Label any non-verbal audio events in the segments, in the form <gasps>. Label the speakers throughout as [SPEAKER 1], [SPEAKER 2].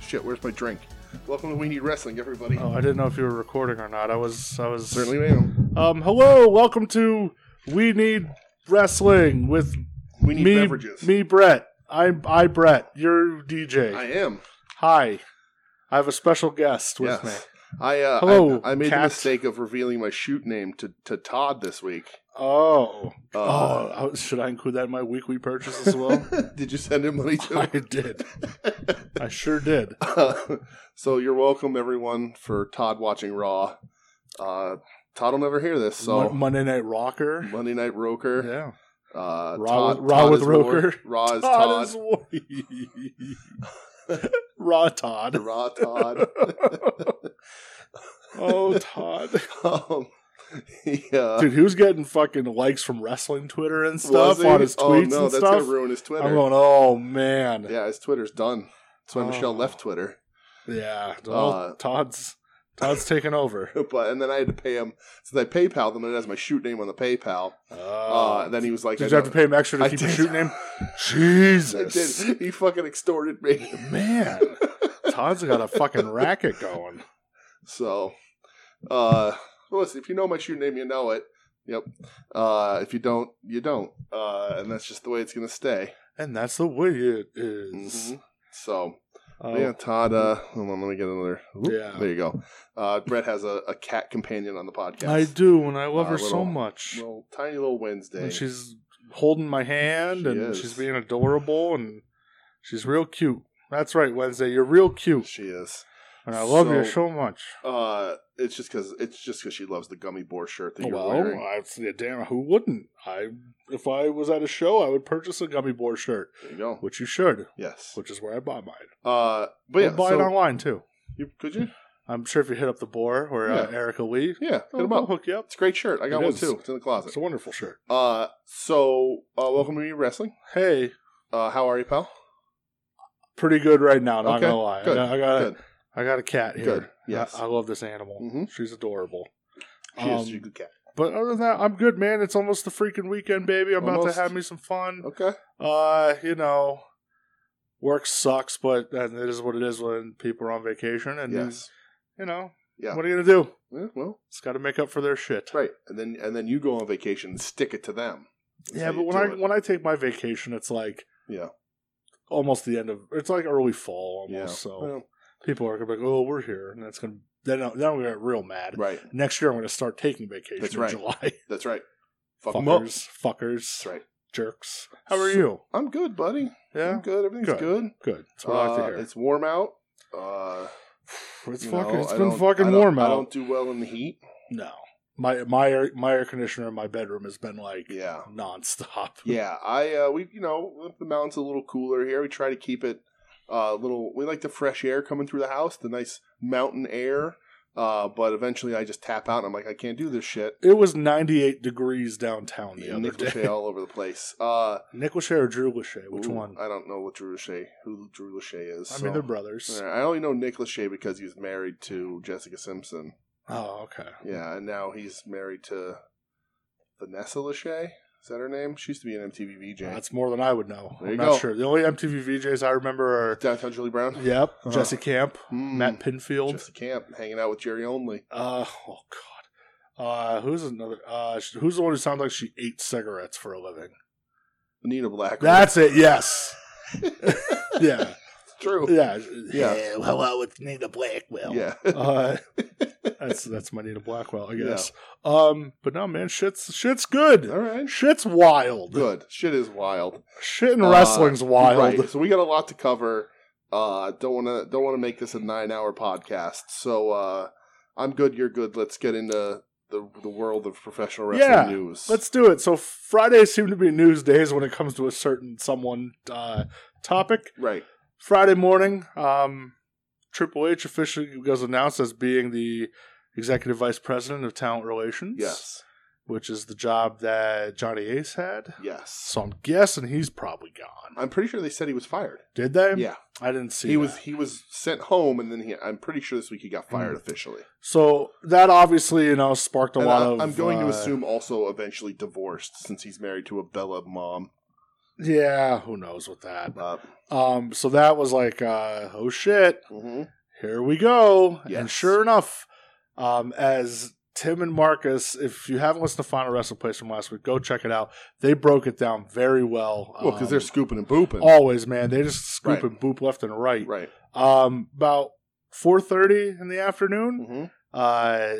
[SPEAKER 1] Shit, where's my drink? Welcome to We Need Wrestling, everybody.
[SPEAKER 2] Oh, I didn't know if you were recording or not. I was. I was.
[SPEAKER 1] Certainly am.
[SPEAKER 2] Um. Hello. Welcome to We Need Wrestling with
[SPEAKER 1] We need
[SPEAKER 2] me.
[SPEAKER 1] beverages.
[SPEAKER 2] Me, Brett. I, I, Brett. You're DJ.
[SPEAKER 1] I am.
[SPEAKER 2] Hi. I have a special guest with
[SPEAKER 1] Yes.
[SPEAKER 2] me.
[SPEAKER 1] I uh,
[SPEAKER 2] Hello,
[SPEAKER 1] I, I made
[SPEAKER 2] cat.
[SPEAKER 1] the mistake of revealing my shoot name to, to Todd this week.
[SPEAKER 2] Oh.
[SPEAKER 1] Uh,
[SPEAKER 2] oh. Should I include that in my weekly purchase as
[SPEAKER 1] <laughs>
[SPEAKER 2] well?
[SPEAKER 1] did you send him money
[SPEAKER 2] Oh, <laughs> I
[SPEAKER 1] too? <laughs>
[SPEAKER 2] did. I sure did.
[SPEAKER 1] so you're welcome, everyone, for Todd watching Raw. Uh, Todd will never hear this. So
[SPEAKER 2] Mon- Monday Night Rocker.
[SPEAKER 1] Monday Night Roker.
[SPEAKER 2] Yeah.
[SPEAKER 1] Uh,
[SPEAKER 2] Raw
[SPEAKER 1] Todd,
[SPEAKER 2] with- Raw
[SPEAKER 1] Todd
[SPEAKER 2] with
[SPEAKER 1] is
[SPEAKER 2] Roker.
[SPEAKER 1] Lord. Raw is
[SPEAKER 2] Todd
[SPEAKER 1] Todd.
[SPEAKER 2] is wa- <laughs>
[SPEAKER 1] <laughs>
[SPEAKER 2] Raw Todd.
[SPEAKER 1] Raw Todd.
[SPEAKER 2] Oh, Todd. <laughs>
[SPEAKER 1] <laughs> um, uh, yeah.
[SPEAKER 2] Dude, he was getting fucking likes from wrestling Twitter and
[SPEAKER 1] Was
[SPEAKER 2] stuff
[SPEAKER 1] he?
[SPEAKER 2] on his tweets
[SPEAKER 1] oh, no,
[SPEAKER 2] and
[SPEAKER 1] that's
[SPEAKER 2] stuff.
[SPEAKER 1] gonna ruin his Twitter.
[SPEAKER 2] I'm going, oh man, yeah.
[SPEAKER 1] yeah, his Twitter's done. That's why
[SPEAKER 2] Oh.
[SPEAKER 1] Michelle left Twitter. <laughs>
[SPEAKER 2] Well,
[SPEAKER 1] Uh,
[SPEAKER 2] Todd's Todd's taking over.
[SPEAKER 1] But and then I had to pay him since I PayPal them and it has my shoot name on the PayPal. <laughs> Uh,
[SPEAKER 2] Oh.
[SPEAKER 1] and then he was like, I
[SPEAKER 2] did you have to
[SPEAKER 1] don't-
[SPEAKER 2] pay him extra to
[SPEAKER 1] I
[SPEAKER 2] keep his
[SPEAKER 1] did. <laughs>
[SPEAKER 2] shooting name?
[SPEAKER 1] I
[SPEAKER 2] Jesus,
[SPEAKER 1] did. He fucking extorted me. <laughs>
[SPEAKER 2] man, Todd's got a fucking racket going.
[SPEAKER 1] So, uh, listen, if you know my shoot name, you know it. Yep. Uh, if you don't, you don't. Uh, and that's just the way it's gonna stay.
[SPEAKER 2] And that's the way it is.
[SPEAKER 1] Mhm. So
[SPEAKER 2] Mm-hmm. Oh,
[SPEAKER 1] yeah, Todd. Uh, hold on, let me get another. Oop,
[SPEAKER 2] Yeah.
[SPEAKER 1] There you go. Uh, Brett has a, a cat companion on the podcast.
[SPEAKER 2] I do, and I love
[SPEAKER 1] Uh,
[SPEAKER 2] her so
[SPEAKER 1] little-
[SPEAKER 2] much.
[SPEAKER 1] Little tiny little Wednesday.
[SPEAKER 2] And she's holding my hand,
[SPEAKER 1] She
[SPEAKER 2] and
[SPEAKER 1] is.
[SPEAKER 2] she's being adorable, and she's real cute. That's right, Wednesday. You're real cute,
[SPEAKER 1] She is.
[SPEAKER 2] and I love you
[SPEAKER 1] So-
[SPEAKER 2] so much.
[SPEAKER 1] Uh, it's just because it's just because she loves the gummy boar shirt that you're
[SPEAKER 2] Oh, Well,
[SPEAKER 1] wearing.
[SPEAKER 2] I, yeah, damn, who wouldn't? I, if I was at a show, I would purchase a gummy boar shirt,
[SPEAKER 1] There you go.
[SPEAKER 2] which you should,
[SPEAKER 1] Yes.
[SPEAKER 2] which is where I bought mine.
[SPEAKER 1] Uh, but yeah,
[SPEAKER 2] Or buy it
[SPEAKER 1] so
[SPEAKER 2] online too.
[SPEAKER 1] you, could you?
[SPEAKER 2] I'm sure if you hit up the boar or uh,
[SPEAKER 1] Yeah. Uh-huh.
[SPEAKER 2] Erica Lee,
[SPEAKER 1] Yeah, hit
[SPEAKER 2] they'll,
[SPEAKER 1] 'em
[SPEAKER 2] they'll
[SPEAKER 1] up.
[SPEAKER 2] hook you up.
[SPEAKER 1] It's a great shirt. I got
[SPEAKER 2] Oh, It
[SPEAKER 1] one
[SPEAKER 2] is.
[SPEAKER 1] too. It's in the closet.
[SPEAKER 2] It's a wonderful shirt.
[SPEAKER 1] Uh, so uh, welcome to me wrestling.
[SPEAKER 2] Hey,
[SPEAKER 1] Uh, how are you, pal?
[SPEAKER 2] pretty good right now. Not
[SPEAKER 1] Okay,
[SPEAKER 2] gonna lie,
[SPEAKER 1] good,
[SPEAKER 2] I got, I got,
[SPEAKER 1] Good.
[SPEAKER 2] I got a cat here.
[SPEAKER 1] Good, yes.
[SPEAKER 2] I, I love this animal.
[SPEAKER 1] Mhm.
[SPEAKER 2] She's adorable.
[SPEAKER 1] She is.
[SPEAKER 2] Um,
[SPEAKER 1] She's a good cat.
[SPEAKER 2] But other than that, I'm good, man. It's almost the freaking weekend, baby. I'm about
[SPEAKER 1] Almost.
[SPEAKER 2] to have me some fun.
[SPEAKER 1] Okay.
[SPEAKER 2] Uh, you know, work sucks, but that it is what it is when people are on vacation. And
[SPEAKER 1] yes.
[SPEAKER 2] you know,
[SPEAKER 1] Yeah.
[SPEAKER 2] what are you gonna do?
[SPEAKER 1] Yeah, well,
[SPEAKER 2] It's got to make up for their shit.
[SPEAKER 1] that's right. And then and then you go on vacation and stick it to them. That's
[SPEAKER 2] Yeah,
[SPEAKER 1] how
[SPEAKER 2] but
[SPEAKER 1] you
[SPEAKER 2] when
[SPEAKER 1] do
[SPEAKER 2] I
[SPEAKER 1] it.
[SPEAKER 2] when I take my vacation, it's like
[SPEAKER 1] Yeah.
[SPEAKER 2] almost the end of it's like early fall almost.
[SPEAKER 1] yeah.
[SPEAKER 2] So
[SPEAKER 1] Well,
[SPEAKER 2] people are gonna be like, "Oh, we're here," and that's gonna then I- then I'm gonna get real mad.
[SPEAKER 1] right.
[SPEAKER 2] Next year, I'm gonna start taking vacation
[SPEAKER 1] That's
[SPEAKER 2] in
[SPEAKER 1] right.
[SPEAKER 2] July.
[SPEAKER 1] That's right. Fuck
[SPEAKER 2] <laughs>
[SPEAKER 1] 'em up.
[SPEAKER 2] Fuckers, fuckers,
[SPEAKER 1] That's right.
[SPEAKER 2] jerks. How are
[SPEAKER 1] So-
[SPEAKER 2] you?
[SPEAKER 1] I'm good, buddy.
[SPEAKER 2] Yeah,
[SPEAKER 1] I'm good. Everything's
[SPEAKER 2] Good.
[SPEAKER 1] good.
[SPEAKER 2] good. That's what I like to
[SPEAKER 1] Uh,
[SPEAKER 2] hear.
[SPEAKER 1] It's warm out. Uh,
[SPEAKER 2] <sighs> It's
[SPEAKER 1] you
[SPEAKER 2] fucking.
[SPEAKER 1] know,
[SPEAKER 2] it's
[SPEAKER 1] I
[SPEAKER 2] been
[SPEAKER 1] don't-
[SPEAKER 2] fucking
[SPEAKER 1] I don't-
[SPEAKER 2] warm
[SPEAKER 1] I
[SPEAKER 2] out.
[SPEAKER 1] don't do well in the heat.
[SPEAKER 2] No, my my air, my air conditioner in my bedroom has been like
[SPEAKER 1] Yeah.
[SPEAKER 2] nonstop.
[SPEAKER 1] Yeah, I uh, we you know the mountain's a little cooler here. We try to keep it uh, a little. We like the fresh air coming through the house, the nice mountain air. Uh, but eventually, I just tap out. and I'm like, I can't do this shit.
[SPEAKER 2] It was 98 degrees downtown the
[SPEAKER 1] Yeah,
[SPEAKER 2] other
[SPEAKER 1] Nick
[SPEAKER 2] day.
[SPEAKER 1] Lachey all over the place. Uh,
[SPEAKER 2] <laughs> Nick Lachey or Drew Lachey? Which
[SPEAKER 1] ooh,
[SPEAKER 2] one? I,
[SPEAKER 1] I don't know what Drew Lachey, who Drew Lachey is. so-
[SPEAKER 2] mean, they're brothers.
[SPEAKER 1] I only know Nick Lachey because he was married to Jessica Simpson.
[SPEAKER 2] Oh, okay.
[SPEAKER 1] Yeah, and now he's married to Vanessa Lachey. Is that her name? She used to be an MTV VJ.
[SPEAKER 2] That's more than I would know.
[SPEAKER 1] There
[SPEAKER 2] I'm
[SPEAKER 1] you
[SPEAKER 2] not
[SPEAKER 1] go.
[SPEAKER 2] sure. The only MTV VJs I remember are
[SPEAKER 1] Downtown Julie Brown.
[SPEAKER 2] yep,
[SPEAKER 1] Uh-huh.
[SPEAKER 2] Jesse Camp,
[SPEAKER 1] Mm,
[SPEAKER 2] Matt Pinfield.
[SPEAKER 1] Jesse Camp hanging out with Jerry Only.
[SPEAKER 2] uh, oh God. Uh, who's another? Uh, sh- who's the one who sounds like she ate cigarettes for a living?
[SPEAKER 1] Anita Black.
[SPEAKER 2] That's it. Yes.
[SPEAKER 1] <laughs>
[SPEAKER 2] yeah.
[SPEAKER 1] true.
[SPEAKER 2] Yeah.
[SPEAKER 1] Yeah. uh,
[SPEAKER 2] Hello, it's Nina
[SPEAKER 1] <laughs>
[SPEAKER 2] Blackwell.
[SPEAKER 1] Yeah.
[SPEAKER 2] Uh, that's that's my Nina Blackwell, I guess. Um, but no, man, shit's shit's good.
[SPEAKER 1] All right.
[SPEAKER 2] Shit's wild.
[SPEAKER 1] Good. Shit is wild.
[SPEAKER 2] Shit in
[SPEAKER 1] Uh,
[SPEAKER 2] wrestling's wild.
[SPEAKER 1] Right. So we got a lot to cover. Uh, don't want to don't want to make this a nine hour podcast. So uh, I'm good. You're good. Let's get into the the world of professional wrestling
[SPEAKER 2] Yeah.
[SPEAKER 1] news.
[SPEAKER 2] Let's do it. So Fridays seem to be news days when it comes to a certain someone uh, topic.
[SPEAKER 1] right.
[SPEAKER 2] Friday morning, um, Triple H officially was announced as being the executive vice president of talent relations.
[SPEAKER 1] Yes.
[SPEAKER 2] which is the job that Johnny Ace had.
[SPEAKER 1] Yes.
[SPEAKER 2] So I'm guessing he's probably gone.
[SPEAKER 1] I'm pretty sure they said he was fired.
[SPEAKER 2] Did they?
[SPEAKER 1] Yeah.
[SPEAKER 2] I didn't see.
[SPEAKER 1] He was
[SPEAKER 2] that.
[SPEAKER 1] he was sent home, and then he. I'm pretty sure this week he got fired
[SPEAKER 2] Hmm.
[SPEAKER 1] officially.
[SPEAKER 2] So that obviously, you know, sparked a
[SPEAKER 1] And
[SPEAKER 2] lot
[SPEAKER 1] I,
[SPEAKER 2] of.
[SPEAKER 1] I'm going to
[SPEAKER 2] uh,
[SPEAKER 1] assume also eventually divorced since he's married to a Bella mom.
[SPEAKER 2] Yeah, who knows with that.
[SPEAKER 1] Uh,
[SPEAKER 2] Um, so that was like, uh, oh shit,
[SPEAKER 1] hmm
[SPEAKER 2] here we go. And
[SPEAKER 1] Yes.
[SPEAKER 2] sure enough, um, as Tim and Marcus, if you haven't listened to Final Wrestling Place from last week, go check it out. They broke it down very well.
[SPEAKER 1] Well, because
[SPEAKER 2] um,
[SPEAKER 1] they're scooping and booping.
[SPEAKER 2] always, man. They just scoop
[SPEAKER 1] Right.
[SPEAKER 2] and boop left and right.
[SPEAKER 1] right.
[SPEAKER 2] Um, about four thirty in the afternoon,
[SPEAKER 1] hmm
[SPEAKER 2] uh,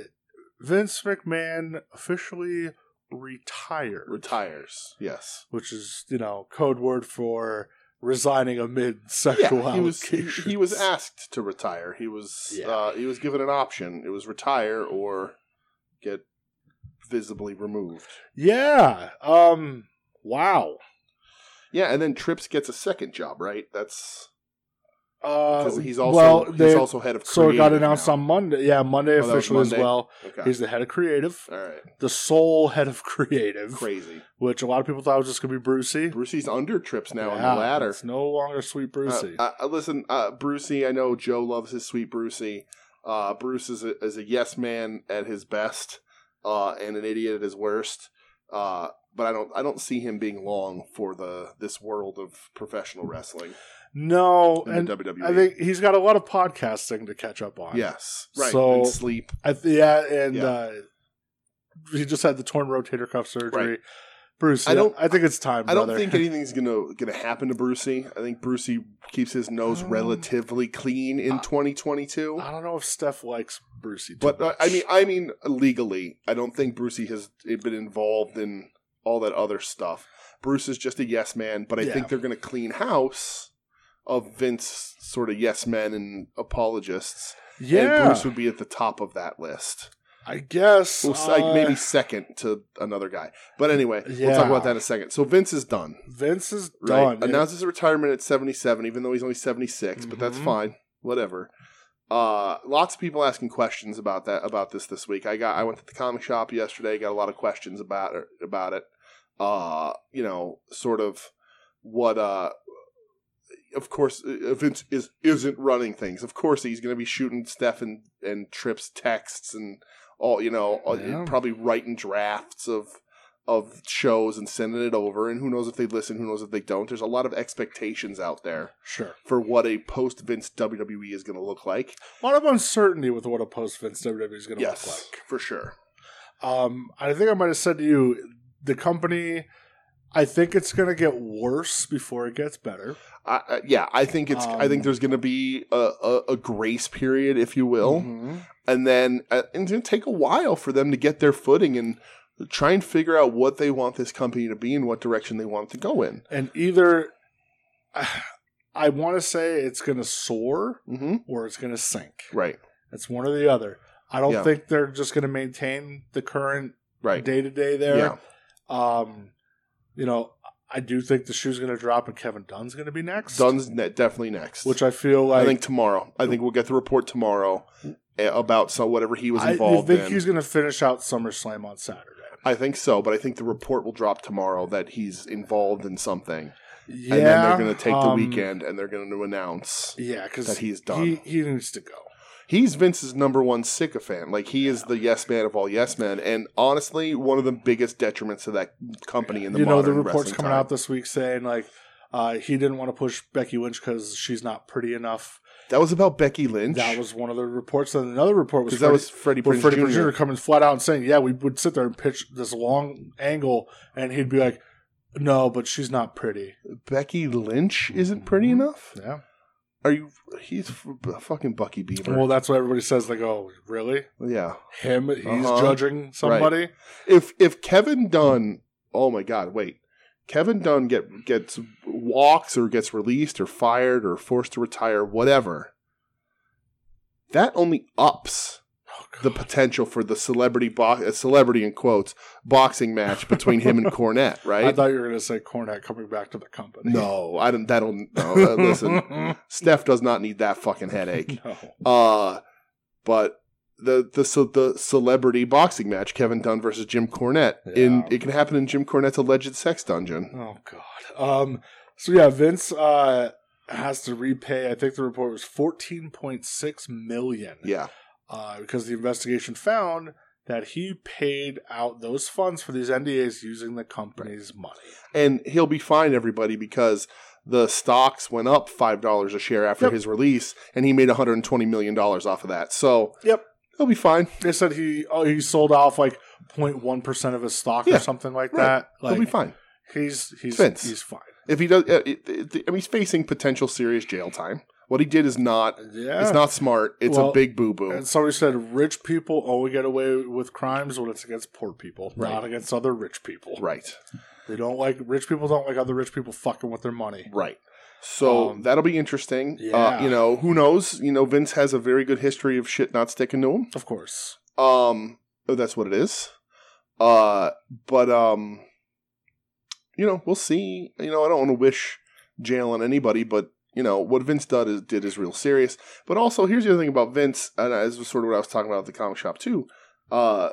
[SPEAKER 2] Vince McMahon officially retired,
[SPEAKER 1] Retires. Yes.
[SPEAKER 2] which is you know code word for resigning amid sexual
[SPEAKER 1] Yeah, he was he,
[SPEAKER 2] allegations.
[SPEAKER 1] he was asked to retire. He was
[SPEAKER 2] Yeah.
[SPEAKER 1] uh, he was given an option. It was retire or get visibly removed.
[SPEAKER 2] yeah. Um. Wow.
[SPEAKER 1] Yeah, and then Trips gets a second job, right? That's
[SPEAKER 2] Uh,
[SPEAKER 1] because he's also
[SPEAKER 2] well,
[SPEAKER 1] he's
[SPEAKER 2] they-
[SPEAKER 1] also head of
[SPEAKER 2] so it got
[SPEAKER 1] creative
[SPEAKER 2] announced
[SPEAKER 1] now.
[SPEAKER 2] on Monday. Yeah, Monday
[SPEAKER 1] Oh, that was
[SPEAKER 2] officially as
[SPEAKER 1] Monday?
[SPEAKER 2] well.
[SPEAKER 1] Okay.
[SPEAKER 2] He's the head of creative,
[SPEAKER 1] All right,
[SPEAKER 2] the sole head of creative,
[SPEAKER 1] crazy.
[SPEAKER 2] which a lot of people thought was just going to be Brucey.
[SPEAKER 1] Brucey's under Trips now on
[SPEAKER 2] Yeah,
[SPEAKER 1] the ladder.
[SPEAKER 2] It's no longer Sweet Brucey.
[SPEAKER 1] Uh, uh, listen, uh, Brucey, I know Joe loves his sweet Brucey. Uh, Bruce is a, is a yes man at his best uh, and an idiot at his worst. Uh, but I don't I don't see him being long for the this world of professional wrestling
[SPEAKER 2] no,
[SPEAKER 1] in
[SPEAKER 2] and
[SPEAKER 1] the E. WWE.
[SPEAKER 2] I think he's got a lot of podcasting to catch up on.
[SPEAKER 1] yes, right.
[SPEAKER 2] So-
[SPEAKER 1] and sleep.
[SPEAKER 2] I th- yeah, and
[SPEAKER 1] Yeah.
[SPEAKER 2] Uh, he just had the torn rotator cuff surgery.
[SPEAKER 1] Right.
[SPEAKER 2] Bruce,
[SPEAKER 1] I
[SPEAKER 2] I don't.
[SPEAKER 1] don't-
[SPEAKER 2] I think it's time.
[SPEAKER 1] I don't
[SPEAKER 2] brother. <laughs>
[SPEAKER 1] think anything's gonna gonna happen to Brucey. I think Brucey keeps his nose
[SPEAKER 2] Um,
[SPEAKER 1] relatively clean in
[SPEAKER 2] I-
[SPEAKER 1] 2022.
[SPEAKER 2] I don't know if Steph likes Brucey, too
[SPEAKER 1] But uh, I
[SPEAKER 2] much.
[SPEAKER 1] mean, I mean, legally, I don't think Brucey has been involved in all that other stuff. Bruce is just a yes man, but I
[SPEAKER 2] Yeah.
[SPEAKER 1] think they're going to clean house of Vince sort of yes men and apologists.
[SPEAKER 2] yeah,
[SPEAKER 1] And Bruce would be at the top of that list.
[SPEAKER 2] I guess
[SPEAKER 1] Well, s-
[SPEAKER 2] uh,
[SPEAKER 1] like maybe second to another guy. But anyway, we'll
[SPEAKER 2] Yeah.
[SPEAKER 1] talk about that in a second. So Vince is done.
[SPEAKER 2] Vince is
[SPEAKER 1] Right.
[SPEAKER 2] done. And-
[SPEAKER 1] Announces his retirement at 77, even though he's only 76, but that's
[SPEAKER 2] Mhm.
[SPEAKER 1] fine. Whatever. Uh, lots of people asking questions about that about this this week. I got I went to the comic shop yesterday, got a lot of questions about it, about it. Uh, you know, sort of what uh of course uh, Vince is isn't running things. Of course he's going to be shooting Steph and, and Trips texts and all, you know, all-
[SPEAKER 2] Yeah.
[SPEAKER 1] probably writing drafts of of shows and sending it over and who knows if they listen who knows if they don't there's a lot of expectations out there
[SPEAKER 2] sure,
[SPEAKER 1] for what a post vince wwe E is going to look like
[SPEAKER 2] a lot of uncertainty with what a post Vince WWE is going to
[SPEAKER 1] yes
[SPEAKER 2] look like.
[SPEAKER 1] for sure
[SPEAKER 2] Um, I think I might have said to you, the company. I think it's going to get worse before it gets better.
[SPEAKER 1] I, I, yeah i think it's i
[SPEAKER 2] Um,
[SPEAKER 1] think there's going to be a, a, a grace period if you will
[SPEAKER 2] Mm-hmm.
[SPEAKER 1] and then uh, and it's going to take a while for them to get their footing and try and figure out what they want this company to be and what direction they want it to go in
[SPEAKER 2] and either <sighs> I want to say it's going to soar
[SPEAKER 1] mm-hmm.
[SPEAKER 2] or it's going to sink.
[SPEAKER 1] right
[SPEAKER 2] It's one or the other. I don't
[SPEAKER 1] Yeah.
[SPEAKER 2] think they're just going to maintain the current
[SPEAKER 1] right
[SPEAKER 2] day to day there.
[SPEAKER 1] yeah
[SPEAKER 2] Um, you know, I do think the shoe's going to drop and Kevin Dunn's going to be next,
[SPEAKER 1] dunn's ne- definitely next
[SPEAKER 2] which I feel like
[SPEAKER 1] I think tomorrow. I think we'll get the report tomorrow eh, about so whatever he was
[SPEAKER 2] I
[SPEAKER 1] involved
[SPEAKER 2] think
[SPEAKER 1] in.
[SPEAKER 2] he's going to finish out SummerSlam on Saturday.
[SPEAKER 1] I think so, but I think the report will drop tomorrow that he's involved in something,
[SPEAKER 2] Yeah,
[SPEAKER 1] and then they're going to take the
[SPEAKER 2] um,
[SPEAKER 1] weekend and they're going to announce
[SPEAKER 2] Yeah, because
[SPEAKER 1] that
[SPEAKER 2] he,
[SPEAKER 1] he's done.
[SPEAKER 2] he needs to go.
[SPEAKER 1] he's Vince's number one sycophant. Like he is the yes man of all yes men, and honestly, one of the biggest detriments to that company in the
[SPEAKER 2] you know the
[SPEAKER 1] modern
[SPEAKER 2] reports
[SPEAKER 1] wrestling
[SPEAKER 2] coming
[SPEAKER 1] time.
[SPEAKER 2] out this week saying like uh, he didn't want to push Becky Lynch because she's not pretty enough.
[SPEAKER 1] That was about Becky Lynch.
[SPEAKER 2] That was one of the reports. And another report was
[SPEAKER 1] because that was Freddie
[SPEAKER 2] Freddie,
[SPEAKER 1] Prinze
[SPEAKER 2] Freddie
[SPEAKER 1] Jr.
[SPEAKER 2] Prinze Jr. coming flat out and saying, "Yeah, we would sit there and pitch this long angle," and he'd be like, "No, but she's not pretty."
[SPEAKER 1] Becky Lynch isn't pretty
[SPEAKER 2] Mhm.
[SPEAKER 1] enough.
[SPEAKER 2] Yeah.
[SPEAKER 1] Are you? He's f- fucking Bucky Beaver.
[SPEAKER 2] Well, that's what everybody says. They go, "Really?
[SPEAKER 1] yeah.
[SPEAKER 2] Him? He's
[SPEAKER 1] Uh-huh.
[SPEAKER 2] judging somebody?"
[SPEAKER 1] if if Kevin Dunn, oh my God, wait, Kevin Dunn get gets walks or gets released or fired or forced to retire, whatever. That only ups
[SPEAKER 2] Oh, God.
[SPEAKER 1] the potential for the celebrity box, uh, celebrity in quotes, boxing match between him
[SPEAKER 2] <laughs>
[SPEAKER 1] and Cornette,
[SPEAKER 2] I
[SPEAKER 1] right?
[SPEAKER 2] thought you were going to say Cornette coming back to the company.
[SPEAKER 1] no, I don't. That'll no. uh, listen, Steph does not need that fucking headache.
[SPEAKER 2] <laughs> no.
[SPEAKER 1] Uh but the the so the celebrity boxing match Kevin Dunn versus Jim Cornette in
[SPEAKER 2] Yeah.
[SPEAKER 1] it can happen in Jim Cornette's alleged sex dungeon.
[SPEAKER 2] Oh God. Um. So yeah, Vince uh has to repay. I think the report was fourteen point six million.
[SPEAKER 1] Yeah,
[SPEAKER 2] Uh, because the investigation found that he paid out those funds for these NDAs using the company's money.
[SPEAKER 1] and he'll be fine, everybody, because the stocks went up five dollars a share after
[SPEAKER 2] Yep.
[SPEAKER 1] his release, and he made 120 million dollars off of that. So
[SPEAKER 2] Yep.
[SPEAKER 1] he'll be fine.
[SPEAKER 2] They said he oh, he sold off like 0.1 percent of his stock
[SPEAKER 1] Yeah.
[SPEAKER 2] or something like
[SPEAKER 1] Right.
[SPEAKER 2] that. Like
[SPEAKER 1] he'll be fine
[SPEAKER 2] he's he's
[SPEAKER 1] Vince.
[SPEAKER 2] he's fine.
[SPEAKER 1] if he does. uh, it- it- I mean, he's facing potential serious jail time. What he did is not.
[SPEAKER 2] Yeah.
[SPEAKER 1] It's not smart. It's
[SPEAKER 2] Well,
[SPEAKER 1] a big boo boo.
[SPEAKER 2] And somebody said rich people only get away with crimes when it's against poor people,
[SPEAKER 1] Right.
[SPEAKER 2] not against other rich people.
[SPEAKER 1] Right.
[SPEAKER 2] They don't like rich people don't like other rich people fucking with their money.
[SPEAKER 1] Right. So
[SPEAKER 2] Um,
[SPEAKER 1] that'll be interesting. Uh,
[SPEAKER 2] yeah.
[SPEAKER 1] you know, who knows? You know, Vince has a very good history of shit not sticking to him.
[SPEAKER 2] Of course.
[SPEAKER 1] Um, oh, that's what it is. Uh, but um, you know, we'll see. You know, I don't want to wish jail on anybody, but you know what Vince did is, did is real serious. But also, here's the other thing about Vince, and as was sort of what I was talking about at the comic shop too. Uh,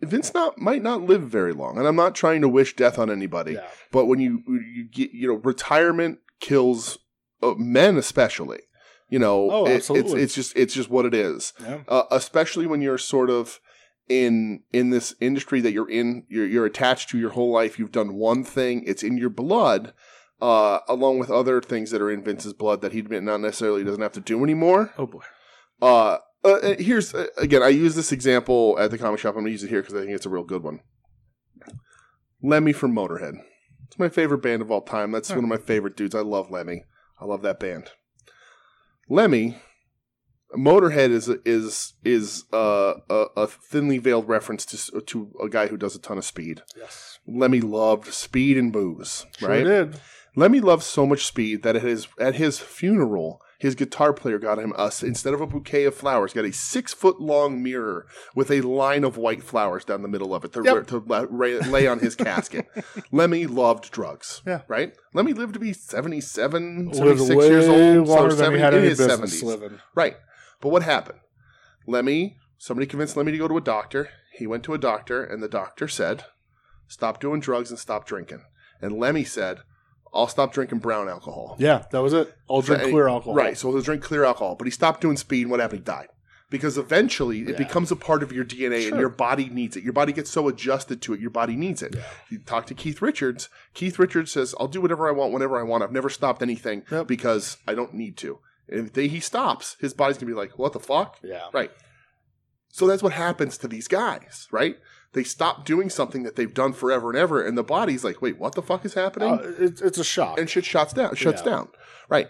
[SPEAKER 1] Vince not might not live very long, and I'm not trying to wish death on anybody.
[SPEAKER 2] Yeah.
[SPEAKER 1] But when you when you get you know retirement kills uh, men especially. You know,
[SPEAKER 2] Oh,
[SPEAKER 1] it- it's
[SPEAKER 2] absolutely.
[SPEAKER 1] it's just it's just what it is
[SPEAKER 2] Yeah.
[SPEAKER 1] uh, especially when you're sort of in in this industry that you're in you're, you're attached to your whole life you've done one thing it's in your blood uh, along with other things that are in vince's blood that he not necessarily doesn't have to do anymore
[SPEAKER 2] Oh boy.
[SPEAKER 1] uh, uh, here's uh, again i use this example at the comic shop i'm gonna use it here because i think it's a real good one lemmy from motorhead it's my favorite band of all time that's one of my favorite dudes i love lemmy i love that band lemmy motorhead is is is uh, a, a thinly veiled reference to s- to a guy who does a ton of speed
[SPEAKER 2] Yes.
[SPEAKER 1] lemmy loved speed and booze
[SPEAKER 2] Sure
[SPEAKER 1] right
[SPEAKER 2] did.
[SPEAKER 1] Lemmy loved so much speed that at his at his funeral, his guitar player got him us instead of a bouquet of flowers, got a six foot long mirror with a line of white flowers down the middle of it to,
[SPEAKER 2] Yep.
[SPEAKER 1] to la- ra- lay on his
[SPEAKER 2] <laughs>
[SPEAKER 1] casket. Lemmy loved drugs.
[SPEAKER 2] Yeah.
[SPEAKER 1] right. Lemmy lived to be 77,
[SPEAKER 2] Lived
[SPEAKER 1] 76 years old,
[SPEAKER 2] longer
[SPEAKER 1] so
[SPEAKER 2] than we
[SPEAKER 1] 70,
[SPEAKER 2] had
[SPEAKER 1] in
[SPEAKER 2] any
[SPEAKER 1] his
[SPEAKER 2] business
[SPEAKER 1] seventies.
[SPEAKER 2] living.
[SPEAKER 1] Right. But what happened? Lemmy, somebody convinced Lemmy to go to a doctor. He went to a doctor, and the doctor said, stop doing drugs and stop drinking. And Lemmy said, I'll stop drinking brown alcohol.
[SPEAKER 2] Yeah, that was it. All drink
[SPEAKER 1] So,
[SPEAKER 2] clear alcohol.
[SPEAKER 1] Right. So he'll drink clear alcohol. But he stopped doing speed, and what happened? He died. Because eventually it
[SPEAKER 2] Yeah.
[SPEAKER 1] becomes a part of your DNA
[SPEAKER 2] Sure.
[SPEAKER 1] and your body needs it. Your body gets so adjusted to it, your body needs it.
[SPEAKER 2] Yeah.
[SPEAKER 1] You talk to Keith Richards. Keith Richards says, I'll do whatever I want whenever I want. I've never stopped anything
[SPEAKER 2] Yep.
[SPEAKER 1] because I don't need to. And if they, he stops, his body's going to be like, what the fuck?
[SPEAKER 2] Yeah.
[SPEAKER 1] Right. So that's what happens to these guys, right? They stop doing something that they've done forever and ever, and the body's like, wait, what the fuck is happening?
[SPEAKER 2] Uh, it's it's a shock. <laughs>
[SPEAKER 1] and shit shuts down, shuts
[SPEAKER 2] Yeah.
[SPEAKER 1] down, right?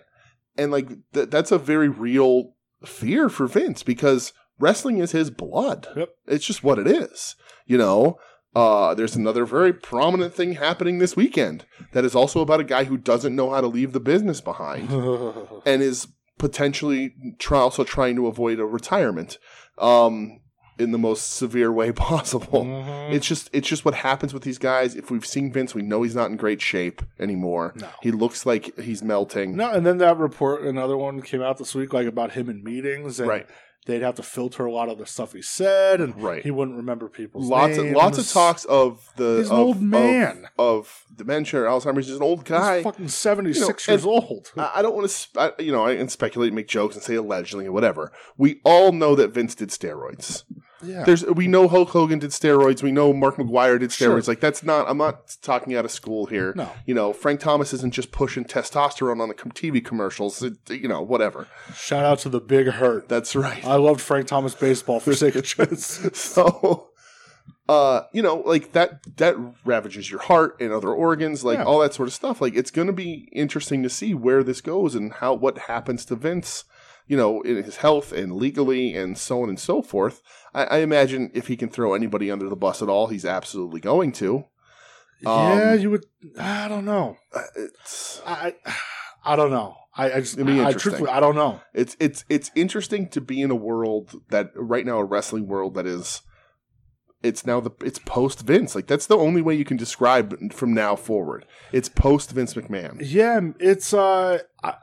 [SPEAKER 1] And like th- that's a very real fear for Vince because wrestling is his blood.
[SPEAKER 2] Yep.
[SPEAKER 1] It's just what it is, you know. Uh, there's another very prominent thing happening this weekend that is also about a guy who doesn't know how to leave the business behind
[SPEAKER 2] Mm-hmm.
[SPEAKER 1] and is potentially try, also trying to avoid a retirement um, in the most severe way <laughs> possible.
[SPEAKER 2] Mhm.
[SPEAKER 1] It's just it's just what happens with these guys. If we've seen Vince, we know he's not in great shape anymore.
[SPEAKER 2] No.
[SPEAKER 1] He looks like he's melting.
[SPEAKER 2] No, and then that report, another one came out this week, like about him in meetings, and
[SPEAKER 1] Right.
[SPEAKER 2] they'd have to filter a lot of the stuff he said, and
[SPEAKER 1] Right.
[SPEAKER 2] he wouldn't remember people's
[SPEAKER 1] Lots
[SPEAKER 2] names.
[SPEAKER 1] of lots of talks of the
[SPEAKER 2] He's an
[SPEAKER 1] of-
[SPEAKER 2] old
[SPEAKER 1] of-
[SPEAKER 2] man.
[SPEAKER 1] of, dementia or Alzheimer's. He's an old
[SPEAKER 2] He's
[SPEAKER 1] guy.
[SPEAKER 2] fucking seventy six
[SPEAKER 1] You know,
[SPEAKER 2] years old.
[SPEAKER 1] I I don't want to, sp- I- you know, I can speculate, make jokes, and say allegedly and whatever. We all know that Vince did steroids.
[SPEAKER 2] yeah,
[SPEAKER 1] There's, we know Hulk Hogan did steroids. We know Mark McGuire did steroids.
[SPEAKER 2] Sure.
[SPEAKER 1] Like that's not. I'm not talking out of school here.
[SPEAKER 2] No.
[SPEAKER 1] You know, Frank Thomas isn't just pushing testosterone on the com- TV commercials. It- you know, whatever.
[SPEAKER 2] shout out to the big hurt.
[SPEAKER 1] That's right.
[SPEAKER 2] I loved Frank Thomas baseball <laughs> for sake of
[SPEAKER 1] <laughs>
[SPEAKER 2] shits.
[SPEAKER 1] so uh you know like that that ravages your heart and other organs like
[SPEAKER 2] Yeah.
[SPEAKER 1] all that sort of stuff like it's going to be interesting to see where this goes and how what happens to vince you know in his health and legally and so on and so forth i, I imagine if he can throw anybody under the bus at all he's absolutely going to Um,
[SPEAKER 2] yeah, you would. I don't know.
[SPEAKER 1] Uh, it's
[SPEAKER 2] I I, I don't know. I, I just
[SPEAKER 1] It'd be
[SPEAKER 2] I, I
[SPEAKER 1] interesting.
[SPEAKER 2] truthfully I don't know.
[SPEAKER 1] it's it's it's interesting to be in a world that right now a wrestling world that is it's now the it's post Vince like that's the only way you can describe from now forward it's post Vince McMahon
[SPEAKER 2] Yeah, it's uh. I,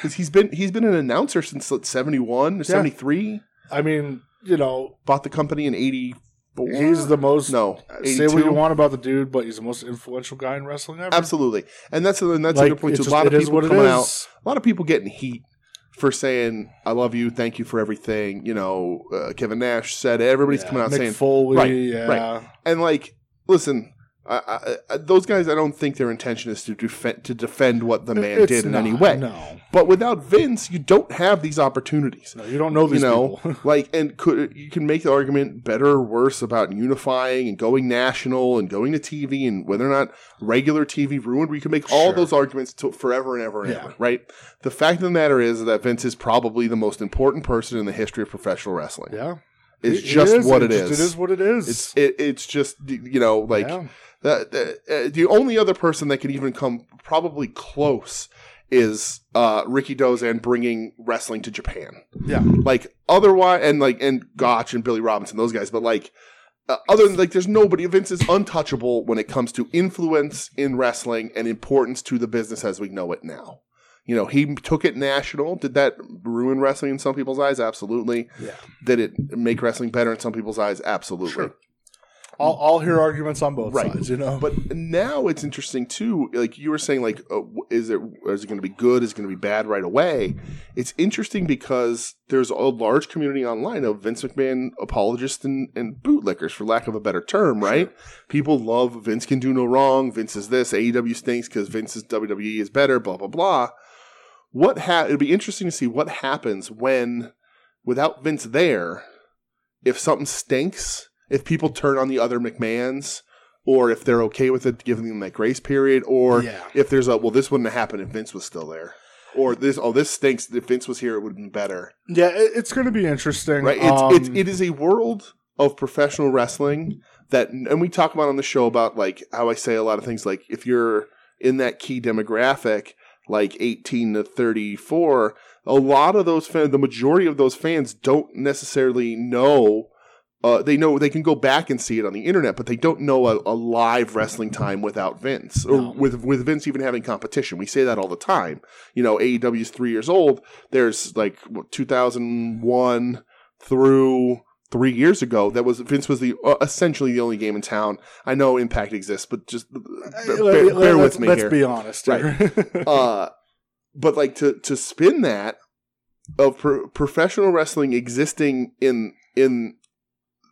[SPEAKER 1] because he's been he's been an announcer since like, 71 or 73
[SPEAKER 2] I mean, you know,
[SPEAKER 1] bought the company in 84
[SPEAKER 2] he's the most
[SPEAKER 1] no
[SPEAKER 2] Say
[SPEAKER 1] 82
[SPEAKER 2] what you want about the dude, but he's the most influential guy in wrestling ever.
[SPEAKER 1] absolutely and that's and that's a
[SPEAKER 2] Like,
[SPEAKER 1] good point
[SPEAKER 2] it's
[SPEAKER 1] too a
[SPEAKER 2] just-
[SPEAKER 1] lot of
[SPEAKER 2] it is
[SPEAKER 1] people
[SPEAKER 2] what it
[SPEAKER 1] coming out
[SPEAKER 2] is.
[SPEAKER 1] a lot of people getting heat for saying "I love you, thank you for everything." You know, uh, Kevin Nash said it. Everybody's
[SPEAKER 2] Yeah.
[SPEAKER 1] coming out
[SPEAKER 2] Mick
[SPEAKER 1] saying,
[SPEAKER 2] Foley,
[SPEAKER 1] Right,
[SPEAKER 2] yeah.
[SPEAKER 1] and like, listen, I, I, I, those guys, I don't think their intention is to defend to defend what the man
[SPEAKER 2] It's
[SPEAKER 1] did in any
[SPEAKER 2] not-
[SPEAKER 1] way.
[SPEAKER 2] No,
[SPEAKER 1] But without Vince, you don't have these opportunities.
[SPEAKER 2] no, you don't know these
[SPEAKER 1] you know,
[SPEAKER 2] people. <laughs>
[SPEAKER 1] like, and could you can make the argument better or worse about unifying and going national and going to TV and whether or not regular TV ruined. We can make all
[SPEAKER 2] Sure.
[SPEAKER 1] those arguments to forever and ever and
[SPEAKER 2] Yeah.
[SPEAKER 1] ever, right? The fact of the matter is that Vince is probably the most important person in the history of professional wrestling.
[SPEAKER 2] yeah,
[SPEAKER 1] It's
[SPEAKER 2] It- it
[SPEAKER 1] just what
[SPEAKER 2] It
[SPEAKER 1] it
[SPEAKER 2] just-
[SPEAKER 1] is.
[SPEAKER 2] It is what it is.
[SPEAKER 1] It's it, it's just you know like
[SPEAKER 2] Yeah.
[SPEAKER 1] the, the, uh, the only other person that could even come probably close is uh, Ricky Dozan bringing wrestling to Japan.
[SPEAKER 2] Yeah.
[SPEAKER 1] Like otherwise, and like and Gotch and Billy Robinson, those guys. But like uh, other than like, there's nobody. Vince is untouchable when it comes to influence in wrestling and importance to the business as we know it now. You know, he took it national. Did that ruin wrestling in some people's eyes? Absolutely.
[SPEAKER 2] Yeah.
[SPEAKER 1] Did it make wrestling better in some people's eyes? Absolutely.
[SPEAKER 2] Sure. I'll, I'll hear arguments on both
[SPEAKER 1] Right.
[SPEAKER 2] sides. You know,
[SPEAKER 1] But now it's interesting too. Like you were saying, like uh, w- is it is it going to be good? Is it going to be bad right away? It's interesting because there's a large community online of Vince McMahon apologists and, and bootlickers, for lack of a better term, right? People love Vince can do no wrong. Vince is this. AEW stinks because Vince's WWE is better. Blah blah blah. What ha- it'd be interesting to see what happens when without Vince there, if something stinks, if people turn on the other McMahons, or if they're okay with it, giving them that grace period, or
[SPEAKER 2] yeah,
[SPEAKER 1] if there's a well, this wouldn't have happened if Vince was still there, or this oh this stinks. If Vince was here, it would have been better,
[SPEAKER 2] yeah, it, it's going to be interesting.
[SPEAKER 1] right? It's,
[SPEAKER 2] Um,
[SPEAKER 1] it's it is a world of professional wrestling that, and we talk about on the show about like how I say a lot of things like if you're in that key demographic, like 18 to 34, a lot of those fans, the majority of those fans don't necessarily know. Uh, they know they can go back and see it on the internet, but they don't know a, a live wrestling time without Vince or
[SPEAKER 2] No.
[SPEAKER 1] with with Vince even having competition. We say that all the time. You know, AEW is three years old. There's like what, 2001 through three years ago that was Vince was the uh, essentially the only game in town. I know Impact exists, but just uh, bear,
[SPEAKER 2] let- let-
[SPEAKER 1] bear
[SPEAKER 2] let's-
[SPEAKER 1] with me
[SPEAKER 2] Let's
[SPEAKER 1] here
[SPEAKER 2] be honest. Right.
[SPEAKER 1] uh, but like to to spin that of pro- professional wrestling existing in in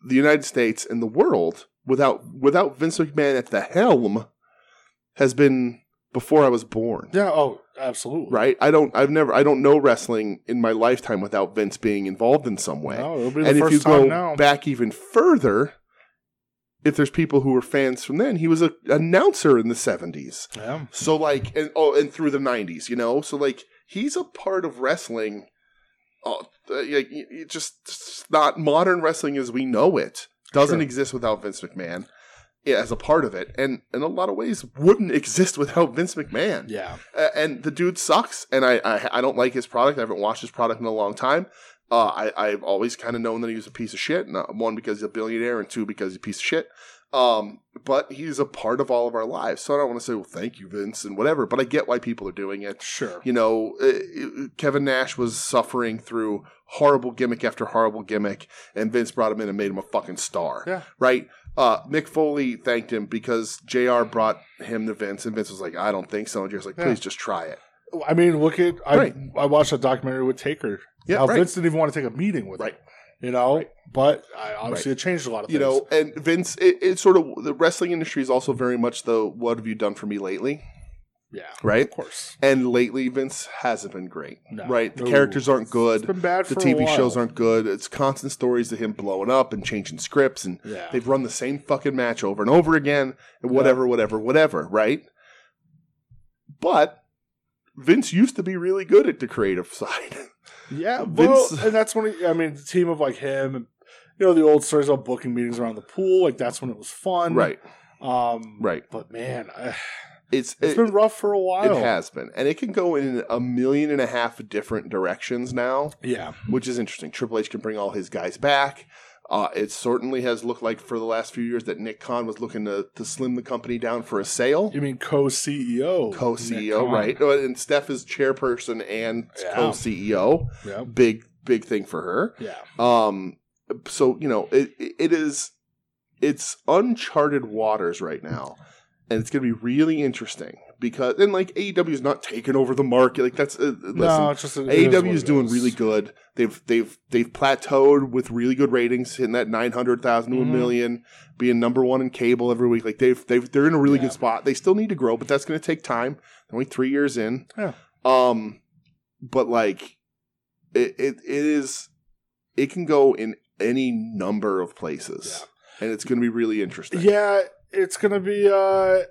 [SPEAKER 1] the United States and the world without without Vince McMahon at the helm has been before I was born.
[SPEAKER 2] <laughs> yeah. Oh, absolutely.
[SPEAKER 1] Right? I don't I've never I don't know wrestling in my lifetime without Vince being involved in some way.
[SPEAKER 2] No, it'll be the
[SPEAKER 1] and
[SPEAKER 2] first
[SPEAKER 1] if you
[SPEAKER 2] time
[SPEAKER 1] go
[SPEAKER 2] now.
[SPEAKER 1] back even further, if there's people who were fans from then, he was an announcer in the 70s.
[SPEAKER 2] yeah.
[SPEAKER 1] So like, and oh, and through the '90s, you know. So like, he's a part of wrestling. Oh, uh, like, y- y- just it's not modern wrestling as we know it doesn't
[SPEAKER 2] Sure.
[SPEAKER 1] exist without Vince McMahon yeah, as a part of it, and in a lot of ways wouldn't <laughs> exist without Vince McMahon.
[SPEAKER 2] Yeah.
[SPEAKER 1] Uh, and the dude sucks, and I, I I don't like his product. I haven't watched his product in a long time. Uh, I I've always kind of known that he was a piece of shit. Not one because he's a billionaire, and two because he's a piece of shit. Um, but he's a part of all of our lives, so I don't want to say well, thank you, Vince, and whatever. But I get why people are doing it.
[SPEAKER 2] Sure.
[SPEAKER 1] You know, uh, uh, Kevin Nash was suffering through horrible gimmick after horrible gimmick, and Vince brought him in and made him a fucking star.
[SPEAKER 2] Yeah.
[SPEAKER 1] Right? Uh, Mick Foley thanked him because JR brought him to Vince, and Vince was like, I don't think so. And JR's like,
[SPEAKER 2] Yeah.
[SPEAKER 1] please just try it.
[SPEAKER 2] I mean, look at I.
[SPEAKER 1] Right.
[SPEAKER 2] I watched a documentary with Taker.
[SPEAKER 1] Yeah,
[SPEAKER 2] How
[SPEAKER 1] right.
[SPEAKER 2] Vince didn't even want to take a meeting with
[SPEAKER 1] Right.
[SPEAKER 2] him. You know, but I, obviously it changed a lot of things.
[SPEAKER 1] You know, and Vince, it, it's sort of the wrestling industry is also very much the what have you done for me lately?
[SPEAKER 2] yeah,
[SPEAKER 1] Right?
[SPEAKER 2] of course.
[SPEAKER 1] And lately, Vince hasn't been great.
[SPEAKER 2] No.
[SPEAKER 1] Right? The
[SPEAKER 2] No.
[SPEAKER 1] characters aren't
[SPEAKER 2] It's
[SPEAKER 1] good.
[SPEAKER 2] been bad
[SPEAKER 1] The
[SPEAKER 2] for
[SPEAKER 1] TV
[SPEAKER 2] a while.
[SPEAKER 1] shows aren't good. It's constant stories of him blowing up and changing scripts and
[SPEAKER 2] Yeah,
[SPEAKER 1] <laughs> They've run the same fucking match over and over again, and whatever, whatever, whatever, right? But Vince used to be really good at the creative side. <laughs>
[SPEAKER 2] yeah. Well,
[SPEAKER 1] Vince-
[SPEAKER 2] and that's when he, I mean the team of like him and you know the old stories of booking meetings around the pool. Like that's when it was fun.
[SPEAKER 1] right,
[SPEAKER 2] Um.
[SPEAKER 1] right.
[SPEAKER 2] But man, I,
[SPEAKER 1] It's
[SPEAKER 2] it's
[SPEAKER 1] it,
[SPEAKER 2] been rough for a while.
[SPEAKER 1] it has been, and it can go in a million and a half different directions now,
[SPEAKER 2] Yeah.
[SPEAKER 1] which is interesting. Triple H can bring all his guys back. Uh, it certainly has looked like for the last few years that Nick Khan was looking to, to slim the company down for a sale.
[SPEAKER 2] You mean E co-CEO?
[SPEAKER 1] Co-CEO, right? Oh, And Steph is chairperson and E
[SPEAKER 2] Yeah.
[SPEAKER 1] co-CEO.
[SPEAKER 2] Yeah.
[SPEAKER 1] big big thing for her
[SPEAKER 2] Yeah.
[SPEAKER 1] um so you know it it is it's uncharted waters right now and it's going to be really interesting because and like AEW is not taking over the market. Like that's uh, listen,
[SPEAKER 2] no, it's just it is
[SPEAKER 1] AEW
[SPEAKER 2] what
[SPEAKER 1] E is
[SPEAKER 2] it
[SPEAKER 1] doing really good. They've they've they've plateaued with really good ratings, hitting that nine hundred thousand to
[SPEAKER 2] Mhm.
[SPEAKER 1] a million, being number one in cable every week. Like they've they've they're in a really
[SPEAKER 2] Yeah.
[SPEAKER 1] good spot. They still need to grow, but that's going to take time. They're only three years in.
[SPEAKER 2] Yeah.
[SPEAKER 1] Um, but like, it it, it is it can go in any number of places, and it's going to be really interesting.
[SPEAKER 2] Yeah, it's gonna be. uh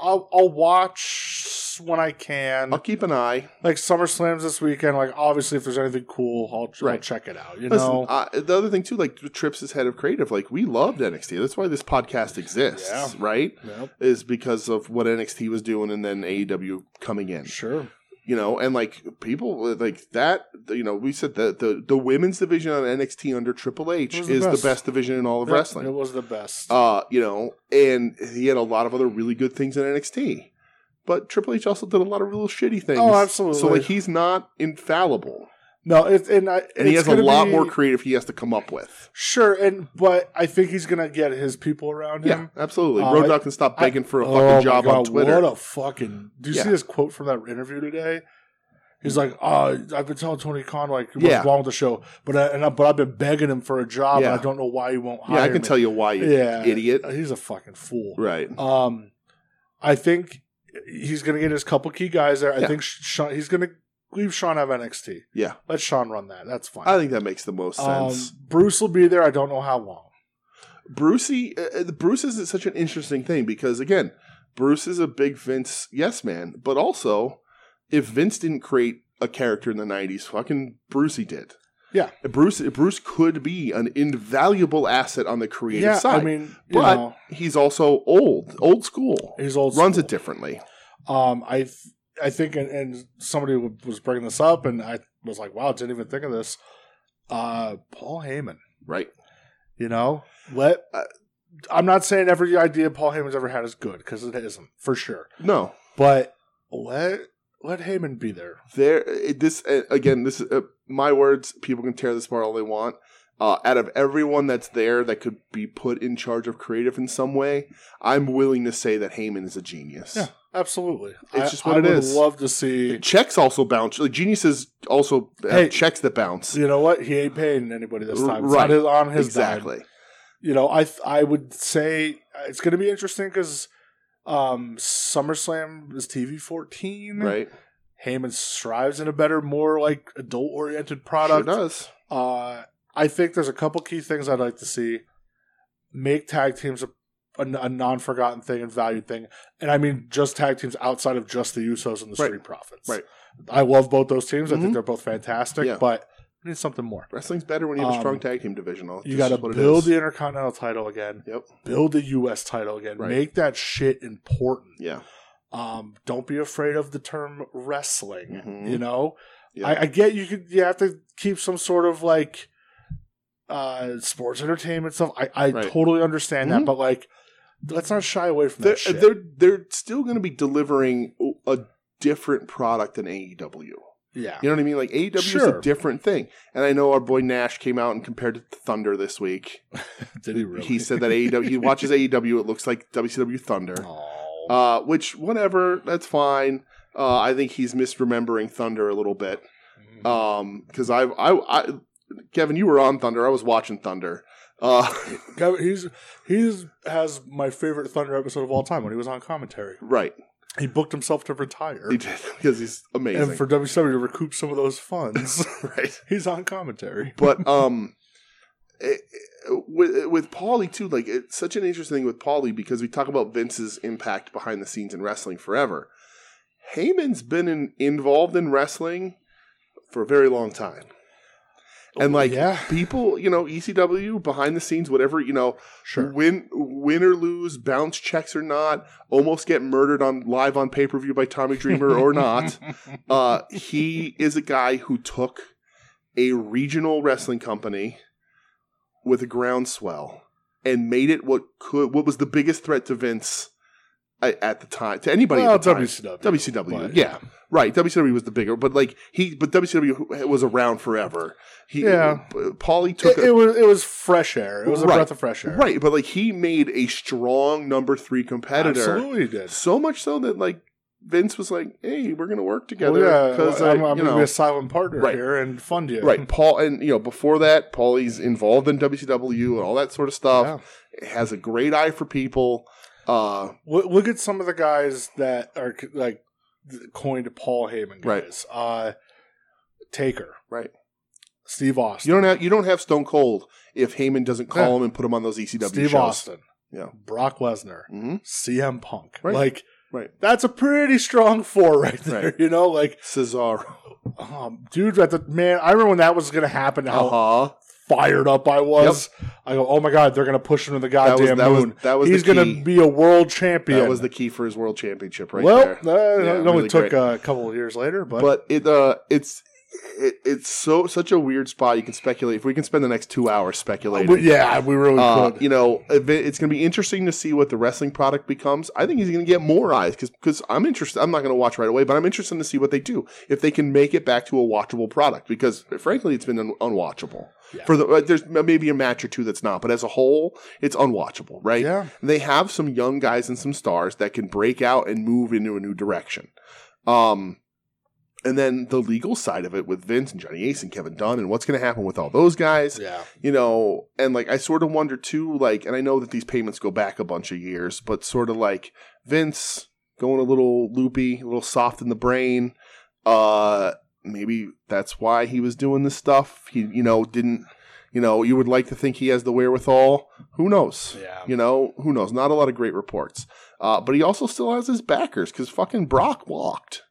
[SPEAKER 2] I'll I'll watch when I can.
[SPEAKER 1] I'll keep an eye.
[SPEAKER 2] Like SummerSlams this weekend. Like obviously, if there's anything cool, I'll, I'll
[SPEAKER 1] Right.
[SPEAKER 2] check it out. You
[SPEAKER 1] Listen,
[SPEAKER 2] know.
[SPEAKER 1] uh, the other thing too, like Trips is head of creative. Like we loved NXT. That's why this podcast exists,
[SPEAKER 2] Yeah.
[SPEAKER 1] right?
[SPEAKER 2] Yep.
[SPEAKER 1] Is because of what NXT was doing and then AEW coming in.
[SPEAKER 2] Sure.
[SPEAKER 1] You know, and like people uh, like that. You know, we said the the, the women's division on NXT under Triple H
[SPEAKER 2] It was
[SPEAKER 1] is
[SPEAKER 2] the best.
[SPEAKER 1] the best division in all of
[SPEAKER 2] Yep,
[SPEAKER 1] wrestling.
[SPEAKER 2] It was the best.
[SPEAKER 1] Uh, you know, and he had a lot of other really good things in NXT. But Triple H also did a lot of real shitty things.
[SPEAKER 2] Oh, absolutely.
[SPEAKER 1] So like he's not infallible.
[SPEAKER 2] no, it's and I,
[SPEAKER 1] And he
[SPEAKER 2] it's
[SPEAKER 1] has a
[SPEAKER 2] gonna
[SPEAKER 1] lot
[SPEAKER 2] be-
[SPEAKER 1] more creative he has to come up with.
[SPEAKER 2] Sure, and but I think he's gonna get his people around
[SPEAKER 1] Yeah,
[SPEAKER 2] him.
[SPEAKER 1] absolutely.
[SPEAKER 2] Uh,
[SPEAKER 1] Road
[SPEAKER 2] I-
[SPEAKER 1] Dogg can stop begging for a fucking
[SPEAKER 2] Oh my
[SPEAKER 1] job on
[SPEAKER 2] God,
[SPEAKER 1] Twitter.
[SPEAKER 2] What a fucking! Do you see
[SPEAKER 1] Yeah.
[SPEAKER 2] this quote from that interview today? He's like, "Oh, I've been telling Tony Khan like what's
[SPEAKER 1] Yeah.
[SPEAKER 2] wrong with the show, but I, and I, but I've been begging him for a job,
[SPEAKER 1] Yeah.
[SPEAKER 2] and I don't know why he won't hire
[SPEAKER 1] yeah, I can
[SPEAKER 2] me."
[SPEAKER 1] tell you why, you
[SPEAKER 2] Yeah. Uh,
[SPEAKER 1] idiot.
[SPEAKER 2] He's a fucking fool.
[SPEAKER 1] Right.
[SPEAKER 2] Um, I think he's gonna get his couple key guys there. I
[SPEAKER 1] Yeah.
[SPEAKER 2] think Sean, he's gonna leave Sean have NXT.
[SPEAKER 1] Yeah.
[SPEAKER 2] let Sean run that. That's fine.
[SPEAKER 1] I think that makes the most
[SPEAKER 2] Um,
[SPEAKER 1] sense.
[SPEAKER 2] Bruce will be there. I don't know how long.
[SPEAKER 1] Brucey, uh, uh, Bruce is such an interesting thing because, again, Bruce is a big Vince yes man, but also, if Vince didn't create a character in the 90s, fucking Brucey did.
[SPEAKER 2] Yeah.
[SPEAKER 1] Bruce Bruce could be an invaluable asset on the creative
[SPEAKER 2] yeah,
[SPEAKER 1] side.
[SPEAKER 2] I mean, you
[SPEAKER 1] but
[SPEAKER 2] know,
[SPEAKER 1] he's also old, old school.
[SPEAKER 2] he's old.
[SPEAKER 1] runs
[SPEAKER 2] school.
[SPEAKER 1] it differently.
[SPEAKER 2] Um, I th- I think, and, and somebody w- was bringing this up, and I was like, wow, didn't even think of this. Uh, Paul Heyman,
[SPEAKER 1] Right.
[SPEAKER 2] you know, let.
[SPEAKER 1] Uh,
[SPEAKER 2] I'm not saying every idea Paul Heyman's ever had is good because it isn't for sure,
[SPEAKER 1] No.
[SPEAKER 2] but let let Heyman be there.
[SPEAKER 1] there it- this uh, again this is uh, my words people can tear this apart all they want uh, out of everyone that's there that could be put in charge of creative in some way i'm willing to say that Heyman is a genius
[SPEAKER 2] Yeah, absolutely.
[SPEAKER 1] It's
[SPEAKER 2] I-
[SPEAKER 1] just what
[SPEAKER 2] I
[SPEAKER 1] it
[SPEAKER 2] would
[SPEAKER 1] is.
[SPEAKER 2] Love to see.
[SPEAKER 1] checks also bounce like geniuses also have
[SPEAKER 2] Hey.
[SPEAKER 1] checks that bounce
[SPEAKER 2] You know what? He ain't paying anybody this time. It's
[SPEAKER 1] Right.
[SPEAKER 2] not his, on his dime.
[SPEAKER 1] exactly
[SPEAKER 2] you know, I th- I would say it's going to be interesting because um, SummerSlam is TV fourteen.
[SPEAKER 1] right
[SPEAKER 2] Heyman strives in a better, more like adult oriented
[SPEAKER 1] sure
[SPEAKER 2] product.
[SPEAKER 1] does
[SPEAKER 2] uh, I think there's a couple key things I'd like to see. Make tag teams a, a, non forgotten thing and valued thing, and I mean just tag teams outside of just the Usos and the
[SPEAKER 1] Right.
[SPEAKER 2] Street Profits.
[SPEAKER 1] Right.
[SPEAKER 2] I love both those teams. I think
[SPEAKER 1] Mhm.
[SPEAKER 2] they're both fantastic,
[SPEAKER 1] Yeah.
[SPEAKER 2] but I need something more.
[SPEAKER 1] wrestling's better when you have a
[SPEAKER 2] Um,
[SPEAKER 1] strong tag team division I'll-
[SPEAKER 2] You
[SPEAKER 1] this
[SPEAKER 2] got
[SPEAKER 1] is
[SPEAKER 2] to
[SPEAKER 1] what it
[SPEAKER 2] build
[SPEAKER 1] is.
[SPEAKER 2] the Intercontinental title again.
[SPEAKER 1] Yep.
[SPEAKER 2] Build the U.S. title again.
[SPEAKER 1] Right.
[SPEAKER 2] Make that shit important.
[SPEAKER 1] yeah
[SPEAKER 2] Um, don't be afraid of the term wrestling.
[SPEAKER 1] Mhm.
[SPEAKER 2] You know,
[SPEAKER 1] Yeah.
[SPEAKER 2] I, I get you could you have to keep some sort of like uh sports entertainment stuff. I, I
[SPEAKER 1] Right.
[SPEAKER 2] totally understand that,
[SPEAKER 1] Mhm.
[SPEAKER 2] but like, let's not shy away from
[SPEAKER 1] they're,
[SPEAKER 2] that shit.
[SPEAKER 1] they're they're still going to be delivering a different product than E AEW
[SPEAKER 2] yeah,
[SPEAKER 1] <laughs> You know what I mean? Like AEW is
[SPEAKER 2] Sure.
[SPEAKER 1] a different thing. And I know our boy Nash came out and compared it to Thunder this week.
[SPEAKER 2] did he really?
[SPEAKER 1] He
[SPEAKER 2] <laughs>
[SPEAKER 1] said that AEW he watches AEW. It looks like WCW Thunder,
[SPEAKER 2] Aw.
[SPEAKER 1] uh, which whatever, that's fine. Uh, I think he's misremembering Thunder a little bit
[SPEAKER 2] Mhm.
[SPEAKER 1] because I, I, I, Kevin, you were on Thunder. I was watching Thunder. Uh, <laughs>
[SPEAKER 2] Kevin, he's he's has my favorite Thunder episode of all time when he was on commentary.
[SPEAKER 1] right,
[SPEAKER 2] He booked himself to retire.
[SPEAKER 1] he did because he's amazing.
[SPEAKER 2] and for WCW to recoup some of those
[SPEAKER 1] <laughs>
[SPEAKER 2] funds, <laughs>
[SPEAKER 1] right.
[SPEAKER 2] he's on commentary.
[SPEAKER 1] but um it, it- with with Paulie too like it's such an interesting thing with Paulie because we talk about Vince's impact behind the scenes in wrestling forever Heyman's been in, involved in wrestling for a very long time and like
[SPEAKER 2] Oh, yeah,
[SPEAKER 1] people you know ECW behind the scenes whatever you know
[SPEAKER 2] sure,
[SPEAKER 1] win win or lose bounce checks or not almost get murdered on live on pay-per-view by Tommy Dreamer or
[SPEAKER 2] <laughs>
[SPEAKER 1] not uh, he is a guy who took a regional wrestling company with a groundswell and made it what could what was the biggest threat to Vince I, at the time to anybody
[SPEAKER 2] well,
[SPEAKER 1] at the time.
[SPEAKER 2] WCW.
[SPEAKER 1] WCW,
[SPEAKER 2] but-
[SPEAKER 1] yeah, right. WCW was the bigger, but like he, but WCW was around forever. He, uh,
[SPEAKER 2] Yeah.
[SPEAKER 1] Paulie took
[SPEAKER 2] It,
[SPEAKER 1] a
[SPEAKER 2] it was it was fresh air. It was a
[SPEAKER 1] Right.
[SPEAKER 2] breath of fresh air.
[SPEAKER 1] Right, but like he made a strong number three competitor.
[SPEAKER 2] Absolutely did.
[SPEAKER 1] So much so that like Vince was like, "Hey, we're gonna work
[SPEAKER 2] Well,
[SPEAKER 1] together."
[SPEAKER 2] yeah, because
[SPEAKER 1] I-
[SPEAKER 2] I'm, I'm
[SPEAKER 1] you
[SPEAKER 2] going to be
[SPEAKER 1] know."
[SPEAKER 2] a silent partner
[SPEAKER 1] Right.
[SPEAKER 2] here and fund you. <laughs>
[SPEAKER 1] right. Paul and you know before that, Paulie's involved in WCW and all that sort of stuff. Has a great eye for people. Uh,
[SPEAKER 2] Look, look at some of the guys that are c- like th- coined Paul Heyman
[SPEAKER 1] Right.
[SPEAKER 2] guys. Uh, Taker,
[SPEAKER 1] Right.
[SPEAKER 2] Steve Austin,
[SPEAKER 1] you don't have you don't have Stone Cold if Heyman doesn't call
[SPEAKER 2] Yeah.
[SPEAKER 1] him and put him on those ECW
[SPEAKER 2] Steve
[SPEAKER 1] E shows.
[SPEAKER 2] Austin,
[SPEAKER 1] Yeah.
[SPEAKER 2] Brock Lesnar,
[SPEAKER 1] hmm
[SPEAKER 2] CM Punk.
[SPEAKER 1] Right.
[SPEAKER 2] Like,
[SPEAKER 1] Right.
[SPEAKER 2] that's a pretty strong four right there.
[SPEAKER 1] Right.
[SPEAKER 2] You know, like,
[SPEAKER 1] Cesaro.
[SPEAKER 2] um, dude, at the man, I remember when that was going to happen. How
[SPEAKER 1] Uh-huh.
[SPEAKER 2] fired up I was. I go, oh my god, they're going to push him to the
[SPEAKER 1] That was
[SPEAKER 2] goddamn
[SPEAKER 1] that was
[SPEAKER 2] moon.
[SPEAKER 1] that was
[SPEAKER 2] He's
[SPEAKER 1] the
[SPEAKER 2] going
[SPEAKER 1] key.
[SPEAKER 2] to be a world champion.
[SPEAKER 1] that was the key for his world championship right
[SPEAKER 2] well,
[SPEAKER 1] there.
[SPEAKER 2] uh,
[SPEAKER 1] Yeah,
[SPEAKER 2] it only
[SPEAKER 1] really
[SPEAKER 2] took
[SPEAKER 1] great.
[SPEAKER 2] uh, a couple of years later, but,
[SPEAKER 1] but it uh it's it, it's so such a weird spot you can speculate if we can spend the next two hours speculating
[SPEAKER 2] But yeah, we really
[SPEAKER 1] uh,
[SPEAKER 2] could.
[SPEAKER 1] you know if it- it's going to be interesting to see what the wrestling product becomes i think he's going to get more eyes because i'm interested i'm not going to watch right away but i'm interested to see what they do if they can make it back to a watchable product because frankly it's been un- unwatchable
[SPEAKER 2] Yeah.
[SPEAKER 1] for the uh, there's maybe a match or two that's not but as a whole it's unwatchable right
[SPEAKER 2] yeah,
[SPEAKER 1] they have some young guys and some stars that can break out and move into a new direction. Um, and then the legal side of it with Vince and Johnny Ace and Kevin Dunn and what's going to happen with all those guys,
[SPEAKER 2] yeah.
[SPEAKER 1] you know, and like I sort of wonder too, like, and I know that these payments go back a bunch of years, but sort of like Vince going a little loopy, a little soft in the brain. Uh, maybe that's why he was doing this stuff. He, you know, didn't, you know, you would like to think he has the wherewithal. Who knows?
[SPEAKER 2] Yeah.
[SPEAKER 1] You know, who knows? Not a lot of great reports. Uh, but he also still has his backers because fucking Brock walked.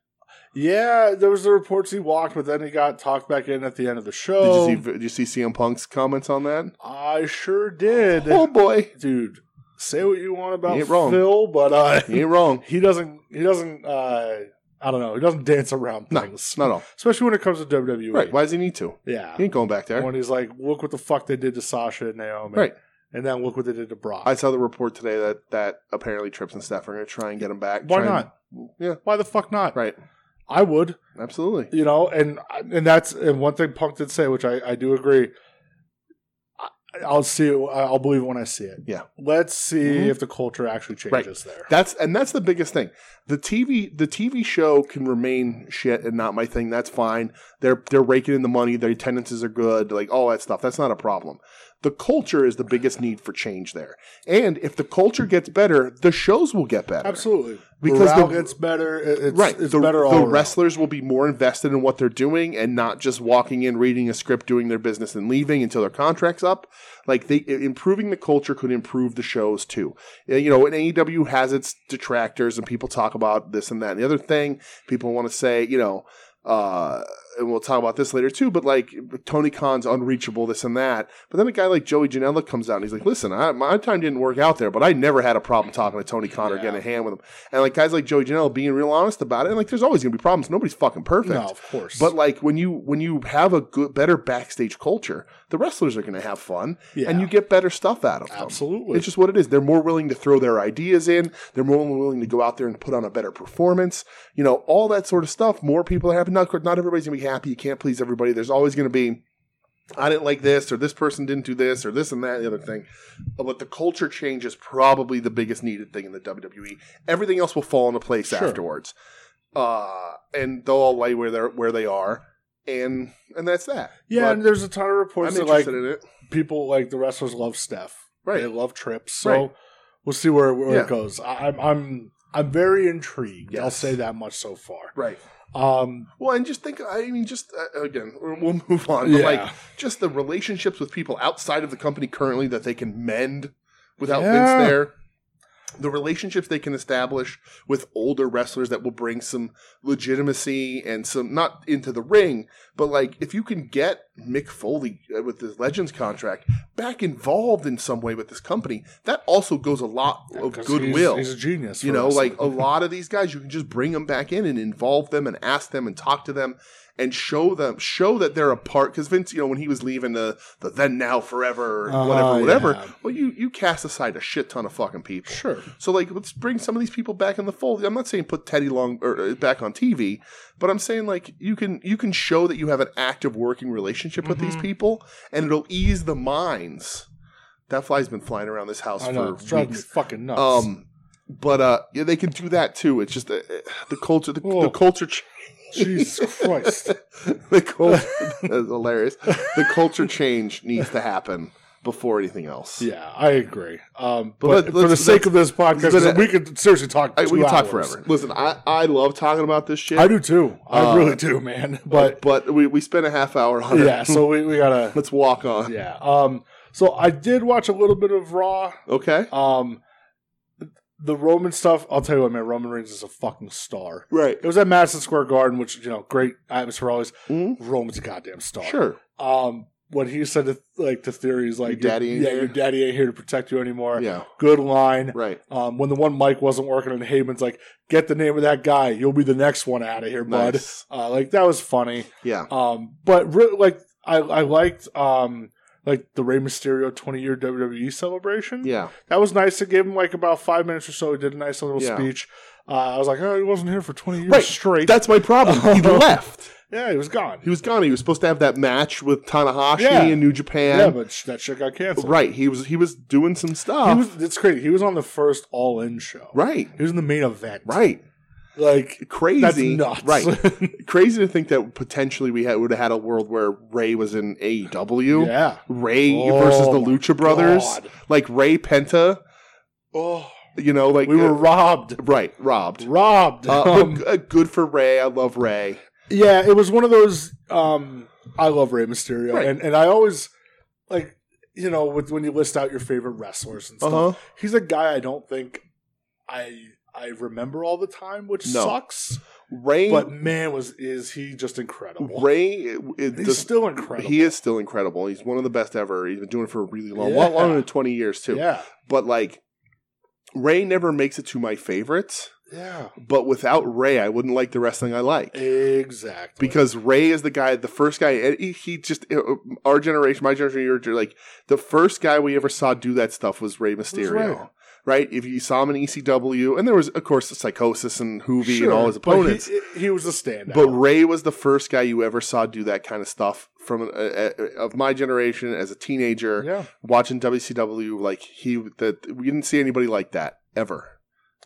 [SPEAKER 2] Yeah, there was the reports he walked, but then he got talked back in at the end of the show.
[SPEAKER 1] Did you, see, did you see CM Punk's comments on that?
[SPEAKER 2] I sure did,
[SPEAKER 1] Oh boy,
[SPEAKER 2] dude. Say what you want about
[SPEAKER 1] You ain't wrong.
[SPEAKER 2] Phil, but uh,
[SPEAKER 1] you ain't wrong.
[SPEAKER 2] <laughs> he doesn't. He doesn't. Uh, I don't know. He doesn't dance around
[SPEAKER 1] No,
[SPEAKER 2] things,
[SPEAKER 1] Not at <laughs> all.
[SPEAKER 2] especially when it comes to WWE.
[SPEAKER 1] Right? Why does he need to?
[SPEAKER 2] Yeah.
[SPEAKER 1] He ain't going back there.
[SPEAKER 2] When he's like, look what the fuck they did to Sasha and Naomi,
[SPEAKER 1] Right.
[SPEAKER 2] And then look what they did to Brock.
[SPEAKER 1] I saw the report today that that apparently Trips and Steph are going to try and get him back.
[SPEAKER 2] Why
[SPEAKER 1] Try and-
[SPEAKER 2] not?
[SPEAKER 1] yeah,
[SPEAKER 2] Why the fuck not?
[SPEAKER 1] right.
[SPEAKER 2] I would.
[SPEAKER 1] Absolutely.
[SPEAKER 2] you know and and that's and one thing punk did say which i i do agree I, i'll see it i'll believe it when i see it
[SPEAKER 1] Yeah.
[SPEAKER 2] let's see
[SPEAKER 1] Mhm.
[SPEAKER 2] if the culture actually changes there
[SPEAKER 1] That's and that's the biggest thing. The TV the TV show can remain shit and not my thing. That's fine. They're they're raking in the money. Their attendances are good. Like all that stuff. That's not a problem. The culture is the biggest need for change there. And if the culture gets better, the shows will get better.
[SPEAKER 2] absolutely
[SPEAKER 1] Because
[SPEAKER 2] because
[SPEAKER 1] the-
[SPEAKER 2] gets better it- it's,
[SPEAKER 1] right.
[SPEAKER 2] it's
[SPEAKER 1] the,
[SPEAKER 2] better
[SPEAKER 1] the
[SPEAKER 2] all around.
[SPEAKER 1] wrestlers will be more invested in what they're doing and not just walking in, reading a script, doing their business, and leaving until their contract's up. Like they i- improving the culture could improve the shows too. Uh, You know, and AEW has its detractors, and people talk about this and that and the other thing. People want to say, you know, uh, and we'll talk about this later too. But like Tony Khan's unreachable, this and that. But then a guy like Joey Janela comes out and he's like, "Listen, I, my time didn't work out there, but I never had a problem talking to Tony Khan or
[SPEAKER 2] Yeah.
[SPEAKER 1] getting a hand with him." And like guys like Joey Janela being real honest about it, and like there's always gonna be problems. Nobody's fucking perfect.
[SPEAKER 2] no of course
[SPEAKER 1] But like when you when you have a good better backstage culture, the wrestlers are gonna have fun,
[SPEAKER 2] yeah,
[SPEAKER 1] and you get better stuff out of them.
[SPEAKER 2] absolutely
[SPEAKER 1] It's just what it is. They're more willing to throw their ideas in. They're more willing to go out there and put on a better performance. You know, all that sort of stuff. More people are happy. Not, not everybody's going to be happy. You can't please everybody. There's always going to be, I didn't like this, or this person didn't do this, or this and that, and the other thing. But the culture change is probably the biggest needed thing in the WWE. Everything else will fall into place
[SPEAKER 2] Sure.
[SPEAKER 1] afterwards. Uh, and they'll all lay where, they're, where they are. And and that's that.
[SPEAKER 2] yeah
[SPEAKER 1] But
[SPEAKER 2] and there's a ton of
[SPEAKER 1] I'm
[SPEAKER 2] reports that
[SPEAKER 1] interested
[SPEAKER 2] like
[SPEAKER 1] in it.
[SPEAKER 2] people like the wrestlers love Steph.
[SPEAKER 1] Right.
[SPEAKER 2] They love trips. So
[SPEAKER 1] Right.
[SPEAKER 2] we'll see where, where
[SPEAKER 1] Yeah.
[SPEAKER 2] it goes. I, I'm I'm I'm very intrigued. I'll
[SPEAKER 1] Yes.
[SPEAKER 2] say that much so far.
[SPEAKER 1] Right.
[SPEAKER 2] Um
[SPEAKER 1] Well, and just think, I mean, just uh, again, we'll- we'll move on. But
[SPEAKER 2] yeah.
[SPEAKER 1] like, just the relationships with people outside of the company currently that they can mend without
[SPEAKER 2] Yeah.
[SPEAKER 1] Vince there. The relationships they can establish with older wrestlers that will bring some legitimacy and some not into the ring, but like if you can get Mick Foley uh, with his Legends contract back involved in some way with this company, that also goes a lot of
[SPEAKER 2] 'Cause
[SPEAKER 1] goodwill.
[SPEAKER 2] He's, he's a genius.
[SPEAKER 1] you
[SPEAKER 2] for
[SPEAKER 1] know,
[SPEAKER 2] wrestling.
[SPEAKER 1] like a lot of these guys, you can just bring them back in and involve them and ask them and talk to them and show them show that they're a part. Because Vince, you know, when he was leaving the the then now forever or
[SPEAKER 2] Uh,
[SPEAKER 1] whatever, whatever.
[SPEAKER 2] yeah.
[SPEAKER 1] Well, you you cast aside a shit ton of fucking people.
[SPEAKER 2] sure.
[SPEAKER 1] So like, let's bring some of these people back in the fold. I'm not saying put Teddy Long or uh, back on TV, but I'm saying like you can you can show that you have an active working relationship with these people, and it'll ease the minds. That fly's been flying around this house
[SPEAKER 2] I know. It's
[SPEAKER 1] for
[SPEAKER 2] driving me
[SPEAKER 1] weeks.
[SPEAKER 2] fucking nuts.
[SPEAKER 1] Um, but uh, yeah, they can do that too. It's just uh, uh, the culture, the,
[SPEAKER 2] Whoa.
[SPEAKER 1] the culture, ch-
[SPEAKER 2] <laughs> Jesus Christ.
[SPEAKER 1] <laughs> the culture. <laughs> that's hilarious. The culture change needs to happen before anything else.
[SPEAKER 2] Yeah, I agree. Um,
[SPEAKER 1] let-
[SPEAKER 2] but, for the
[SPEAKER 1] let's-
[SPEAKER 2] sake of this podcast,
[SPEAKER 1] let's-
[SPEAKER 2] we could seriously talk.
[SPEAKER 1] I, we
[SPEAKER 2] two
[SPEAKER 1] can talk
[SPEAKER 2] hours.
[SPEAKER 1] forever. Listen, I, I love talking about this shit.
[SPEAKER 2] I do too. I
[SPEAKER 1] Uh,
[SPEAKER 2] really do, man. But
[SPEAKER 1] but we, we spent a half hour on
[SPEAKER 2] yeah,
[SPEAKER 1] it.
[SPEAKER 2] so we, we gotta
[SPEAKER 1] <laughs> Let's walk on.
[SPEAKER 2] yeah. Um, so I did watch a little bit of Raw.
[SPEAKER 1] Okay.
[SPEAKER 2] Um, the Roman stuff. I'll tell you what, man. Roman Reigns is a fucking star.
[SPEAKER 1] Right.
[SPEAKER 2] It was at Madison Square Garden, which you know, great atmosphere always.
[SPEAKER 1] Mhm.
[SPEAKER 2] Roman's a goddamn star.
[SPEAKER 1] Sure.
[SPEAKER 2] Um, when he said to, like the theories, like
[SPEAKER 1] Your daddy ain't
[SPEAKER 2] yeah,
[SPEAKER 1] here.
[SPEAKER 2] your daddy ain't here to protect you anymore.
[SPEAKER 1] Yeah.
[SPEAKER 2] Good line.
[SPEAKER 1] Right.
[SPEAKER 2] Um, when the one mic wasn't working, and Heyman's like, "Get the name of that guy. You'll be the next one out of here, bud."
[SPEAKER 1] Nice.
[SPEAKER 2] Uh, like that was funny.
[SPEAKER 1] Yeah.
[SPEAKER 2] Um, but re- like I, I liked um, like the Rey Mysterio 20 year WWE E celebration.
[SPEAKER 1] Yeah.
[SPEAKER 2] That was nice. It gave him like about five minutes or so. He did a nice little
[SPEAKER 1] Yeah.
[SPEAKER 2] speech. Uh, I was like, oh, he wasn't here for 20 years
[SPEAKER 1] Right.
[SPEAKER 2] straight.
[SPEAKER 1] That's my <laughs> problem. He left.
[SPEAKER 2] yeah, he was gone.
[SPEAKER 1] Oh. He was gone. He was supposed to have that match with Tanahashi
[SPEAKER 2] Yeah.
[SPEAKER 1] in New Japan.
[SPEAKER 2] yeah, but sh- that shit got canceled.
[SPEAKER 1] right. He was he was doing some
[SPEAKER 2] He
[SPEAKER 1] stuff.
[SPEAKER 2] was, it's crazy. He was on the first All In show.
[SPEAKER 1] right.
[SPEAKER 2] He was in the main event.
[SPEAKER 1] Right.
[SPEAKER 2] Like
[SPEAKER 1] Crazy.
[SPEAKER 2] that's nuts.
[SPEAKER 1] Right.
[SPEAKER 2] <laughs>
[SPEAKER 1] Crazy to think that potentially we had would have had a world where Ray was in AEW.
[SPEAKER 2] yeah.
[SPEAKER 1] Ray
[SPEAKER 2] Oh
[SPEAKER 1] versus the
[SPEAKER 2] my
[SPEAKER 1] Lucha Brothers.
[SPEAKER 2] God.
[SPEAKER 1] Like Ray Penta.
[SPEAKER 2] Oh,
[SPEAKER 1] You know, like
[SPEAKER 2] we
[SPEAKER 1] uh,
[SPEAKER 2] were robbed.
[SPEAKER 1] right, robbed.
[SPEAKER 2] <laughs> Robbed.
[SPEAKER 1] Uh,
[SPEAKER 2] Um,
[SPEAKER 1] but, uh, good for Ray. I love Ray.
[SPEAKER 2] Yeah, it was one of those. Um, I love Rey Mysterio,
[SPEAKER 1] Right.
[SPEAKER 2] and and I always like you know with when you list out your favorite wrestlers and stuff.
[SPEAKER 1] Uh-huh.
[SPEAKER 2] He's a guy I don't think I I remember all the time, which
[SPEAKER 1] No.
[SPEAKER 2] sucks.
[SPEAKER 1] Ray.
[SPEAKER 2] But man, was is he just incredible?
[SPEAKER 1] Ray. It, it
[SPEAKER 2] He's
[SPEAKER 1] does-
[SPEAKER 2] still incredible.
[SPEAKER 1] uh, he is still incredible. He's one of the best ever. He's been doing it for a really long, a
[SPEAKER 2] Yeah.
[SPEAKER 1] lot longer than twenty years too.
[SPEAKER 2] Yeah,
[SPEAKER 1] But like, Ray never makes it to my favorites.
[SPEAKER 2] yeah,
[SPEAKER 1] But without Ray, I wouldn't like the wrestling I like.
[SPEAKER 2] exactly.
[SPEAKER 1] because Ray is the guy, the first guy. and He, he just uh, our generation, my generation, your gen- like the first guy we ever saw do that stuff was Ray Mysterio,
[SPEAKER 2] Ray.
[SPEAKER 1] right? If you saw him in ECW, and there was of course Psychosis and Hoovy and all his
[SPEAKER 2] Sure, but he-
[SPEAKER 1] opponents,
[SPEAKER 2] he, he was a standout.
[SPEAKER 1] but, Ray was the first guy you ever saw do that kind of stuff from uh, uh, of my generation as a teenager
[SPEAKER 2] yeah,
[SPEAKER 1] watching WCW. Like he, that we didn't see anybody like that ever.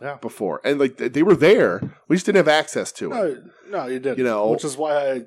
[SPEAKER 2] Yeah.
[SPEAKER 1] Before and like they they were there, we just didn't have access to it.
[SPEAKER 2] no, no, you did.
[SPEAKER 1] You know-
[SPEAKER 2] which is why I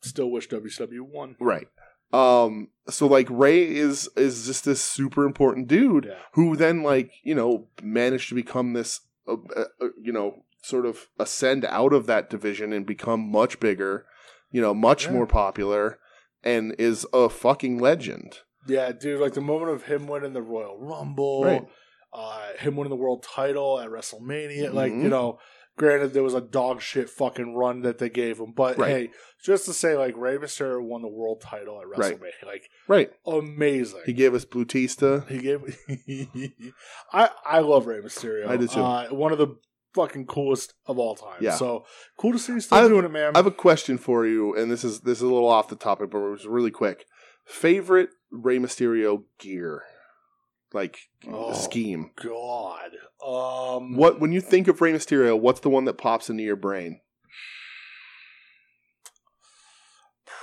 [SPEAKER 2] still wish WCW won.
[SPEAKER 1] Right. Um so like Ray is is just this super important dude
[SPEAKER 2] Yeah.
[SPEAKER 1] who then like, you know, managed to become this uh, uh, uh, you know, sort of ascend out of that division and become much bigger, you know, much
[SPEAKER 2] Yeah.
[SPEAKER 1] more popular and is a fucking legend.
[SPEAKER 2] Yeah, dude, like the moment of him winning the Royal Rumble,
[SPEAKER 1] Right.
[SPEAKER 2] uh, him winning the world title at WrestleMania, like,
[SPEAKER 1] Mhm.
[SPEAKER 2] you know, granted there was a dog shit fucking run that they gave him, but
[SPEAKER 1] Right.
[SPEAKER 2] hey, just to say like Rey Mysterio won the world title at WrestleMania, like
[SPEAKER 1] Right.
[SPEAKER 2] amazing.
[SPEAKER 1] He gave us Blutista.
[SPEAKER 2] He gave <laughs> I I love Rey Mysterio.
[SPEAKER 1] I do too.
[SPEAKER 2] Uh, one of the fucking coolest of all time.
[SPEAKER 1] Yeah.
[SPEAKER 2] So cool to see he's still
[SPEAKER 1] I've-
[SPEAKER 2] doing it, man.
[SPEAKER 1] I have a question for you and this is this is a little off the topic but it was really quick. Favorite Rey Mysterio gear? Like
[SPEAKER 2] Oh.
[SPEAKER 1] scheme.
[SPEAKER 2] God. Um
[SPEAKER 1] What when you think of Rey Mysterio, what's the one that pops into your brain?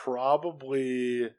[SPEAKER 2] probably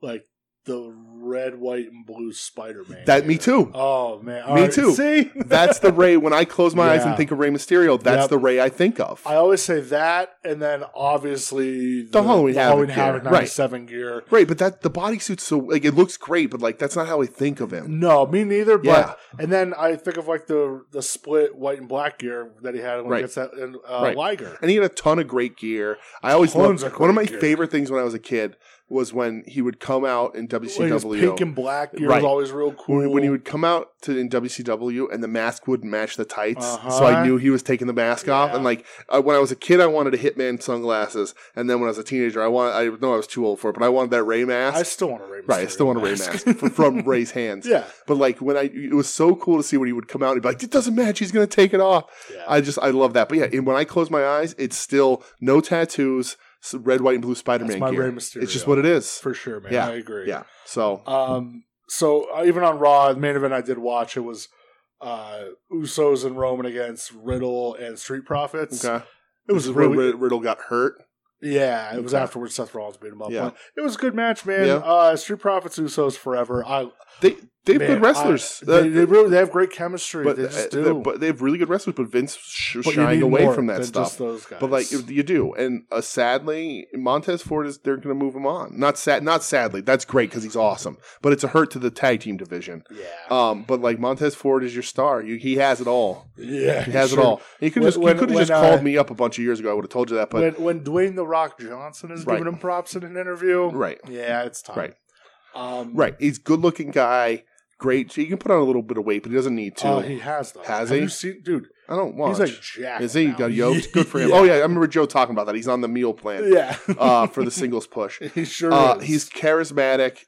[SPEAKER 2] like the red, white, and blue Spider Man.
[SPEAKER 1] That me too.
[SPEAKER 2] Oh man,
[SPEAKER 1] Me
[SPEAKER 2] Alright,
[SPEAKER 1] too.
[SPEAKER 2] See,
[SPEAKER 1] That's the Ray when I close my eyes and
[SPEAKER 2] Yeah.
[SPEAKER 1] think of Rey Mysterio. That's
[SPEAKER 2] Yep.
[SPEAKER 1] the Ray I think of.
[SPEAKER 2] I always say that, and then obviously the,
[SPEAKER 1] Halloween Havoc gear, right.
[SPEAKER 2] '97 gear.
[SPEAKER 1] right, but that the bodysuit's so like it looks great, but like that's not how I think of him.
[SPEAKER 2] No, me neither. But
[SPEAKER 1] Yeah.
[SPEAKER 2] and then I think of like the the split white and black gear that he had when
[SPEAKER 1] Right.
[SPEAKER 2] he gets that and, uh,
[SPEAKER 1] Right.
[SPEAKER 2] Liger.
[SPEAKER 1] And he had a ton of great gear. I always
[SPEAKER 2] Tons
[SPEAKER 1] loved
[SPEAKER 2] of
[SPEAKER 1] one of
[SPEAKER 2] great
[SPEAKER 1] my
[SPEAKER 2] gear.
[SPEAKER 1] favorite things when I was a kid was when he would come out in
[SPEAKER 2] Like his
[SPEAKER 1] WCW.
[SPEAKER 2] pink and black gear
[SPEAKER 1] E Right.
[SPEAKER 2] was always real cool.
[SPEAKER 1] when, when he would come out to in WCW and the mask wouldn't match the tights, so
[SPEAKER 2] Uh-huh.
[SPEAKER 1] I knew he was taking the mask off.
[SPEAKER 2] Yeah.
[SPEAKER 1] And like I, when I was a kid, I wanted a Hitman sunglasses, and then when I was a teenager, I wanted I know I was too old for it, but I wanted that Ray mask.
[SPEAKER 2] I still want a Ray.
[SPEAKER 1] right, I
[SPEAKER 2] Mysterio
[SPEAKER 1] still
[SPEAKER 2] <laughs>
[SPEAKER 1] want a Ray mask from, from Ray's hands.
[SPEAKER 2] yeah,
[SPEAKER 1] But like when I, it was so cool to see when he would come out and be like, "It doesn't match. He's gonna take it off."
[SPEAKER 2] yeah.
[SPEAKER 1] I just I love that. But yeah, and when I close my eyes, it's still no tattoos, s- red, white, and blue Spider-Man
[SPEAKER 2] That's my
[SPEAKER 1] gear.
[SPEAKER 2] Rey Mysterio.
[SPEAKER 1] It's just what it is.
[SPEAKER 2] for sure, man.
[SPEAKER 1] Yeah.
[SPEAKER 2] I agree.
[SPEAKER 1] Yeah. So
[SPEAKER 2] Um. So uh, even on Raw, the main event I did watch it was uh Usos and Roman against Riddle and Street Profits.
[SPEAKER 1] okay,
[SPEAKER 2] It was
[SPEAKER 1] Riddle,
[SPEAKER 2] really
[SPEAKER 1] Riddle got hurt.
[SPEAKER 2] yeah. It was
[SPEAKER 1] Okay.
[SPEAKER 2] afterwards Seth Rollins beat him up.
[SPEAKER 1] Yeah.
[SPEAKER 2] But it was a good match, man.
[SPEAKER 1] Yeah.
[SPEAKER 2] Uh, Street Profits Usos forever. I
[SPEAKER 1] They they have
[SPEAKER 2] man,
[SPEAKER 1] good wrestlers.
[SPEAKER 2] I- they, they really they have great chemistry.
[SPEAKER 1] but
[SPEAKER 2] they just
[SPEAKER 1] uh,
[SPEAKER 2] do.
[SPEAKER 1] but they have really good wrestlers. But Vince sh-
[SPEAKER 2] But you
[SPEAKER 1] shying
[SPEAKER 2] need
[SPEAKER 1] away
[SPEAKER 2] more
[SPEAKER 1] from that
[SPEAKER 2] than
[SPEAKER 1] stuff.
[SPEAKER 2] Just those guys.
[SPEAKER 1] But like you you do, and uh, sadly, Montez Ford is they're going to move him on. Not sad, not sadly. That's great because he's awesome. But it's a hurt to the tag team division.
[SPEAKER 2] yeah,
[SPEAKER 1] Um, but like Montez Ford is your star. You, he has it all.
[SPEAKER 2] yeah,
[SPEAKER 1] He has
[SPEAKER 2] sure.
[SPEAKER 1] it all. He could
[SPEAKER 2] When-
[SPEAKER 1] just he
[SPEAKER 2] when-
[SPEAKER 1] could have
[SPEAKER 2] when,
[SPEAKER 1] just called
[SPEAKER 2] uh,
[SPEAKER 1] me up a bunch of years ago. I would have told you that. But
[SPEAKER 2] when when Dwayne the Rock Johnson is
[SPEAKER 1] Right.
[SPEAKER 2] giving him props in an interview,
[SPEAKER 1] right,
[SPEAKER 2] yeah, it's time.
[SPEAKER 1] Right.
[SPEAKER 2] um,
[SPEAKER 1] right, he's good looking guy. Great. He can put on a little bit of weight, but he doesn't need to.
[SPEAKER 2] Oh, he has though.
[SPEAKER 1] Has
[SPEAKER 2] Have
[SPEAKER 1] he?
[SPEAKER 2] You seen, dude,
[SPEAKER 1] I don't want.
[SPEAKER 2] he's like jacked.
[SPEAKER 1] Is he
[SPEAKER 2] now.
[SPEAKER 1] got
[SPEAKER 2] <laughs>
[SPEAKER 1] yoked? Good for him.
[SPEAKER 2] Yeah.
[SPEAKER 1] Oh yeah, I remember Joe talking about that. He's on the meal plan
[SPEAKER 2] yeah.
[SPEAKER 1] uh, for the singles push.
[SPEAKER 2] <laughs> he sure
[SPEAKER 1] Uh,
[SPEAKER 2] is.
[SPEAKER 1] he's charismatic,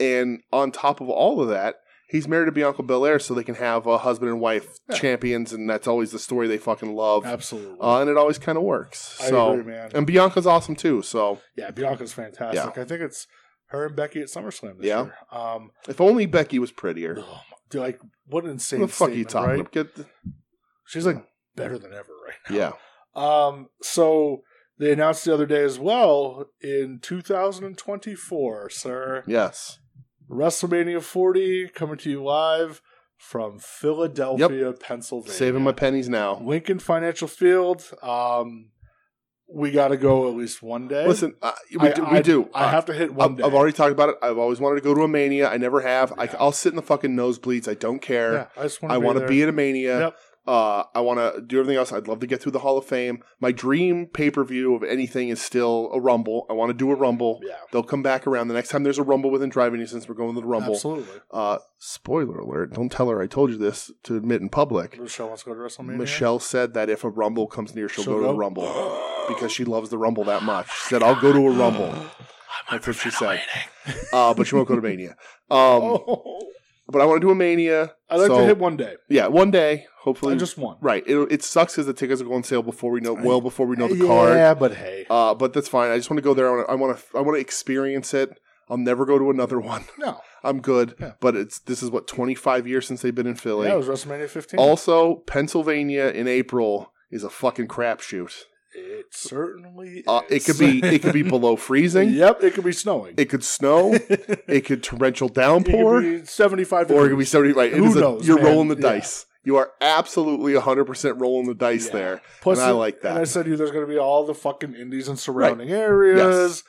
[SPEAKER 1] and on top of all of that, he's married to Bianca Belair, so they can have a husband and wife
[SPEAKER 2] Yeah.
[SPEAKER 1] champions, and that's always the story they fucking love.
[SPEAKER 2] absolutely.
[SPEAKER 1] Uh, and it always kind of works.
[SPEAKER 2] I
[SPEAKER 1] So
[SPEAKER 2] agree, man.
[SPEAKER 1] and Bianca's awesome too. So
[SPEAKER 2] yeah, Bianca's fantastic. I think it's her and Becky at SummerSlam this
[SPEAKER 1] Yeah.
[SPEAKER 2] year. Um,
[SPEAKER 1] if only Becky was prettier.
[SPEAKER 2] oh, my- dude, like what an insane.
[SPEAKER 1] What the fuck are you
[SPEAKER 2] statement,
[SPEAKER 1] talking?
[SPEAKER 2] right?
[SPEAKER 1] about? Get the-
[SPEAKER 2] She's like better than ever right
[SPEAKER 1] yeah,
[SPEAKER 2] Um, so they announced the other day as well in 2024, sir.
[SPEAKER 1] yes,
[SPEAKER 2] WrestleMania 40 coming to you live from Philadelphia, Pennsylvania.
[SPEAKER 1] saving my pennies now.
[SPEAKER 2] Lincoln Financial Field. Um, we got to go at least one day.
[SPEAKER 1] Listen, uh, we
[SPEAKER 2] I-
[SPEAKER 1] do.
[SPEAKER 2] I-
[SPEAKER 1] we do.
[SPEAKER 2] I
[SPEAKER 1] Uh,
[SPEAKER 2] have to hit one
[SPEAKER 1] I've,
[SPEAKER 2] day.
[SPEAKER 1] I've already talked about it. I've always wanted to go to a mania. I never have. I,
[SPEAKER 2] Yeah.
[SPEAKER 1] will sit in the fucking nosebleeds. I don't care.
[SPEAKER 2] Yeah, I just want.
[SPEAKER 1] I want to be at a mania.
[SPEAKER 2] Yep.
[SPEAKER 1] Uh, I want to do everything else. I'd love to get through the Hall of Fame. My dream pay per view of anything is still a Rumble. I want to do a Rumble.
[SPEAKER 2] Yeah,
[SPEAKER 1] They'll come back around the next time there's a Rumble within driving distance. We're going to the Rumble.
[SPEAKER 2] absolutely.
[SPEAKER 1] Uh, spoiler alert! Don't tell her I told you this to admit in public.
[SPEAKER 2] Michelle wants to go to WrestleMania.
[SPEAKER 1] Michelle said that if a Rumble comes near, she'll, go, to the
[SPEAKER 2] <gasps>
[SPEAKER 1] Rumble because she loves the Rumble that much. She said, "I'll go to a
[SPEAKER 2] <gasps>
[SPEAKER 1] Rumble." That's what she said. Uh, but she won't go to
[SPEAKER 2] <laughs>
[SPEAKER 1] Mania. Um,
[SPEAKER 2] Oh,
[SPEAKER 1] But I want to do a Mania.
[SPEAKER 2] I'd like
[SPEAKER 1] so-
[SPEAKER 2] to hit one day.
[SPEAKER 1] Yeah, one day, hopefully.
[SPEAKER 2] I just one.
[SPEAKER 1] Right. It it sucks because the tickets will go on sale before we know well before we know the
[SPEAKER 2] yeah,
[SPEAKER 1] card.
[SPEAKER 2] but hey,
[SPEAKER 1] Uh, but that's fine. I just want to go there. I want to. I want to. I want to experience it. I'll never go to another <laughs> one.
[SPEAKER 2] no.
[SPEAKER 1] I'm good.
[SPEAKER 2] Yeah.
[SPEAKER 1] But it's this is what 25 years since they've been in Philly.
[SPEAKER 2] That was WrestleMania 15.
[SPEAKER 1] also, Pennsylvania in April is a fucking crapshoot.
[SPEAKER 2] it certainly.
[SPEAKER 1] Uh, it
[SPEAKER 2] is.
[SPEAKER 1] could be. It could be below
[SPEAKER 2] <laughs>
[SPEAKER 1] freezing.
[SPEAKER 2] Yep, it could be snowing.
[SPEAKER 1] It could
[SPEAKER 2] <laughs>
[SPEAKER 1] snow. it could torrential downpour.
[SPEAKER 2] It could be 75
[SPEAKER 1] or it could be
[SPEAKER 2] degrees.
[SPEAKER 1] seventy. Right? It
[SPEAKER 2] Who
[SPEAKER 1] is a-
[SPEAKER 2] knows,
[SPEAKER 1] you're
[SPEAKER 2] man?
[SPEAKER 1] rolling the
[SPEAKER 2] Yeah.
[SPEAKER 1] dice. You are absolutely 100 percent rolling the dice
[SPEAKER 2] Yeah.
[SPEAKER 1] there.
[SPEAKER 2] Plus,
[SPEAKER 1] and I
[SPEAKER 2] it-
[SPEAKER 1] like that.
[SPEAKER 2] And I said to you, there's going to be all the fucking indies and surrounding areas.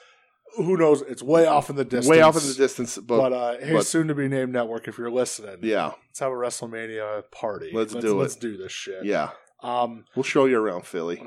[SPEAKER 2] Who knows? It's way off in the distance.
[SPEAKER 1] Way off in the distance, but,
[SPEAKER 2] But, uh, hey,
[SPEAKER 1] but-
[SPEAKER 2] soon to be named network, if you're listening,
[SPEAKER 1] yeah,
[SPEAKER 2] let's have a WrestleMania party.
[SPEAKER 1] Let's do it.
[SPEAKER 2] Let's do this shit.
[SPEAKER 1] yeah,
[SPEAKER 2] Um,
[SPEAKER 1] we'll show you around Philly.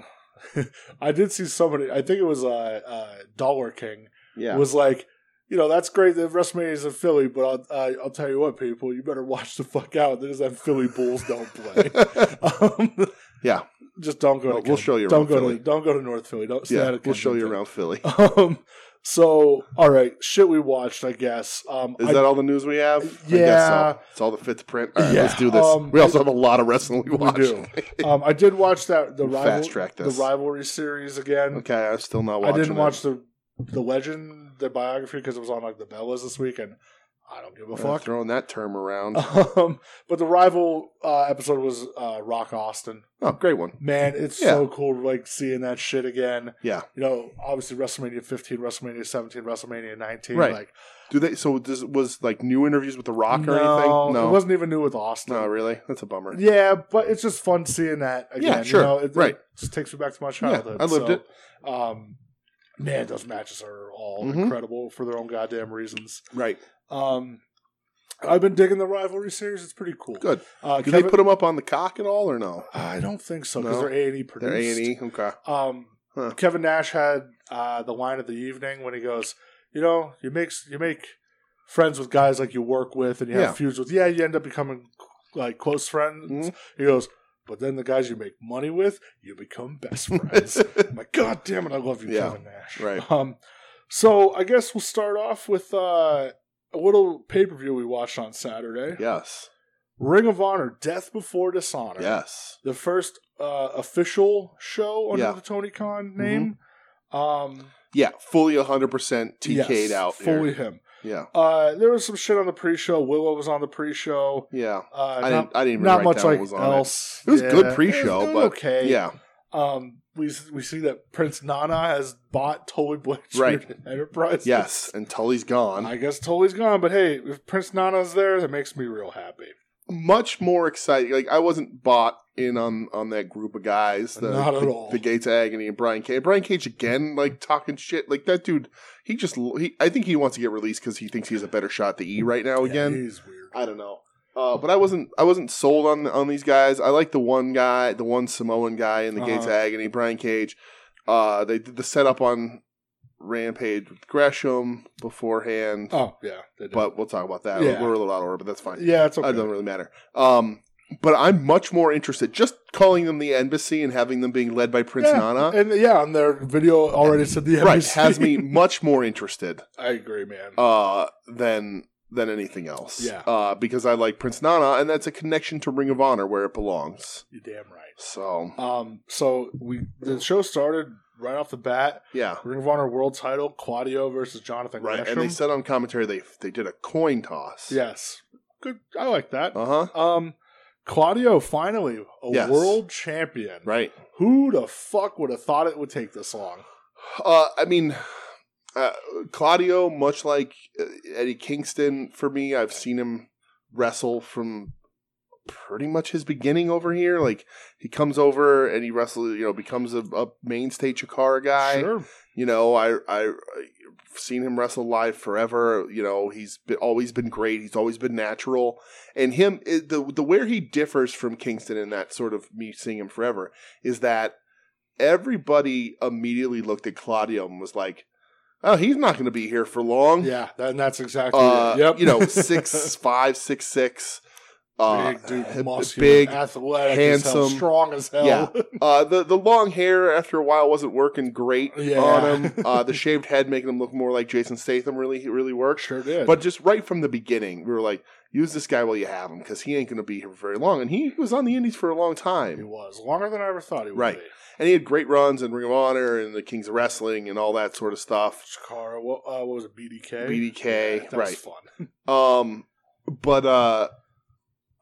[SPEAKER 2] I did see somebody. I think it was uh, uh Dollar King
[SPEAKER 1] Yeah,
[SPEAKER 2] was like, you know, that's great that WrestleMania's in Philly, but I'll, uh, I'll tell you what, people, you better watch the fuck out. There's that Philly Bulls don't
[SPEAKER 1] <laughs>
[SPEAKER 2] play. um,
[SPEAKER 1] Yeah.
[SPEAKER 2] just don't go.
[SPEAKER 1] Well,
[SPEAKER 2] to
[SPEAKER 1] we'll
[SPEAKER 2] Ken-
[SPEAKER 1] show you
[SPEAKER 2] Don't
[SPEAKER 1] around
[SPEAKER 2] go
[SPEAKER 1] Philly.
[SPEAKER 2] to. Don't go to North Philly. Don't. Stay out
[SPEAKER 1] yeah,
[SPEAKER 2] of
[SPEAKER 1] we'll show you
[SPEAKER 2] Kensington.
[SPEAKER 1] around Philly.
[SPEAKER 2] Um, so all right, shit we watched, I guess. Um,
[SPEAKER 1] Is
[SPEAKER 2] I-
[SPEAKER 1] that all the news we have?
[SPEAKER 2] Yeah.
[SPEAKER 1] so. it's all the fifth print. All right,
[SPEAKER 2] Yeah,
[SPEAKER 1] let's do this.
[SPEAKER 2] um,
[SPEAKER 1] we also have a lot of wrestling we
[SPEAKER 2] we
[SPEAKER 1] watched.
[SPEAKER 2] do. um, I did watch that the
[SPEAKER 1] We'll
[SPEAKER 2] rival,
[SPEAKER 1] fast track
[SPEAKER 2] the
[SPEAKER 1] this.
[SPEAKER 2] rivalry series again.
[SPEAKER 1] <laughs> okay, I'm still not
[SPEAKER 2] I
[SPEAKER 1] watching.
[SPEAKER 2] didn't
[SPEAKER 1] it.
[SPEAKER 2] watch the the legend, the biography because it was on like the Bellas this week, and I don't give a
[SPEAKER 1] Uh,
[SPEAKER 2] fuck.
[SPEAKER 1] throwing that term around.
[SPEAKER 2] <laughs> Um, but the rival uh, episode was uh, Rock Austin.
[SPEAKER 1] oh, great one.
[SPEAKER 2] Man, it's
[SPEAKER 1] Yeah.
[SPEAKER 2] so cool like seeing that shit again.
[SPEAKER 1] Yeah.
[SPEAKER 2] You know, obviously WrestleMania 15, WrestleMania 17, WrestleMania 19.
[SPEAKER 1] Right.
[SPEAKER 2] Like,
[SPEAKER 1] Do they? So this was like new interviews with the Rock or anything?
[SPEAKER 2] it wasn't even new with Austin.
[SPEAKER 1] no, really. That's a bummer.
[SPEAKER 2] Yeah, but it's just fun seeing that again.
[SPEAKER 1] Yeah, sure.
[SPEAKER 2] You know, it, it
[SPEAKER 1] Right.
[SPEAKER 2] just takes me back to my childhood.
[SPEAKER 1] I lived
[SPEAKER 2] so,
[SPEAKER 1] it.
[SPEAKER 2] Um, man, those matches are all
[SPEAKER 1] Mhm.
[SPEAKER 2] incredible for their own goddamn reasons.
[SPEAKER 1] Right.
[SPEAKER 2] Um, I've been digging the rivalry series. It's pretty cool.
[SPEAKER 1] Good.
[SPEAKER 2] Uh,
[SPEAKER 1] Do
[SPEAKER 2] Kevin,
[SPEAKER 1] they put them up on the cock at all or no?
[SPEAKER 2] I don't think so
[SPEAKER 1] No.
[SPEAKER 2] because they're A and
[SPEAKER 1] They're
[SPEAKER 2] E
[SPEAKER 1] A
[SPEAKER 2] produced.
[SPEAKER 1] and E. Okay.
[SPEAKER 2] Um,
[SPEAKER 1] Huh.
[SPEAKER 2] Kevin Nash had uh, the line of the evening when he goes, you know, you make you make friends with guys like you work with and you
[SPEAKER 1] Yeah.
[SPEAKER 2] have feuds with. Yeah, you end up becoming like close friends.
[SPEAKER 1] Mhm.
[SPEAKER 2] He goes, but then the guys you make money with, you become
[SPEAKER 1] <laughs>
[SPEAKER 2] best friends. I'm like, God damn it, I love you,
[SPEAKER 1] Yeah.
[SPEAKER 2] Kevin Nash.
[SPEAKER 1] Right.
[SPEAKER 2] Um, so I guess we'll start off with uh, a little pay per view we watched on Saturday.
[SPEAKER 1] Yes.
[SPEAKER 2] Ring of Honor, Death Before Dishonor
[SPEAKER 1] Yes.
[SPEAKER 2] the first uh, official show under
[SPEAKER 1] Yeah.
[SPEAKER 2] the Tony Khan name. Um,
[SPEAKER 1] Yeah. Fully 100% TK'd
[SPEAKER 2] yes,
[SPEAKER 1] out. here.
[SPEAKER 2] fully him.
[SPEAKER 1] Yeah.
[SPEAKER 2] Uh, there was some shit on the pre-show. Willow was on the pre-show.
[SPEAKER 1] Yeah.
[SPEAKER 2] Uh,
[SPEAKER 1] I
[SPEAKER 2] not
[SPEAKER 1] didn't. I didn't even
[SPEAKER 2] not
[SPEAKER 1] write
[SPEAKER 2] much
[SPEAKER 1] down what
[SPEAKER 2] like
[SPEAKER 1] was on
[SPEAKER 2] else.
[SPEAKER 1] It was good
[SPEAKER 2] Yeah,
[SPEAKER 1] pre-show,
[SPEAKER 2] it was
[SPEAKER 1] but-
[SPEAKER 2] okay.
[SPEAKER 1] it. Yeah.
[SPEAKER 2] Um, we we see that Prince Nana has bought Tully Blanchard <laughs>
[SPEAKER 1] Right.
[SPEAKER 2] and Enterprise.
[SPEAKER 1] Yes. And Tully's gone.
[SPEAKER 2] I guess Tully's gone, but hey, if Prince Nana's there, that makes me real happy.
[SPEAKER 1] Much more exciting. Like I wasn't bought in on on that group of guys. The,
[SPEAKER 2] Not at
[SPEAKER 1] the,
[SPEAKER 2] all.
[SPEAKER 1] The Gates of Agony and Brian Cage. Brian Cage again, like talking shit. Like that dude. He just. He, I think he wants to get released because he thinks he has a better shot to E right now. Again.
[SPEAKER 2] Yeah, he's weird.
[SPEAKER 1] I don't know. Uh, but I wasn't I wasn't sold on on these guys. I like the one guy, the one Samoan guy in the Gates of
[SPEAKER 2] Uh-huh.
[SPEAKER 1] Agony, Brian Cage. Uh, they did the setup on Rampage with Gresham beforehand,
[SPEAKER 2] Oh yeah, they did.
[SPEAKER 1] but we'll talk about that.
[SPEAKER 2] Yeah.
[SPEAKER 1] We're a little out of order, but that's fine.
[SPEAKER 2] yeah, it's okay.
[SPEAKER 1] It doesn't really matter. Um, but I'm much more interested just calling them the embassy and having them being led by Prince
[SPEAKER 2] yeah.
[SPEAKER 1] Nana.
[SPEAKER 2] And yeah, on their video already said the
[SPEAKER 1] Right,
[SPEAKER 2] NBC.
[SPEAKER 1] has me much more interested.
[SPEAKER 2] I agree, man.
[SPEAKER 1] uh, than than anything else.
[SPEAKER 2] Yeah.
[SPEAKER 1] Uh, because I like Prince Nana, and that's a connection to Ring of Honor where it belongs.
[SPEAKER 2] You're damn right.
[SPEAKER 1] So
[SPEAKER 2] Um, so we the show started right off the bat.
[SPEAKER 1] yeah,
[SPEAKER 2] Ring of Honor World Title: Claudio versus Jonathan
[SPEAKER 1] right.
[SPEAKER 2] Gresham.
[SPEAKER 1] And they said on commentary they they did a coin toss.
[SPEAKER 2] yes, good. I like that.
[SPEAKER 1] Uh huh.
[SPEAKER 2] Um, Claudio finally a
[SPEAKER 1] Yes.
[SPEAKER 2] world champion.
[SPEAKER 1] Right.
[SPEAKER 2] Who the fuck would have thought it would take this long?
[SPEAKER 1] Uh, I mean. Uh, Claudio, much like uh, Eddie Kingston, for me, I've seen him wrestle from pretty much his beginning over here. Like he comes over and he wrestles, you know, becomes a, a mainstay Chikara guy.
[SPEAKER 2] sure.
[SPEAKER 1] You know, I I I've seen him wrestle live forever. You know, he's been, always been great. He's always been natural. And him it- the the where he differs from Kingston in that sort of me seeing him forever is that everybody immediately looked at Claudio and was like, "Oh, he's not going to be here for long."
[SPEAKER 2] Yeah, that, and that's exactly.
[SPEAKER 1] Uh,
[SPEAKER 2] it. Yep.
[SPEAKER 1] you
[SPEAKER 2] <laughs>
[SPEAKER 1] know, six five, six six. Uh,
[SPEAKER 2] big dude, muscular,
[SPEAKER 1] big,
[SPEAKER 2] athletic, as hell,
[SPEAKER 1] handsome.
[SPEAKER 2] strong as hell.
[SPEAKER 1] Yeah. Uh, the the long hair after a while wasn't working great
[SPEAKER 2] Yeah.
[SPEAKER 1] on him. Uh, the shaved head making him look more like Jason Statham really really worked.
[SPEAKER 2] <laughs> sure did.
[SPEAKER 1] But just right from the beginning, we were like, use this guy while you have him because he ain't going to be here for very long. And he was on the Indies for a long
[SPEAKER 2] He
[SPEAKER 1] time,
[SPEAKER 2] was longer than I ever thought he would
[SPEAKER 1] Right.
[SPEAKER 2] be.
[SPEAKER 1] and he had great runs in Ring of Honor and the Kings of Wrestling and all that sort of stuff.
[SPEAKER 2] Chikara, what, uh, what was it? BDK.
[SPEAKER 1] BDK,
[SPEAKER 2] that
[SPEAKER 1] right.
[SPEAKER 2] was fun.
[SPEAKER 1] Um, but uh,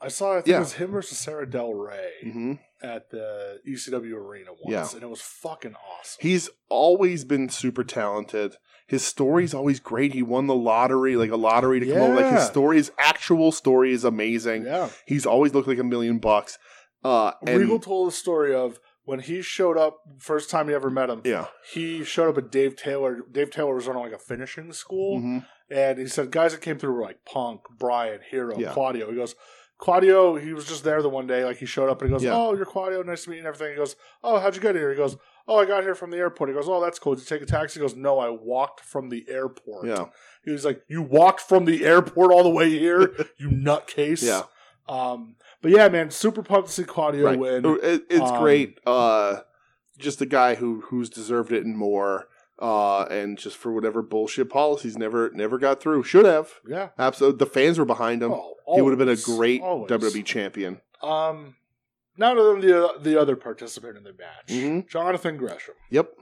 [SPEAKER 2] I saw. I think
[SPEAKER 1] Yeah.
[SPEAKER 2] it was him versus Sarah Del Rey
[SPEAKER 1] mhm.
[SPEAKER 2] at the ECW arena once,
[SPEAKER 1] Yeah.
[SPEAKER 2] and it was fucking awesome.
[SPEAKER 1] he's always been super talented. His story's always great. He won the lottery, like a lottery to come over. Like his
[SPEAKER 2] Yeah.
[SPEAKER 1] story, his actual story is amazing.
[SPEAKER 2] yeah,
[SPEAKER 1] He's always looked like a million bucks. Uh, and
[SPEAKER 2] Regal told the story of when he showed up first time he ever met him.
[SPEAKER 1] yeah,
[SPEAKER 2] He showed up at Dave Taylor. Dave Taylor was on like a finishing school,
[SPEAKER 1] Mhm.
[SPEAKER 2] and he said guys that came through were like Punk, Brian, Hero,
[SPEAKER 1] Yeah.
[SPEAKER 2] Claudio. He goes. Claudio, he was just there the one day. Like he showed up and he goes,
[SPEAKER 1] Yeah.
[SPEAKER 2] "Oh, you're Claudio. Nice to meet you." And everything. He goes, "Oh, how'd you get here?" He goes, "Oh, I got here from the airport." He goes, "Oh, that's cool. Did you take a taxi?" He goes, "No, I walked from the airport."
[SPEAKER 1] yeah,
[SPEAKER 2] He was like, "You walked from the airport all the
[SPEAKER 1] <laughs>
[SPEAKER 2] way here, you nutcase."
[SPEAKER 1] yeah.
[SPEAKER 2] Um, but yeah, man, super pumped to see Claudio
[SPEAKER 1] Right. Oh,
[SPEAKER 2] win.
[SPEAKER 1] It, it's
[SPEAKER 2] Um,
[SPEAKER 1] great. Uh, just a guy who who's deserved it and more. Uh, and just for whatever bullshit policies, never never got through. Should have.
[SPEAKER 2] Yeah,
[SPEAKER 1] Absolutely, the fans were behind him.
[SPEAKER 2] Oh,
[SPEAKER 1] he would have been a
[SPEAKER 2] always,
[SPEAKER 1] great E
[SPEAKER 2] always.
[SPEAKER 1] WWE champion.
[SPEAKER 2] Um, now to the the other participant in the match,
[SPEAKER 1] Mhm.
[SPEAKER 2] Jonathan Gresham.
[SPEAKER 1] Yep.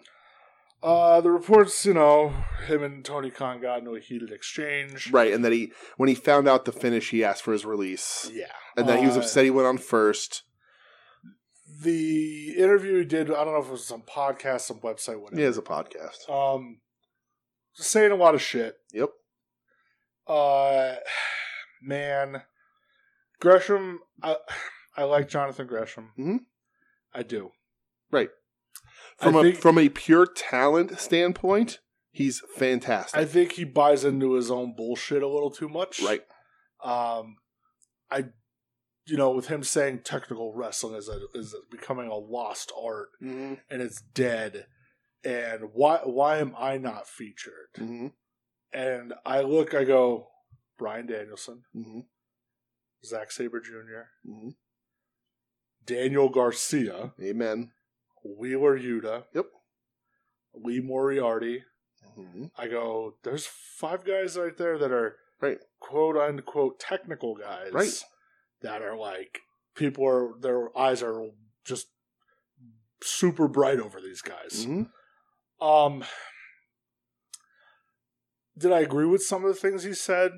[SPEAKER 2] Uh, the reports, you know, him and Tony Khan got into a heated exchange.
[SPEAKER 1] Right. And then he when he found out the finish, he asked for his release,
[SPEAKER 2] Yeah,
[SPEAKER 1] and then he was
[SPEAKER 2] Uh,
[SPEAKER 1] upset he went on first.
[SPEAKER 2] The interview he did, I don't know if it was some podcast, some website, whatever.
[SPEAKER 1] He has a podcast.
[SPEAKER 2] um, saying a lot of shit.
[SPEAKER 1] Yep.
[SPEAKER 2] Uh, man, Gresham. I I like Jonathan Gresham.
[SPEAKER 1] Mhm.
[SPEAKER 2] I do.
[SPEAKER 1] From
[SPEAKER 2] I
[SPEAKER 1] a
[SPEAKER 2] think-
[SPEAKER 1] from a pure talent standpoint, he's fantastic.
[SPEAKER 2] I think he buys into his own bullshit a little too much.
[SPEAKER 1] right.
[SPEAKER 2] Um, I, you know, with him saying technical wrestling is a, is becoming a lost art
[SPEAKER 1] Mm-hmm.
[SPEAKER 2] and it's dead. And why why am I not featured?
[SPEAKER 1] Mm-hmm.
[SPEAKER 2] And I look, I go, Brian Danielson,
[SPEAKER 1] hmm
[SPEAKER 2] Zack Sabre Jr.,
[SPEAKER 1] hmm
[SPEAKER 2] mm-hmm. Daniel Garcia,
[SPEAKER 1] Amen.
[SPEAKER 2] Wheeler Yuta.
[SPEAKER 1] Yep.
[SPEAKER 2] Lee Moriarty.
[SPEAKER 1] hmm
[SPEAKER 2] I go, there's five guys right there that are
[SPEAKER 1] Right.
[SPEAKER 2] quote unquote technical guys.
[SPEAKER 1] Right.
[SPEAKER 2] That are like people are their eyes are just super bright over these guys.
[SPEAKER 1] hmm
[SPEAKER 2] Um Did I agree with some of the things he said?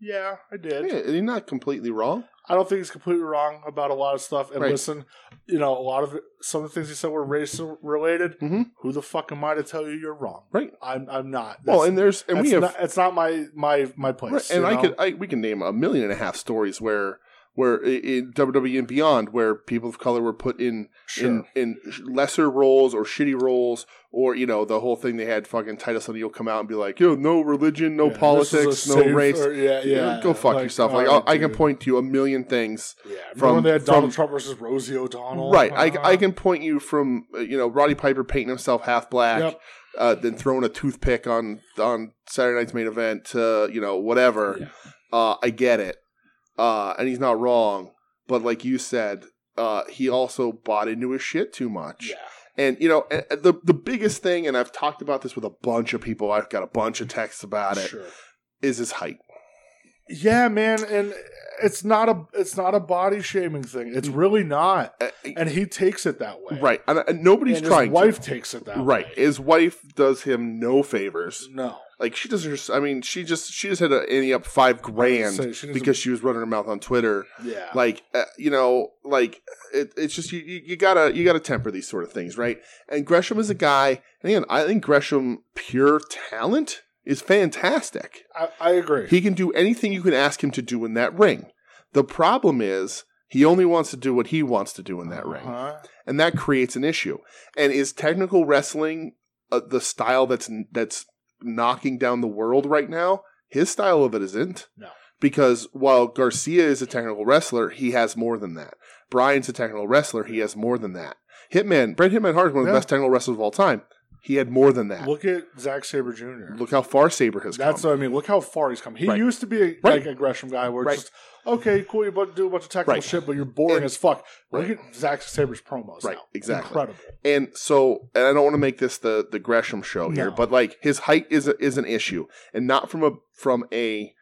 [SPEAKER 2] Yeah, I did.
[SPEAKER 1] Yeah, you're not completely wrong.
[SPEAKER 2] I don't think he's completely wrong about a lot of stuff. And
[SPEAKER 1] Right.
[SPEAKER 2] listen, you know, a lot of it- some of the things he said were race related.
[SPEAKER 1] Mhm.
[SPEAKER 2] Who the fuck am I to tell you you're wrong?
[SPEAKER 1] Right.
[SPEAKER 2] I'm. I'm not.
[SPEAKER 1] Well,
[SPEAKER 2] That's-
[SPEAKER 1] and there's and we
[SPEAKER 2] that's
[SPEAKER 1] have
[SPEAKER 2] Not, it's not my my my
[SPEAKER 1] Right,
[SPEAKER 2] place.
[SPEAKER 1] and
[SPEAKER 2] you
[SPEAKER 1] I
[SPEAKER 2] know?
[SPEAKER 1] could I, we can name a million and a half stories where where i- in WWE and beyond where people of color were put in
[SPEAKER 2] Sure.
[SPEAKER 1] in in sh- lesser roles or shitty roles or you know the whole thing they had fucking Titus O'Neil come out and be like yo no religion no
[SPEAKER 2] Yeah,
[SPEAKER 1] politics
[SPEAKER 2] this is a
[SPEAKER 1] no
[SPEAKER 2] safe-
[SPEAKER 1] race
[SPEAKER 2] or- yeah, yeah.
[SPEAKER 1] go fuck yourself like
[SPEAKER 2] alright,
[SPEAKER 1] I'll, I can
[SPEAKER 2] dude.
[SPEAKER 1] point to you a million things
[SPEAKER 2] Yeah. Remember
[SPEAKER 1] from-
[SPEAKER 2] when they had Donald
[SPEAKER 1] from-
[SPEAKER 2] Trump versus Rosie O'Donnell.
[SPEAKER 1] right I, I
[SPEAKER 2] Uh,
[SPEAKER 1] can point you from uh, you know Roddy Piper painting himself half black
[SPEAKER 2] Yep.
[SPEAKER 1] uh, then throwing a toothpick on on Saturday night's main event to you know whatever
[SPEAKER 2] yeah.
[SPEAKER 1] uh, I get it, uh, and he's not wrong. But like you said, uh, he also bought into his shit too much.
[SPEAKER 2] Yeah.
[SPEAKER 1] And you know, a- a- the the biggest thing, and I've talked about this with a bunch of people. I've got a bunch of texts about it. Is
[SPEAKER 2] Sure.
[SPEAKER 1] his height?
[SPEAKER 2] Yeah, man, and it's not a it's not a body shaming thing. It's really not,
[SPEAKER 1] Uh,
[SPEAKER 2] and he takes it that way.
[SPEAKER 1] Mm. right, and, and nobody's
[SPEAKER 2] and
[SPEAKER 1] trying.
[SPEAKER 2] His
[SPEAKER 1] to-
[SPEAKER 2] wife takes it that
[SPEAKER 1] right,
[SPEAKER 2] way.
[SPEAKER 1] his wife does him no favors.
[SPEAKER 2] No,
[SPEAKER 1] Like she does her. I mean, she just she just had to ante up five grand
[SPEAKER 2] So she doesn't-
[SPEAKER 1] because she was running her mouth on Twitter.
[SPEAKER 2] yeah,
[SPEAKER 1] like uh, you know like it, it's just you, you, you gotta you gotta temper these sort of things right and gresham is a guy and again i think gresham pure talent is fantastic
[SPEAKER 2] I, I agree.
[SPEAKER 1] he can do anything you can ask him to do in that ring the problem is he only wants to do what he wants to do in that ring
[SPEAKER 2] Uh-huh.
[SPEAKER 1] and that creates an issue and is technical wrestling uh, the style that's that's knocking down the world right now his style of it isn't
[SPEAKER 2] No.
[SPEAKER 1] because while Garcia is a technical wrestler, he has more than that. Brian's a technical wrestler, he has more than that. Hitman, Brett Hitman Hart is one of the
[SPEAKER 2] Yeah.
[SPEAKER 1] best technical wrestlers of all time. He had more than that. Look,
[SPEAKER 2] Look at Zack Saber Jr.
[SPEAKER 1] how far Saber has
[SPEAKER 2] That's
[SPEAKER 1] come.
[SPEAKER 2] what I mean. Look how far he's come. He
[SPEAKER 1] Right.
[SPEAKER 2] used to be a,
[SPEAKER 1] Right.
[SPEAKER 2] like a Gresham guy, where
[SPEAKER 1] Right.
[SPEAKER 2] it's just okay, cool. You about do a bunch of technical
[SPEAKER 1] Right.
[SPEAKER 2] shit, but you're boring
[SPEAKER 1] And-
[SPEAKER 2] as fuck.
[SPEAKER 1] right.
[SPEAKER 2] Look at Zack Saber's promos.
[SPEAKER 1] Right,
[SPEAKER 2] now.
[SPEAKER 1] exactly.
[SPEAKER 2] Incredible.
[SPEAKER 1] and so, and I don't want to make this the the Gresham show here,
[SPEAKER 2] No.
[SPEAKER 1] but like his height is a, is an issue, and not from a from a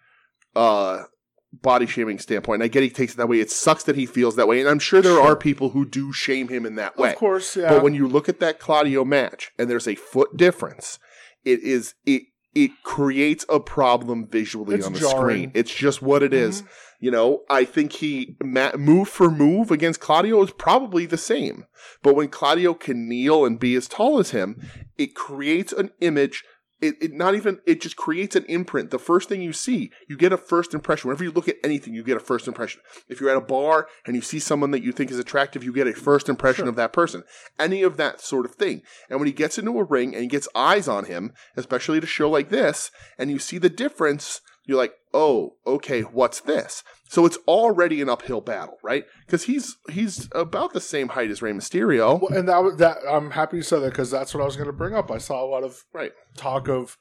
[SPEAKER 1] uh body shaming standpoint. And I get he takes it that way. It sucks that he feels that way, and I'm sure there
[SPEAKER 2] Sure.
[SPEAKER 1] are people who do shame him in that way.
[SPEAKER 2] Of course, yeah.
[SPEAKER 1] But when you look at that Claudio match and there's a foot difference, it is it it creates a problem visually
[SPEAKER 2] It's
[SPEAKER 1] on the
[SPEAKER 2] jarring. Mm-hmm.
[SPEAKER 1] screen. It's just what it is. You know, I think he ma- move for move against Claudio is probably the same. But when Claudio can kneel and be as tall as him, it creates an image it, it not even it just creates an imprint. The first thing you see, you get a first impression. Whenever you look at anything, you get a first impression. If you're at a bar and you see someone that you think is attractive, you get a first impression
[SPEAKER 2] Sure.
[SPEAKER 1] of that person. Any of that sort of thing. And when he gets into a ring and he gets eyes on him, especially at a show like this, and you see the difference, you're like, oh, okay, what's this? So it's already an uphill battle, right? Because he's he's about the same height as Rey Mysterio.
[SPEAKER 2] Well, and that was that I'm happy you said that because that's what I was going to bring up. I saw a lot of
[SPEAKER 1] Right.
[SPEAKER 2] talk of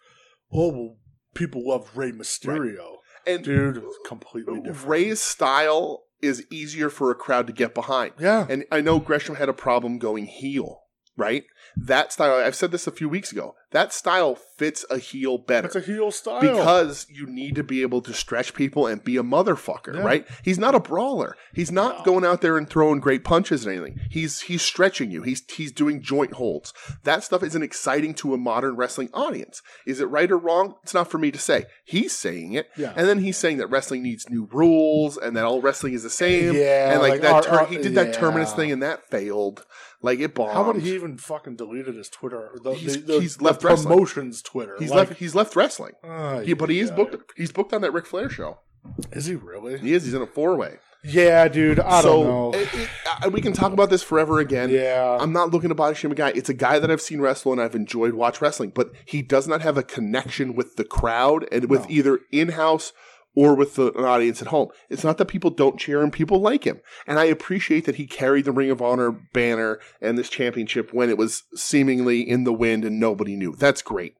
[SPEAKER 2] oh, well, people love Rey Mysterio,
[SPEAKER 1] And
[SPEAKER 2] dude. It's completely different.
[SPEAKER 1] Ray's style is easier for a crowd to get behind.
[SPEAKER 2] Yeah,
[SPEAKER 1] And I know Gresham had a problem going heel, right? That style, I've said this a few weeks ago, that style fits a heel better.
[SPEAKER 2] it's a heel style.
[SPEAKER 1] because you need to be able to stretch people and be a motherfucker,
[SPEAKER 2] Yeah.
[SPEAKER 1] right? He's not a brawler. He's not
[SPEAKER 2] No.
[SPEAKER 1] going out there and throwing great punches and anything. He's he's stretching you. He's he's doing joint holds. That stuff isn't exciting to a modern wrestling audience. Is it right or wrong? It's not for me to say. He's saying it,
[SPEAKER 2] Yeah.
[SPEAKER 1] and then he's saying that wrestling needs new rules and that all wrestling is the same.
[SPEAKER 2] Yeah,
[SPEAKER 1] and like,
[SPEAKER 2] like,
[SPEAKER 1] that,
[SPEAKER 2] our-
[SPEAKER 1] tur-
[SPEAKER 2] our-
[SPEAKER 1] he did that
[SPEAKER 2] yeah.
[SPEAKER 1] terminus thing and that failed. Like it bombed.
[SPEAKER 2] How about he even fucking deleted his Twitter? The,
[SPEAKER 1] Um, He's-
[SPEAKER 2] the- the-
[SPEAKER 1] he's
[SPEAKER 2] the
[SPEAKER 1] left wrestling.
[SPEAKER 2] promotions Twitter.
[SPEAKER 1] He's
[SPEAKER 2] Like,
[SPEAKER 1] left. He's left wrestling.
[SPEAKER 2] ah,
[SPEAKER 1] He, but he is
[SPEAKER 2] yeah.
[SPEAKER 1] booked. He's booked on that Ric Flair show.
[SPEAKER 2] Is he really?
[SPEAKER 1] He is. He's in a four way.
[SPEAKER 2] Yeah, dude. I
[SPEAKER 1] so
[SPEAKER 2] don't know.
[SPEAKER 1] it- it- I- we can talk about this forever again.
[SPEAKER 2] yeah,
[SPEAKER 1] I'm not looking to body shame a guy. It's a guy that I've seen wrestle and I've enjoyed watch wrestling, but he does not have a connection with the crowd and with
[SPEAKER 2] No.
[SPEAKER 1] either in house or with the, an audience at home. It's not that people don't cheer him; people like him, and I appreciate that he carried the Ring of Honor banner and this championship when it was seemingly in the wind and nobody knew. That's great.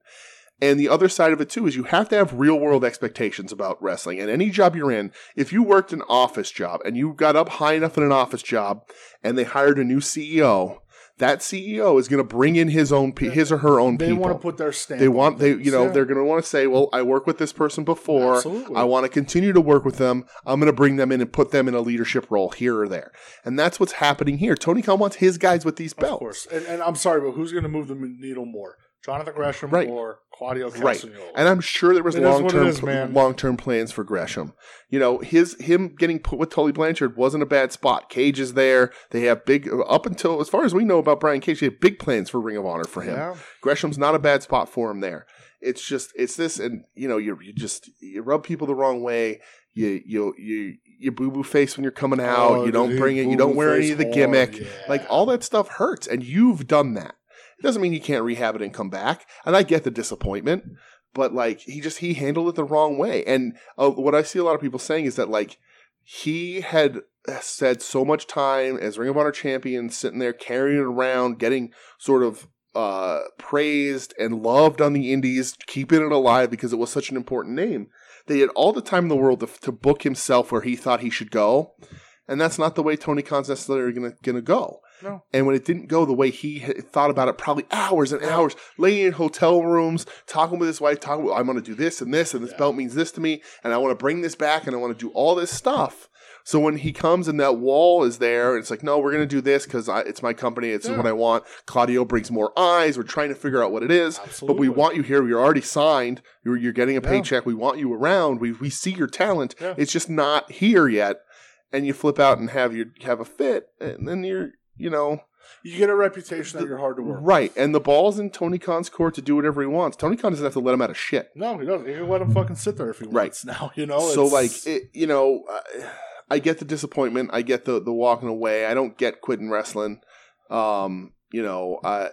[SPEAKER 1] And the other side of it too is you have to have real world expectations about wrestling. And any job you're in, if you worked an office job and you got up high enough in an office job and they hired a new CEO, that CEO is going to bring in his own pe- his or her own
[SPEAKER 2] They
[SPEAKER 1] people.
[SPEAKER 2] want to put their stamp.
[SPEAKER 1] they
[SPEAKER 2] on
[SPEAKER 1] want they
[SPEAKER 2] things.
[SPEAKER 1] you know
[SPEAKER 2] Yeah.
[SPEAKER 1] they're going to want to say, "Well, I worked with this person before.
[SPEAKER 2] Absolutely.
[SPEAKER 1] I want to continue to work with them. I'm going to bring them in and put them in a leadership role here or there." And that's what's happening here. Tony Khan wants his guys with these belts.
[SPEAKER 2] Of course. And, and I'm sorry, but who's going to move the needle more, Jonathan Gresham
[SPEAKER 1] Right.
[SPEAKER 2] or Claudio
[SPEAKER 1] Right.
[SPEAKER 2] Castagnoli?
[SPEAKER 1] And I'm sure there was
[SPEAKER 2] It is what
[SPEAKER 1] long
[SPEAKER 2] it
[SPEAKER 1] term
[SPEAKER 2] is, man.
[SPEAKER 1] long term plans for Gresham. You know, his him getting put with Tully Blanchard wasn't a bad spot. Cage is there. They have big up until as far as we know about Brian Cage, they have big plans for Ring of Honor for him.
[SPEAKER 2] Yeah.
[SPEAKER 1] Gresham's not a bad spot for him there. It's just it's this and you know, you you just you rub people the wrong way. You you you you boo boo face when you're coming out.
[SPEAKER 2] Oh,
[SPEAKER 1] you don't
[SPEAKER 2] dude,
[SPEAKER 1] bring it. You don't wear any of the
[SPEAKER 2] boo-boo face
[SPEAKER 1] gimmick.
[SPEAKER 2] hard, yeah.
[SPEAKER 1] Like all that stuff hurts, and you've done that. It doesn't mean you can't rehab it and come back. And I get the disappointment, but like he just he handled it the wrong way. And uh, what I see a lot of people saying is that like he had uh, said so much time as Ring of Honor champion, sitting there carrying it around, getting sort of uh, praised and loved on the indies, keeping it alive because it was such an important name. They had all the time in the world to, to book himself where he thought he should go, and that's not the way Tony Khan's necessarily going to go. <laughs>
[SPEAKER 2] No.
[SPEAKER 1] And when it didn't go the way he had thought about it, probably hours and hours, laying in hotel rooms, talking with his wife, talking. I'm going to do this and this, and this
[SPEAKER 2] Yeah.
[SPEAKER 1] belt means this to me, and I want to bring this back, and I want to do all this stuff. So when he comes and that wall is there, and it's like, no, we're going to do this because it's my company. It's
[SPEAKER 2] Yeah.
[SPEAKER 1] what I want. Claudio brings more eyes. We're trying to figure out what it is, but we
[SPEAKER 2] Absolutely.
[SPEAKER 1] want you here. You're already signed. You're, you're getting a
[SPEAKER 2] Yeah.
[SPEAKER 1] paycheck. We want you around. We we see your talent.
[SPEAKER 2] Yeah.
[SPEAKER 1] It's just not here yet. And you flip out and have your have a fit, and then you're you know
[SPEAKER 2] you get a reputation that you're hard to work. with.
[SPEAKER 1] right. And the ball's in Tony Khan's court to do whatever he wants. Tony Khan doesn't have to let him out of shit.
[SPEAKER 2] No, he doesn't. He can let him fucking sit there if he
[SPEAKER 1] Right.
[SPEAKER 2] wants. Now you know.
[SPEAKER 1] so
[SPEAKER 2] it's-
[SPEAKER 1] like it, you know I, I get the disappointment i get the the walking away i don't get quitting wrestling um you know i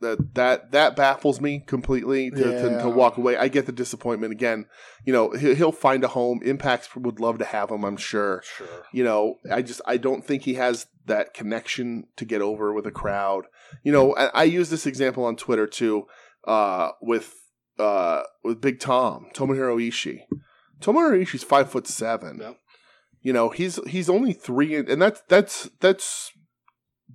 [SPEAKER 1] that that that baffles me completely to, to,
[SPEAKER 2] Yeah.
[SPEAKER 1] to walk away i get the disappointment again you know he, he'll find a home impacts would love to have him i'm sure
[SPEAKER 2] sure.
[SPEAKER 1] you know i just i don't think he has that connection to get over with a crowd you know i, I use this example on twitter too uh with uh with big tom tomohiro ishii tomohiro ishii's five foot seven
[SPEAKER 2] Yep.
[SPEAKER 1] you know he's he's only three and and that's that's that's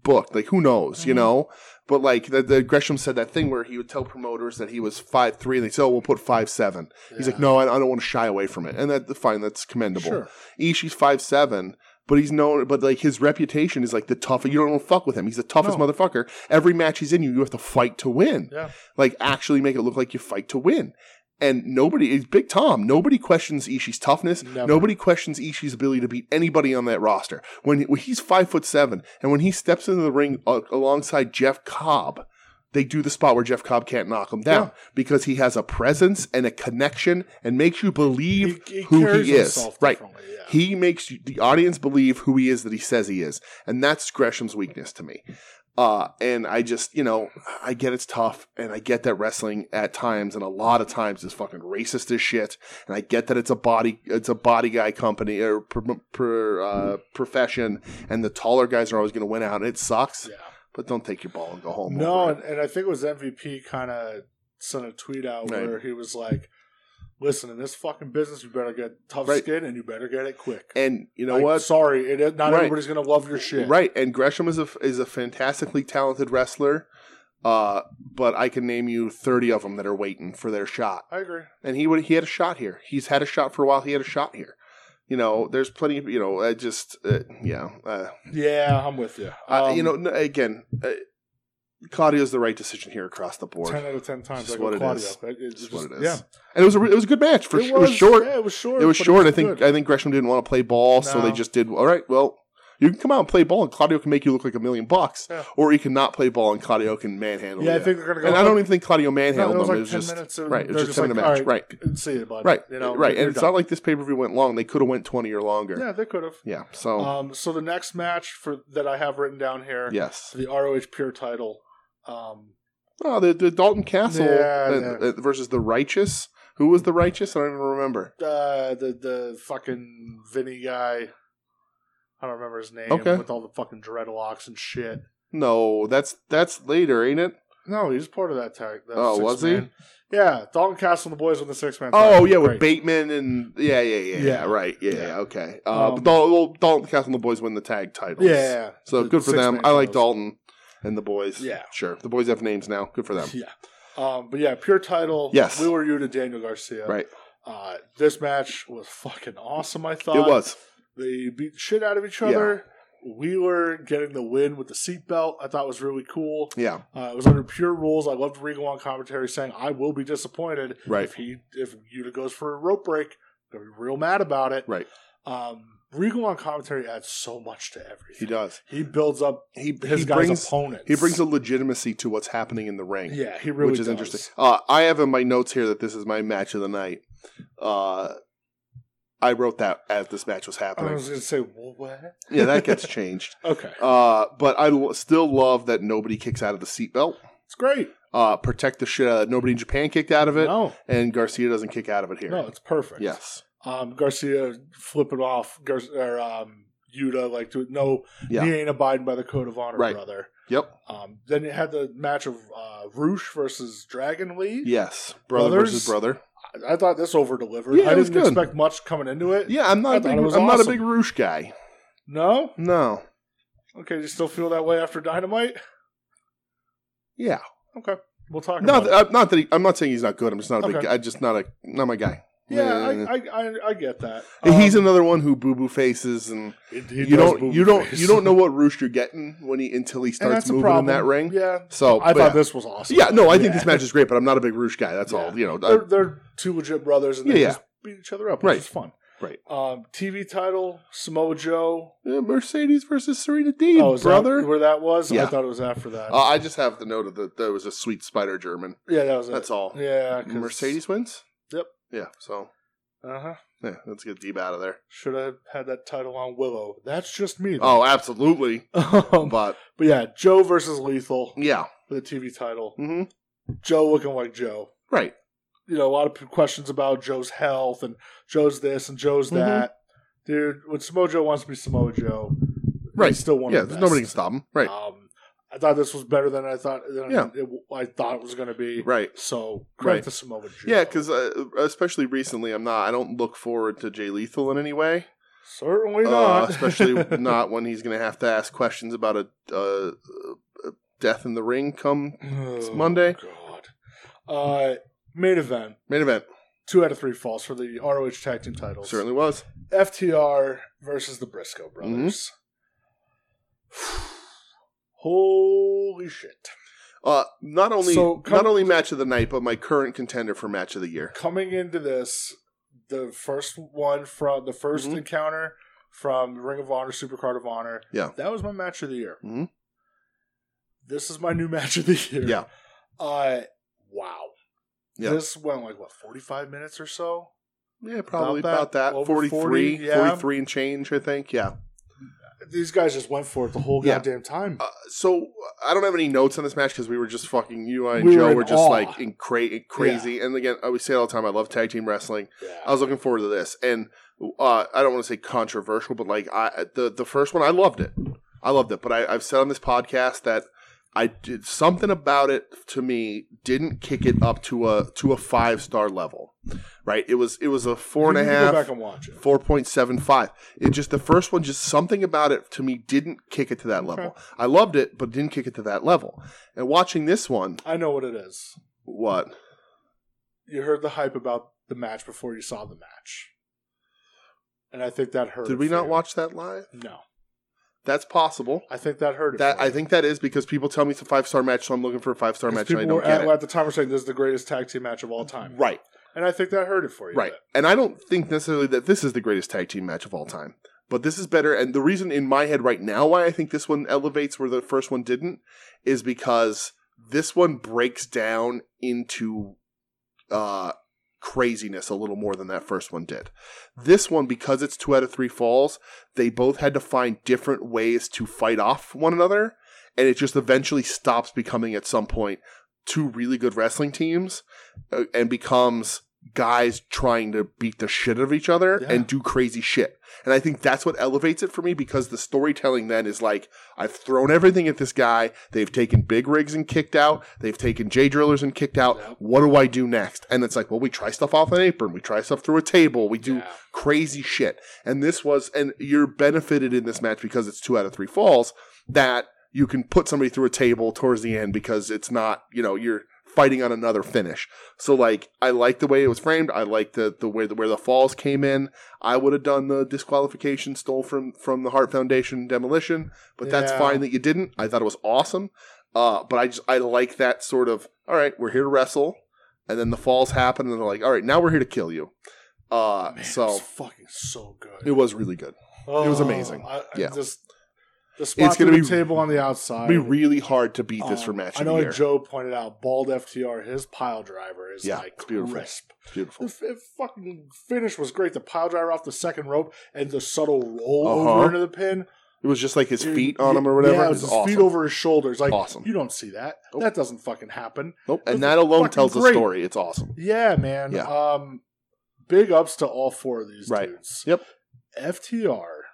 [SPEAKER 1] booked like who knows you
[SPEAKER 2] Mhm.
[SPEAKER 1] know but like the, the gresham said that thing where he would tell promoters that he was five three and they say oh we'll put five seven he's like
[SPEAKER 2] Yeah.
[SPEAKER 1] no i, I don't want to shy away from it and that fine that's commendable
[SPEAKER 2] Sure.
[SPEAKER 1] Ishii's five seven, but he's known. But like his reputation is like the toughest. You don't wanna fuck with him. He's the toughest
[SPEAKER 2] No.
[SPEAKER 1] motherfucker. Every match he's in, you you have to fight to win.
[SPEAKER 2] Yeah.
[SPEAKER 1] Like actually make it look like you fight to win. And nobody is Big Tom. Nobody questions Ishii's toughness.
[SPEAKER 2] Never.
[SPEAKER 1] Nobody questions Ishii's ability to beat anybody on that roster. When, when he's five foot seven, and when he steps into the ring uh, alongside Jeff Cobb, they do the spot where Jeff Cobb can't knock him down
[SPEAKER 2] Yeah.
[SPEAKER 1] because he has a presence and a connection and makes you believe
[SPEAKER 2] He- he
[SPEAKER 1] who
[SPEAKER 2] carries
[SPEAKER 1] he is.
[SPEAKER 2] himself
[SPEAKER 1] Right.
[SPEAKER 2] differently, yeah.
[SPEAKER 1] He makes you- the audience believe who he is that he says he is, and that's Gresham's weakness to me. Uh, and I just, you know, I get it's tough, and I get that wrestling at times, and a lot of times is fucking racist as shit, and I get that it's a body, it's a body guy company or pr- pr- uh, profession, and the taller guys are always going to win out, and it sucks.
[SPEAKER 2] Yeah.
[SPEAKER 1] But don't take your ball and go home.
[SPEAKER 2] No,
[SPEAKER 1] over
[SPEAKER 2] and,
[SPEAKER 1] it.
[SPEAKER 2] and I think it was MVP kind of sent a tweet out
[SPEAKER 1] Right.
[SPEAKER 2] where he was like, "Listen, in this fucking business, you better get tough
[SPEAKER 1] Right.
[SPEAKER 2] skin and you better get it quick."
[SPEAKER 1] and you know
[SPEAKER 2] Like,
[SPEAKER 1] what?
[SPEAKER 2] Sorry, it, not
[SPEAKER 1] Right.
[SPEAKER 2] everybody's gonna love your shit.
[SPEAKER 1] Right, and Gresham is a is a fantastically talented wrestler, uh, but I can name you thirty of them that are waiting for their shot.
[SPEAKER 2] I agree.
[SPEAKER 1] And he would he had a shot here. He's had a shot for a while. He had a shot here. You know, there's plenty of you know. I just uh, yeah, uh,
[SPEAKER 2] Yeah, I'm with you.
[SPEAKER 1] I,
[SPEAKER 2] Um,
[SPEAKER 1] you know. n- Again, uh, Claudio's the right right decision here across the board,
[SPEAKER 2] ten out of ten times.
[SPEAKER 1] Just
[SPEAKER 2] I go
[SPEAKER 1] what it
[SPEAKER 2] Claudio.
[SPEAKER 1] is.
[SPEAKER 2] It- it
[SPEAKER 1] Just
[SPEAKER 2] just-
[SPEAKER 1] what it is.
[SPEAKER 2] Yeah,
[SPEAKER 1] and it was a re- it was a good match for. It it was short.
[SPEAKER 2] Yeah, it was short.
[SPEAKER 1] it was
[SPEAKER 2] but
[SPEAKER 1] short. I
[SPEAKER 2] was
[SPEAKER 1] think
[SPEAKER 2] good.
[SPEAKER 1] I think Gresham didn't want to play ball, so
[SPEAKER 2] No.
[SPEAKER 1] they just did. All right, well, you can come out and play ball, and Claudio can make you look like a million bucks,
[SPEAKER 2] Yeah.
[SPEAKER 1] or you can not play ball, and Claudio can manhandle.
[SPEAKER 2] yeah, I
[SPEAKER 1] you.
[SPEAKER 2] think they're gonna go.
[SPEAKER 1] and I don't even think Claudio
[SPEAKER 2] No,
[SPEAKER 1] manhandled
[SPEAKER 2] it was
[SPEAKER 1] them.
[SPEAKER 2] like
[SPEAKER 1] it was
[SPEAKER 2] ten
[SPEAKER 1] just
[SPEAKER 2] minutes. and
[SPEAKER 1] right. It was
[SPEAKER 2] they're
[SPEAKER 1] just, having
[SPEAKER 2] like,
[SPEAKER 1] a match.
[SPEAKER 2] "All
[SPEAKER 1] Right,
[SPEAKER 2] See you, bud.
[SPEAKER 1] right,
[SPEAKER 2] You know,
[SPEAKER 1] right.
[SPEAKER 2] you're
[SPEAKER 1] And it's
[SPEAKER 2] done.
[SPEAKER 1] not like this pay per view went long. They could have went twenty or longer. Yeah.
[SPEAKER 2] yeah, they could have.
[SPEAKER 1] so
[SPEAKER 2] Um, so the next match for that I have written down here,
[SPEAKER 1] yes.
[SPEAKER 2] the ROH Pure Title. Um,
[SPEAKER 1] Oh, the, the Dalton Castle
[SPEAKER 2] Yeah,
[SPEAKER 1] uh,
[SPEAKER 2] yeah.
[SPEAKER 1] uh, versus the Righteous. Who was the Righteous? I don't even remember.
[SPEAKER 2] uh, the the fucking Vinny guy. I don't remember his name.
[SPEAKER 1] Okay.
[SPEAKER 2] With all the fucking dreadlocks and shit.
[SPEAKER 1] No, that's that's later, ain't it?
[SPEAKER 2] No, he was part of that tag. That
[SPEAKER 1] Oh,
[SPEAKER 2] six
[SPEAKER 1] was he?
[SPEAKER 2] man. Yeah, Dalton Castle and the boys won the six man.
[SPEAKER 1] Oh
[SPEAKER 2] tag.
[SPEAKER 1] yeah, with
[SPEAKER 2] Great.
[SPEAKER 1] Bateman and yeah, yeah, yeah, yeah,
[SPEAKER 2] Yeah.
[SPEAKER 1] right, yeah,
[SPEAKER 2] Yeah.
[SPEAKER 1] yeah, okay. Uh,
[SPEAKER 2] Um,
[SPEAKER 1] but Dal- well, Dalton Castle and the boys win the tag titles.
[SPEAKER 2] Yeah, yeah, yeah.
[SPEAKER 1] so
[SPEAKER 2] The
[SPEAKER 1] good for them.
[SPEAKER 2] six-man
[SPEAKER 1] I like
[SPEAKER 2] titles.
[SPEAKER 1] Dalton and the boys.
[SPEAKER 2] Yeah.
[SPEAKER 1] sure. The boys have names now. Good for them.
[SPEAKER 2] <laughs> Yeah. Um, but yeah, pure title.
[SPEAKER 1] Yes.
[SPEAKER 2] We were you to Daniel Garcia.
[SPEAKER 1] Right,
[SPEAKER 2] Uh, this match was fucking awesome, I thought.
[SPEAKER 1] it was.
[SPEAKER 2] They beat the shit out of each other. Wheeler getting the win with the seatbelt, I thought was really cool.
[SPEAKER 1] Yeah,
[SPEAKER 2] Uh, it was under pure rules. I loved Regal on commentary saying, "I will be disappointed
[SPEAKER 1] right,
[SPEAKER 2] if he if Yuta goes for a rope break. I'm gonna be real mad about it."
[SPEAKER 1] right.
[SPEAKER 2] Um, Regal on commentary adds so much to
[SPEAKER 1] He
[SPEAKER 2] everything.
[SPEAKER 1] does.
[SPEAKER 2] He, builds up
[SPEAKER 1] He
[SPEAKER 2] his
[SPEAKER 1] he
[SPEAKER 2] guys'
[SPEAKER 1] brings
[SPEAKER 2] opponents.
[SPEAKER 1] he brings a legitimacy to what's happening in the ring.
[SPEAKER 2] yeah, he really
[SPEAKER 1] which is
[SPEAKER 2] does.
[SPEAKER 1] interesting. Uh, I have in my notes here that this is my match of the night. Uh, I wrote that as this match was
[SPEAKER 2] I
[SPEAKER 1] happening.
[SPEAKER 2] was gonna say well, what?
[SPEAKER 1] yeah, that gets changed.
[SPEAKER 2] Okay,
[SPEAKER 1] Uh, but I l- still love that nobody kicks out of the seatbelt.
[SPEAKER 2] it's great.
[SPEAKER 1] Uh, protect the shit out of it. Nobody in Japan kicked out of it,
[SPEAKER 2] No,
[SPEAKER 1] and Garcia doesn't kick out of it here.
[SPEAKER 2] no, it's perfect.
[SPEAKER 1] yes,
[SPEAKER 2] Um, Garcia flipping off Gar- or um, Yuta like to no,
[SPEAKER 1] Yeah.
[SPEAKER 2] he ain't abiding by the code of honor,
[SPEAKER 1] Right.
[SPEAKER 2] brother.
[SPEAKER 1] Yep.
[SPEAKER 2] Um, then you had the match of uh, Roosh versus Dragon Lee.
[SPEAKER 1] yes, brother
[SPEAKER 2] Brothers?
[SPEAKER 1] versus brother.
[SPEAKER 2] I, I thought this over delivered.
[SPEAKER 1] Yeah,
[SPEAKER 2] I
[SPEAKER 1] it was
[SPEAKER 2] didn't
[SPEAKER 1] good.
[SPEAKER 2] expect much coming into it.
[SPEAKER 1] Yeah, I'm not.
[SPEAKER 2] I
[SPEAKER 1] A big,
[SPEAKER 2] thought it
[SPEAKER 1] I'm
[SPEAKER 2] was
[SPEAKER 1] not a
[SPEAKER 2] awesome.
[SPEAKER 1] big Roosh guy.
[SPEAKER 2] No.
[SPEAKER 1] No.
[SPEAKER 2] Okay. You still feel that way after Dynamite?
[SPEAKER 1] Yeah.
[SPEAKER 2] Okay. We'll talk.
[SPEAKER 1] Not
[SPEAKER 2] about
[SPEAKER 1] that, I'm not that he, I'm not saying he's not good. I'm just not a big.
[SPEAKER 2] Okay.
[SPEAKER 1] guy. I just not a not my guy.
[SPEAKER 2] it. Yeah, I, I, I, I get that.
[SPEAKER 1] And he's
[SPEAKER 2] Um,
[SPEAKER 1] another one who boo boo faces, and
[SPEAKER 2] he- he
[SPEAKER 1] you
[SPEAKER 2] does
[SPEAKER 1] don't
[SPEAKER 2] boob
[SPEAKER 1] you don't
[SPEAKER 2] face.
[SPEAKER 1] you
[SPEAKER 2] <laughs>
[SPEAKER 1] don't know what roost you're getting when he until he
[SPEAKER 2] And
[SPEAKER 1] starts
[SPEAKER 2] that's a
[SPEAKER 1] moving in
[SPEAKER 2] problem.
[SPEAKER 1] that ring.
[SPEAKER 2] Yeah.
[SPEAKER 1] So
[SPEAKER 2] I
[SPEAKER 1] but
[SPEAKER 2] thought
[SPEAKER 1] yeah.
[SPEAKER 2] this was awesome.
[SPEAKER 1] Yeah, no, I think
[SPEAKER 2] Yeah.
[SPEAKER 1] this match is great, but I'm not a big Roosh guy. That's
[SPEAKER 2] Yeah.
[SPEAKER 1] all. You know, I-
[SPEAKER 2] they're, they're two legit brothers and they
[SPEAKER 1] Yeah,
[SPEAKER 2] just beat each other up, which
[SPEAKER 1] Right.
[SPEAKER 2] is fun.
[SPEAKER 1] Right.
[SPEAKER 2] Um, TV title Samoa Joe.
[SPEAKER 1] Yeah, Mercedes versus Serena Deeb,
[SPEAKER 2] Oh, is that
[SPEAKER 1] brother.
[SPEAKER 2] where that was?
[SPEAKER 1] Yeah.
[SPEAKER 2] I thought it was after that.
[SPEAKER 1] Uh, I just have the note of that there was a sweet spider German.
[SPEAKER 2] yeah, that was it.
[SPEAKER 1] That's all.
[SPEAKER 2] Yeah, 'cause-
[SPEAKER 1] Mercedes wins.
[SPEAKER 2] Yep.
[SPEAKER 1] Yeah. So
[SPEAKER 2] Uh-huh.
[SPEAKER 1] yeah, let's get Deeb out of there.
[SPEAKER 2] Should have had that title on Willow. That's just me. though.
[SPEAKER 1] Oh, absolutely.
[SPEAKER 2] Um, <laughs> but,
[SPEAKER 1] But
[SPEAKER 2] yeah, Joe versus Lethal
[SPEAKER 1] yeah.
[SPEAKER 2] for the TV title.
[SPEAKER 1] hmm
[SPEAKER 2] Joe looking like Joe.
[SPEAKER 1] Right.
[SPEAKER 2] You know, a lot of questions about Joe's health and Joe's this and Joe's
[SPEAKER 1] Mhm.
[SPEAKER 2] that. Dude, when Samoa Joe wants to be Samoa Joe,
[SPEAKER 1] Right.
[SPEAKER 2] he's still one
[SPEAKER 1] yeah.
[SPEAKER 2] of the
[SPEAKER 1] There's
[SPEAKER 2] best.
[SPEAKER 1] nobody can stop him. Right.
[SPEAKER 2] Um, I thought this was better than I thought. Than
[SPEAKER 1] Yeah.
[SPEAKER 2] it, I thought it was going to be.
[SPEAKER 1] right.
[SPEAKER 2] So
[SPEAKER 1] Right.
[SPEAKER 2] credit to Samoa Joe.
[SPEAKER 1] Yeah, because uh, especially recently, I'm not. I don't look forward to Jay Lethal in any way,
[SPEAKER 2] certainly
[SPEAKER 1] uh,
[SPEAKER 2] not. <laughs>
[SPEAKER 1] especially not when he's going to have to ask questions about a, uh, a death in the ring come
[SPEAKER 2] it's
[SPEAKER 1] Monday.
[SPEAKER 2] Oh, God. Uh, main event.
[SPEAKER 1] main event.
[SPEAKER 2] Two out of three falls for the ROH tag team titles.
[SPEAKER 1] Certainly Mm-hmm. was.
[SPEAKER 2] FTR versus the Briscoe brothers. <sighs> Holy shit!
[SPEAKER 1] Uh, not only
[SPEAKER 2] So, come-
[SPEAKER 1] not only match of the night, but my current contender for match of the year.
[SPEAKER 2] Coming into this, the first one from the 1st
[SPEAKER 1] Mhm.
[SPEAKER 2] encounter from Ring of Honor, Supercard of Honor.
[SPEAKER 1] Yeah.
[SPEAKER 2] that was my match of the year.
[SPEAKER 1] Mhm.
[SPEAKER 2] This is my new <laughs> match of the year.
[SPEAKER 1] Yeah.
[SPEAKER 2] Uh, wow.
[SPEAKER 1] Yeah.
[SPEAKER 2] This went like what forty five minutes or so.
[SPEAKER 1] Yeah, probably about
[SPEAKER 2] About that,
[SPEAKER 1] that.
[SPEAKER 2] over
[SPEAKER 1] 43,
[SPEAKER 2] 40, yeah.
[SPEAKER 1] 43 and change, I think. Yeah.
[SPEAKER 2] These guys just went for it the whole
[SPEAKER 1] Yeah.
[SPEAKER 2] goddamn time.
[SPEAKER 1] Uh, so I don't have any notes on this match because we were just fucking you and
[SPEAKER 2] We
[SPEAKER 1] Joe
[SPEAKER 2] were in
[SPEAKER 1] were just
[SPEAKER 2] awe.
[SPEAKER 1] like in cra- crazy. And again, I always say it all the time. I love tag team wrestling.
[SPEAKER 2] yeah.
[SPEAKER 1] I was looking forward to this, and uh, I don't want to say controversial, but like I the the first one, I loved it. I loved it, but I, I've said on this podcast that I did something about it to me didn't kick it up to a to a five star level, right? It was it was a four and a
[SPEAKER 2] You need to Go
[SPEAKER 1] half,
[SPEAKER 2] back and watch it.
[SPEAKER 1] four point seven five. It just the first one, just something about it to me didn't kick it to that level. I loved it, but didn't kick it to that level. And watching this one,
[SPEAKER 2] I know what it is.
[SPEAKER 1] what?
[SPEAKER 2] You heard the hype about the match before you saw the match, and I think that hurt. it
[SPEAKER 1] Did we
[SPEAKER 2] for
[SPEAKER 1] not
[SPEAKER 2] you.
[SPEAKER 1] watch that live?
[SPEAKER 2] No,
[SPEAKER 1] That's possible.
[SPEAKER 2] I think that hurt. It
[SPEAKER 1] That
[SPEAKER 2] for
[SPEAKER 1] I
[SPEAKER 2] you.
[SPEAKER 1] think that is because people tell me it's a five star match, so I'm looking for a five star
[SPEAKER 2] 'Cause
[SPEAKER 1] match, and
[SPEAKER 2] people
[SPEAKER 1] I
[SPEAKER 2] were
[SPEAKER 1] don't
[SPEAKER 2] at,
[SPEAKER 1] get it.
[SPEAKER 2] at the time were saying this is the greatest tag team match of all time,
[SPEAKER 1] Right,
[SPEAKER 2] and I think that hurt it for you. a
[SPEAKER 1] right,
[SPEAKER 2] bit.
[SPEAKER 1] and I don't think necessarily that this is the greatest tag team match of all time, but this is better. And the reason in my head right now why I think this one elevates where the first one didn't is because this one breaks down into uh, craziness a little more than that first one did. This one, because it's two out of three falls, they both had to find different ways to fight off one another, and it just eventually stops becoming at some point two really good wrestling teams uh, and becomes guys trying to beat the shit out of each other
[SPEAKER 2] Yeah.
[SPEAKER 1] and do crazy shit. And I think that's what elevates it for me because the storytelling then is like, I've thrown everything at this guy. They've taken big rigs and kicked out. They've taken J drillers and kicked out.
[SPEAKER 2] Yep.
[SPEAKER 1] What do I do next? And it's like, well, we try stuff off an apron. We try stuff through a table. We do
[SPEAKER 2] Yeah.
[SPEAKER 1] crazy shit. And this was, and you're benefited in this match because it's two out of three falls that you can put somebody through a table towards the end because it's not, you know, you're fighting on another finish. So like, I like the way it was framed. I like the the way the, where the falls came in. I would have done the disqualification stole from from the Heart Foundation demolition, but that's
[SPEAKER 2] Yeah.
[SPEAKER 1] fine that you didn't. I thought it was awesome. Uh, but I just I like that sort of all right. We're here to wrestle, and then the falls happen, and they're like, all right, now we're here to kill you. Uh,
[SPEAKER 2] Man, it
[SPEAKER 1] so
[SPEAKER 2] was fucking so good.
[SPEAKER 1] it was really good.
[SPEAKER 2] Oh,
[SPEAKER 1] was amazing.
[SPEAKER 2] I, I
[SPEAKER 1] Yeah.
[SPEAKER 2] just, the spot
[SPEAKER 1] gonna
[SPEAKER 2] through
[SPEAKER 1] be-
[SPEAKER 2] the table on the outside.
[SPEAKER 1] It'd be really hard to beat this
[SPEAKER 2] Um,
[SPEAKER 1] for match
[SPEAKER 2] I
[SPEAKER 1] of
[SPEAKER 2] know
[SPEAKER 1] the
[SPEAKER 2] like
[SPEAKER 1] year.
[SPEAKER 2] Joe pointed out, bald FTR, his pile driver is
[SPEAKER 1] Yeah,
[SPEAKER 2] like
[SPEAKER 1] it's beautiful.
[SPEAKER 2] crisp.
[SPEAKER 1] It's Beautiful.
[SPEAKER 2] The f- fucking finish was great. The pile driver off the second rope and the subtle roll
[SPEAKER 1] Uh-huh.
[SPEAKER 2] over into the pin.
[SPEAKER 1] It was just like his
[SPEAKER 2] Dude,
[SPEAKER 1] feet on him or
[SPEAKER 2] yeah,
[SPEAKER 1] whatever.
[SPEAKER 2] it
[SPEAKER 1] it
[SPEAKER 2] was
[SPEAKER 1] was
[SPEAKER 2] his
[SPEAKER 1] awesome.
[SPEAKER 2] feet over his shoulders. Like
[SPEAKER 1] Awesome.
[SPEAKER 2] you don't see that.
[SPEAKER 1] Nope.
[SPEAKER 2] That doesn't fucking happen.
[SPEAKER 1] Nope.
[SPEAKER 2] was
[SPEAKER 1] And that alone
[SPEAKER 2] fucking
[SPEAKER 1] tells the
[SPEAKER 2] great.
[SPEAKER 1] story. It's awesome.
[SPEAKER 2] Yeah, man.
[SPEAKER 1] Yeah.
[SPEAKER 2] Um, big ups to all four of these
[SPEAKER 1] Right.
[SPEAKER 2] dudes.
[SPEAKER 1] Yep.
[SPEAKER 2] FTR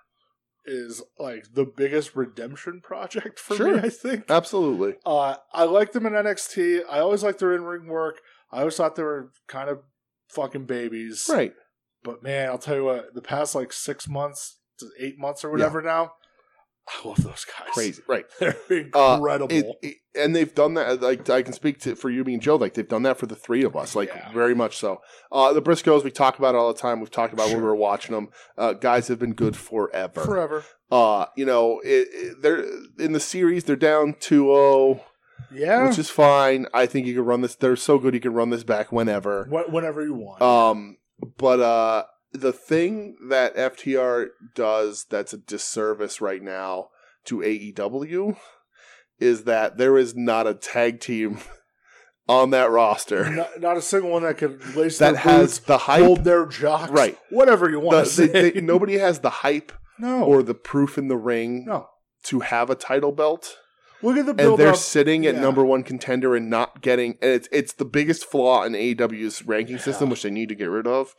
[SPEAKER 2] is like the biggest redemption project for
[SPEAKER 1] Sure.
[SPEAKER 2] me. I think.
[SPEAKER 1] Absolutely.
[SPEAKER 2] Uh, I like them in NXT. I always liked their in ring work. I always thought they were kind of fucking babies.
[SPEAKER 1] Right.
[SPEAKER 2] But man, I'll tell you what, the past like six months to eight months or whatever now, I love those guys.
[SPEAKER 1] Crazy. Right.
[SPEAKER 2] <laughs> They're
[SPEAKER 1] Uh,
[SPEAKER 2] incredible.
[SPEAKER 1] It, it- and they've done that. Like I can speak to for you, me, and Joe. Like they've done that for the three of us. Like
[SPEAKER 2] Yeah.
[SPEAKER 1] very much so. Uh, the Briscoes, we talk about it all the time. We've talked about when we
[SPEAKER 2] Sure.
[SPEAKER 1] were watching them. Uh, guys have been good forever.
[SPEAKER 2] Forever.
[SPEAKER 1] Uh, you know, it, it, they're in the series. They're down 2-0,
[SPEAKER 2] Yeah.
[SPEAKER 1] which is fine. I think you can run this. They're so good. You can run this back whenever.
[SPEAKER 2] Wh- whenever you want.
[SPEAKER 1] Um, but uh, the thing that FTR does that's a disservice right now to AEW is that there is not a tag team <laughs> on that roster
[SPEAKER 2] not, not a single one that could lace
[SPEAKER 1] that
[SPEAKER 2] their
[SPEAKER 1] has
[SPEAKER 2] has
[SPEAKER 1] the
[SPEAKER 2] hold
[SPEAKER 1] hype.
[SPEAKER 2] their jocks,
[SPEAKER 1] Right.
[SPEAKER 2] Whatever you want <laughs>
[SPEAKER 1] The, they,
[SPEAKER 2] to say.
[SPEAKER 1] they, nobody has the hype
[SPEAKER 2] no,
[SPEAKER 1] or the proof in the ring
[SPEAKER 2] no.
[SPEAKER 1] to have a title belt,
[SPEAKER 2] Look at the
[SPEAKER 1] and
[SPEAKER 2] build
[SPEAKER 1] they're
[SPEAKER 2] up.
[SPEAKER 1] sitting at
[SPEAKER 2] yeah.
[SPEAKER 1] number one contender and not getting. And it's it's the biggest flaw in AEW's ranking system,
[SPEAKER 2] Yeah.
[SPEAKER 1] which they need to get rid of.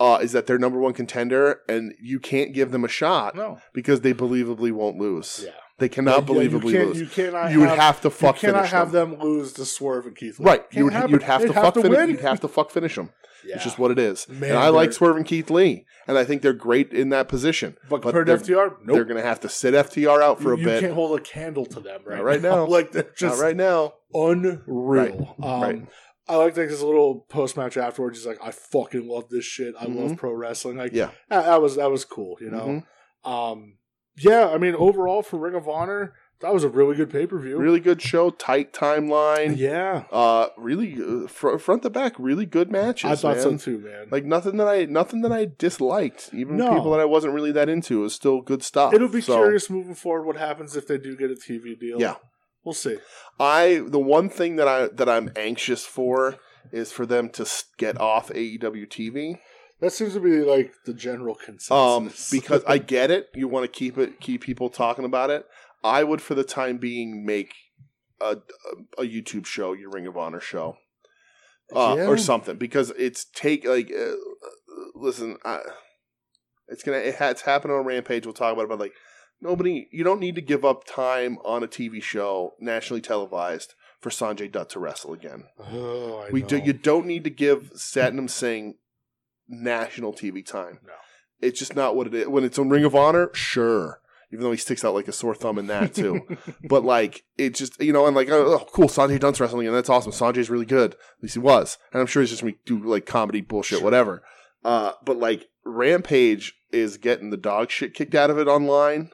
[SPEAKER 1] Uh, is that they're number one contender, and you can't give them a shot
[SPEAKER 2] No,
[SPEAKER 1] because they believably won't lose.
[SPEAKER 2] yeah,
[SPEAKER 1] They cannot
[SPEAKER 2] Yeah,
[SPEAKER 1] believably
[SPEAKER 2] you can't,
[SPEAKER 1] lose. You,
[SPEAKER 2] You cannot.
[SPEAKER 1] would
[SPEAKER 2] have,
[SPEAKER 1] have to fuck
[SPEAKER 2] you cannot
[SPEAKER 1] finish
[SPEAKER 2] have
[SPEAKER 1] them.
[SPEAKER 2] them lose to Swerve and Keith. Lee.
[SPEAKER 1] Right,
[SPEAKER 2] Can't
[SPEAKER 1] you would
[SPEAKER 2] happen.
[SPEAKER 1] you'd have
[SPEAKER 2] They'd
[SPEAKER 1] to fuck finish.
[SPEAKER 2] win.
[SPEAKER 1] You'd have to fuck finish them,
[SPEAKER 2] yeah.
[SPEAKER 1] which is what it is.
[SPEAKER 2] Man,
[SPEAKER 1] and I like
[SPEAKER 2] they're-
[SPEAKER 1] Swerve and Keith Lee, and I think they're great in that position.
[SPEAKER 2] But
[SPEAKER 1] but
[SPEAKER 2] compared
[SPEAKER 1] they're-
[SPEAKER 2] to FTR, nope.
[SPEAKER 1] They're going to have to sit FTR out for a
[SPEAKER 2] you, you
[SPEAKER 1] bit.
[SPEAKER 2] can't hold a candle to them right,
[SPEAKER 1] Not right now.
[SPEAKER 2] <laughs> like they're
[SPEAKER 1] Not
[SPEAKER 2] just
[SPEAKER 1] right now.
[SPEAKER 2] unreal. Um,
[SPEAKER 1] Right.
[SPEAKER 2] I like that his little post match afterwards. He's like, "I fucking love this shit. I love
[SPEAKER 1] Mhm.
[SPEAKER 2] pro wrestling." Like,
[SPEAKER 1] Yeah.
[SPEAKER 2] that, that was that was cool. You know,
[SPEAKER 1] Mhm.
[SPEAKER 2] um, yeah. I mean, overall for Ring of Honor, that was a really good pay per view.
[SPEAKER 1] Really good show. Tight timeline.
[SPEAKER 2] yeah.
[SPEAKER 1] Uh, really uh, fr- front to back. Really good matches.
[SPEAKER 2] I thought
[SPEAKER 1] man.
[SPEAKER 2] so too, man.
[SPEAKER 1] Like nothing that I nothing that I disliked. Even
[SPEAKER 2] No.
[SPEAKER 1] people that I wasn't really that into it was still good stuff.
[SPEAKER 2] It'll be
[SPEAKER 1] uh, So-
[SPEAKER 2] curious moving forward what happens if they do get a TV deal.
[SPEAKER 1] Yeah.
[SPEAKER 2] We'll see.
[SPEAKER 1] I the one thing that I that I'm anxious for is for them to s- get off E AEW TV.
[SPEAKER 2] That seems to be like the general consensus.
[SPEAKER 1] Um,
[SPEAKER 2] <laughs>
[SPEAKER 1] because I get it, you want to keep it, keep people talking about it. I would, for the time being, make a a YouTube show, your Ring of Honor show, uh,
[SPEAKER 2] Yeah.
[SPEAKER 1] or something, because it's take like uh, uh, listen, I, it's gonna it ha- it's happening on Rampage. We'll talk about it, but like nobody, you don't need to give up time on a TV show nationally televised for Sanjay Dutt to wrestle again.
[SPEAKER 2] oh, I
[SPEAKER 1] We do,
[SPEAKER 2] know.
[SPEAKER 1] you don't need to give Satnam Singh national TV time.
[SPEAKER 2] No.
[SPEAKER 1] It's just not what it is. When it's on Ring of Honor, sure. Even though he sticks out like a sore thumb in that too.
[SPEAKER 2] <laughs>
[SPEAKER 1] but like, it just, you know, and like, oh, oh, cool, Sanjay Dunn's wrestling, and that's awesome. Sanjay's really good. At least he was. And I'm sure he's just going to do like comedy bullshit,
[SPEAKER 2] Sure.
[SPEAKER 1] whatever. Uh, but like, Rampage is getting the dog shit kicked out of it online.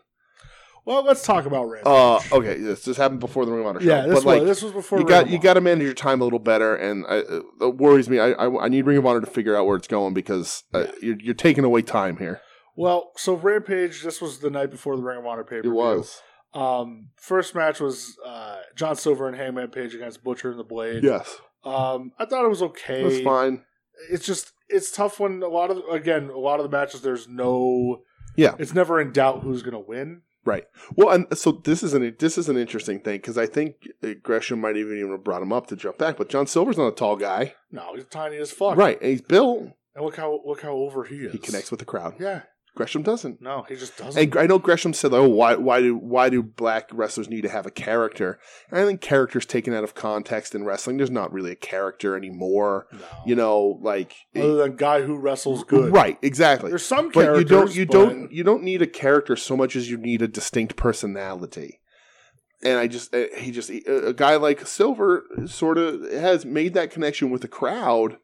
[SPEAKER 2] Well, let's talk about Rampage.
[SPEAKER 1] Uh, okay, this just happened before the Ring of Honor show.
[SPEAKER 2] yeah, this,
[SPEAKER 1] but like,
[SPEAKER 2] was, this was before
[SPEAKER 1] you got
[SPEAKER 2] Ring
[SPEAKER 1] you
[SPEAKER 2] of
[SPEAKER 1] got to manage your time a little better, and I, uh, it worries me. I, I I need Ring of Honor to figure out where it's going because uh,
[SPEAKER 2] Yeah.
[SPEAKER 1] you're you're taking away time here.
[SPEAKER 2] Honor. Well, so Rampage. This was the night before the Ring of Honor pay per view. Um, first match was uh, John Silver and Hangman Page against Butcher and the Blade.
[SPEAKER 1] yes,
[SPEAKER 2] Um, I thought it was okay.
[SPEAKER 1] that's fine.
[SPEAKER 2] it's just it's tough when a lot of again a lot of the matches there's no
[SPEAKER 1] Yeah.
[SPEAKER 2] it's never in doubt who's gonna win
[SPEAKER 1] Right. Well, and so this is an this is an interesting thing because I think uh, Gresham might even even have brought him up to jump back, but John Silver's not a tall guy,
[SPEAKER 2] No, he's tiny as fuck.
[SPEAKER 1] right? And he's built.
[SPEAKER 2] And look how look how over he is.
[SPEAKER 1] He connects with the crowd.
[SPEAKER 2] Yeah.
[SPEAKER 1] Gresham doesn't.
[SPEAKER 2] No, he just doesn't.
[SPEAKER 1] And I know Gresham said, "Oh, why why do why do black wrestlers need to have a character?" And I think character's taken out of context in wrestling. There's not really a character anymore.
[SPEAKER 2] no.
[SPEAKER 1] You know, like
[SPEAKER 2] other than guy who wrestles eh, good.
[SPEAKER 1] right? Exactly.
[SPEAKER 2] There's some
[SPEAKER 1] but you
[SPEAKER 2] characters,
[SPEAKER 1] don't you
[SPEAKER 2] but-
[SPEAKER 1] don't you don't need a character so much as you need a distinct personality and i just uh, he just a a guy like silver sort of has made that connection with the crowd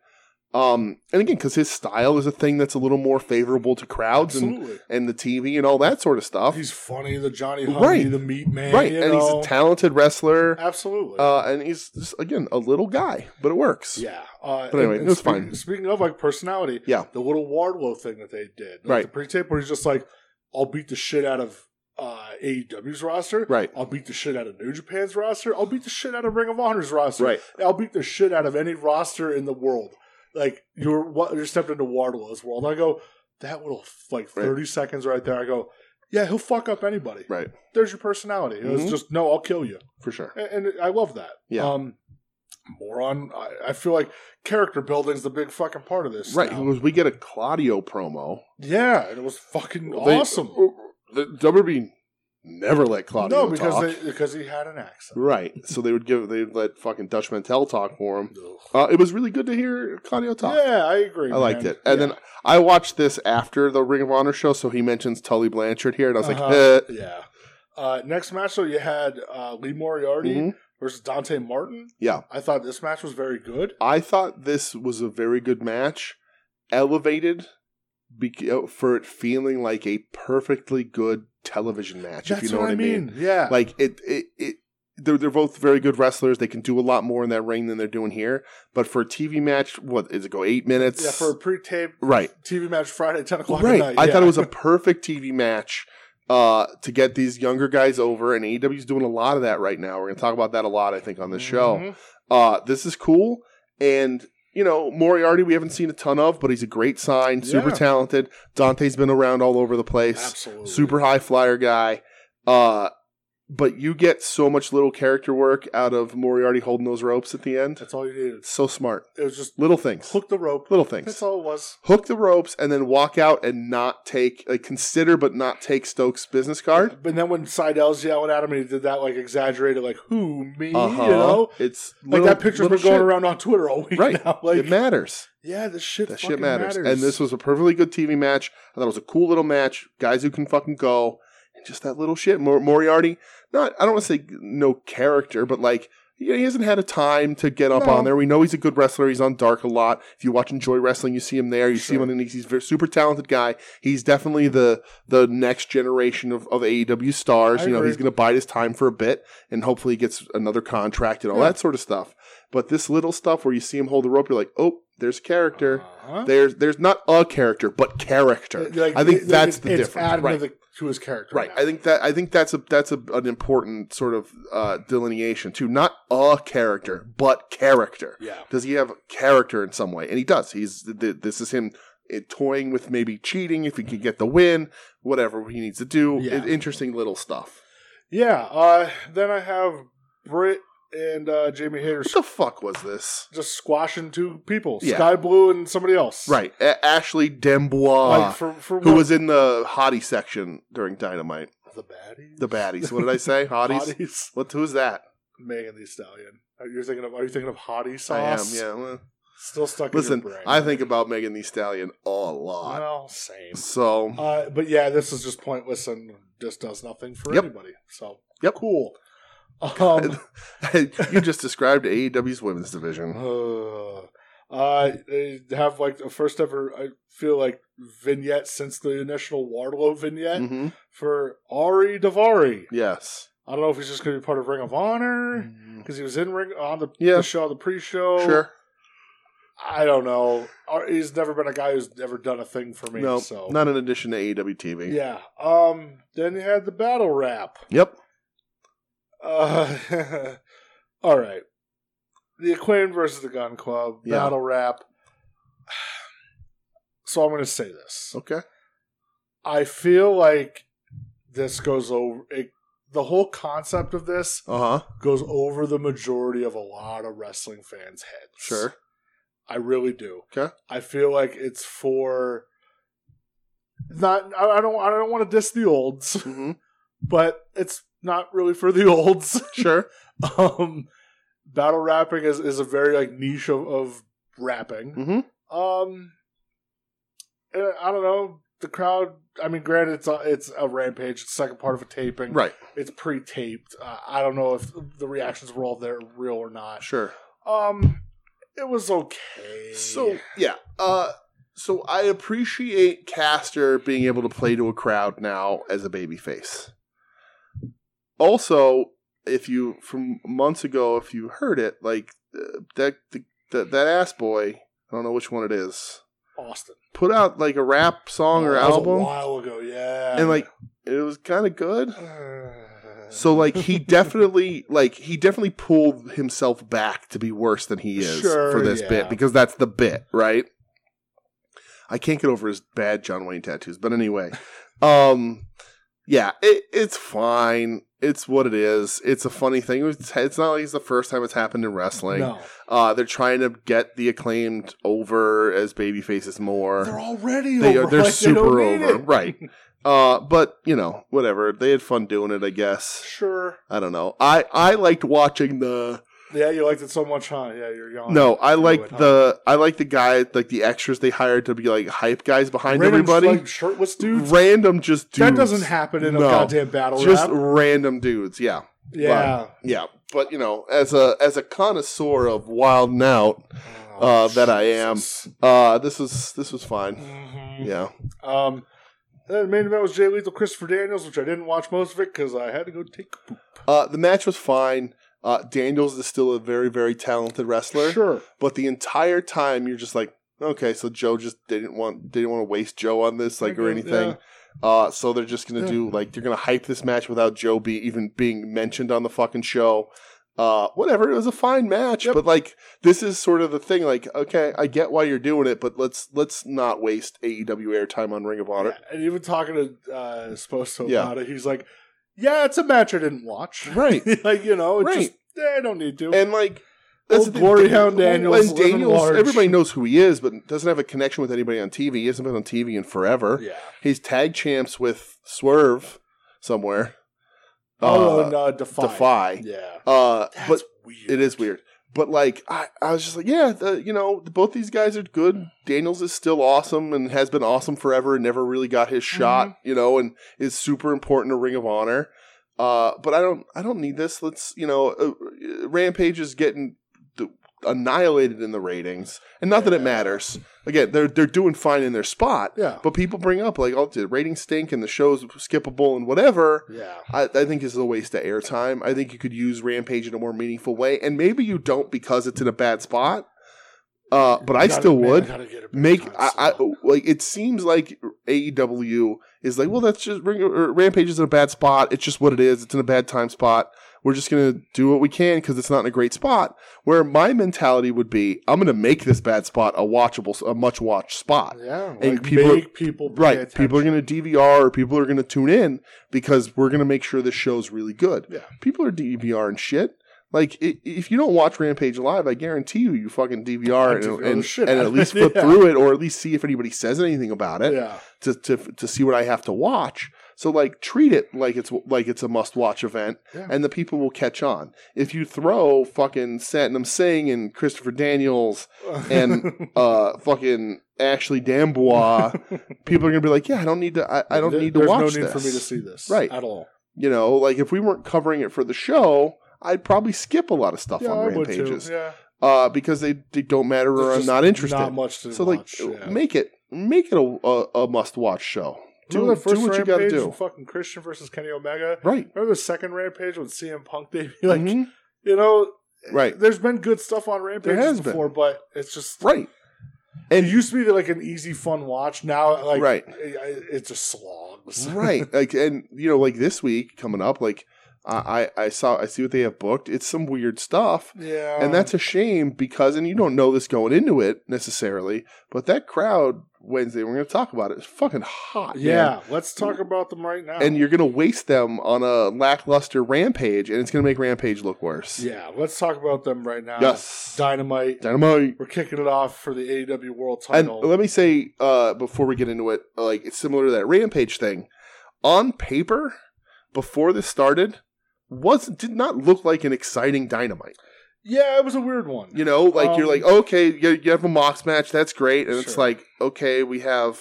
[SPEAKER 1] um and again because his style is a thing that's a little more favorable to crowds and,
[SPEAKER 2] Absolutely.
[SPEAKER 1] and the tv and all that sort of stuff
[SPEAKER 2] He's funny, the Johnny Hungy,
[SPEAKER 1] Right.
[SPEAKER 2] the Meat Man.
[SPEAKER 1] right
[SPEAKER 2] you
[SPEAKER 1] and he's
[SPEAKER 2] know.
[SPEAKER 1] a talented wrestler
[SPEAKER 2] Absolutely.
[SPEAKER 1] uh and he's just, again a little guy but it works
[SPEAKER 2] yeah. Uh,
[SPEAKER 1] but anyway, it was
[SPEAKER 2] speak-
[SPEAKER 1] fine.
[SPEAKER 2] Speaking of like personality,
[SPEAKER 1] Yeah.
[SPEAKER 2] the little Wardlow thing that they did, like
[SPEAKER 1] Right.
[SPEAKER 2] The pre-tape where he's just like, "I'll beat the shit out of uh, AEW's roster.
[SPEAKER 1] right
[SPEAKER 2] I'll beat the shit out of New Japan's roster. I'll beat the shit out of Ring of Honor's roster. I'll beat the shit out of any roster in the world. Like you're what you're stepped into Wardlow's world. I go that little like
[SPEAKER 1] Right.
[SPEAKER 2] thirty seconds right there. I go, yeah, he'll fuck up anybody.
[SPEAKER 1] Right.
[SPEAKER 2] There's your personality. It was
[SPEAKER 1] Mhm.
[SPEAKER 2] just no, I'll kill you,
[SPEAKER 1] for sure
[SPEAKER 2] and, and I love that.
[SPEAKER 1] Yeah.
[SPEAKER 2] Um, moron. I, I feel like character building's the big fucking part of this.
[SPEAKER 1] right
[SPEAKER 2] now.
[SPEAKER 1] because we get a claudio promo
[SPEAKER 2] Yeah, and it was fucking
[SPEAKER 1] They- uh,
[SPEAKER 2] awesome.
[SPEAKER 1] The WWE never let Claudio
[SPEAKER 2] no, because
[SPEAKER 1] talk.
[SPEAKER 2] they, because he had an accent.
[SPEAKER 1] right, so they would give they would let fucking Dutch Mantel talk for him.
[SPEAKER 2] Ugh.
[SPEAKER 1] Uh, it was really good to hear Claudio talk.
[SPEAKER 2] Yeah, I agree.
[SPEAKER 1] I liked
[SPEAKER 2] man.
[SPEAKER 1] it. And
[SPEAKER 2] Yeah.
[SPEAKER 1] then I watched this after the Ring of Honor show, so he mentions Tully Blanchard here, and I was
[SPEAKER 2] Uh-huh.
[SPEAKER 1] like, eh.
[SPEAKER 2] Yeah. Uh, next match, though, you had uh, Lee Moriarty
[SPEAKER 1] Mhm.
[SPEAKER 2] versus Dante Martin.
[SPEAKER 1] Yeah.
[SPEAKER 2] I thought this match was very good.
[SPEAKER 1] I thought this was a very good match, elevated bec- uh, for it feeling like a perfectly good television match. if you know what, I mean.
[SPEAKER 2] Yeah.
[SPEAKER 1] like it it, it they're, they're both very good wrestlers they can do a lot more in that ring than they're doing here but for a tv match what is it go eight minutes
[SPEAKER 2] yeah, for a pre-taped
[SPEAKER 1] right
[SPEAKER 2] TV match Friday at 10 o'clock
[SPEAKER 1] right
[SPEAKER 2] at night.
[SPEAKER 1] i
[SPEAKER 2] yeah.
[SPEAKER 1] thought it was a perfect tv match uh, to get these younger guys over and AEW's doing a lot of that right now we're going to talk about that a lot i think on this show
[SPEAKER 2] Mhm.
[SPEAKER 1] uh, this is cool and you know moriarty we haven't seen a ton of but he's a great sign super
[SPEAKER 2] Yeah.
[SPEAKER 1] talented dante's been around all over the place
[SPEAKER 2] Absolutely.
[SPEAKER 1] super high flyer guy. Uh, but you get so much little character work out of Moriarty holding those ropes at the end.
[SPEAKER 2] That's all you needed.
[SPEAKER 1] It's so smart.
[SPEAKER 2] It was just
[SPEAKER 1] Little things.
[SPEAKER 2] hook the rope.
[SPEAKER 1] Little things.
[SPEAKER 2] That's all it was.
[SPEAKER 1] Hook the ropes and then walk out and not take, like, consider but not take Stokes' business card.
[SPEAKER 2] But then when Seidel's yelling at him and he did that, like, exaggerated, like, who, me,
[SPEAKER 1] Uh-huh.
[SPEAKER 2] you know?
[SPEAKER 1] It's
[SPEAKER 2] Like,
[SPEAKER 1] little-
[SPEAKER 2] that picture's
[SPEAKER 1] little
[SPEAKER 2] been going
[SPEAKER 1] shit.
[SPEAKER 2] around on Twitter all week
[SPEAKER 1] Right.
[SPEAKER 2] now. Like,
[SPEAKER 1] it matters.
[SPEAKER 2] yeah, this shit
[SPEAKER 1] That
[SPEAKER 2] fucking
[SPEAKER 1] shit matters. And this was a perfectly good TV match. I thought it was a cool little match. Guys who can fucking go. And just that little shit. Mor- Moriarty, not, I don't want to say no character, but like, you know, he hasn't had a time to get up
[SPEAKER 2] No.
[SPEAKER 1] on there. We know he's a good wrestler. He's on Dark a lot. If you watch Enjoy Wrestling, you see him there. You see him
[SPEAKER 2] Sure.
[SPEAKER 1] on the Indies. He's a very- super talented guy. He's definitely the the next generation of, of AEW stars.
[SPEAKER 2] I
[SPEAKER 1] you know,
[SPEAKER 2] agree.
[SPEAKER 1] he's going to bide his time for a bit and hopefully he gets another contract and all
[SPEAKER 2] Yeah.
[SPEAKER 1] that sort of stuff. But this little stuff where you see him hold the rope, you're like, oh, there's a character.
[SPEAKER 2] Uh-huh.
[SPEAKER 1] There's there's not a character, but character.
[SPEAKER 2] Like,
[SPEAKER 1] I think
[SPEAKER 2] it-
[SPEAKER 1] that's
[SPEAKER 2] it-
[SPEAKER 1] the
[SPEAKER 2] it's
[SPEAKER 1] difference,
[SPEAKER 2] added
[SPEAKER 1] right.
[SPEAKER 2] to, the, to his character.
[SPEAKER 1] Right.
[SPEAKER 2] now.
[SPEAKER 1] I think that I think that's a that's a, an important sort of uh, delineation too. Not a character, but character.
[SPEAKER 2] Yeah.
[SPEAKER 1] Does he have character in some way? And he does. He's th- this is him uh, toying with maybe cheating if he can get the win, whatever he needs to do.
[SPEAKER 2] Yeah.
[SPEAKER 1] I- interesting little stuff.
[SPEAKER 2] Yeah. Uh, then I have Britt and uh, Jamie Hayter
[SPEAKER 1] What the fuck was this?
[SPEAKER 2] just squashing two people,
[SPEAKER 1] Yeah.
[SPEAKER 2] Sky Blue and somebody else.
[SPEAKER 1] Right, A- Ashley Dembois,
[SPEAKER 2] Like for for
[SPEAKER 1] who
[SPEAKER 2] what?
[SPEAKER 1] was in the hottie section during Dynamite.
[SPEAKER 2] the baddies?
[SPEAKER 1] The baddies. What did I
[SPEAKER 2] <laughs>
[SPEAKER 1] say? Hotties.
[SPEAKER 2] Hotties.
[SPEAKER 1] What? Who's that?
[SPEAKER 2] Megan Thee Stallion. Are you thinking of? Are you thinking of hottie
[SPEAKER 1] I am.
[SPEAKER 2] sauce?
[SPEAKER 1] Yeah. well,
[SPEAKER 2] Still stuck.
[SPEAKER 1] Listen,
[SPEAKER 2] in your brain.
[SPEAKER 1] I think about Megan Thee Stallion a lot.
[SPEAKER 2] well, same.
[SPEAKER 1] So <laughs>
[SPEAKER 2] Uh, but yeah, this is just pointless and just does nothing for
[SPEAKER 1] Yep.
[SPEAKER 2] anybody. So
[SPEAKER 1] Yep.
[SPEAKER 2] cool.
[SPEAKER 1] <laughs>
[SPEAKER 2] Um,
[SPEAKER 1] you just described AEW's women's division.
[SPEAKER 2] Uh, uh, they have like the first ever, I feel like, vignette since the initial Wardlow vignette
[SPEAKER 1] hmm
[SPEAKER 2] for Ari Davari.
[SPEAKER 1] Yes.
[SPEAKER 2] I don't know if he's just going to be part of Ring of Honor because he was in Ring on the,
[SPEAKER 1] Mm. Yeah.
[SPEAKER 2] the show, the pre-show.
[SPEAKER 1] Sure.
[SPEAKER 2] I don't know. Ar- He's never been a guy who's ever done a thing for me.
[SPEAKER 1] No,
[SPEAKER 2] so
[SPEAKER 1] not in addition to E AEW TV.
[SPEAKER 2] yeah. Um. Then you had the battle rap.
[SPEAKER 1] Yep.
[SPEAKER 2] Uh, <laughs> all right. The Acclaim versus the Gun Club
[SPEAKER 1] Yeah.
[SPEAKER 2] battle rap. <sighs> So I'm going to say this.
[SPEAKER 1] Okay.
[SPEAKER 2] I feel like this goes over it, the whole concept of this
[SPEAKER 1] Uh huh.
[SPEAKER 2] goes over the majority of a lot of wrestling fans' heads.
[SPEAKER 1] Sure.
[SPEAKER 2] I really do.
[SPEAKER 1] Okay.
[SPEAKER 2] I feel like it's for not I I don't I don't want to diss the olds, <laughs>
[SPEAKER 1] hmm
[SPEAKER 2] but it's not really for the <laughs> olds.
[SPEAKER 1] Sure.
[SPEAKER 2] um battle rapping is, is a very like niche of, of rapping.
[SPEAKER 1] hmm
[SPEAKER 2] Um and I don't know, the crowd I mean granted it's a, it's a rampage, it's the second part of a taping.
[SPEAKER 1] Right.
[SPEAKER 2] It's pre-taped. Uh, I don't know if the reactions were all there real or not.
[SPEAKER 1] Sure.
[SPEAKER 2] Um, it was okay.
[SPEAKER 1] So yeah, uh, so I appreciate Caster being able to play to a crowd now as a babyface. Also, if you from months ago, if you heard it, like uh, that the, that that ass boy, I don't know which one it is,
[SPEAKER 2] Austin
[SPEAKER 1] put out like a rap song or
[SPEAKER 2] That was a
[SPEAKER 1] album,
[SPEAKER 2] while ago, yeah,
[SPEAKER 1] and
[SPEAKER 2] <sighs>
[SPEAKER 1] like it was kind of good.
[SPEAKER 2] Uh,
[SPEAKER 1] So like he definitely <laughs> like he definitely pulled himself back to be worse than he is
[SPEAKER 2] Sure,
[SPEAKER 1] for this
[SPEAKER 2] yeah.
[SPEAKER 1] bit because that's the bit, right? I can't get over his bad John Wayne tattoos, but
[SPEAKER 2] <laughs>
[SPEAKER 1] anyway, um, yeah, it, it's fine. It's what it is. It's a funny thing. It's, it's not like it's the first time it's happened in wrestling.
[SPEAKER 2] no,
[SPEAKER 1] Uh, they're trying to get the acclaimed over as baby faces more
[SPEAKER 2] they're already
[SPEAKER 1] they
[SPEAKER 2] over.
[SPEAKER 1] are they're
[SPEAKER 2] like, they
[SPEAKER 1] super
[SPEAKER 2] don't need
[SPEAKER 1] over
[SPEAKER 2] it.
[SPEAKER 1] right uh but you know whatever they had fun doing it i guess
[SPEAKER 2] Sure.
[SPEAKER 1] i don't know i i liked watching the
[SPEAKER 2] Yeah, you liked it so much, huh? Oh, Yeah, you're young.
[SPEAKER 1] no i
[SPEAKER 2] You
[SPEAKER 1] liked
[SPEAKER 2] would,
[SPEAKER 1] the i liked the guy like the extras they hired to be like hype guys behind
[SPEAKER 2] Random,
[SPEAKER 1] everybody
[SPEAKER 2] like, shirtless dudes.
[SPEAKER 1] random just dudes
[SPEAKER 2] That doesn't happen in
[SPEAKER 1] No.
[SPEAKER 2] a goddamn battle
[SPEAKER 1] just
[SPEAKER 2] rap.
[SPEAKER 1] random dudes yeah
[SPEAKER 2] Yeah,
[SPEAKER 1] yeah but you know as a as a connoisseur of wild and out Uh, that I am. uh this was this was fine
[SPEAKER 2] hmm
[SPEAKER 1] yeah
[SPEAKER 2] Um, and the main event was Jay Lethal, Christopher Daniels, which I didn't watch most of it because I had to go take a poop.
[SPEAKER 1] uh the match was fine uh daniels is still a very very talented wrestler
[SPEAKER 2] Sure.
[SPEAKER 1] but the entire time you're just like okay so joe just didn't want didn't want to waste joe on this like or
[SPEAKER 2] Yeah.
[SPEAKER 1] anything uh so they're just gonna
[SPEAKER 2] Yeah.
[SPEAKER 1] do like they're gonna hype this match without joe be even being mentioned on the fucking show uh whatever it was a fine match
[SPEAKER 2] Yep.
[SPEAKER 1] but like this is sort of the thing like okay i get why you're doing it but let's let's not waste aew airtime on ring of honor
[SPEAKER 2] Yeah, and even talking to uh, Sposo
[SPEAKER 1] Yeah.
[SPEAKER 2] about it, he's like, "Yeah, it's a match I didn't watch. <laughs>
[SPEAKER 1] right
[SPEAKER 2] like you know, it
[SPEAKER 1] Right.
[SPEAKER 2] just eh, I don't need to."
[SPEAKER 1] and like
[SPEAKER 2] Old
[SPEAKER 1] the thing.
[SPEAKER 2] Glory Hound
[SPEAKER 1] Well,
[SPEAKER 2] Daniels,
[SPEAKER 1] when
[SPEAKER 2] living large.
[SPEAKER 1] everybody knows who he is but doesn't have a connection with anybody on tv he hasn't been on tv in forever
[SPEAKER 2] yeah.
[SPEAKER 1] He's tag champs with Swerve somewhere.
[SPEAKER 2] Oh,
[SPEAKER 1] Uh,
[SPEAKER 2] and uh, Defy.
[SPEAKER 1] Defy.
[SPEAKER 2] Yeah.
[SPEAKER 1] Uh,
[SPEAKER 2] That's
[SPEAKER 1] but
[SPEAKER 2] weird.
[SPEAKER 1] it is weird. But like, I, I was just like, yeah, the, you know, both these guys are good. Daniels is still awesome and has been awesome forever and never really got his shot, you know, and is super important to Ring of Honor. Uh, but I don't, I don't need this. Let's, you know, uh, Rampage is getting d- annihilated in the ratings, and not that it
[SPEAKER 2] Yeah.
[SPEAKER 1] matters. Again, they're they're doing fine in their spot,
[SPEAKER 2] Yeah.
[SPEAKER 1] but people bring up like, oh, the ratings stink and the show's skippable and whatever.
[SPEAKER 2] Yeah.
[SPEAKER 1] I, I think this is a waste of airtime. I think you could use Rampage in a more meaningful way, and maybe you don't because it's in a bad spot. Uh, but I
[SPEAKER 2] Gotta-
[SPEAKER 1] still
[SPEAKER 2] man,
[SPEAKER 1] would
[SPEAKER 2] I gotta get a big
[SPEAKER 1] make.
[SPEAKER 2] time
[SPEAKER 1] I,
[SPEAKER 2] slot.
[SPEAKER 1] I like. It seems like AEW is like, well, that's just Ring, or Rampage is in a bad spot. It's just what it is. It's in a bad time spot. We're just gonna do what we can because it's not in a great spot. Where my mentality would be, I'm gonna make this bad spot a watchable, a much watched spot.
[SPEAKER 2] yeah. Like,
[SPEAKER 1] and people-
[SPEAKER 2] make people pay
[SPEAKER 1] Right. People are
[SPEAKER 2] attention.
[SPEAKER 1] going to DVR or people are going to tune in because we're going to make sure this show's really good.
[SPEAKER 2] Yeah.
[SPEAKER 1] People are DVR and shit. Like, i- if you don't watch Rampage Live, I guarantee you, you fucking DVR
[SPEAKER 2] I
[SPEAKER 1] and,
[SPEAKER 2] DVR the
[SPEAKER 1] and,
[SPEAKER 2] shit
[SPEAKER 1] and
[SPEAKER 2] out
[SPEAKER 1] at
[SPEAKER 2] of <laughs>
[SPEAKER 1] least
[SPEAKER 2] it,
[SPEAKER 1] flip
[SPEAKER 2] yeah.
[SPEAKER 1] through it or at least see if anybody says anything about it
[SPEAKER 2] Yeah.
[SPEAKER 1] to, to, to see what I have to watch. So, like, treat it like it's like it's a must watch event
[SPEAKER 2] Yeah.
[SPEAKER 1] and the people will catch on. If you throw fucking Satnam Singh and Christopher Daniels
[SPEAKER 2] <laughs>
[SPEAKER 1] and uh, fucking Ashley Dambois, people are gonna be like, yeah, I don't need to, I, I don't
[SPEAKER 2] There-
[SPEAKER 1] need to
[SPEAKER 2] there's
[SPEAKER 1] watch
[SPEAKER 2] no need
[SPEAKER 1] this.
[SPEAKER 2] for me to see this,
[SPEAKER 1] Right.
[SPEAKER 2] At all.
[SPEAKER 1] You know, like if we weren't covering it for the show, I'd probably skip a lot of stuff
[SPEAKER 2] Yeah,
[SPEAKER 1] on
[SPEAKER 2] I would too.
[SPEAKER 1] rampages
[SPEAKER 2] Yeah.
[SPEAKER 1] uh, because they, they don't matter or
[SPEAKER 2] There's
[SPEAKER 1] I'm
[SPEAKER 2] just
[SPEAKER 1] not interested.
[SPEAKER 2] Not much to
[SPEAKER 1] so
[SPEAKER 2] watch.
[SPEAKER 1] like,
[SPEAKER 2] yeah.
[SPEAKER 1] make it make it a, a, a must watch show. Do,
[SPEAKER 2] Remember that first
[SPEAKER 1] do what you
[SPEAKER 2] rampage
[SPEAKER 1] gotta
[SPEAKER 2] with
[SPEAKER 1] do.
[SPEAKER 2] Fucking Christian versus Kenny Omega.
[SPEAKER 1] Right.
[SPEAKER 2] Remember the second rampage when CM Punk debuted? Like eh,
[SPEAKER 1] Mhm.
[SPEAKER 2] you know,
[SPEAKER 1] Right.
[SPEAKER 2] There's been good stuff on rampage
[SPEAKER 1] has been.
[SPEAKER 2] before, but it's just
[SPEAKER 1] Right.
[SPEAKER 2] It used to be like an easy, fun watch. Now, like <laughs>
[SPEAKER 1] Right.
[SPEAKER 2] it, I- it just slogs.
[SPEAKER 1] right like and you know like this week coming up like I, I I saw I see what they have booked it's some weird stuff
[SPEAKER 2] Yeah,
[SPEAKER 1] And that's a shame because, and you don't know this going into it necessarily, but that crowd Wednesday. We're going to talk about it. It's fucking hot. man.
[SPEAKER 2] Yeah, let's talk about them right now.
[SPEAKER 1] And you're going to waste them on a lackluster rampage, and it's going to make rampage look worse.
[SPEAKER 2] yeah, let's talk about them right now.
[SPEAKER 1] Yes.
[SPEAKER 2] Dynamite.
[SPEAKER 1] Dynamite.
[SPEAKER 2] We're kicking it off for the AEW World
[SPEAKER 1] And
[SPEAKER 2] Title.
[SPEAKER 1] let me say uh, before we get into it, like it's similar to that rampage thing. On paper, before this started, was did not look like an exciting dynamite.
[SPEAKER 2] yeah, it was a weird one.
[SPEAKER 1] You know, like you're
[SPEAKER 2] Um,
[SPEAKER 1] like okay, you, you have a mox match, that's great, and it's
[SPEAKER 2] Sure.
[SPEAKER 1] like okay, we have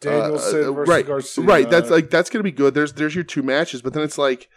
[SPEAKER 2] Danielson
[SPEAKER 1] uh, uh,
[SPEAKER 2] versus
[SPEAKER 1] right,
[SPEAKER 2] Garcia.
[SPEAKER 1] right. That's like that's gonna be good. There's there's your two matches, but then it's like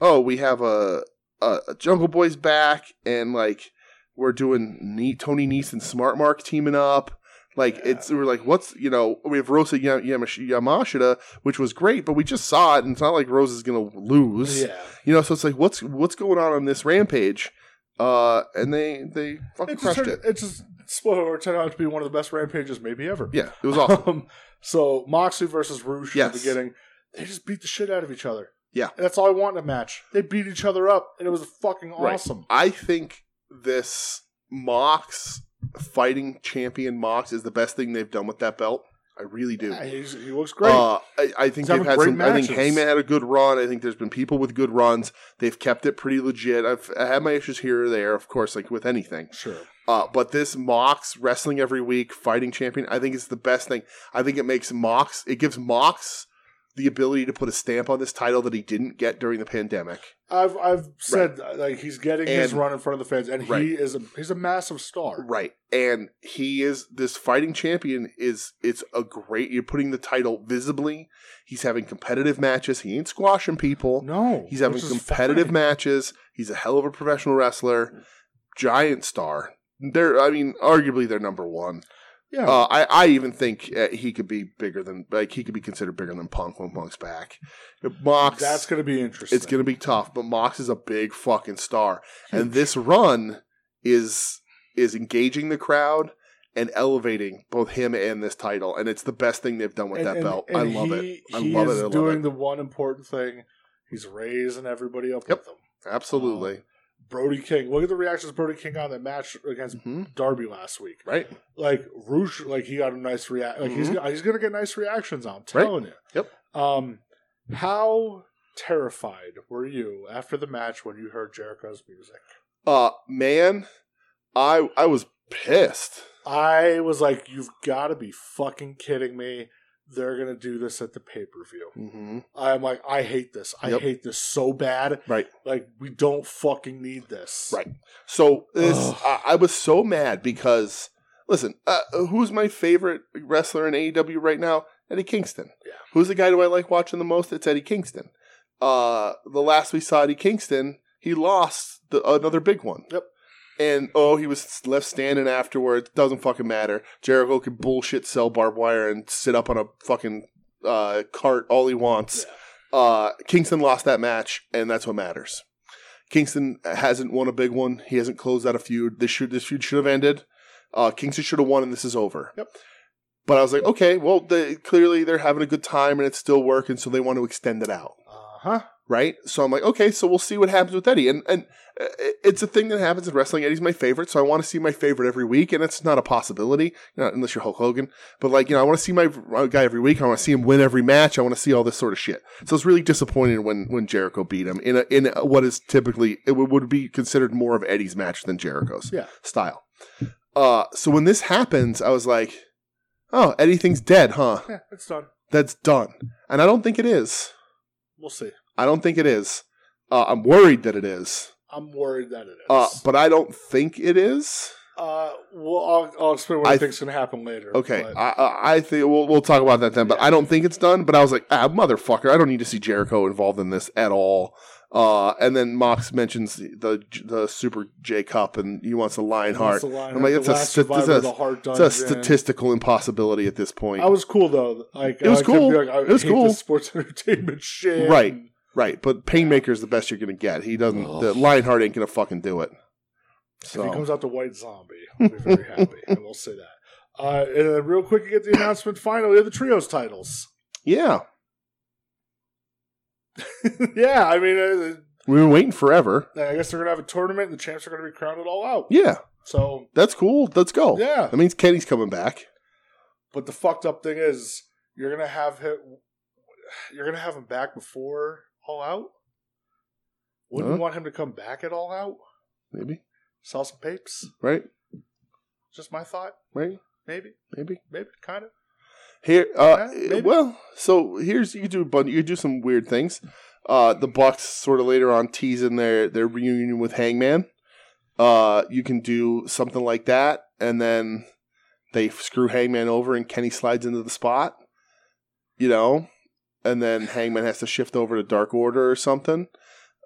[SPEAKER 1] oh, we have a a, a Jungle Boy's back, and like we're doing ne- Tony Nese and Smart Mark teaming up. Like
[SPEAKER 2] Yeah.
[SPEAKER 1] it's we're like what's you know we have Rosa Yam- Yamash- Yamashita, which was great, but we just saw it, and it's not like Rosa's gonna lose,
[SPEAKER 2] yeah.
[SPEAKER 1] you know. So it's like what's what's going on on this rampage, uh, and they they fucking
[SPEAKER 2] It just,
[SPEAKER 1] crushed
[SPEAKER 2] turned,
[SPEAKER 1] it.
[SPEAKER 2] it. just split over turned out to be one of the best rampages maybe ever.
[SPEAKER 1] Yeah, it was awesome.
[SPEAKER 2] <laughs> Um, so Moxley versus Roosh at the
[SPEAKER 1] Yes.
[SPEAKER 2] beginning, they just beat the shit out of each other.
[SPEAKER 1] Yeah.
[SPEAKER 2] And that's all I want in a match. They beat each other up, and it was fucking
[SPEAKER 1] Right.
[SPEAKER 2] awesome.
[SPEAKER 1] I think this Mox fighting champion Mox is the best thing they've done with that belt. I really do.
[SPEAKER 2] Yeah, he's- he looks great.
[SPEAKER 1] Uh, I, I think
[SPEAKER 2] He's having
[SPEAKER 1] they've had
[SPEAKER 2] great
[SPEAKER 1] some. I think
[SPEAKER 2] matches.
[SPEAKER 1] Hangman had a good run. I think there's been people with good runs. They've kept it pretty legit. I've I had my issues here or there, of course, like with anything.
[SPEAKER 2] sure.
[SPEAKER 1] Uh, but this Mox wrestling every week, fighting champion, I think it's the best thing. I think it makes Mox. It gives Mox the ability to put a stamp on this title that he didn't get during the pandemic.
[SPEAKER 2] I've I've said uh, like he's getting his
[SPEAKER 1] And-
[SPEAKER 2] run in front of the fans, and
[SPEAKER 1] Right.
[SPEAKER 2] he is a he's a massive star.
[SPEAKER 1] Right. And he is this fighting champion is it's a great you're putting the title visibly. He's having competitive matches. He ain't squashing people.
[SPEAKER 2] No,
[SPEAKER 1] He's having
[SPEAKER 2] which is
[SPEAKER 1] competitive
[SPEAKER 2] fine.
[SPEAKER 1] matches. He's a hell of a professional wrestler. Giant star. They're I mean, arguably they're number one.
[SPEAKER 2] Yeah,
[SPEAKER 1] Uh, I, I even think uh, he could be bigger than like he could be considered bigger than Punk when Punk's back. Mox
[SPEAKER 2] that's gonna be interesting.
[SPEAKER 1] it's going to be tough, but Mox is a big fucking star, and this run is is engaging the crowd and elevating both him and this title, and it's the best thing they've done with that belt. I love it. I
[SPEAKER 2] he
[SPEAKER 1] love it.
[SPEAKER 2] is
[SPEAKER 1] I love
[SPEAKER 2] doing
[SPEAKER 1] it.
[SPEAKER 2] the one important thing. He's raising everybody up
[SPEAKER 1] Yep.
[SPEAKER 2] with him.
[SPEAKER 1] Absolutely.
[SPEAKER 2] Brody King. Look at the reactions Brody King got in that match against
[SPEAKER 1] Mhm.
[SPEAKER 2] Darby last week.
[SPEAKER 1] Right.
[SPEAKER 2] Like Roosh, like he got a nice react. Like he's he's gonna get nice reactions. I'm telling you.
[SPEAKER 1] Mm-hmm. Yep.
[SPEAKER 2] Um, how terrified were you after the match when you heard Jericho's music?
[SPEAKER 1] Uh, man, I I was pissed.
[SPEAKER 2] I was like, you've got to be fucking kidding me. They're going to do this at the pay per view.
[SPEAKER 1] Mm-hmm.
[SPEAKER 2] I'm like, I hate this. I
[SPEAKER 1] Yep.
[SPEAKER 2] hate this so bad.
[SPEAKER 1] Right.
[SPEAKER 2] Like, we don't fucking need this.
[SPEAKER 1] Right. So this,
[SPEAKER 2] Ugh.
[SPEAKER 1] I, I was so mad because listen, uh, who's my favorite wrestler in AEW right now? Eddie Kingston.
[SPEAKER 2] Yeah.
[SPEAKER 1] Who's the guy do I like watching the most? It's Eddie Kingston. Uh, the last we saw Eddie Kingston, he lost the, another big one.
[SPEAKER 2] Yep.
[SPEAKER 1] And oh, he was left standing afterwards. Doesn't fucking matter. Jericho can bullshit sell barbed wire and sit up on a fucking uh, cart all he wants. Uh, Kingston lost that match, and that's what matters. Kingston hasn't won a big one. He hasn't closed out a feud. This should this feud should have ended. Uh, Kingston should have won, and this is over.
[SPEAKER 2] Yep.
[SPEAKER 1] But I was like, okay, well, they, clearly they're having a good time, and it's still working, so they want to extend it out,
[SPEAKER 2] Uh huh.
[SPEAKER 1] right? So I'm like, okay, so we'll see what happens with Eddie, and and uh, it's a thing that happens in wrestling. Eddie's my favorite, so I want to see my favorite every week, and it's not a possibility, not unless you're Hulk Hogan. But like, you know, I want to see my uh, guy every week. I want to see him win every match. I want to see all this sort of shit. So it's really disappointed when when Jericho beat him in a, in a, what is typically it would- would be considered more of Eddie's match than Jericho's
[SPEAKER 2] Yeah.
[SPEAKER 1] style. Uh, so when this happens, I was like, oh, Eddie thinks dead, huh?
[SPEAKER 2] Yeah, it's done.
[SPEAKER 1] That's done, and I don't think it is.
[SPEAKER 2] We'll see.
[SPEAKER 1] I don't think it is. Uh, I'm worried that it is,
[SPEAKER 2] I'm worried that it is.
[SPEAKER 1] uh, but I don't think it is.
[SPEAKER 2] Uh, well, I'll, I'll explain what I,
[SPEAKER 1] I-
[SPEAKER 2] think's going to happen later.
[SPEAKER 1] Okay,
[SPEAKER 2] but-
[SPEAKER 1] I, I I think we'll we'll talk about that then. But I don't think it's done. But I was like, ah, motherfucker, I don't need to see Jericho involved in this at all. Uh, and then Mox mentions the the Super J Cup, and he wants a Lionheart.
[SPEAKER 2] That's the line.
[SPEAKER 1] I'm like,
[SPEAKER 2] The
[SPEAKER 1] it's a
[SPEAKER 2] last
[SPEAKER 1] sti-
[SPEAKER 2] survivor
[SPEAKER 1] it's a-
[SPEAKER 2] of the hard
[SPEAKER 1] It's a
[SPEAKER 2] dungeon.
[SPEAKER 1] statistical impossibility at this point,
[SPEAKER 2] I was cool though. Like
[SPEAKER 1] It was
[SPEAKER 2] I kept
[SPEAKER 1] cool.
[SPEAKER 2] being Like, I
[SPEAKER 1] It was
[SPEAKER 2] hate
[SPEAKER 1] cool.
[SPEAKER 2] This sports <laughs> entertainment shit.
[SPEAKER 1] Right.
[SPEAKER 2] and-
[SPEAKER 1] right? But Painmaker is the best you're gonna get. He doesn't.
[SPEAKER 2] Ugh.
[SPEAKER 1] The Lionheart ain't gonna fucking do it.
[SPEAKER 2] If he
[SPEAKER 1] So
[SPEAKER 2] comes out the white zombie, I'll be very <laughs> happy. I will say that. Uh, and then real quick, you get the announcement finally of the trios titles. <laughs>
[SPEAKER 1] yeah,
[SPEAKER 2] yeah, I mean, uh,
[SPEAKER 1] we've been waiting forever.
[SPEAKER 2] I guess they're gonna have a tournament, and the champs are gonna be crowned it all out.
[SPEAKER 1] Yeah,
[SPEAKER 2] So
[SPEAKER 1] that's cool. Let's go.
[SPEAKER 2] yeah,
[SPEAKER 1] That means Kenny's coming back.
[SPEAKER 2] But the fucked up thing is, you're gonna have him. You're gonna have him back before All Out. Wouldn't
[SPEAKER 1] Huh?
[SPEAKER 2] you want him to come back at All Out.
[SPEAKER 1] Maybe.
[SPEAKER 2] Sell some papes.
[SPEAKER 1] Right?
[SPEAKER 2] Just my thought.
[SPEAKER 1] Right?
[SPEAKER 2] Maybe.
[SPEAKER 1] Maybe.
[SPEAKER 2] Maybe. Kind of.
[SPEAKER 1] Here, uh,
[SPEAKER 2] Yeah, maybe.
[SPEAKER 1] well, so here's you could do a bunch, you could do some weird things. Uh, the Bucks sort of later on tease in their their reunion with Hangman. Uh, you can do something like that, and then they screw Hangman over, and Kenny slides into the spot. You know, and then Hangman has to shift over to Dark Order or something.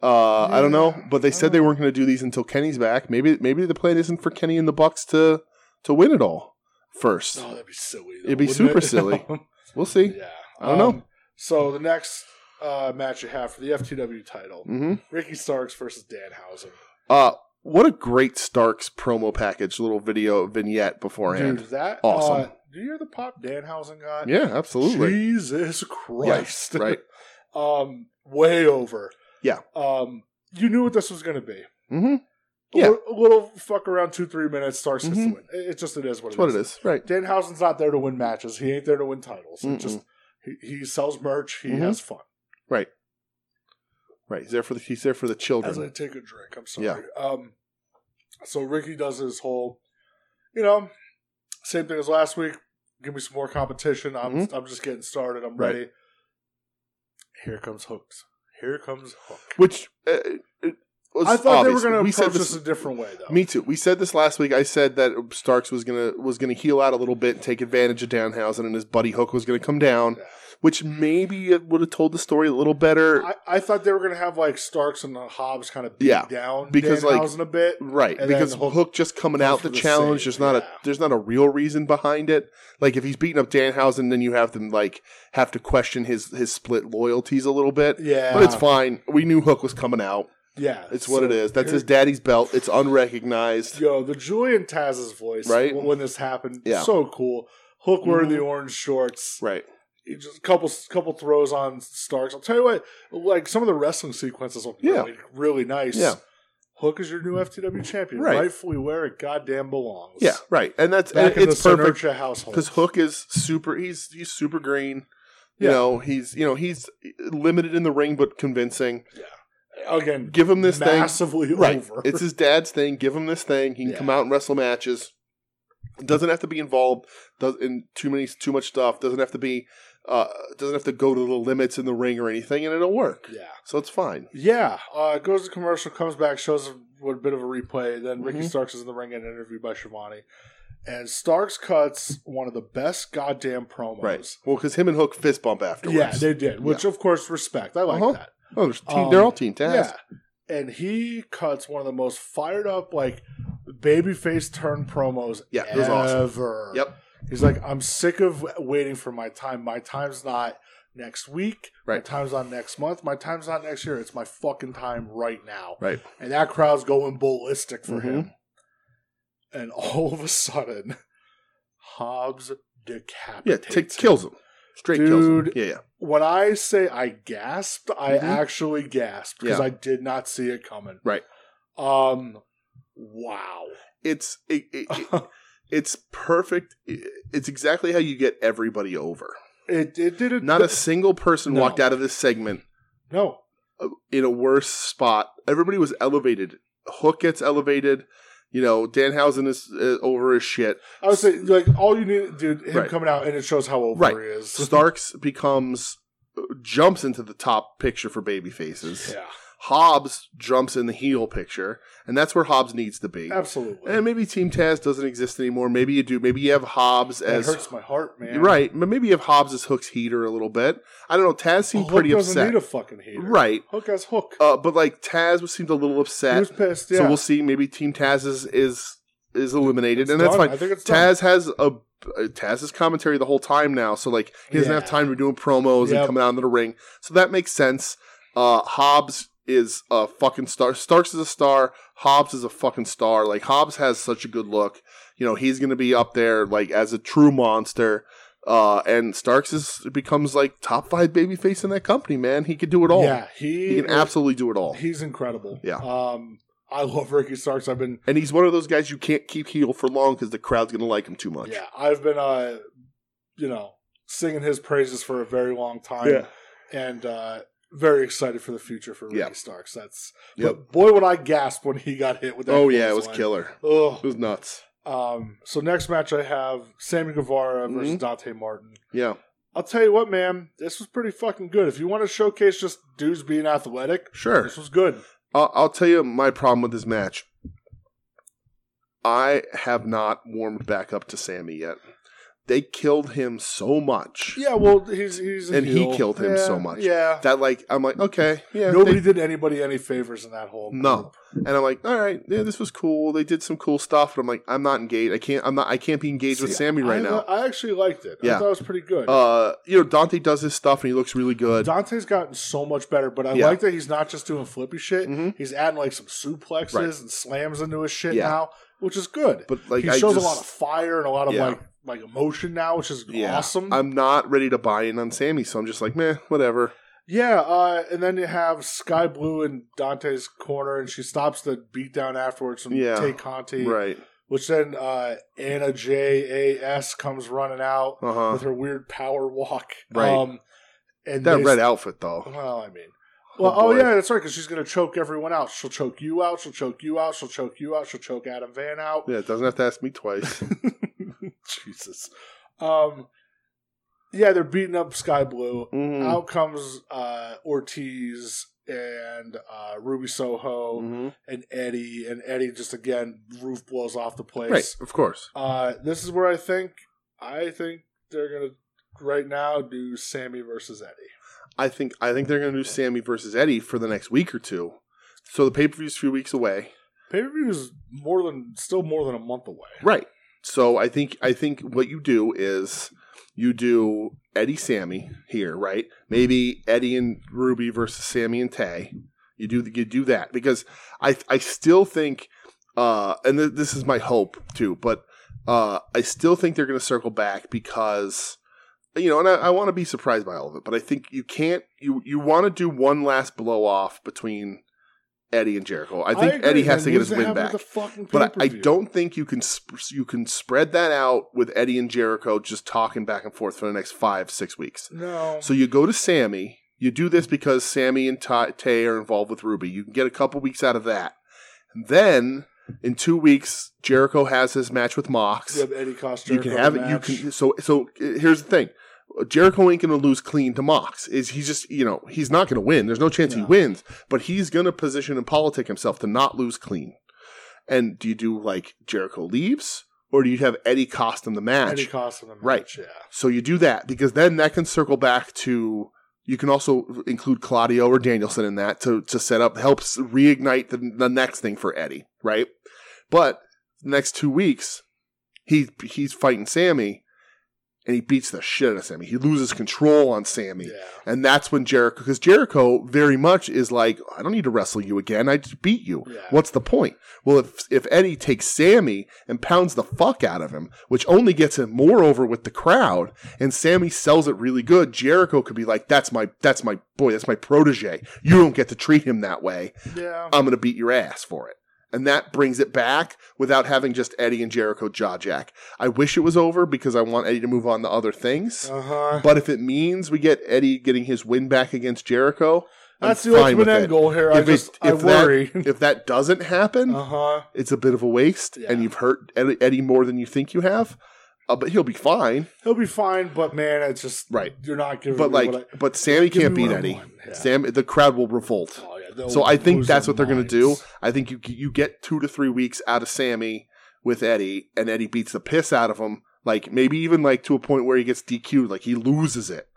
[SPEAKER 1] Uh, I don't know,
[SPEAKER 2] Yeah,
[SPEAKER 1] but they
[SPEAKER 2] I
[SPEAKER 1] said
[SPEAKER 2] don't
[SPEAKER 1] they
[SPEAKER 2] know.
[SPEAKER 1] weren't going to do these until Kenny's back. Maybe maybe the plan isn't for Kenny and the Bucks to to win it all first.
[SPEAKER 2] Oh, that'd be silly. though,
[SPEAKER 1] It'd be
[SPEAKER 2] wouldn't
[SPEAKER 1] super silly.
[SPEAKER 2] <laughs>
[SPEAKER 1] We'll see.
[SPEAKER 2] yeah. Um,
[SPEAKER 1] I don't know.
[SPEAKER 2] So the next uh, match you have for the FTW title:
[SPEAKER 1] hmm
[SPEAKER 2] Ricky Starks versus Danhausen.
[SPEAKER 1] Uh, what a great Starks promo package, little video vignette beforehand.
[SPEAKER 2] Dude, that
[SPEAKER 1] Awesome.
[SPEAKER 2] Uh, do you hear the pop Danhausen got?
[SPEAKER 1] Yeah, absolutely.
[SPEAKER 2] Jesus Christ.
[SPEAKER 1] right.
[SPEAKER 2] <laughs> um, way over.
[SPEAKER 1] Yeah.
[SPEAKER 2] Um, you knew what this was going to be.
[SPEAKER 1] Mm-hmm.
[SPEAKER 2] A
[SPEAKER 1] Yeah.
[SPEAKER 2] li- A little fuck around two, three minutes, Starks gets
[SPEAKER 1] Mhm.
[SPEAKER 2] to win. It, it just, it is what
[SPEAKER 1] That's
[SPEAKER 2] it
[SPEAKER 1] what
[SPEAKER 2] is.
[SPEAKER 1] it is. Right.
[SPEAKER 2] Danhausen's not there to win matches. He ain't there to win titles. It
[SPEAKER 1] Mm-mm.
[SPEAKER 2] just, he, he sells merch. He
[SPEAKER 1] Mhm.
[SPEAKER 2] has fun.
[SPEAKER 1] Right. He's there for the he's there for the
[SPEAKER 2] As I
[SPEAKER 1] children.
[SPEAKER 2] take a drink, I'm sorry.
[SPEAKER 1] Yeah.
[SPEAKER 2] Um, so Ricky does his whole, you know, same thing as last week. Give me some more competition. I'm I'm just getting started. I'm
[SPEAKER 1] Mm-hmm. Right.
[SPEAKER 2] ready. Here comes hooks. Here comes hook.
[SPEAKER 1] Which uh, it was
[SPEAKER 2] I thought
[SPEAKER 1] obvious.
[SPEAKER 2] they were going
[SPEAKER 1] We
[SPEAKER 2] to
[SPEAKER 1] said
[SPEAKER 2] approach
[SPEAKER 1] this-
[SPEAKER 2] this a different way, though.
[SPEAKER 1] Me too. We said this last week. I said that Starks was gonna was gonna heal out a little bit and take advantage of Downhausen, and his buddy Hook was gonna come down,
[SPEAKER 2] Yeah.
[SPEAKER 1] which maybe it would have told the story a little better.
[SPEAKER 2] I, I thought they were going to have like Starks and Hobbs kind of beat
[SPEAKER 1] Yeah.
[SPEAKER 2] down
[SPEAKER 1] Because, like,
[SPEAKER 2] Danhausen a bit.
[SPEAKER 1] Right,
[SPEAKER 2] And
[SPEAKER 1] because
[SPEAKER 2] then Hook
[SPEAKER 1] Hook, just coming
[SPEAKER 2] goes
[SPEAKER 1] out
[SPEAKER 2] for
[SPEAKER 1] the
[SPEAKER 2] the
[SPEAKER 1] challenge.
[SPEAKER 2] save,
[SPEAKER 1] There's not a
[SPEAKER 2] yeah.
[SPEAKER 1] there's not a real reason behind it. Like if he's beating up Danhausen, then you have them like have to question his his split loyalties a little bit.
[SPEAKER 2] Yeah,
[SPEAKER 1] But it's fine. We knew Hook was coming out.
[SPEAKER 2] Yeah,
[SPEAKER 1] It's what
[SPEAKER 2] So
[SPEAKER 1] it is. That's
[SPEAKER 2] here-
[SPEAKER 1] his daddy's belt. It's unrecognized.
[SPEAKER 2] Yo, the Julian Taz's voice,
[SPEAKER 1] Right?
[SPEAKER 2] When, when this happened,
[SPEAKER 1] Yeah.
[SPEAKER 2] so cool. Hook wearing the
[SPEAKER 1] Mhm.
[SPEAKER 2] orange shorts,
[SPEAKER 1] Right.
[SPEAKER 2] he just couple couple throws on Starks. I'll tell you what, like some of the wrestling sequences look
[SPEAKER 1] Yeah.
[SPEAKER 2] really, really nice.
[SPEAKER 1] Yeah.
[SPEAKER 2] Hook is your new FTW champion,
[SPEAKER 1] Right.
[SPEAKER 2] rightfully where it goddamn belongs.
[SPEAKER 1] Yeah. Right. And that's and
[SPEAKER 2] back in
[SPEAKER 1] it's
[SPEAKER 2] the
[SPEAKER 1] perfect
[SPEAKER 2] Sinurcha household.
[SPEAKER 1] because Hook is super. He's he's super green. You
[SPEAKER 2] Yeah.
[SPEAKER 1] know he's you know he's limited in the ring but convincing.
[SPEAKER 2] again,
[SPEAKER 1] Give him this thing.
[SPEAKER 2] massively
[SPEAKER 1] Right.
[SPEAKER 2] over.
[SPEAKER 1] It's his dad's thing. Give him this thing. He can
[SPEAKER 2] Yeah.
[SPEAKER 1] come out and wrestle matches. Doesn't have to be involved does, in too many too much stuff. Doesn't have to be uh, doesn't have to go to the limits in the ring or anything, and it'll work.
[SPEAKER 2] yeah,
[SPEAKER 1] So it's fine.
[SPEAKER 2] yeah. Uh, goes to commercial, comes back, shows a, what a bit of a replay. Then Ricky
[SPEAKER 1] Mhm.
[SPEAKER 2] Starks is in the ring and interviewed by Shivani, and Starks cuts one of the best goddamn promos.
[SPEAKER 1] Right. Well, because him and Hook fist bump afterwards.
[SPEAKER 2] Yeah, they did, which of course respect. I like
[SPEAKER 1] Uh-huh.
[SPEAKER 2] that.
[SPEAKER 1] oh, there's team,
[SPEAKER 2] Um,
[SPEAKER 1] they're all team task.
[SPEAKER 2] Yeah. And he cuts one of the most fired up, like, babyface turn promos
[SPEAKER 1] Yeah, it was
[SPEAKER 2] ever.
[SPEAKER 1] awesome. Yep.
[SPEAKER 2] He's like, I'm sick of waiting for my time. My time's not next week. My
[SPEAKER 1] Right.
[SPEAKER 2] time's not next month. My time's not next year. It's my fucking time right now.
[SPEAKER 1] Right.
[SPEAKER 2] And that crowd's going ballistic for
[SPEAKER 1] Mhm.
[SPEAKER 2] him. And all of a sudden, Hobbs
[SPEAKER 1] Yeah,
[SPEAKER 2] decapitates.
[SPEAKER 1] take,
[SPEAKER 2] him.
[SPEAKER 1] kills him. Straight kills him.
[SPEAKER 2] Dude.
[SPEAKER 1] Yeah, yeah.
[SPEAKER 2] When I say I gasped, I
[SPEAKER 1] Mhm.
[SPEAKER 2] actually gasped because
[SPEAKER 1] Yeah.
[SPEAKER 2] I did not see it coming.
[SPEAKER 1] Right.
[SPEAKER 2] Um. Wow.
[SPEAKER 1] <laughs> It's it, it, it- it's perfect. It- It's exactly how you get everybody over.
[SPEAKER 2] it it did it.
[SPEAKER 1] Not
[SPEAKER 2] <laughs>
[SPEAKER 1] a single person
[SPEAKER 2] No.
[SPEAKER 1] walked out of this segment
[SPEAKER 2] no.
[SPEAKER 1] in a worse spot. Everybody was elevated. Hook gets elevated. You know, Danhausen is uh, over his
[SPEAKER 2] <laughs>
[SPEAKER 1] shit.
[SPEAKER 2] I would say like all you need, dude, him
[SPEAKER 1] Right.
[SPEAKER 2] coming out and it shows how over
[SPEAKER 1] Right.
[SPEAKER 2] he is.
[SPEAKER 1] Starks becomes jumps into the top picture for baby faces.
[SPEAKER 2] yeah,
[SPEAKER 1] Hobbs jumps in the heel picture, and that's where Hobbs needs to be.
[SPEAKER 2] absolutely.
[SPEAKER 1] And maybe Team Taz doesn't exist anymore. Maybe you do. Maybe you have Hobbs
[SPEAKER 2] that
[SPEAKER 1] as
[SPEAKER 2] hurts my heart, man.
[SPEAKER 1] right, but maybe you have Hobbs as Hook's heater a little bit. I don't know. Taz seemed
[SPEAKER 2] Hook
[SPEAKER 1] pretty
[SPEAKER 2] doesn't
[SPEAKER 1] upset,
[SPEAKER 2] need a fucking hater.
[SPEAKER 1] right?
[SPEAKER 2] Hook has hook.
[SPEAKER 1] Uh, but like Taz was seemed a little upset.
[SPEAKER 2] he was pissed. Yeah.
[SPEAKER 1] So we'll see. Maybe Team Taz is is, is eliminated, and that's
[SPEAKER 2] Done.
[SPEAKER 1] fine.
[SPEAKER 2] I think it's done.
[SPEAKER 1] Taz has a Taz's commentary the whole time now, so like he doesn't
[SPEAKER 2] Yeah.
[SPEAKER 1] have time to doing promos
[SPEAKER 2] Yep.
[SPEAKER 1] and coming out into the ring. So that makes sense. Uh, Hobbs is a fucking star. Starks is a star. Hobbs is a fucking star. Like Hobbs has such a good look. You know he's gonna be up there like as a true monster. Uh, and Starks is becomes like top five babyface in that company. Man, he could do it all.
[SPEAKER 2] Yeah, he,
[SPEAKER 1] He can absolutely do it all.
[SPEAKER 2] he's incredible.
[SPEAKER 1] Yeah.
[SPEAKER 2] Um, I love Ricky Starks. I've been
[SPEAKER 1] And he's one of those guys you can't keep heel for long because the crowd's going to like him too much.
[SPEAKER 2] Yeah, I've been uh, you know singing his praises for a very long time, and uh, very excited for the future for Ricky
[SPEAKER 1] Yeah.
[SPEAKER 2] Starks. That's
[SPEAKER 1] Yep.
[SPEAKER 2] but boy, would I gasp when he got hit with that.
[SPEAKER 1] oh yeah, it was
[SPEAKER 2] clothesline.
[SPEAKER 1] killer. It
[SPEAKER 2] Ugh.
[SPEAKER 1] was nuts.
[SPEAKER 2] Um, so next match I have Sammy Guevara versus
[SPEAKER 1] Mhm.
[SPEAKER 2] Dante Martin.
[SPEAKER 1] Yeah.
[SPEAKER 2] I'll tell you what, man, this was pretty fucking good. If you want to showcase just dudes being athletic,
[SPEAKER 1] Sure.
[SPEAKER 2] this was good.
[SPEAKER 1] I'll, I'll tell you my problem with this match. I have not warmed back up to Sammy yet. They killed him so much
[SPEAKER 2] Yeah, well, he's he's a
[SPEAKER 1] And he
[SPEAKER 2] heel.
[SPEAKER 1] killed him
[SPEAKER 2] Yeah,
[SPEAKER 1] so much.
[SPEAKER 2] Yeah,
[SPEAKER 1] that, like, I'm like, okay, yeah,
[SPEAKER 2] nobody
[SPEAKER 1] they-
[SPEAKER 2] did anybody any favors in that whole.
[SPEAKER 1] no. And I'm like, all right, yeah, this was cool. They did some cool stuff, but I'm like, I'm not engaged. I can't. I'm not. I can't be engaged with
[SPEAKER 2] See,
[SPEAKER 1] Sammy right
[SPEAKER 2] I,
[SPEAKER 1] now.
[SPEAKER 2] I actually liked it. I
[SPEAKER 1] Yeah.
[SPEAKER 2] thought it was pretty good.
[SPEAKER 1] Uh, you know, Dante does his stuff and he looks really good.
[SPEAKER 2] Dante's gotten so much better, but I
[SPEAKER 1] Yeah.
[SPEAKER 2] like that he's not just doing flippy shit.
[SPEAKER 1] Mhm.
[SPEAKER 2] He's adding like some suplexes
[SPEAKER 1] Right.
[SPEAKER 2] and slams into his shit
[SPEAKER 1] Yeah.
[SPEAKER 2] now, which is good.
[SPEAKER 1] But like,
[SPEAKER 2] he
[SPEAKER 1] I
[SPEAKER 2] shows
[SPEAKER 1] just,
[SPEAKER 2] a lot of fire and a lot of
[SPEAKER 1] Yeah.
[SPEAKER 2] like like emotion now, which is
[SPEAKER 1] Yeah.
[SPEAKER 2] awesome.
[SPEAKER 1] I'm not ready to buy in on Sammy, so I'm just like, meh, whatever.
[SPEAKER 2] Yeah, uh, and then you have Sky Blue in Dante's corner, and she stops the beatdown afterwards from
[SPEAKER 1] Yeah,
[SPEAKER 2] Tay Conti,
[SPEAKER 1] Right.
[SPEAKER 2] which then uh, Anna J A S comes running out
[SPEAKER 1] Uh huh.
[SPEAKER 2] with her weird power walk.
[SPEAKER 1] Right.
[SPEAKER 2] Um, and
[SPEAKER 1] That
[SPEAKER 2] they-
[SPEAKER 1] red outfit though.
[SPEAKER 2] Well, I mean, well, oh,
[SPEAKER 1] Oh, boy.
[SPEAKER 2] yeah, that's right, because she's gonna choke everyone out. She'll choke you out. She'll choke you out. She'll choke you out. She'll choke Adam Van out. <laughs>
[SPEAKER 1] Yeah, it doesn't have to ask me twice.
[SPEAKER 2] Jesus. Um, yeah, they're beating up Sky Blue.
[SPEAKER 1] Mhm.
[SPEAKER 2] out comes uh, Ortiz and uh, Ruby Soho
[SPEAKER 1] Mhm.
[SPEAKER 2] and Eddie, and Eddie just again roof blows off the place.
[SPEAKER 1] Right, of course.
[SPEAKER 2] Uh, this is where I think I think they're gonna right now do Sammy versus Eddie.
[SPEAKER 1] I think I think they're going to do Sammy versus Eddie for the next week or two. So the pay per view's a few weeks away.
[SPEAKER 2] Pay per view is more than still more than a month away.
[SPEAKER 1] Right. So I think I think what you do is you do Eddie Sammy here, right? Maybe Eddie and Ruby versus Sammy and Tay. You do you do that because I I still think uh and th- this is my hope too, but uh I still think they're going to circle back because you know, and I, I want to be surprised by all of it, but I think you can't you you want to do one last blow off between Eddie and Jericho. I think
[SPEAKER 2] agree,
[SPEAKER 1] Eddie has
[SPEAKER 2] it
[SPEAKER 1] to get
[SPEAKER 2] needs
[SPEAKER 1] his win
[SPEAKER 2] happen at
[SPEAKER 1] back
[SPEAKER 2] The fucking
[SPEAKER 1] but I, I
[SPEAKER 2] pay-per-view.
[SPEAKER 1] don't think you can sp- you can spread that out with Eddie and Jericho just talking back and forth for the next five six weeks.
[SPEAKER 2] No.
[SPEAKER 1] So you go to Sammy. You do this because Sammy and Ta- Tay are involved with Ruby. You can get a couple weeks out of that. And then in two weeks, Jericho has his match with Mox.
[SPEAKER 2] you have Eddie cost
[SPEAKER 1] you
[SPEAKER 2] Jericho
[SPEAKER 1] can have
[SPEAKER 2] the
[SPEAKER 1] it. You
[SPEAKER 2] match.
[SPEAKER 1] can. So so uh, here's the thing. Jericho ain't going to lose clean to Mox. Is he's just you know he's not going to win. There's no chance he
[SPEAKER 2] No.
[SPEAKER 1] wins, but he's going to position and politic himself to not lose clean. And do you do like Jericho leaves, or do you have Eddie cost him the match?
[SPEAKER 2] Eddie cost him the match.
[SPEAKER 1] Right.
[SPEAKER 2] Yeah.
[SPEAKER 1] so you do that because then that can circle back to. You can also include Claudio or Danielson in that to to set up helps reignite the, the next thing for Eddie, right? But the next two weeks, he he's fighting Sammy, and he beats the shit out of Sammy. He loses control on Sammy,
[SPEAKER 2] Yeah.
[SPEAKER 1] and that's when Jericho, because Jericho very much is like, I don't need to wrestle you again. I just beat you.
[SPEAKER 2] Yeah.
[SPEAKER 1] What's the point? Well, if if Eddie takes Sammy and pounds the fuck out of him, which only gets him more over with the crowd, and Sammy sells it really good, Jericho could be like, "That's my that's my boy. That's my protege. You don't get to treat him that way.
[SPEAKER 2] Yeah.
[SPEAKER 1] I'm going to beat your ass for it. And that brings it back without having just Eddie and Jericho jaw jack. I wish it was over because I want Eddie to move on to other things.
[SPEAKER 2] Uh huh.
[SPEAKER 1] But if it means we get Eddie getting his win back against Jericho, I'm
[SPEAKER 2] That's the
[SPEAKER 1] fine with
[SPEAKER 2] ultimate end
[SPEAKER 1] it.
[SPEAKER 2] goal here. I
[SPEAKER 1] If it-
[SPEAKER 2] just I
[SPEAKER 1] if that-
[SPEAKER 2] worry.
[SPEAKER 1] <laughs>
[SPEAKER 2] <laughs>
[SPEAKER 1] If that doesn't happen,
[SPEAKER 2] Uh huh.
[SPEAKER 1] it's a bit of a waste,
[SPEAKER 2] Yeah.
[SPEAKER 1] and you've hurt Ed- Eddie more than you think you have. Uh, but he'll be fine.
[SPEAKER 2] He'll be fine, but man, it's just
[SPEAKER 1] Right.
[SPEAKER 2] You're not giving.
[SPEAKER 1] But
[SPEAKER 2] me
[SPEAKER 1] like,
[SPEAKER 2] what I,
[SPEAKER 1] but Sammy
[SPEAKER 2] give
[SPEAKER 1] can't
[SPEAKER 2] me
[SPEAKER 1] beat
[SPEAKER 2] what I
[SPEAKER 1] Eddie.
[SPEAKER 2] want. Yeah.
[SPEAKER 1] Sam, the crowd will revolt.
[SPEAKER 2] Oh, yeah, they'll
[SPEAKER 1] So I think
[SPEAKER 2] lose
[SPEAKER 1] that's
[SPEAKER 2] their
[SPEAKER 1] what they're going to do.
[SPEAKER 2] minds.
[SPEAKER 1] I think you you get two to three weeks out of Sammy with Eddie, and Eddie beats the piss out of him. Like maybe even like to a point where he gets DQ'd, like he loses it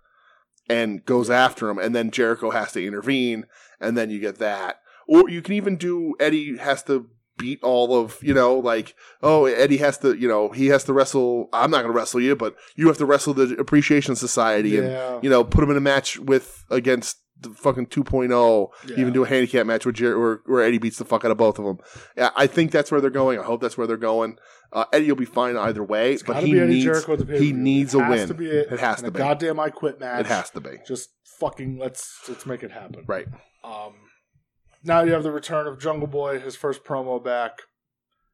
[SPEAKER 1] and goes after him, and then Jericho has to intervene, and then you get that. Or you can even do Eddie has to beat all of you know like oh Eddie has to you know he has to wrestle. I'm not going to wrestle you, but you have to wrestle the Appreciation Society and
[SPEAKER 2] Yeah.
[SPEAKER 1] you know, put him in a match with against the fucking oh, 2.0,
[SPEAKER 2] Yeah.
[SPEAKER 1] even do a handicap match where, Jer- where where Eddie beats the fuck out of both of them. Yeah, I think that's where they're going. I hope that's where they're going. Uh, Eddie will be fine either way,
[SPEAKER 2] It's
[SPEAKER 1] but
[SPEAKER 2] gotta
[SPEAKER 1] he
[SPEAKER 2] be Eddie
[SPEAKER 1] needs
[SPEAKER 2] Jericho at the
[SPEAKER 1] he
[SPEAKER 2] pay-per-view.
[SPEAKER 1] needs
[SPEAKER 2] It
[SPEAKER 1] a
[SPEAKER 2] has
[SPEAKER 1] win.
[SPEAKER 2] To be it.
[SPEAKER 1] It has
[SPEAKER 2] And
[SPEAKER 1] to
[SPEAKER 2] a
[SPEAKER 1] be.
[SPEAKER 2] Goddamn, I quit match.
[SPEAKER 1] it has to be
[SPEAKER 2] Just fucking let's let's make it happen.
[SPEAKER 1] right.
[SPEAKER 2] Um, now you have the return of Jungle Boy, his first promo back.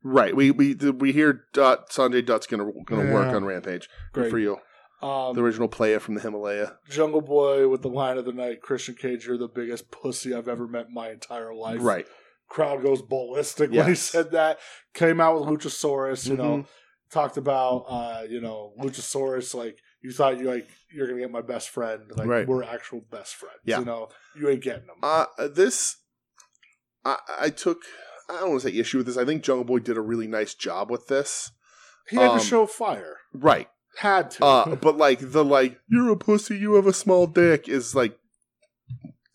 [SPEAKER 1] Right. We we we hear Dot Sanjay Dutt's gonna gonna work
[SPEAKER 2] Yeah.
[SPEAKER 1] on Rampage. Good
[SPEAKER 2] Great.
[SPEAKER 1] for you.
[SPEAKER 2] Um,
[SPEAKER 1] the original player from the Himalaya.
[SPEAKER 2] Jungle Boy with the line of the night, Christian Cage, you're the biggest pussy I've ever met in my entire life.
[SPEAKER 1] Right.
[SPEAKER 2] Crowd goes ballistic when he
[SPEAKER 1] Yes.
[SPEAKER 2] said that. Came out with Luchasaurus, you know,
[SPEAKER 1] Mhm.
[SPEAKER 2] talked about uh, you know, Luchasaurus like you thought you like you're gonna get my best friend. Like
[SPEAKER 1] Right.
[SPEAKER 2] we're actual best friends.
[SPEAKER 1] Yeah.
[SPEAKER 2] You know, you ain't getting them.
[SPEAKER 1] Uh, this, I, I took, I don't want to say issue with this. I think Jungle Boy did a really nice job with this.
[SPEAKER 2] he had
[SPEAKER 1] um,
[SPEAKER 2] to show fire.
[SPEAKER 1] Right.
[SPEAKER 2] Had to.
[SPEAKER 1] Uh, but like the like, you're a pussy, you have a small dick is like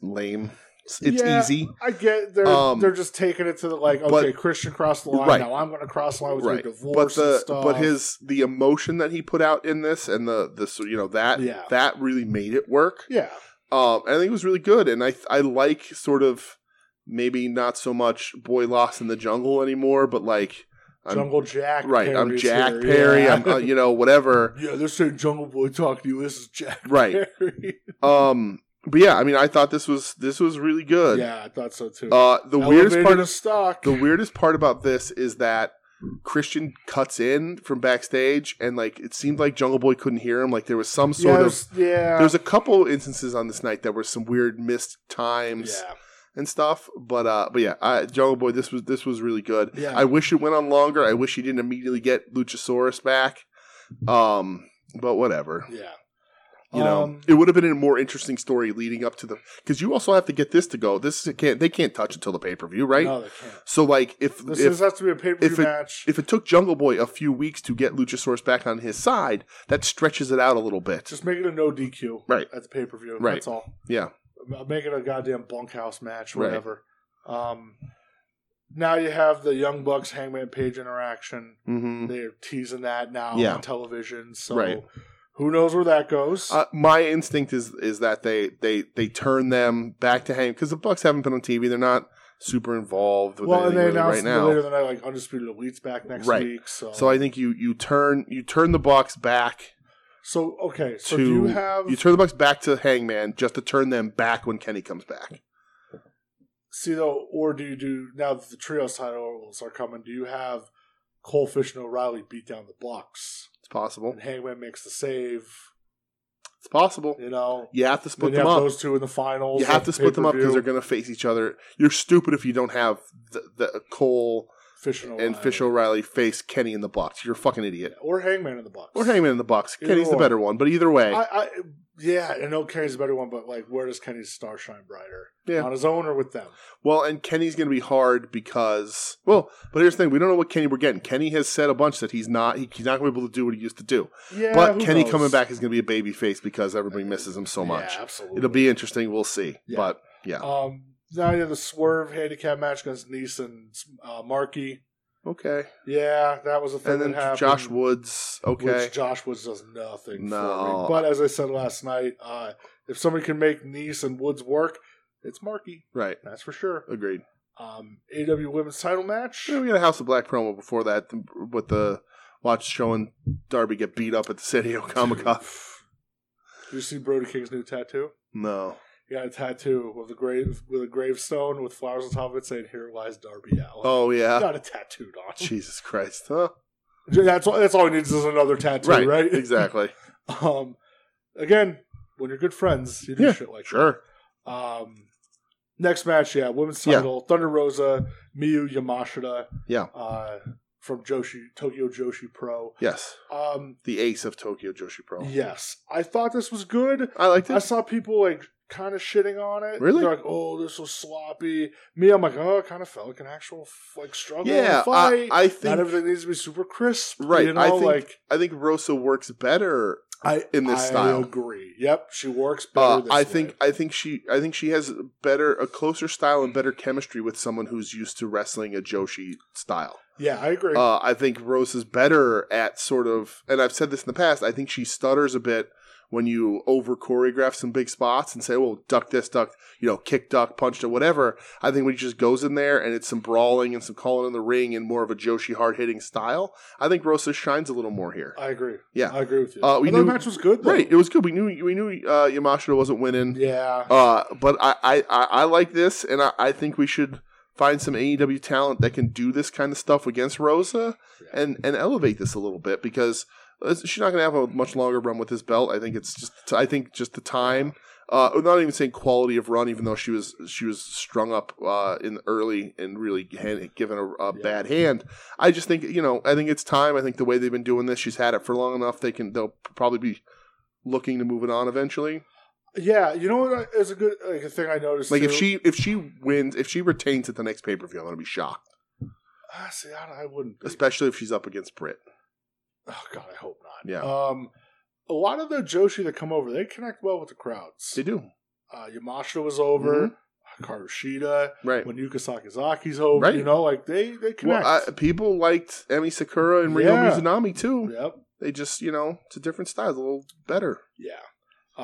[SPEAKER 1] lame. It's, it's
[SPEAKER 2] Yeah.
[SPEAKER 1] easy.
[SPEAKER 2] I get they're
[SPEAKER 1] Um,
[SPEAKER 2] they're just taking it to the like
[SPEAKER 1] but-
[SPEAKER 2] okay Christian crossed the line
[SPEAKER 1] Right.
[SPEAKER 2] now I'm going to cross the line with
[SPEAKER 1] Right.
[SPEAKER 2] your
[SPEAKER 1] But
[SPEAKER 2] divorce and
[SPEAKER 1] the
[SPEAKER 2] stuff
[SPEAKER 1] but his the emotion that he put out in this and the the so, you know that
[SPEAKER 2] Yeah.
[SPEAKER 1] that really made it work.
[SPEAKER 2] yeah
[SPEAKER 1] Um, and I think it was really good, and I I like sort of maybe not so much boy lost in the jungle anymore, but like I'm,
[SPEAKER 2] Jungle Jack
[SPEAKER 1] right, I'm
[SPEAKER 2] Perry's
[SPEAKER 1] Jack
[SPEAKER 2] here,
[SPEAKER 1] Perry,
[SPEAKER 2] yeah.
[SPEAKER 1] I'm
[SPEAKER 2] <laughs>
[SPEAKER 1] uh, you know whatever,
[SPEAKER 2] yeah they're saying Jungle Boy talking to you this is Jack
[SPEAKER 1] right?
[SPEAKER 2] Perry
[SPEAKER 1] <laughs> Um, but yeah, I mean, I thought this was this was really good.
[SPEAKER 2] yeah I thought so too
[SPEAKER 1] Uh, the weirdest part
[SPEAKER 2] of stock
[SPEAKER 1] the weirdest part about this is that Christian cuts in from backstage, and like it seemed like Jungle Boy couldn't hear him. Like there was some sort of
[SPEAKER 2] Yes, yeah
[SPEAKER 1] there's a couple instances on this night that were some weird missed times
[SPEAKER 2] yeah
[SPEAKER 1] and stuff. But uh, but yeah, I, Jungle Boy, this was this was really good.
[SPEAKER 2] Yeah.
[SPEAKER 1] I wish it went on longer. I wish he didn't immediately get Luchasaurus back. Um, but whatever.
[SPEAKER 2] yeah
[SPEAKER 1] You know,
[SPEAKER 2] Um,
[SPEAKER 1] it would have been a more interesting story leading up to the because you also have to get this to go. This is- can't they can't touch until the pay per view, right?
[SPEAKER 2] no they can't
[SPEAKER 1] So like if
[SPEAKER 2] this
[SPEAKER 1] if
[SPEAKER 2] is, has to be a pay per
[SPEAKER 1] if
[SPEAKER 2] view
[SPEAKER 1] it-
[SPEAKER 2] match
[SPEAKER 1] if it took Jungle Boy a few weeks to get Luchasaurus back on his side, that stretches it out a little bit.
[SPEAKER 2] just make it a no DQ
[SPEAKER 1] Right.
[SPEAKER 2] at the pay per view
[SPEAKER 1] Right.
[SPEAKER 2] that's all
[SPEAKER 1] Yeah.
[SPEAKER 2] M- make it a goddamn bunkhouse match or
[SPEAKER 1] Right.
[SPEAKER 2] whatever um now you have the Young Bucks Hangman Page interaction
[SPEAKER 1] Mm-hmm.
[SPEAKER 2] they're teasing that now
[SPEAKER 1] Yeah.
[SPEAKER 2] on television so
[SPEAKER 1] Right.
[SPEAKER 2] who knows where that goes
[SPEAKER 1] Uh, my instinct is is that they they they turn them back to hang because the Bucks haven't been on TV. They're not super involved with
[SPEAKER 2] Well, and
[SPEAKER 1] anything
[SPEAKER 2] they
[SPEAKER 1] really right
[SPEAKER 2] announced later
[SPEAKER 1] now.
[SPEAKER 2] in the night, like Undisputed Elite's back next
[SPEAKER 1] Right.
[SPEAKER 2] week. So,
[SPEAKER 1] So I think you you turn you turn the Bucks back
[SPEAKER 2] so okay. So
[SPEAKER 1] to
[SPEAKER 2] do you have
[SPEAKER 1] you turn the Bucks back to Hangman just to turn them back when Kenny comes back.
[SPEAKER 2] see though, or do you do now that the trios titles are coming? Do you have Cole Fish and O'Reilly beat down the Bucks
[SPEAKER 1] It's possible.
[SPEAKER 2] and Hangman makes the save?
[SPEAKER 1] It's possible.
[SPEAKER 2] You know,
[SPEAKER 1] You have to split
[SPEAKER 2] then you
[SPEAKER 1] them
[SPEAKER 2] have
[SPEAKER 1] up.
[SPEAKER 2] those two in the finals.
[SPEAKER 1] You have
[SPEAKER 2] of
[SPEAKER 1] to split them up because
[SPEAKER 2] pay-per-view.
[SPEAKER 1] they're going to face each other. You're stupid if you don't have the, the Cole
[SPEAKER 2] Fish and,
[SPEAKER 1] and
[SPEAKER 2] O'Reilly.
[SPEAKER 1] Fish O'Reilly face Kenny in the Bucks. You're a fucking idiot.
[SPEAKER 2] or Hangman in the Bucks
[SPEAKER 1] Or Hangman in the Bucks.
[SPEAKER 2] Either
[SPEAKER 1] Kenny's the
[SPEAKER 2] or.
[SPEAKER 1] better one, but either way,
[SPEAKER 2] I, I yeah, I know Kenny's a better one, but like, where does Kenny's star shine brighter?
[SPEAKER 1] Yeah.
[SPEAKER 2] on his own or with them?
[SPEAKER 1] well, and Kenny's going to be hard because well, but here's the thing: we don't know what Kenny we're getting. Kenny has said a bunch that he's not he, he's not going to be able to do what he used to do.
[SPEAKER 2] Yeah,
[SPEAKER 1] but
[SPEAKER 2] who
[SPEAKER 1] Kenny
[SPEAKER 2] knows?
[SPEAKER 1] coming back is going to be a baby face because everybody misses him so much.
[SPEAKER 2] Yeah, absolutely.
[SPEAKER 1] It'll be interesting. We'll see.
[SPEAKER 2] Yeah.
[SPEAKER 1] But yeah,
[SPEAKER 2] Um, now you have the swerve handicap match against Nice and uh, Markey.
[SPEAKER 1] okay.
[SPEAKER 2] Yeah, that was a thing
[SPEAKER 1] And then
[SPEAKER 2] that happened.
[SPEAKER 1] Josh Woods. Okay,
[SPEAKER 2] Which Josh Woods does nothing for
[SPEAKER 1] No.
[SPEAKER 2] me. But as I said last night, uh, if somebody can make Nice and Woods work, it's Markey.
[SPEAKER 1] right.
[SPEAKER 2] That's for sure.
[SPEAKER 1] Agreed.
[SPEAKER 2] Um, AW Women's title match.
[SPEAKER 1] Yeah, we got a House of Black promo before that th- with the watch showing Darby get beat up at the San Diego Comic Con. <laughs>
[SPEAKER 2] Did you see Brody King's new tattoo?
[SPEAKER 1] No.
[SPEAKER 2] He got a tattoo with a grave with a gravestone with flowers on top of it saying "Here lies Darby Allen."
[SPEAKER 1] Oh
[SPEAKER 2] He
[SPEAKER 1] yeah.
[SPEAKER 2] got it tattooed on.
[SPEAKER 1] Jesus Christ. Huh?
[SPEAKER 2] <laughs> That's all, that's all he needs is another tattoo,
[SPEAKER 1] Right.
[SPEAKER 2] right? <laughs>
[SPEAKER 1] Exactly.
[SPEAKER 2] Um, again, when you're good friends, you do
[SPEAKER 1] Yeah,
[SPEAKER 2] shit like
[SPEAKER 1] Sure.
[SPEAKER 2] that. Um, next match, yeah, women's
[SPEAKER 1] Yeah.
[SPEAKER 2] title: Thunder Rosa, Miyu Yamashita,
[SPEAKER 1] Yeah.
[SPEAKER 2] uh, from Joshi Tokyo Joshi Pro.
[SPEAKER 1] Yes.
[SPEAKER 2] Um,
[SPEAKER 1] The ace of Tokyo Joshi Pro.
[SPEAKER 2] yes, I thought this was good.
[SPEAKER 1] I liked
[SPEAKER 2] I
[SPEAKER 1] it.
[SPEAKER 2] saw people like kind of shitting on it.
[SPEAKER 1] Really?
[SPEAKER 2] They're like, "Oh, this was sloppy." Me, I'm like, "Oh, it kind of felt like an actual like struggle,
[SPEAKER 1] Yeah.
[SPEAKER 2] and
[SPEAKER 1] I,
[SPEAKER 2] fight."
[SPEAKER 1] I
[SPEAKER 2] Not
[SPEAKER 1] think
[SPEAKER 2] everything needs to be super crisp,
[SPEAKER 1] Right,
[SPEAKER 2] You know,
[SPEAKER 1] I think-
[SPEAKER 2] like
[SPEAKER 1] I think Rosa works better.
[SPEAKER 2] I
[SPEAKER 1] in this
[SPEAKER 2] I
[SPEAKER 1] style.
[SPEAKER 2] agree. Yep, she works better.
[SPEAKER 1] Uh,
[SPEAKER 2] this
[SPEAKER 1] I
[SPEAKER 2] way.
[SPEAKER 1] think I think she I think she has better a closer style and better chemistry with someone who's used to wrestling a Joshi style.
[SPEAKER 2] Yeah, I agree.
[SPEAKER 1] Uh, I think Rose is better at sort of, and I've said this in the past. I think she stutters a bit when you over choreograph some big spots and say, "Well, duck this, duck," you know, kick, duck, punch, or whatever. I think when she just goes in there and it's some brawling and some calling in the ring and more of a Joshi hard hitting style, I think Rosa shines a little more here.
[SPEAKER 2] I agree.
[SPEAKER 1] Yeah.
[SPEAKER 2] I agree with you.
[SPEAKER 1] Uh, we
[SPEAKER 2] I thought
[SPEAKER 1] knew-
[SPEAKER 2] the match was good. Though.
[SPEAKER 1] Right? It was good. We knew we knew uh, Yamashita wasn't winning,
[SPEAKER 2] Yeah.
[SPEAKER 1] uh, but I, I I I like this, and I, I think we should find some E AEW talent that can do this kind of stuff against Rosa and and elevate this a little bit because uh, she's not going to have a much longer run with this belt. I think it's just I think just the time. Uh, I'm not even saying quality of run, even though she was she was strung up uh, in early and really hand, given a, a
[SPEAKER 2] Yeah.
[SPEAKER 1] bad hand. I just think you know I think it's time. I think the way they've been doing this, she's had it for long enough. They can they'll probably be looking to move it on eventually.
[SPEAKER 2] Yeah, you know what uh, is a good like, a thing I noticed.
[SPEAKER 1] Like if
[SPEAKER 2] too?
[SPEAKER 1] she if she wins if she retains at the next pay per view, I'm going to be shocked,
[SPEAKER 2] Ah, see, I, don't- I wouldn't. Be.
[SPEAKER 1] especially if she's up against Britt.
[SPEAKER 2] Oh God, I hope not.
[SPEAKER 1] Yeah.
[SPEAKER 2] Um, a lot of the Joshi that come over, they connect well with the crowds.
[SPEAKER 1] They do
[SPEAKER 2] Uh, Yamashita was over. Karushida,
[SPEAKER 1] right.
[SPEAKER 2] when Yuka Sakazaki's over,
[SPEAKER 1] Mm-hmm. Right.
[SPEAKER 2] you know, like they they connect.
[SPEAKER 1] Well, I, people liked Emi Sakura and Ryo
[SPEAKER 2] Yeah.
[SPEAKER 1] Mizunami too.
[SPEAKER 2] yep.
[SPEAKER 1] They just, you know, it's a different style, it's a little better.
[SPEAKER 2] Yeah.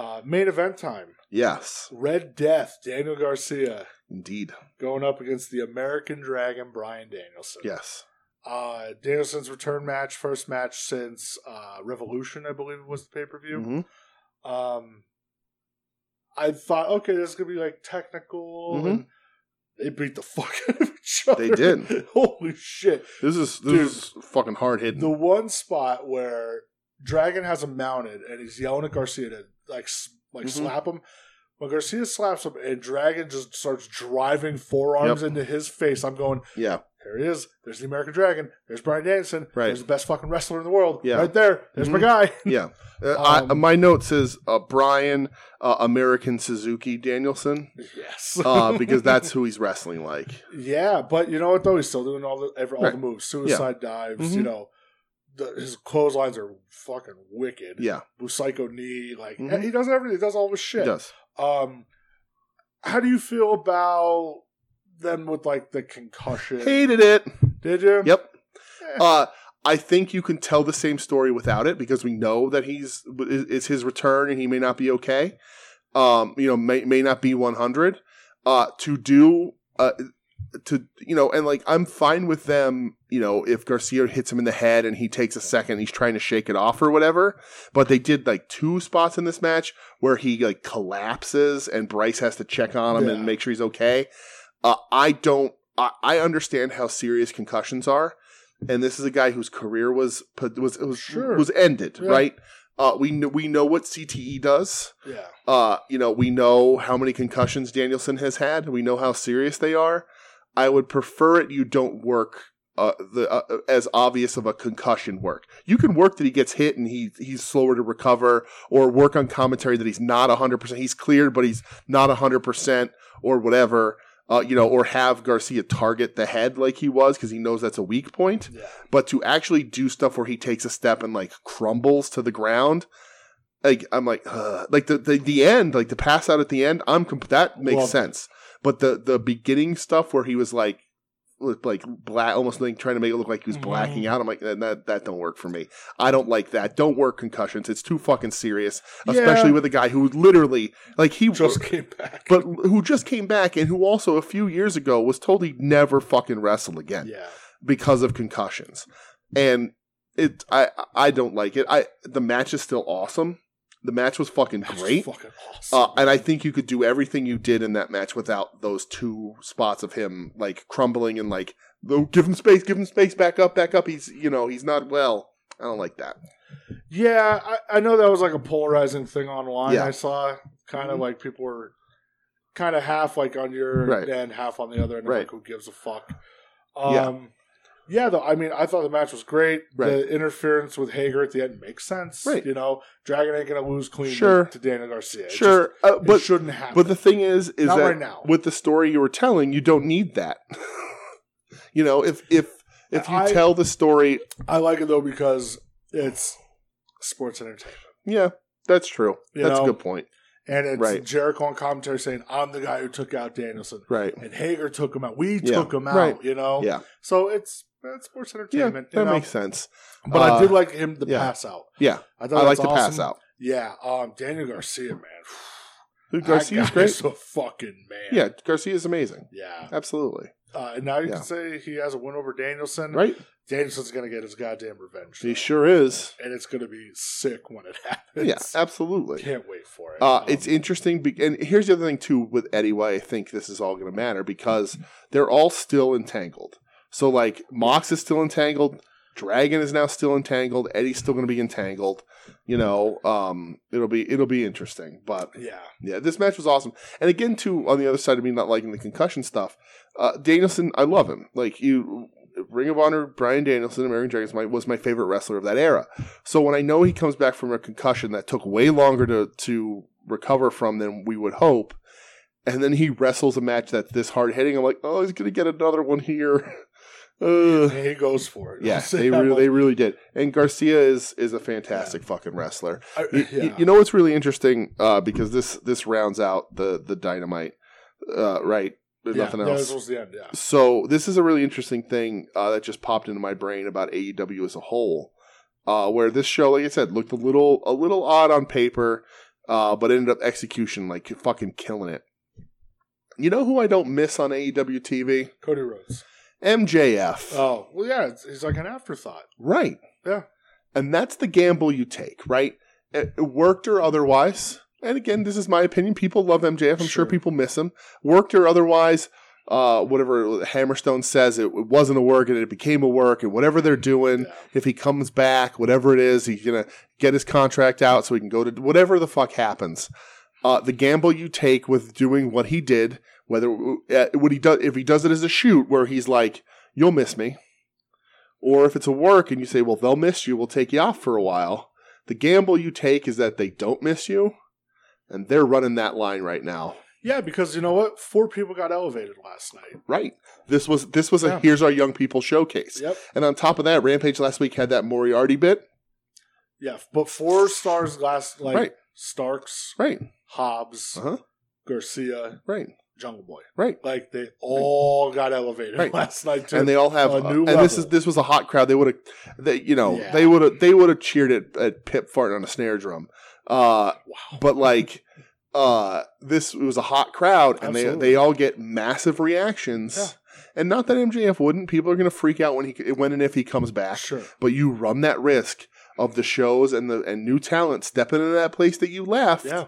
[SPEAKER 2] Uh, main event time:
[SPEAKER 1] Yes,
[SPEAKER 2] Red Death, Daniel Garcia
[SPEAKER 1] indeed.
[SPEAKER 2] going up against the American Dragon, Brian Danielson.
[SPEAKER 1] Yes.
[SPEAKER 2] Uh, Danielson's return match, first match since uh, Revolution, I believe was the pay per view.
[SPEAKER 1] Mhm.
[SPEAKER 2] Um, I thought, okay, this is gonna be like technical.
[SPEAKER 1] Mhm.
[SPEAKER 2] And they beat the <laughs> fuck out of each other.
[SPEAKER 1] They did.
[SPEAKER 2] <laughs> Holy shit!
[SPEAKER 1] This is this
[SPEAKER 2] Dude.
[SPEAKER 1] is fucking hard hitting.
[SPEAKER 2] The one spot where Dragon has him mounted and he's yelling at Garcia to like s- like
[SPEAKER 1] Mhm.
[SPEAKER 2] slap him. When Garcia slaps him and Dragon just starts driving forearms into his face, I'm going,
[SPEAKER 1] yeah.
[SPEAKER 2] there he is. There's the American Dragon. There's Brian Danielson.
[SPEAKER 1] Right.
[SPEAKER 2] There's the best fucking wrestler in the world.
[SPEAKER 1] Yeah.
[SPEAKER 2] Right there. There's
[SPEAKER 1] Mhm.
[SPEAKER 2] my guy. <laughs>
[SPEAKER 1] Yeah. Uh, I,
[SPEAKER 2] Um,
[SPEAKER 1] my note says uh, Brian uh, American Suzuki Danielson
[SPEAKER 2] yes.
[SPEAKER 1] uh, because that's who he's wrestling like.
[SPEAKER 2] <laughs> Yeah, but you know what though? He's still doing all the every, all
[SPEAKER 1] Right.
[SPEAKER 2] the moves, suicide dives.
[SPEAKER 1] Mhm.
[SPEAKER 2] You know, the, his clotheslines are fucking wicked.
[SPEAKER 1] Yeah.
[SPEAKER 2] Busaiko knee, like
[SPEAKER 1] Mhm.
[SPEAKER 2] and he does everything. He does all this
[SPEAKER 1] He
[SPEAKER 2] shit.
[SPEAKER 1] does.
[SPEAKER 2] Um, how do you feel about them with like the concussion?
[SPEAKER 1] Hated it.
[SPEAKER 2] Did you?
[SPEAKER 1] Yep. <laughs>
[SPEAKER 2] Eh,
[SPEAKER 1] Uh, I think you can tell the same story without it because we know that he's it's his return and he may not be okay. Um, you know, may may not be 100. Uh, to do uh, to you know, and like I'm fine with them. You know, if Garcia hits him in the head and he takes a second, he's trying to shake it off or whatever. But they did like two spots in this match where he like collapses and Bryce has to check on him
[SPEAKER 2] Yeah.
[SPEAKER 1] and make sure he's okay. Uh, I don't. I, I understand how serious concussions are, and this is a guy whose career was put- was was
[SPEAKER 2] Sure.
[SPEAKER 1] was ended.
[SPEAKER 2] Yeah.
[SPEAKER 1] Right. Uh, we know, we know what CTE does.
[SPEAKER 2] yeah.
[SPEAKER 1] Uh, you know, we know how many concussions Danielson has had. We know how serious they are. I would prefer it you don't work uh, the uh, as obvious of a concussion work. You can work that he gets hit and he he's slower to recover, or work on commentary that he's not hundred percent. He's cleared, but he's not hundred percent, or whatever. Uh, you know, or have Garcia target the head like he was because he knows that's a weak point
[SPEAKER 2] Yeah.
[SPEAKER 1] but to actually do stuff where he takes a step and like crumbles to the ground like i'm like Ugh. like the, the the end like the pass out at the end i'm comp- that makes
[SPEAKER 2] Loved it.
[SPEAKER 1] sense but the the beginning stuff where he was like looked like black almost like trying to make it look like he was
[SPEAKER 2] Mhm.
[SPEAKER 1] blacking out i'm like that, that that don't work for me i don't like that don't work concussions it's too fucking serious especially
[SPEAKER 2] Yeah.
[SPEAKER 1] with a guy who literally like he
[SPEAKER 2] Just came back.
[SPEAKER 1] but who just came back and who also a few years ago was told he'd never fucking wrestle again
[SPEAKER 2] yeah.
[SPEAKER 1] because of concussions. And it I I don't like it. I the match is still awesome. The match was fucking
[SPEAKER 2] That's
[SPEAKER 1] great.
[SPEAKER 2] Fucking awesome.
[SPEAKER 1] Uh, and I think you could do everything you did in that match without those two spots of him like crumbling and like "Oh, give him space, give him space, back up, back up. He's you know he's not well. I don't like that.
[SPEAKER 2] Yeah, I, I know that was like a polarizing thing online.
[SPEAKER 1] Yeah.
[SPEAKER 2] I saw kind of
[SPEAKER 1] Mhm.
[SPEAKER 2] like people were kind of half like on your
[SPEAKER 1] Right.
[SPEAKER 2] end, half on the other end. I'm
[SPEAKER 1] Right.
[SPEAKER 2] Like, who gives a fuck?
[SPEAKER 1] Yeah.
[SPEAKER 2] Um, yeah. though I mean, I thought the match was great.
[SPEAKER 1] Right.
[SPEAKER 2] The interference with Hager at the end makes sense.
[SPEAKER 1] Right.
[SPEAKER 2] You know, Dragon ain't gonna lose clean
[SPEAKER 1] Sure.
[SPEAKER 2] to Daniel Garcia. It
[SPEAKER 1] Sure, uh,
[SPEAKER 2] just- it
[SPEAKER 1] but
[SPEAKER 2] shouldn't happen.
[SPEAKER 1] but the thing is, is
[SPEAKER 2] Not
[SPEAKER 1] that
[SPEAKER 2] right now.
[SPEAKER 1] with the story you were telling, you don't need that. <laughs> you know, if if if you
[SPEAKER 2] I-
[SPEAKER 1] tell the story,
[SPEAKER 2] I like it though because it's sports entertainment,
[SPEAKER 1] yeah, that's true.
[SPEAKER 2] You
[SPEAKER 1] that's
[SPEAKER 2] know?
[SPEAKER 1] a good point.
[SPEAKER 2] and it's
[SPEAKER 1] Right.
[SPEAKER 2] Jericho on commentary saying, "I'm the guy who took out Danielson."
[SPEAKER 1] Right.
[SPEAKER 2] and Hager took him out. We
[SPEAKER 1] Yeah,
[SPEAKER 2] took him out,
[SPEAKER 1] right.
[SPEAKER 2] you know.
[SPEAKER 1] Yeah.
[SPEAKER 2] So it's it's sports
[SPEAKER 1] Yeah,
[SPEAKER 2] entertainment.
[SPEAKER 1] that
[SPEAKER 2] you know?
[SPEAKER 1] makes sense.
[SPEAKER 2] but I did
[SPEAKER 1] uh,
[SPEAKER 2] like him the
[SPEAKER 1] yeah.
[SPEAKER 2] pass out.
[SPEAKER 1] Yeah,
[SPEAKER 2] thought
[SPEAKER 1] I like
[SPEAKER 2] that's
[SPEAKER 1] to pass
[SPEAKER 2] awesome.
[SPEAKER 1] out.
[SPEAKER 2] Yeah, um, Daniel Garcia, man,
[SPEAKER 1] Dude,
[SPEAKER 2] That
[SPEAKER 1] Garcia's
[SPEAKER 2] guy
[SPEAKER 1] great.
[SPEAKER 2] is a fucking man.
[SPEAKER 1] yeah, Garcia's amazing.
[SPEAKER 2] yeah.
[SPEAKER 1] Absolutely.
[SPEAKER 2] Uh, and now you
[SPEAKER 1] Yeah.
[SPEAKER 2] can say he has a win over Danielson.
[SPEAKER 1] Right?
[SPEAKER 2] Danielson's gonna get his goddamn revenge,
[SPEAKER 1] He
[SPEAKER 2] though.
[SPEAKER 1] sure is.
[SPEAKER 2] and it's gonna be sick when it <laughs> happens.
[SPEAKER 1] Yeah, absolutely.
[SPEAKER 2] can't wait for it.
[SPEAKER 1] Uh,
[SPEAKER 2] Um,
[SPEAKER 1] it's interesting, be- and here's the other thing too with Eddie. Why I think this is all going to matter because they're all still entangled. So like Mox is still entangled, Dragon is now still entangled. Eddie's still going to be entangled. You know, um, it'll be it'll be interesting. But
[SPEAKER 2] Yeah.
[SPEAKER 1] yeah, this match was awesome. And again, too, on the other side of me not liking the concussion stuff, uh, Danielson, I love him. Like you, Ring of Honor, Brian Danielson, American Dragon's my, was my favorite wrestler of that era. So when I know he comes back from a concussion that took way longer to to recover from than we would hope, and then he wrestles a match that's this hard hitting, I'm like, oh, he's gonna get another one here. <laughs>
[SPEAKER 2] <laughs>
[SPEAKER 1] Ugh.
[SPEAKER 2] And he goes for it. <laughs>
[SPEAKER 1] Yeah,
[SPEAKER 2] So,
[SPEAKER 1] they
[SPEAKER 2] I'm
[SPEAKER 1] really,
[SPEAKER 2] like-
[SPEAKER 1] they really did. And Garcia is is a fantastic fucking wrestler.
[SPEAKER 2] I- <laughs>
[SPEAKER 1] You,
[SPEAKER 2] yeah.
[SPEAKER 1] you- you know what's really interesting uh, because this this rounds out the the dynamite, uh, right? There's
[SPEAKER 2] Yeah,
[SPEAKER 1] nothing
[SPEAKER 2] yeah,
[SPEAKER 1] else.
[SPEAKER 2] this was the end, yeah.
[SPEAKER 1] so this is a really interesting thing uh, that just popped into my brain about AEW as a whole, uh, where this show, like I said, looked a little a little odd on paper, uh, but ended up execution like fucking killing it. You know who I don't miss on E AEW TV?
[SPEAKER 2] Cody Rhodes.
[SPEAKER 1] MJF.
[SPEAKER 2] Oh, well, yeah, it's, he's like an afterthought.
[SPEAKER 1] Right.
[SPEAKER 2] Yeah.
[SPEAKER 1] And that's the gamble you take, right? It it worked or otherwise. And again, this is my opinion. People love MJF. I'm sure,
[SPEAKER 2] Sure.
[SPEAKER 1] people miss him. Worked or otherwise, uh, whatever Hammerstone says, it, it wasn't a work and it became a work. And whatever they're doing,
[SPEAKER 2] Yeah.
[SPEAKER 1] if he comes back, whatever it is, he's gonna get his contract out so he can go to whatever the fuck happens. Uh, the gamble you take with doing what he did, whether uh, what he does, if he does it as a shoot where he's like, "You'll miss me," or if it's a work and you say, "Well, they'll miss you. We'll take you off for a while." The gamble you take is that they don't miss you, and they're running that line right now.
[SPEAKER 2] Yeah, because you know what? Four people got elevated last night.
[SPEAKER 1] Right. This was this was a
[SPEAKER 2] Yeah.
[SPEAKER 1] here's our young people showcase,
[SPEAKER 2] Yep.
[SPEAKER 1] and on top of that, Rampage last week had that Moriarty bit.
[SPEAKER 2] Yeah, but four stars last, like
[SPEAKER 1] Right.
[SPEAKER 2] Starks,
[SPEAKER 1] Right.
[SPEAKER 2] Hobbs,
[SPEAKER 1] Uh huh.
[SPEAKER 2] Garcia,
[SPEAKER 1] Right.
[SPEAKER 2] Jungle Boy.
[SPEAKER 1] Right.
[SPEAKER 2] Like they all got elevated
[SPEAKER 1] Right.
[SPEAKER 2] <laughs> last night too.
[SPEAKER 1] and they all have
[SPEAKER 2] a new
[SPEAKER 1] and this
[SPEAKER 2] level.
[SPEAKER 1] is this was a hot crowd. They would have, they you know
[SPEAKER 2] Yeah.
[SPEAKER 1] they would have they would have cheered at, at Pip farting on a snare drum, uh,
[SPEAKER 2] wow.
[SPEAKER 1] but like uh, this it was a hot crowd, and
[SPEAKER 2] Absolutely.
[SPEAKER 1] they they all get massive reactions.
[SPEAKER 2] Yeah.
[SPEAKER 1] And not that MJF wouldn't. People are going to freak out when he when and if he comes back.
[SPEAKER 2] Sure.
[SPEAKER 1] But you run that risk of the shows and the and new talent stepping into that place that you left,
[SPEAKER 2] Yeah.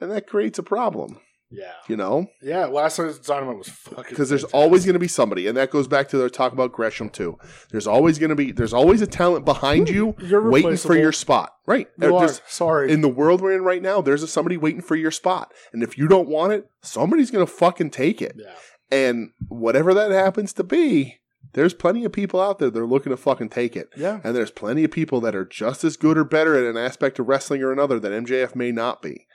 [SPEAKER 1] and that creates a problem.
[SPEAKER 2] Yeah.
[SPEAKER 1] You know.
[SPEAKER 2] Yeah. Last night's dynamite was fucking
[SPEAKER 1] because there's
[SPEAKER 2] fantastic.
[SPEAKER 1] always going to be somebody, and that goes back to their talk about Gresham too. There's always going to be there's always a talent behind you
[SPEAKER 2] You're
[SPEAKER 1] waiting for
[SPEAKER 2] replaceable.
[SPEAKER 1] your spot, right?
[SPEAKER 2] You
[SPEAKER 1] Uh,
[SPEAKER 2] are.
[SPEAKER 1] there's-
[SPEAKER 2] Sorry.
[SPEAKER 1] in the world we're in right now, there's a, somebody waiting for your spot, and if you don't want it, somebody's going to fucking take it,
[SPEAKER 2] yeah.
[SPEAKER 1] and whatever that happens to be, there's plenty of people out there that are looking to fucking take it.
[SPEAKER 2] Yeah.
[SPEAKER 1] And there's plenty of people that are just as good or better at an aspect of wrestling or another that MJF may not be.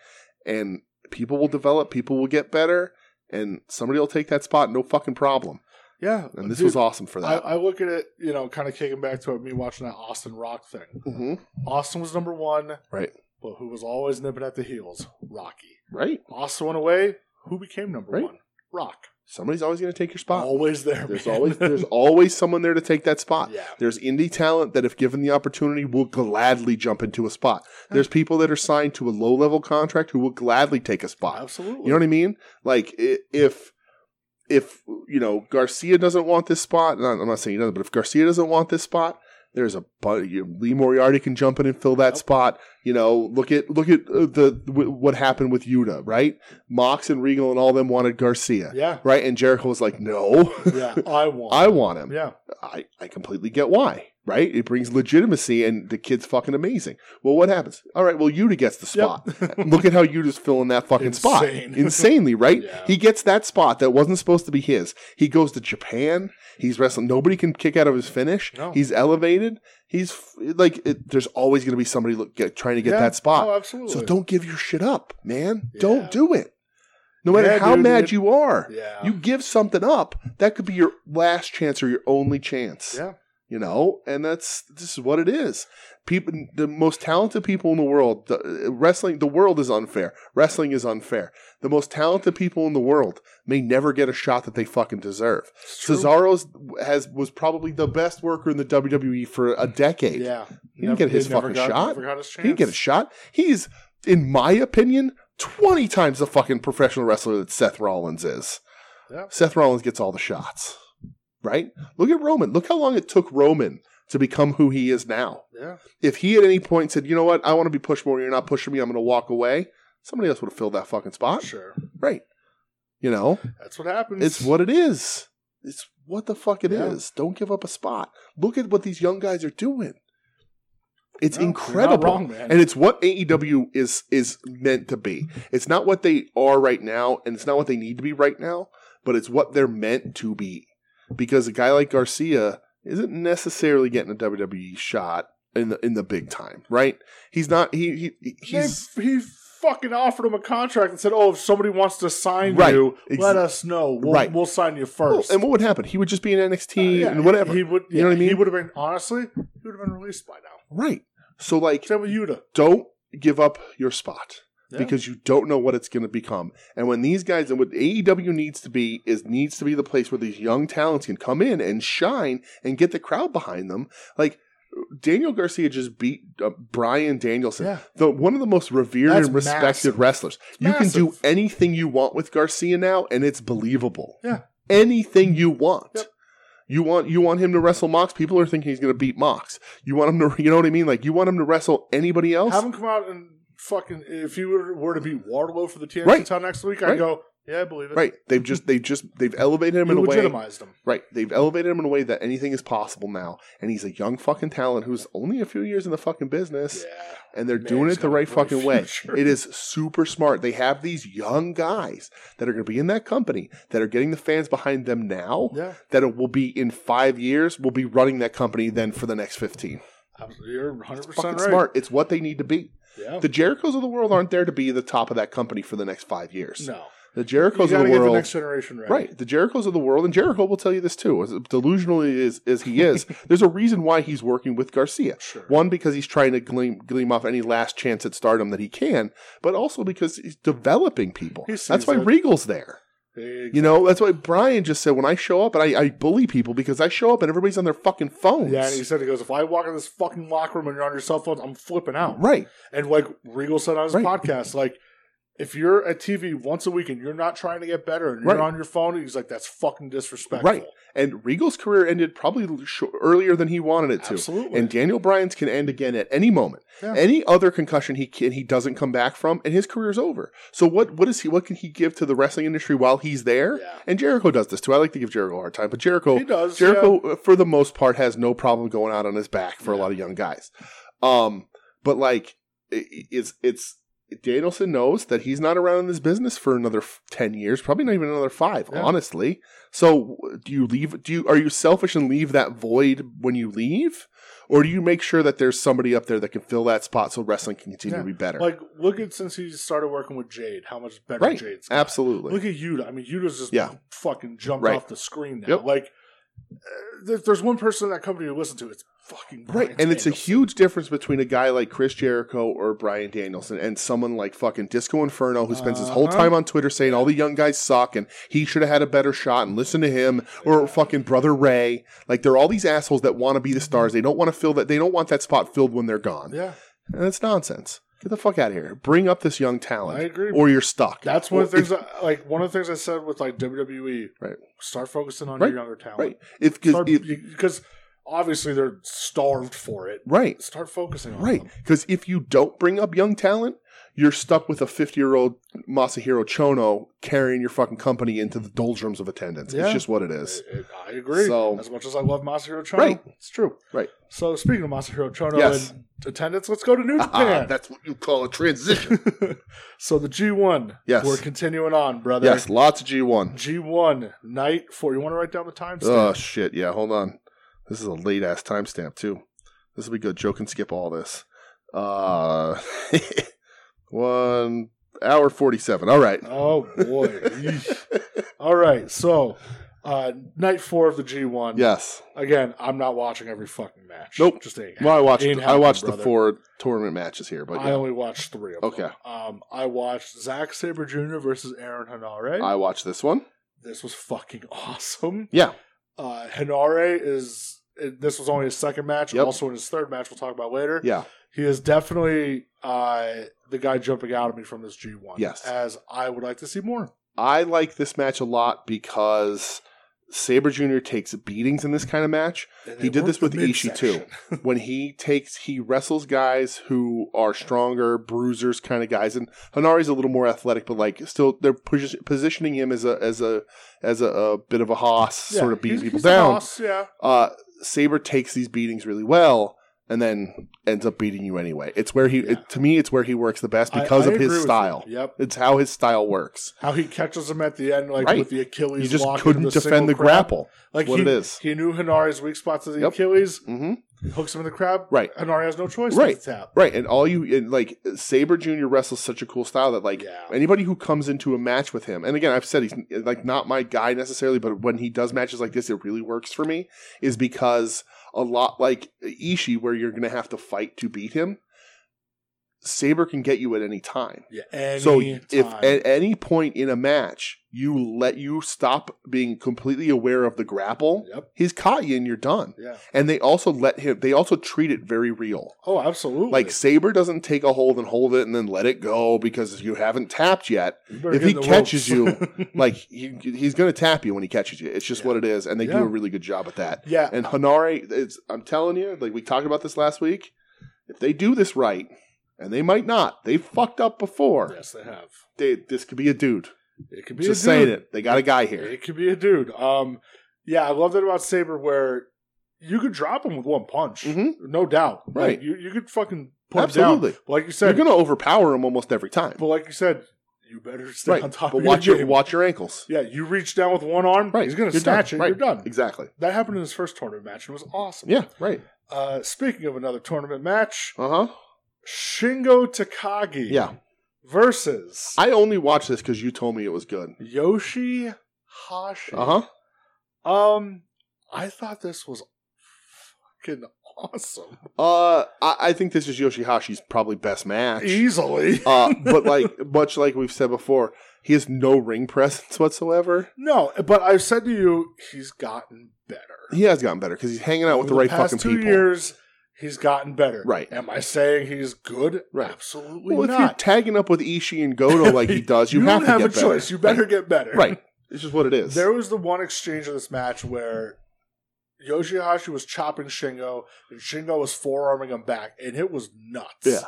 [SPEAKER 1] And people will develop, people will get better, and somebody will take that spot, no fucking problem.
[SPEAKER 2] Yeah.
[SPEAKER 1] And this
[SPEAKER 2] Dude,
[SPEAKER 1] was awesome for
[SPEAKER 2] I,
[SPEAKER 1] that.
[SPEAKER 2] I look at it, you know, kind of kicking back to it, me watching that Austin Rock thing.
[SPEAKER 1] hmm
[SPEAKER 2] Austin was number one,
[SPEAKER 1] Right.
[SPEAKER 2] But who was always nipping at the heels? Rocky.
[SPEAKER 1] Right?
[SPEAKER 2] Austin went away. Who became number
[SPEAKER 1] Right.
[SPEAKER 2] one? Rock.
[SPEAKER 1] Somebody's always going to take your spot.
[SPEAKER 2] Always there.
[SPEAKER 1] there's
[SPEAKER 2] Oh, man.
[SPEAKER 1] always
[SPEAKER 2] <laughs>
[SPEAKER 1] there's always someone there to take that spot.
[SPEAKER 2] yeah.
[SPEAKER 1] There's indie talent that, if given the opportunity, will gladly jump into a spot. There's people that are signed to a low level contract who will gladly take a spot.
[SPEAKER 2] Absolutely.
[SPEAKER 1] You know what I mean? Like i- if if you know Garcia doesn't want this spot, and I'm I'm not saying he doesn't, but if Garcia doesn't want this spot, there's a bunch. You, Lee Moriarty can jump in and fill that
[SPEAKER 2] Yep.
[SPEAKER 1] spot. You know, look at look at uh, the w- what happened with Yuta, right? Mox and Regal and all them wanted Garcia,
[SPEAKER 2] Yeah.
[SPEAKER 1] right? And Jericho was like, "No, <laughs>
[SPEAKER 2] Yeah. I won.
[SPEAKER 1] I want him."
[SPEAKER 2] yeah.
[SPEAKER 1] I, I completely get why, right? It brings legitimacy, and the kid's fucking amazing. Well, what happens? All right, well, Yuta gets the spot. <laughs> Look at how Yuta's filling that
[SPEAKER 2] <laughs>
[SPEAKER 1] fucking spot.
[SPEAKER 2] Insane.
[SPEAKER 1] <laughs> Insanely, right?
[SPEAKER 2] Yeah.
[SPEAKER 1] He gets that spot that wasn't supposed to be his. He goes to Japan. He's wrestling. Nobody can kick out of his finish.
[SPEAKER 2] No.
[SPEAKER 1] He's elevated. He's f- like, it, there's always going to be somebody look, get, trying to get
[SPEAKER 2] Yeah.
[SPEAKER 1] that spot.
[SPEAKER 2] Oh, absolutely.
[SPEAKER 1] so don't give your shit up, man.
[SPEAKER 2] Yeah.
[SPEAKER 1] Don't do it. No matter
[SPEAKER 2] Yeah,
[SPEAKER 1] how
[SPEAKER 2] dude,
[SPEAKER 1] mad
[SPEAKER 2] it-
[SPEAKER 1] you are,
[SPEAKER 2] Yeah.
[SPEAKER 1] you give something up. That could be your last chance or your only chance
[SPEAKER 2] yeah.
[SPEAKER 1] you know and that's this is what it is people the most talented people in the world the, wrestling the world is unfair wrestling is unfair the most talented people in the world may never get a shot that they fucking deserve
[SPEAKER 2] It's true.
[SPEAKER 1] Cesaro's has was probably the best worker in the WWE for a decade
[SPEAKER 2] Yeah.
[SPEAKER 1] He didn't get his
[SPEAKER 2] never
[SPEAKER 1] fucking
[SPEAKER 2] got-
[SPEAKER 1] shot.
[SPEAKER 2] Never got his
[SPEAKER 1] he
[SPEAKER 2] chance.
[SPEAKER 1] didn't get a shot he's in my opinion 20 times the fucking professional wrestler that Seth Rollins is
[SPEAKER 2] Yeah.
[SPEAKER 1] Seth Rollins gets all the shots right look at Roman look how long it took Roman to become who he is now
[SPEAKER 2] Yeah.
[SPEAKER 1] if he at any point said, you know what, I want to be pushed more, you're not pushing me, I'm going to walk away, somebody else would have filled that fucking spot.
[SPEAKER 2] Sure.
[SPEAKER 1] Right. You know,
[SPEAKER 2] That's what happens.
[SPEAKER 1] it's what it is. It's what the fuck it
[SPEAKER 2] Yeah.
[SPEAKER 1] is. Don't give up a spot. Look at what these young guys are doing. It's
[SPEAKER 2] No, you're not
[SPEAKER 1] incredible.
[SPEAKER 2] wrong, man.
[SPEAKER 1] And it's what AEW is is meant to be. It's not what they are right now, and it's not what they need to be right now, but it's what they're meant to be. Because a guy like Garcia isn't necessarily getting a WWE shot in the in the big time, right? He's not. He, he he's
[SPEAKER 2] They- he fucking offered him a contract and said, "Oh, if somebody wants to sign
[SPEAKER 1] Right.
[SPEAKER 2] you,
[SPEAKER 1] Ex-
[SPEAKER 2] let us know. We'll,
[SPEAKER 1] Right.
[SPEAKER 2] we'll sign you
[SPEAKER 1] Well,
[SPEAKER 2] first.
[SPEAKER 1] and what would happen? He would just be in
[SPEAKER 2] Uh,
[SPEAKER 1] NXT
[SPEAKER 2] yeah,
[SPEAKER 1] and whatever.
[SPEAKER 2] He would.
[SPEAKER 1] You know what I
[SPEAKER 2] yeah, He
[SPEAKER 1] mean?
[SPEAKER 2] would have been honestly. He would have been released by now.
[SPEAKER 1] right. So like,
[SPEAKER 2] Same with Yuta.
[SPEAKER 1] don't give up your spot
[SPEAKER 2] Yeah.
[SPEAKER 1] because you don't know what it's going to become. And when these guys and what AEW needs to be is needs to be the place where these young talents can come in and shine and get the crowd behind them. Like Daniel Garcia just beat uh, Brian Danielson,
[SPEAKER 2] Yeah.
[SPEAKER 1] the one of the most revered
[SPEAKER 2] That's
[SPEAKER 1] and respected
[SPEAKER 2] massive.
[SPEAKER 1] wrestlers. You can do
[SPEAKER 2] massive.
[SPEAKER 1] anything you want with Garcia now, and it's believable.
[SPEAKER 2] Yeah.
[SPEAKER 1] anything you want.
[SPEAKER 2] Yep.
[SPEAKER 1] You want you want him to wrestle Mox. People are thinking he's going to beat Mox. You want him to, you know what I mean? Like you want him to wrestle anybody else.
[SPEAKER 2] Have him come out and fucking. If he were, were to beat Wardlow for the TNT
[SPEAKER 1] Right.
[SPEAKER 2] title next week,
[SPEAKER 1] Right.
[SPEAKER 2] I'd go. Yeah, I believe it.
[SPEAKER 1] Right. They've just they just they've elevated him
[SPEAKER 2] You
[SPEAKER 1] in a way.
[SPEAKER 2] legitimized him.
[SPEAKER 1] Right. They've elevated him in a way that anything is possible now. And he's a young fucking talent who's only a few years in the fucking business
[SPEAKER 2] Yeah.
[SPEAKER 1] and they're
[SPEAKER 2] Man,
[SPEAKER 1] doing
[SPEAKER 2] he's
[SPEAKER 1] it the
[SPEAKER 2] got a
[SPEAKER 1] right
[SPEAKER 2] bright
[SPEAKER 1] fucking way.
[SPEAKER 2] future.
[SPEAKER 1] It is super smart. They have these young guys that are going to be in that company that are getting the fans behind them now.
[SPEAKER 2] Yeah.
[SPEAKER 1] That it will be in five years, will be running that company then for the next 15.
[SPEAKER 2] Absolutely. You're 100
[SPEAKER 1] Fucking
[SPEAKER 2] percent right.
[SPEAKER 1] smart. It's what they need to be.
[SPEAKER 2] Yeah.
[SPEAKER 1] The Jerichos of the world aren't there to be the top of that company for the next five years.
[SPEAKER 2] no.
[SPEAKER 1] The
[SPEAKER 2] You
[SPEAKER 1] Jerichos
[SPEAKER 2] gotta
[SPEAKER 1] of the
[SPEAKER 2] get the
[SPEAKER 1] world.
[SPEAKER 2] next generation right.
[SPEAKER 1] Right. The Jerichos of the world, and Jericho will tell you this too, as delusional as, as he is,
[SPEAKER 2] <laughs>
[SPEAKER 1] there's a reason why he's working with Garcia.
[SPEAKER 2] Sure.
[SPEAKER 1] One, because he's trying to gleam, gleam off any last chance at stardom that he can, but also because he's developing people.
[SPEAKER 2] He
[SPEAKER 1] That's
[SPEAKER 2] sees
[SPEAKER 1] why
[SPEAKER 2] it.
[SPEAKER 1] Regal's there. You know, that's why Brian just said, when I show up, and I, I bully people because I show up and everybody's on their fucking phones.
[SPEAKER 2] Yeah, and he said he goes, if I walk in this fucking locker room and you're on your cell phones, I'm flipping out.
[SPEAKER 1] right.
[SPEAKER 2] And like Regal said on his
[SPEAKER 1] Right.
[SPEAKER 2] podcast, like if you're at TV once a week and you're not trying to get better and you're
[SPEAKER 1] Right.
[SPEAKER 2] on your phone, he's like, that's fucking disrespectful.
[SPEAKER 1] Right. And Regal's career ended probably sh- earlier than he wanted it to.
[SPEAKER 2] Absolutely.
[SPEAKER 1] And Daniel Bryan's can end again at any moment.
[SPEAKER 2] Yeah.
[SPEAKER 1] Any other concussion he can, he doesn't come back from, and his career's over. So what what is he? What can he give to the wrestling industry while he's there?
[SPEAKER 2] Yeah.
[SPEAKER 1] And Jericho does this too. I like to give Jericho a hard time, but Jericho
[SPEAKER 2] he does. yeah.
[SPEAKER 1] Jericho uh, for the most part has no problem going out on his back for a
[SPEAKER 2] Yeah.
[SPEAKER 1] lot of young guys. Um, but like i- i- it's it's Danielson knows that he's not around in this business for another f- ten years, probably not even another five,
[SPEAKER 2] Yeah.
[SPEAKER 1] honestly. So w- do you leave? Do you are you selfish and leave that void when you leave, or do you make sure that there's somebody up there that can fill that spot so wrestling can continue
[SPEAKER 2] Yeah.
[SPEAKER 1] to be better?
[SPEAKER 2] Like look at since he started working with Jade, how much better
[SPEAKER 1] Right.
[SPEAKER 2] Jade's got.
[SPEAKER 1] Absolutely,
[SPEAKER 2] Look at Yuta. I mean, Yuta's just
[SPEAKER 1] Yeah.
[SPEAKER 2] fucking jumped
[SPEAKER 1] Right.
[SPEAKER 2] off the screen now.
[SPEAKER 1] Yep.
[SPEAKER 2] Like, uh, there's, there's one person in that company you listen to. It's fucking
[SPEAKER 1] Right.
[SPEAKER 2] Bryan
[SPEAKER 1] And it's a
[SPEAKER 2] Danielson.
[SPEAKER 1] huge difference between a guy like Chris Jericho or Brian Danielson and someone like fucking Disco Inferno who spends his whole
[SPEAKER 2] Uh-huh.
[SPEAKER 1] time on Twitter saying all the young guys suck and he should have had a better shot and listen to him or fucking Brother Ray. Like there are all these assholes that want to be the stars. They don't want to fill that they don't want that spot filled when they're gone.
[SPEAKER 2] Mm-hmm. Yeah.
[SPEAKER 1] And it's nonsense. Get the fuck out of here. Bring up this young talent.
[SPEAKER 2] I agree.
[SPEAKER 1] Or you're stuck.
[SPEAKER 2] That's one
[SPEAKER 1] Or
[SPEAKER 2] of the things. I, like one of the things I said with like WWE.
[SPEAKER 1] Right.
[SPEAKER 2] Start focusing on
[SPEAKER 1] Right.
[SPEAKER 2] your younger
[SPEAKER 1] if,
[SPEAKER 2] talent.
[SPEAKER 1] right. If,
[SPEAKER 2] Start-
[SPEAKER 1] if
[SPEAKER 2] because obviously they're starved for it.
[SPEAKER 1] right.
[SPEAKER 2] Start focusing on
[SPEAKER 1] Right.
[SPEAKER 2] them.
[SPEAKER 1] Because if you don't bring up young talent, you're stuck with a 50 year old Masahiro Chono carrying your fucking company into the doldrums of attendance. It's
[SPEAKER 2] Yeah.
[SPEAKER 1] just what it
[SPEAKER 2] <laughs>
[SPEAKER 1] is.
[SPEAKER 2] I, I agree.
[SPEAKER 1] So-
[SPEAKER 2] as much as I love Masahiro Chono,
[SPEAKER 1] Right.
[SPEAKER 2] it's true.
[SPEAKER 1] Right.
[SPEAKER 2] So speaking of Masahiro Chono
[SPEAKER 1] Yes.
[SPEAKER 2] and attendance, let's go to New
[SPEAKER 1] Ah, <laughs>
[SPEAKER 2] Japan.
[SPEAKER 1] that's what you call a transition.
[SPEAKER 2] <laughs> so the G1.
[SPEAKER 1] Yes.
[SPEAKER 2] We're continuing on, brother.
[SPEAKER 1] yes, lots of G1.
[SPEAKER 2] G1 night four. You want to write down the timestamp?
[SPEAKER 1] Oh, shit. Yeah, hold on. This is a late ass timestamp, too. This will be good. Joe can skip all this. Uh, <laughs> one hour 47. All right.
[SPEAKER 2] oh boy. Yeesh. All right. So uh, night four of the G1.
[SPEAKER 1] Yes.
[SPEAKER 2] Again, I'm not watching every fucking match.
[SPEAKER 1] Nope.
[SPEAKER 2] Just ain't
[SPEAKER 1] Well, I watched,
[SPEAKER 2] Ain't
[SPEAKER 1] I watched
[SPEAKER 2] happening,
[SPEAKER 1] the
[SPEAKER 2] brother.
[SPEAKER 1] four tournament matches here, but
[SPEAKER 2] I
[SPEAKER 1] yeah,
[SPEAKER 2] only watched three of
[SPEAKER 1] Okay.
[SPEAKER 2] them. Um, I watched Zack Sabre Jr. versus Aaron Hanare.
[SPEAKER 1] I watched this one.
[SPEAKER 2] this was fucking awesome.
[SPEAKER 1] Yeah.
[SPEAKER 2] Uh, Hanare is, it- this was only his second match.
[SPEAKER 1] Yep.
[SPEAKER 2] Also in his third match, we'll talk about later.
[SPEAKER 1] Yeah.
[SPEAKER 2] He is definitely uh, the guy jumping out at me from this G1.
[SPEAKER 1] Yes.
[SPEAKER 2] As I would like to see more.
[SPEAKER 1] I like this match a lot because Saber Jr. takes beatings in this kind of
[SPEAKER 2] <laughs>
[SPEAKER 1] match.
[SPEAKER 2] And
[SPEAKER 1] He
[SPEAKER 2] they
[SPEAKER 1] did this
[SPEAKER 2] worked the
[SPEAKER 1] with Ishii, too.
[SPEAKER 2] midsection.
[SPEAKER 1] when he takes he wrestles guys who are stronger bruisers kind of guys and Hanari's a little more athletic but like still they're pos- positioning him as a as a as a, a bit of a hoss
[SPEAKER 2] Yeah,
[SPEAKER 1] sort of beating
[SPEAKER 2] he's-
[SPEAKER 1] people
[SPEAKER 2] he's the
[SPEAKER 1] down
[SPEAKER 2] boss, yeah.
[SPEAKER 1] uh Saber takes these beatings really well and then ends up beating you anyway it's where he
[SPEAKER 2] Yeah.
[SPEAKER 1] it, to me it's where he works the best
[SPEAKER 2] I-
[SPEAKER 1] because
[SPEAKER 2] I
[SPEAKER 1] of
[SPEAKER 2] agree with
[SPEAKER 1] his
[SPEAKER 2] you.
[SPEAKER 1] style
[SPEAKER 2] Yep.
[SPEAKER 1] it's how his style works
[SPEAKER 2] How he catches him at the end, like
[SPEAKER 1] Right.
[SPEAKER 2] with the Achilles.
[SPEAKER 1] you just
[SPEAKER 2] lock into
[SPEAKER 1] couldn't
[SPEAKER 2] the single
[SPEAKER 1] defend the
[SPEAKER 2] crab.
[SPEAKER 1] grapple
[SPEAKER 2] Like
[SPEAKER 1] what
[SPEAKER 2] he,
[SPEAKER 1] it is.
[SPEAKER 2] He knew Hinari's weak spots of the
[SPEAKER 1] Yep.
[SPEAKER 2] Achilles.
[SPEAKER 1] hmm
[SPEAKER 2] Hooks him in the crab.
[SPEAKER 1] Right.
[SPEAKER 2] Hinari has no choice.
[SPEAKER 1] Right.
[SPEAKER 2] But to tap.
[SPEAKER 1] Right, and all you and like Saber Junior wrestles such a cool style that like
[SPEAKER 2] Yeah.
[SPEAKER 1] anybody who comes into a match with him, and again I've said he's like not my guy necessarily, but when he does matches like this, it really works for me, is because a lot like Ishii, where you're gonna have to fight to beat him, Saber can get you at any time.
[SPEAKER 2] Yeah. Any
[SPEAKER 1] so if
[SPEAKER 2] time.
[SPEAKER 1] at any point in a match you let you stop being completely aware of the grapple,
[SPEAKER 2] yep.
[SPEAKER 1] he's caught you and you're done.
[SPEAKER 2] Yeah.
[SPEAKER 1] And they also let him they also treat it very real.
[SPEAKER 2] Oh, absolutely.
[SPEAKER 1] Like Saber doesn't take a hold and hold it and then let it go because you haven't tapped yet.
[SPEAKER 2] You better
[SPEAKER 1] if
[SPEAKER 2] get
[SPEAKER 1] he
[SPEAKER 2] in the
[SPEAKER 1] catches
[SPEAKER 2] ropes.
[SPEAKER 1] Like he, he's going to tap you when he catches you. It's just
[SPEAKER 2] Yeah.
[SPEAKER 1] what it is, and they do
[SPEAKER 2] Yeah.
[SPEAKER 1] a really good job at that.
[SPEAKER 2] <laughs> yeah.
[SPEAKER 1] And Hanare, it's, I'm telling you, like we talked about this last week. If they do this right, and they might not, they fucked up before.
[SPEAKER 2] yes, they have.
[SPEAKER 1] They, this could be a dude.
[SPEAKER 2] It could be
[SPEAKER 1] just
[SPEAKER 2] a dude.
[SPEAKER 1] saying it. They got a guy here.
[SPEAKER 2] It could be a dude. Um, yeah, I love that about Saber where you could drop him with one punch,
[SPEAKER 1] Mhm.
[SPEAKER 2] no doubt. Like,
[SPEAKER 1] Right.
[SPEAKER 2] you you could fucking put him down.
[SPEAKER 1] Absolutely,
[SPEAKER 2] But Like you
[SPEAKER 1] you're
[SPEAKER 2] said,
[SPEAKER 1] going to overpower him almost every time.
[SPEAKER 2] but like you said, you better stay
[SPEAKER 1] Right,
[SPEAKER 2] on top.
[SPEAKER 1] but
[SPEAKER 2] of
[SPEAKER 1] watch
[SPEAKER 2] your,
[SPEAKER 1] your
[SPEAKER 2] game.
[SPEAKER 1] watch your ankles.
[SPEAKER 2] Yeah, you reach down with one arm.
[SPEAKER 1] Right,
[SPEAKER 2] He's gonna
[SPEAKER 1] You're
[SPEAKER 2] snatch
[SPEAKER 1] done.
[SPEAKER 2] it.
[SPEAKER 1] Right.
[SPEAKER 2] You're done.
[SPEAKER 1] Exactly.
[SPEAKER 2] That happened in his first tournament match and it was awesome.
[SPEAKER 1] Yeah. Right.
[SPEAKER 2] Uh, speaking of another tournament match,
[SPEAKER 1] Uh huh.
[SPEAKER 2] Shingo Takagi.
[SPEAKER 1] Yeah.
[SPEAKER 2] Versus
[SPEAKER 1] I only watched this because you told me it was good.
[SPEAKER 2] Yoshi Hashi.
[SPEAKER 1] Uh huh.
[SPEAKER 2] Um, I thought this was fucking awesome.
[SPEAKER 1] Uh, I, I think this is Yoshihashi's probably best match.
[SPEAKER 2] Easily. <laughs>
[SPEAKER 1] Uh, but like <laughs> much like we've said before, he has no ring <laughs> presence whatsoever.
[SPEAKER 2] no, but I've said to you, he's gotten better.
[SPEAKER 1] He has gotten better because he's hanging out with
[SPEAKER 2] Over
[SPEAKER 1] the, right
[SPEAKER 2] past
[SPEAKER 1] fucking
[SPEAKER 2] two
[SPEAKER 1] people.
[SPEAKER 2] years, he's gotten better.
[SPEAKER 1] Right.
[SPEAKER 2] Am I saying he's good?
[SPEAKER 1] Right.
[SPEAKER 2] Absolutely
[SPEAKER 1] well, if you're
[SPEAKER 2] not.
[SPEAKER 1] tagging up with Ishii and Goto like
[SPEAKER 2] <laughs>
[SPEAKER 1] he does, you,
[SPEAKER 2] you
[SPEAKER 1] have to
[SPEAKER 2] don't have
[SPEAKER 1] get
[SPEAKER 2] a
[SPEAKER 1] better.
[SPEAKER 2] choice. You better get better.
[SPEAKER 1] Right. It's just what it is.
[SPEAKER 2] There was the one exchange of this match where Yoshihashi was chopping Shingo, and Shingo was forearming him back, and it was nuts.
[SPEAKER 1] Yeah.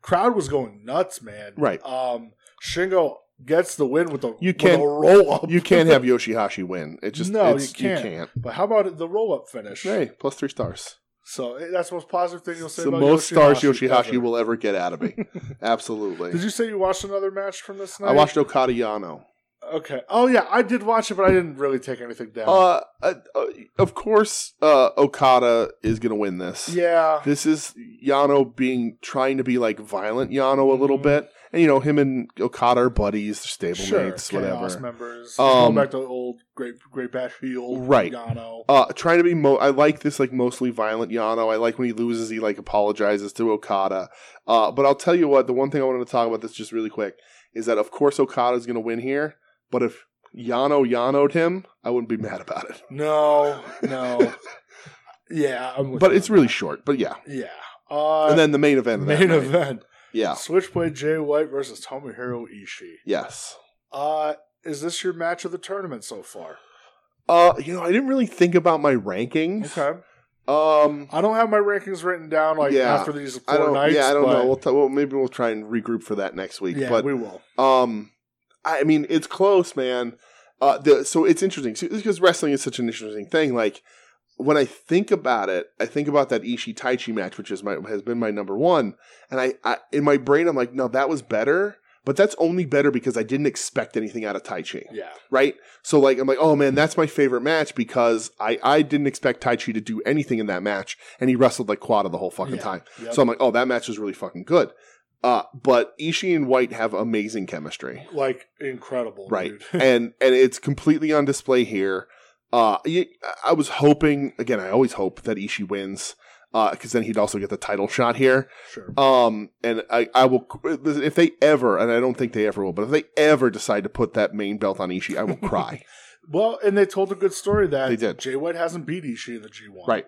[SPEAKER 2] Crowd was going nuts, man.
[SPEAKER 1] Right.
[SPEAKER 2] Um, Shingo gets the win with a,
[SPEAKER 1] You
[SPEAKER 2] with
[SPEAKER 1] can't-
[SPEAKER 2] a roll up.
[SPEAKER 1] you can't
[SPEAKER 2] <laughs>
[SPEAKER 1] have Yoshihashi win. It just
[SPEAKER 2] No,
[SPEAKER 1] it's-
[SPEAKER 2] you can't. But how about the roll up finish?
[SPEAKER 1] Hey, plus three stars.
[SPEAKER 2] So eh, that's the most positive thing you'll
[SPEAKER 1] It's
[SPEAKER 2] say
[SPEAKER 1] the
[SPEAKER 2] about
[SPEAKER 1] most stars Yoshihashi
[SPEAKER 2] ever.
[SPEAKER 1] will ever get out
[SPEAKER 2] <laughs>
[SPEAKER 1] of me. Absolutely.
[SPEAKER 2] Did you say you watched another match from this night?
[SPEAKER 1] I watched Okada Yano.
[SPEAKER 2] Okay. Oh yeah, I did watch it, but I didn't really take anything down.
[SPEAKER 1] Uh, uh, uh, of course, uh, Okada is gonna win this.
[SPEAKER 2] yeah.
[SPEAKER 1] This is Yano being trying to be like violent Yano a little
[SPEAKER 2] Mhm.
[SPEAKER 1] bit, and you know him and Okada are buddies, they're stablemates,
[SPEAKER 2] Chaos
[SPEAKER 1] whatever.
[SPEAKER 2] members.
[SPEAKER 1] Um,
[SPEAKER 2] Going back to old Great Great Bash heel.
[SPEAKER 1] Right.
[SPEAKER 2] Yano.
[SPEAKER 1] Uh, trying to be mo. I like this like mostly violent Yano. I like when he loses, he like apologizes to Okada. Uh, but I'll tell you what, the one thing I wanted to talk about this just really quick is that of course Okada's gonna win here, but if Yano Yano'd him, I wouldn't be mad about it.
[SPEAKER 2] No,
[SPEAKER 1] <laughs>
[SPEAKER 2] no. yeah, I'm with
[SPEAKER 1] But
[SPEAKER 2] you
[SPEAKER 1] it's
[SPEAKER 2] on
[SPEAKER 1] really short. But yeah,
[SPEAKER 2] that. yeah. Uh,
[SPEAKER 1] and then the main event. Of that
[SPEAKER 2] main
[SPEAKER 1] night.
[SPEAKER 2] event:
[SPEAKER 1] Yeah.
[SPEAKER 2] Switchblade Jay White versus Tomohiro Ishii.
[SPEAKER 1] Yes.
[SPEAKER 2] Uh, is this your match of the tournament so far?
[SPEAKER 1] Uh, you know, I didn't really think about my rankings.
[SPEAKER 2] Okay,
[SPEAKER 1] Um,
[SPEAKER 2] I don't have my rankings written down like
[SPEAKER 1] Yeah.
[SPEAKER 2] after these four
[SPEAKER 1] I don't.
[SPEAKER 2] nights.
[SPEAKER 1] yeah, I don't
[SPEAKER 2] but-
[SPEAKER 1] know. We'll, t- well maybe we'll try and regroup for that next week.
[SPEAKER 2] yeah,
[SPEAKER 1] but
[SPEAKER 2] we will.
[SPEAKER 1] um, I mean, it's close, man. Uh, the, so it's interesting so, because wrestling is such an interesting thing. Like when I think about it, I think about that Ishii Taichi match, which is my has been my number one, and I, I in my brain I'm like, no, that was better. But that's only better because I didn't expect anything out of Tai Chi.
[SPEAKER 2] Yeah,
[SPEAKER 1] right? So like I'm like, oh man, that's my favorite match because I I didn't expect Tai Chi to do anything in that match, and he wrestled like Quada the whole fucking
[SPEAKER 2] Yeah.
[SPEAKER 1] time.
[SPEAKER 2] Yep.
[SPEAKER 1] So I'm like, oh, that match was really fucking good. Uh, but Ishii and White have amazing
[SPEAKER 2] <laughs>
[SPEAKER 1] chemistry,
[SPEAKER 2] like incredible,
[SPEAKER 1] Right.
[SPEAKER 2] Dude.
[SPEAKER 1] and and it's completely on display here. Uh, y- I was hoping again. I always hope that Ishii wins. Because then he'd also get the title shot here.
[SPEAKER 2] sure.
[SPEAKER 1] Um, and I, I will listen if they ever, and I don't think they ever will, but if they ever decide to put that main belt on Ishii, I will cry.
[SPEAKER 2] Well, and they told a good story that
[SPEAKER 1] They did.
[SPEAKER 2] Jay White hasn't beat Ishii in the G1,
[SPEAKER 1] Right.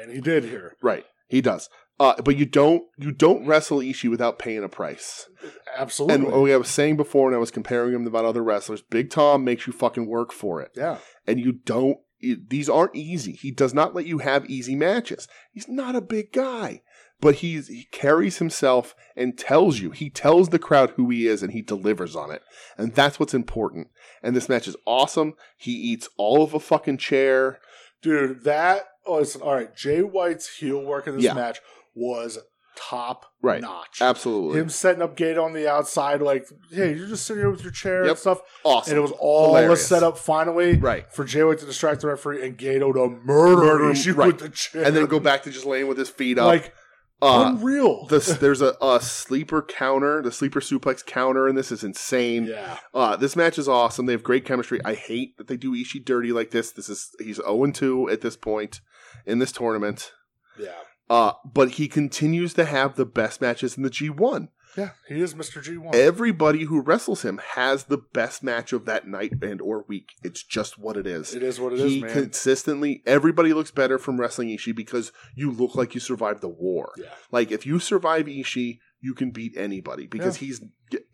[SPEAKER 2] And he did here.
[SPEAKER 1] Right. He does. Uh, but you don't you don't wrestle Ishii without paying a price. And
[SPEAKER 2] Absolutely.
[SPEAKER 1] what I was saying before, when I was comparing him about other wrestlers, Big Tom makes you fucking work for it,
[SPEAKER 2] yeah.
[SPEAKER 1] and you don't. It, these aren't easy. He does not let you have easy matches. He's not a big guy, but he's, he carries himself and tells you. He tells the crowd who he is, and he delivers on it. And that's what's important. And this match is awesome. He eats all of a fucking chair.
[SPEAKER 2] Dude, that oh, listen, all right. Jay White's heel work in this
[SPEAKER 1] Yeah.
[SPEAKER 2] match was top
[SPEAKER 1] Right.
[SPEAKER 2] notch.
[SPEAKER 1] Absolutely
[SPEAKER 2] Him setting up Gate on the outside, like, hey, you're just sitting here with your chair
[SPEAKER 1] Yep.
[SPEAKER 2] and stuff.
[SPEAKER 1] awesome.
[SPEAKER 2] And it was all
[SPEAKER 1] Hilarious.
[SPEAKER 2] set up finally
[SPEAKER 1] right.
[SPEAKER 2] for Jay White to distract the referee and Gato to murder,
[SPEAKER 1] Murder him,
[SPEAKER 2] Ishii
[SPEAKER 1] right.
[SPEAKER 2] with the chair.
[SPEAKER 1] and then go back to just laying with his feet up.
[SPEAKER 2] like
[SPEAKER 1] uh,
[SPEAKER 2] unreal.
[SPEAKER 1] this, there's a, a sleeper counter, the sleeper suplex counter, and this is insane.
[SPEAKER 2] yeah.
[SPEAKER 1] Uh, this match is awesome. They have great chemistry. I hate that they do Ishii dirty like this. This is he's 0 2 at this point in this tournament.
[SPEAKER 2] Yeah.
[SPEAKER 1] Uh, but he continues to have the best matches in the G1.
[SPEAKER 2] Yeah. He is Mr. G one.
[SPEAKER 1] Everybody who wrestles him has the best match of that night and or week. It's just what it is.
[SPEAKER 2] It is what it is,
[SPEAKER 1] he
[SPEAKER 2] man.
[SPEAKER 1] consistently everybody looks better from wrestling Ishii because you look like you survived the war.
[SPEAKER 2] yeah.
[SPEAKER 1] Like if you survive Ishii, you can beat anybody because he's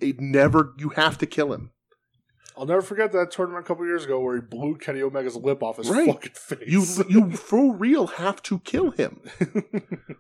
[SPEAKER 1] it never. You have to kill him.
[SPEAKER 2] I'll never forget that tournament a couple years ago where he blew Kenny Omega's lip off his
[SPEAKER 1] Right.
[SPEAKER 2] fucking face.
[SPEAKER 1] You you for real have to kill him.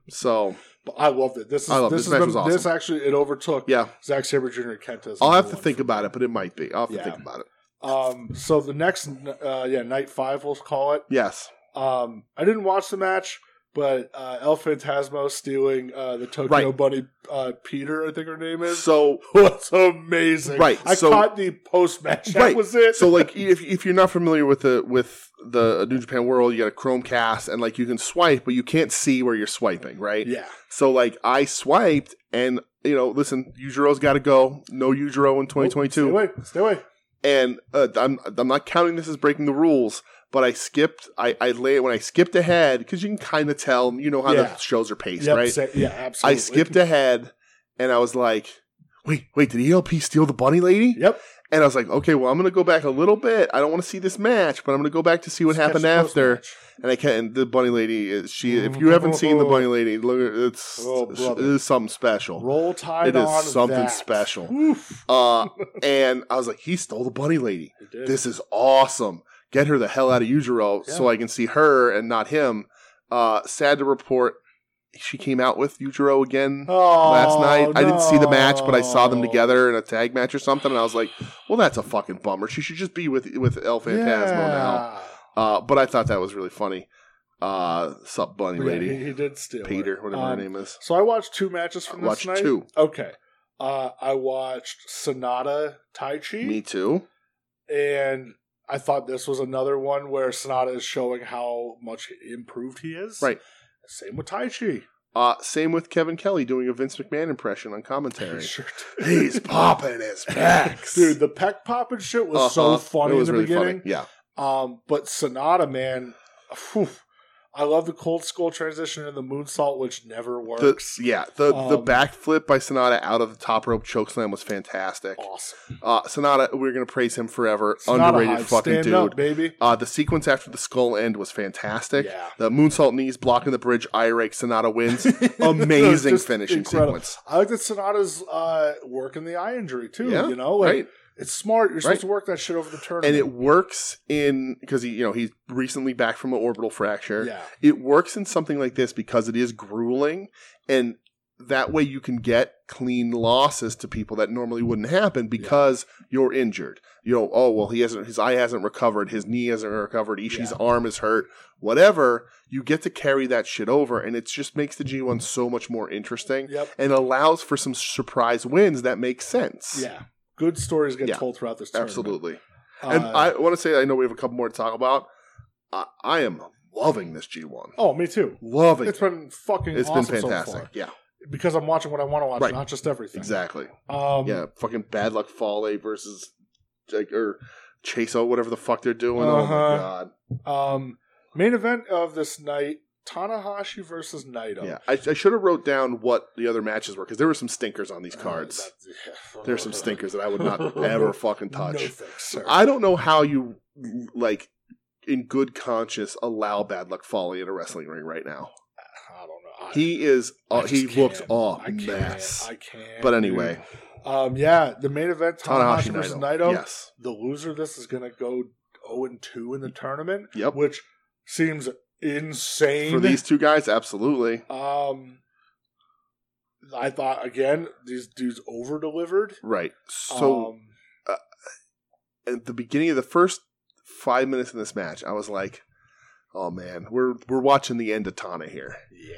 [SPEAKER 1] so
[SPEAKER 2] <laughs> But I loved it. This is
[SPEAKER 1] I loved it.
[SPEAKER 2] this,
[SPEAKER 1] This
[SPEAKER 2] is
[SPEAKER 1] match
[SPEAKER 2] the,
[SPEAKER 1] was awesome.
[SPEAKER 2] this actually it overtook
[SPEAKER 1] yeah,
[SPEAKER 2] Zack Saber Jr. and Kenta. as
[SPEAKER 1] I'll
[SPEAKER 2] number
[SPEAKER 1] have to
[SPEAKER 2] one.
[SPEAKER 1] think about it, but it might be. I'll have to
[SPEAKER 2] Yeah.
[SPEAKER 1] think about it.
[SPEAKER 2] Um, so the next, uh, yeah, night five, we'll call it.
[SPEAKER 1] Yes,
[SPEAKER 2] Um, I didn't watch the match, but uh, El Fantasmo stealing uh, the Tokyo
[SPEAKER 1] Right.
[SPEAKER 2] Bunny uh, Peter, I think her name is.
[SPEAKER 1] so.
[SPEAKER 2] <laughs> was amazing.
[SPEAKER 1] Right,
[SPEAKER 2] I
[SPEAKER 1] so-
[SPEAKER 2] caught the post match. That
[SPEAKER 1] Right,
[SPEAKER 2] was it.
[SPEAKER 1] So like <laughs> if if you're not familiar with the with the New Japan World, you got a Chromecast and like you can swipe, but you can't see where you're swiping, right?
[SPEAKER 2] yeah,
[SPEAKER 1] So like I swiped and you know, listen, Yujiro's got to go. No Yujiro in 2022.
[SPEAKER 2] Stay away. Stay away.
[SPEAKER 1] and uh, I'm I'm not counting this as breaking the rules, but I skipped. I I lay when I skipped ahead because you can kind of tell you know how
[SPEAKER 2] Yeah.
[SPEAKER 1] the shows are paced,
[SPEAKER 2] Yep,
[SPEAKER 1] right?
[SPEAKER 2] say- yeah, absolutely.
[SPEAKER 1] I skipped ahead, and I was like, wait, wait, did ELP steal the bunny lady?
[SPEAKER 2] Yep.
[SPEAKER 1] And I was like, okay, well, I'm gonna go back a little bit. I don't want to see this match, but I'm gonna go back to see what
[SPEAKER 2] Catch
[SPEAKER 1] happened
[SPEAKER 2] the
[SPEAKER 1] after.
[SPEAKER 2] post-match.
[SPEAKER 1] And I can't. And the bunny lady, is she. If
[SPEAKER 2] <laughs>
[SPEAKER 1] you haven't seen the bunny lady, look, at- it's
[SPEAKER 2] Oh,
[SPEAKER 1] it
[SPEAKER 2] brother.
[SPEAKER 1] is something special.
[SPEAKER 2] Roll Tide
[SPEAKER 1] It is
[SPEAKER 2] on
[SPEAKER 1] something
[SPEAKER 2] that.
[SPEAKER 1] special.
[SPEAKER 2] Oof. <laughs>
[SPEAKER 1] Uh, and I was like, he stole the bunny lady.
[SPEAKER 2] It did.
[SPEAKER 1] this is awesome. Get her the hell out of Yujiro so
[SPEAKER 2] Yeah.
[SPEAKER 1] I can see her and not him. Uh, sad to report, she came out with Yujiro again
[SPEAKER 2] Oh,
[SPEAKER 1] last night. I didn't see the match, but I saw them
[SPEAKER 2] no.
[SPEAKER 1] together in a tag match or something, and I was like, "Well, that's a fucking bummer. She should just be with with El Fantasmo now."
[SPEAKER 2] Yeah.
[SPEAKER 1] Uh, but I thought that was really funny. Uh, sup, bunny
[SPEAKER 2] Yeah,
[SPEAKER 1] lady,
[SPEAKER 2] he, he did steal
[SPEAKER 1] Peter,
[SPEAKER 2] it.
[SPEAKER 1] whatever
[SPEAKER 2] Um,
[SPEAKER 1] her name is.
[SPEAKER 2] So I watched two matches from this
[SPEAKER 1] Watch
[SPEAKER 2] night.
[SPEAKER 1] two.
[SPEAKER 2] Okay. Uh, I watched Sonata Tai
[SPEAKER 1] Me
[SPEAKER 2] Chi,
[SPEAKER 1] too.
[SPEAKER 2] and I thought this was another one where Sonata is showing how much improved he is.
[SPEAKER 1] Right.
[SPEAKER 2] Same with Tai Chi.
[SPEAKER 1] Uh, same with Kevin Kelly doing a Vince McMahon impression on
[SPEAKER 2] He
[SPEAKER 1] commentary.
[SPEAKER 2] <laughs> sure did.
[SPEAKER 1] He's popping
[SPEAKER 2] <laughs>
[SPEAKER 1] his packs,
[SPEAKER 2] Dude, the peck popping shit was so
[SPEAKER 1] Uh-huh.
[SPEAKER 2] funny in the beginning.
[SPEAKER 1] Funny. Yeah.
[SPEAKER 2] Um, but Sonata, man, phew, I love the cold skull transition and the moonsault, which never
[SPEAKER 1] The,
[SPEAKER 2] works.
[SPEAKER 1] yeah, the the
[SPEAKER 2] Um,
[SPEAKER 1] backflip by Sonata out of the top rope chokeslam was fantastic.
[SPEAKER 2] awesome.
[SPEAKER 1] Uh, Sonata, we're gonna praise him forever.
[SPEAKER 2] Sonata
[SPEAKER 1] Underrated
[SPEAKER 2] Hive,
[SPEAKER 1] fucking
[SPEAKER 2] stand
[SPEAKER 1] dude.
[SPEAKER 2] up, baby.
[SPEAKER 1] Uh, the sequence after the skull end was fantastic.
[SPEAKER 2] Yeah. <laughs>
[SPEAKER 1] The moonsault knees blocking the bridge, eye rake, Sonata wins. <laughs> Amazing
[SPEAKER 2] Just
[SPEAKER 1] finishing
[SPEAKER 2] incredible.
[SPEAKER 1] sequence.
[SPEAKER 2] I like that Sonata's uh, working the eye injury too.
[SPEAKER 1] Yeah,
[SPEAKER 2] you know, like
[SPEAKER 1] right.
[SPEAKER 2] it's smart. You're supposed
[SPEAKER 1] Right.
[SPEAKER 2] to work that shit over the
[SPEAKER 1] And
[SPEAKER 2] tournament.
[SPEAKER 1] it works in because he, you know, he's recently back from an orbital fracture.
[SPEAKER 2] yeah,
[SPEAKER 1] It works in something like this because it is grueling, and that way you can get clean losses to people that normally wouldn't happen because you're injured. You know, oh well, he hasn't, his eye hasn't recovered, his knee hasn't recovered, Ishii's
[SPEAKER 2] Yeah.
[SPEAKER 1] arm is hurt, whatever. You get to carry that shit over, and it just makes the G1 so much more interesting
[SPEAKER 2] yep,
[SPEAKER 1] and allows for some surprise wins that make sense.
[SPEAKER 2] yeah. Good stories get
[SPEAKER 1] Yeah.
[SPEAKER 2] told throughout this tournament.
[SPEAKER 1] absolutely.
[SPEAKER 2] Uh,
[SPEAKER 1] and I want to say, I know we have a couple more to talk about. I, I am loving this G1.
[SPEAKER 2] oh, me too.
[SPEAKER 1] Loving
[SPEAKER 2] It's been fucking.
[SPEAKER 1] it's
[SPEAKER 2] awesome
[SPEAKER 1] been fantastic.
[SPEAKER 2] So far.
[SPEAKER 1] yeah,
[SPEAKER 2] because I'm watching what I want to watch,
[SPEAKER 1] Right.
[SPEAKER 2] not just everything.
[SPEAKER 1] exactly.
[SPEAKER 2] Um,
[SPEAKER 1] yeah, fucking bad luck Fale versus like or Chase O, whatever the fuck they're doing. Oh
[SPEAKER 2] Uh-huh.
[SPEAKER 1] my god.
[SPEAKER 2] Um, main event of this night: Tanahashi versus Naito.
[SPEAKER 1] Yeah, I, I should have wrote down what the other matches were because there were some stinkers on these
[SPEAKER 2] Uh,
[SPEAKER 1] cards.
[SPEAKER 2] that's- yeah.
[SPEAKER 1] There's some stinkers that I would not ever fucking touch.
[SPEAKER 2] <laughs> No thanks, sir.
[SPEAKER 1] I don't know how you like in good conscience allow bad luck Fale in a wrestling ring right now.
[SPEAKER 2] I don't know. I
[SPEAKER 1] He is.
[SPEAKER 2] I
[SPEAKER 1] Uh,
[SPEAKER 2] just
[SPEAKER 1] he
[SPEAKER 2] can't.
[SPEAKER 1] looks a
[SPEAKER 2] I can't.
[SPEAKER 1] mess.
[SPEAKER 2] I can't.
[SPEAKER 1] But anyway,
[SPEAKER 2] um, yeah, the main event: Tanahashi
[SPEAKER 1] Tanahashi
[SPEAKER 2] versus
[SPEAKER 1] Naito.
[SPEAKER 2] Naito.
[SPEAKER 1] Yes.
[SPEAKER 2] The loser of this is going to go zero and two in the tournament,
[SPEAKER 1] Yep.
[SPEAKER 2] which seems insane.
[SPEAKER 1] For these two guys, absolutely.
[SPEAKER 2] um, I thought again these dudes over delivered.
[SPEAKER 1] Right. So
[SPEAKER 2] um,
[SPEAKER 1] at the beginning of the first five minutes in this match, I was like, "Oh man, we're we're watching the end of Tana here."
[SPEAKER 2] yeah,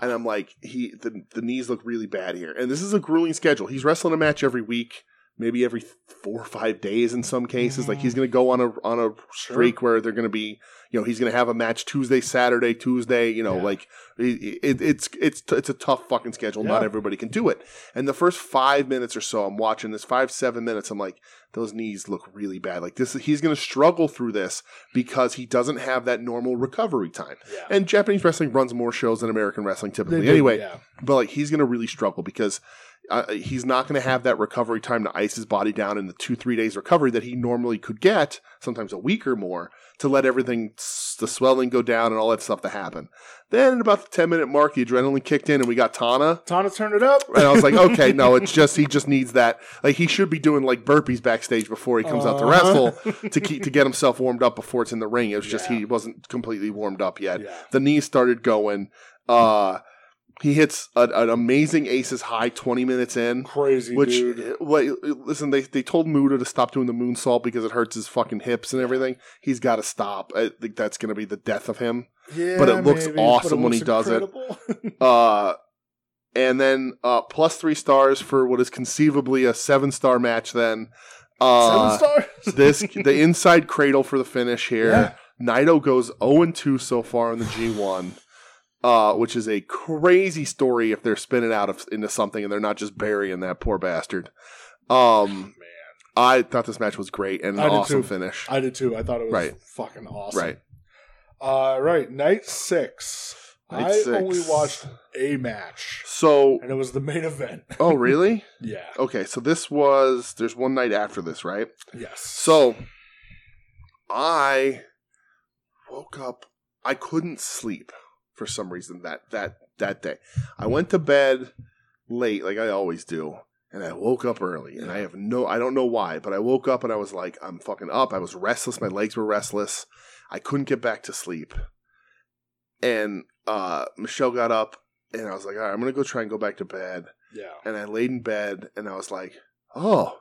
[SPEAKER 1] And I'm like, he the the knees look really bad here. And this is a grueling schedule. He's wrestling a match every week, maybe every four or five days in some cases. Like he's gonna go on a on a streak where they're gonna be, you know, he's gonna have a match Tuesday, Saturday, Tuesday. You know,
[SPEAKER 2] Yeah.
[SPEAKER 1] like it, it, it's it's it's a tough fucking schedule. Not
[SPEAKER 2] Yeah.
[SPEAKER 1] everybody can do it. And the first five minutes or so, I'm watching this five seven minutes. I'm like, those knees look really bad. Like this, he's gonna struggle through this because he doesn't have that normal recovery time.
[SPEAKER 2] yeah.
[SPEAKER 1] And Japanese wrestling runs more shows than American wrestling
[SPEAKER 2] They
[SPEAKER 1] typically.
[SPEAKER 2] did,
[SPEAKER 1] anyway,
[SPEAKER 2] yeah.
[SPEAKER 1] but like he's going to really struggle because uh, he's not going to have that recovery time to ice his body down in the two three days recovery that he normally could get, sometimes a week or more, to let everything s- the swelling go down and all that stuff to happen. Then at about the ten minute mark, the adrenaline kicked in and we got Tana.
[SPEAKER 2] Tana turned it up.
[SPEAKER 1] And I was like, okay, no, it's just he just needs that. Like he should be doing like burpees backstage before he comes out to
[SPEAKER 2] Uh-huh.
[SPEAKER 1] wrestle to keep to get himself warmed up before it's in the ring. It was just
[SPEAKER 2] Yeah.
[SPEAKER 1] he wasn't completely warmed up yet
[SPEAKER 2] yeah.
[SPEAKER 1] the knees started going. Uh, he hits a, an amazing aces high 20 minutes in,
[SPEAKER 2] Crazy
[SPEAKER 1] which eh,
[SPEAKER 2] dude.
[SPEAKER 1] wait, listen, they they told Muda to stop doing the moonsault because it hurts his fucking hips and everything. He's got to stop. I think that's gonna be the death of
[SPEAKER 2] <laughs>
[SPEAKER 1] him.
[SPEAKER 2] Yeah,
[SPEAKER 1] but it looks awesome when he does it.
[SPEAKER 2] <laughs> does it.
[SPEAKER 1] Uh, and then uh, plus three stars for what is conceivably a seven star match. Then uh,
[SPEAKER 2] Seven stars.
[SPEAKER 1] this the inside cradle for the
[SPEAKER 2] <laughs>
[SPEAKER 1] finish here.
[SPEAKER 2] Yeah.
[SPEAKER 1] Naito goes 0 2 so far in the G1, uh, which is a crazy story if they're spinning out of, into something and they're not just burying that poor bastard. Um,
[SPEAKER 2] Man.
[SPEAKER 1] I thought this match was great and an
[SPEAKER 2] I did
[SPEAKER 1] awesome
[SPEAKER 2] too.
[SPEAKER 1] finish.
[SPEAKER 2] I did too. I thought it was
[SPEAKER 1] Right.
[SPEAKER 2] fucking awesome.
[SPEAKER 1] right.
[SPEAKER 2] Uh, right. Night six.
[SPEAKER 1] Night
[SPEAKER 2] I
[SPEAKER 1] six.
[SPEAKER 2] only watched a match,
[SPEAKER 1] So,
[SPEAKER 2] and it was the main <laughs> event.
[SPEAKER 1] oh, really?
[SPEAKER 2] Yeah.
[SPEAKER 1] Okay, so this was, there's one night after this, right?
[SPEAKER 2] Yes.
[SPEAKER 1] So, I woke up. I couldn't sleep for some reason that that that day. I went to bed late, like I always do, and I woke up early. And I have no, I don't know why, but I woke up and I was like, I'm fucking up. I was restless. My legs were restless. I couldn't get back to sleep. And uh, Michelle got up, and I was like, all right, I'm gonna go try and go back to bed
[SPEAKER 2] yeah.
[SPEAKER 1] and I laid in bed and I was like, oh,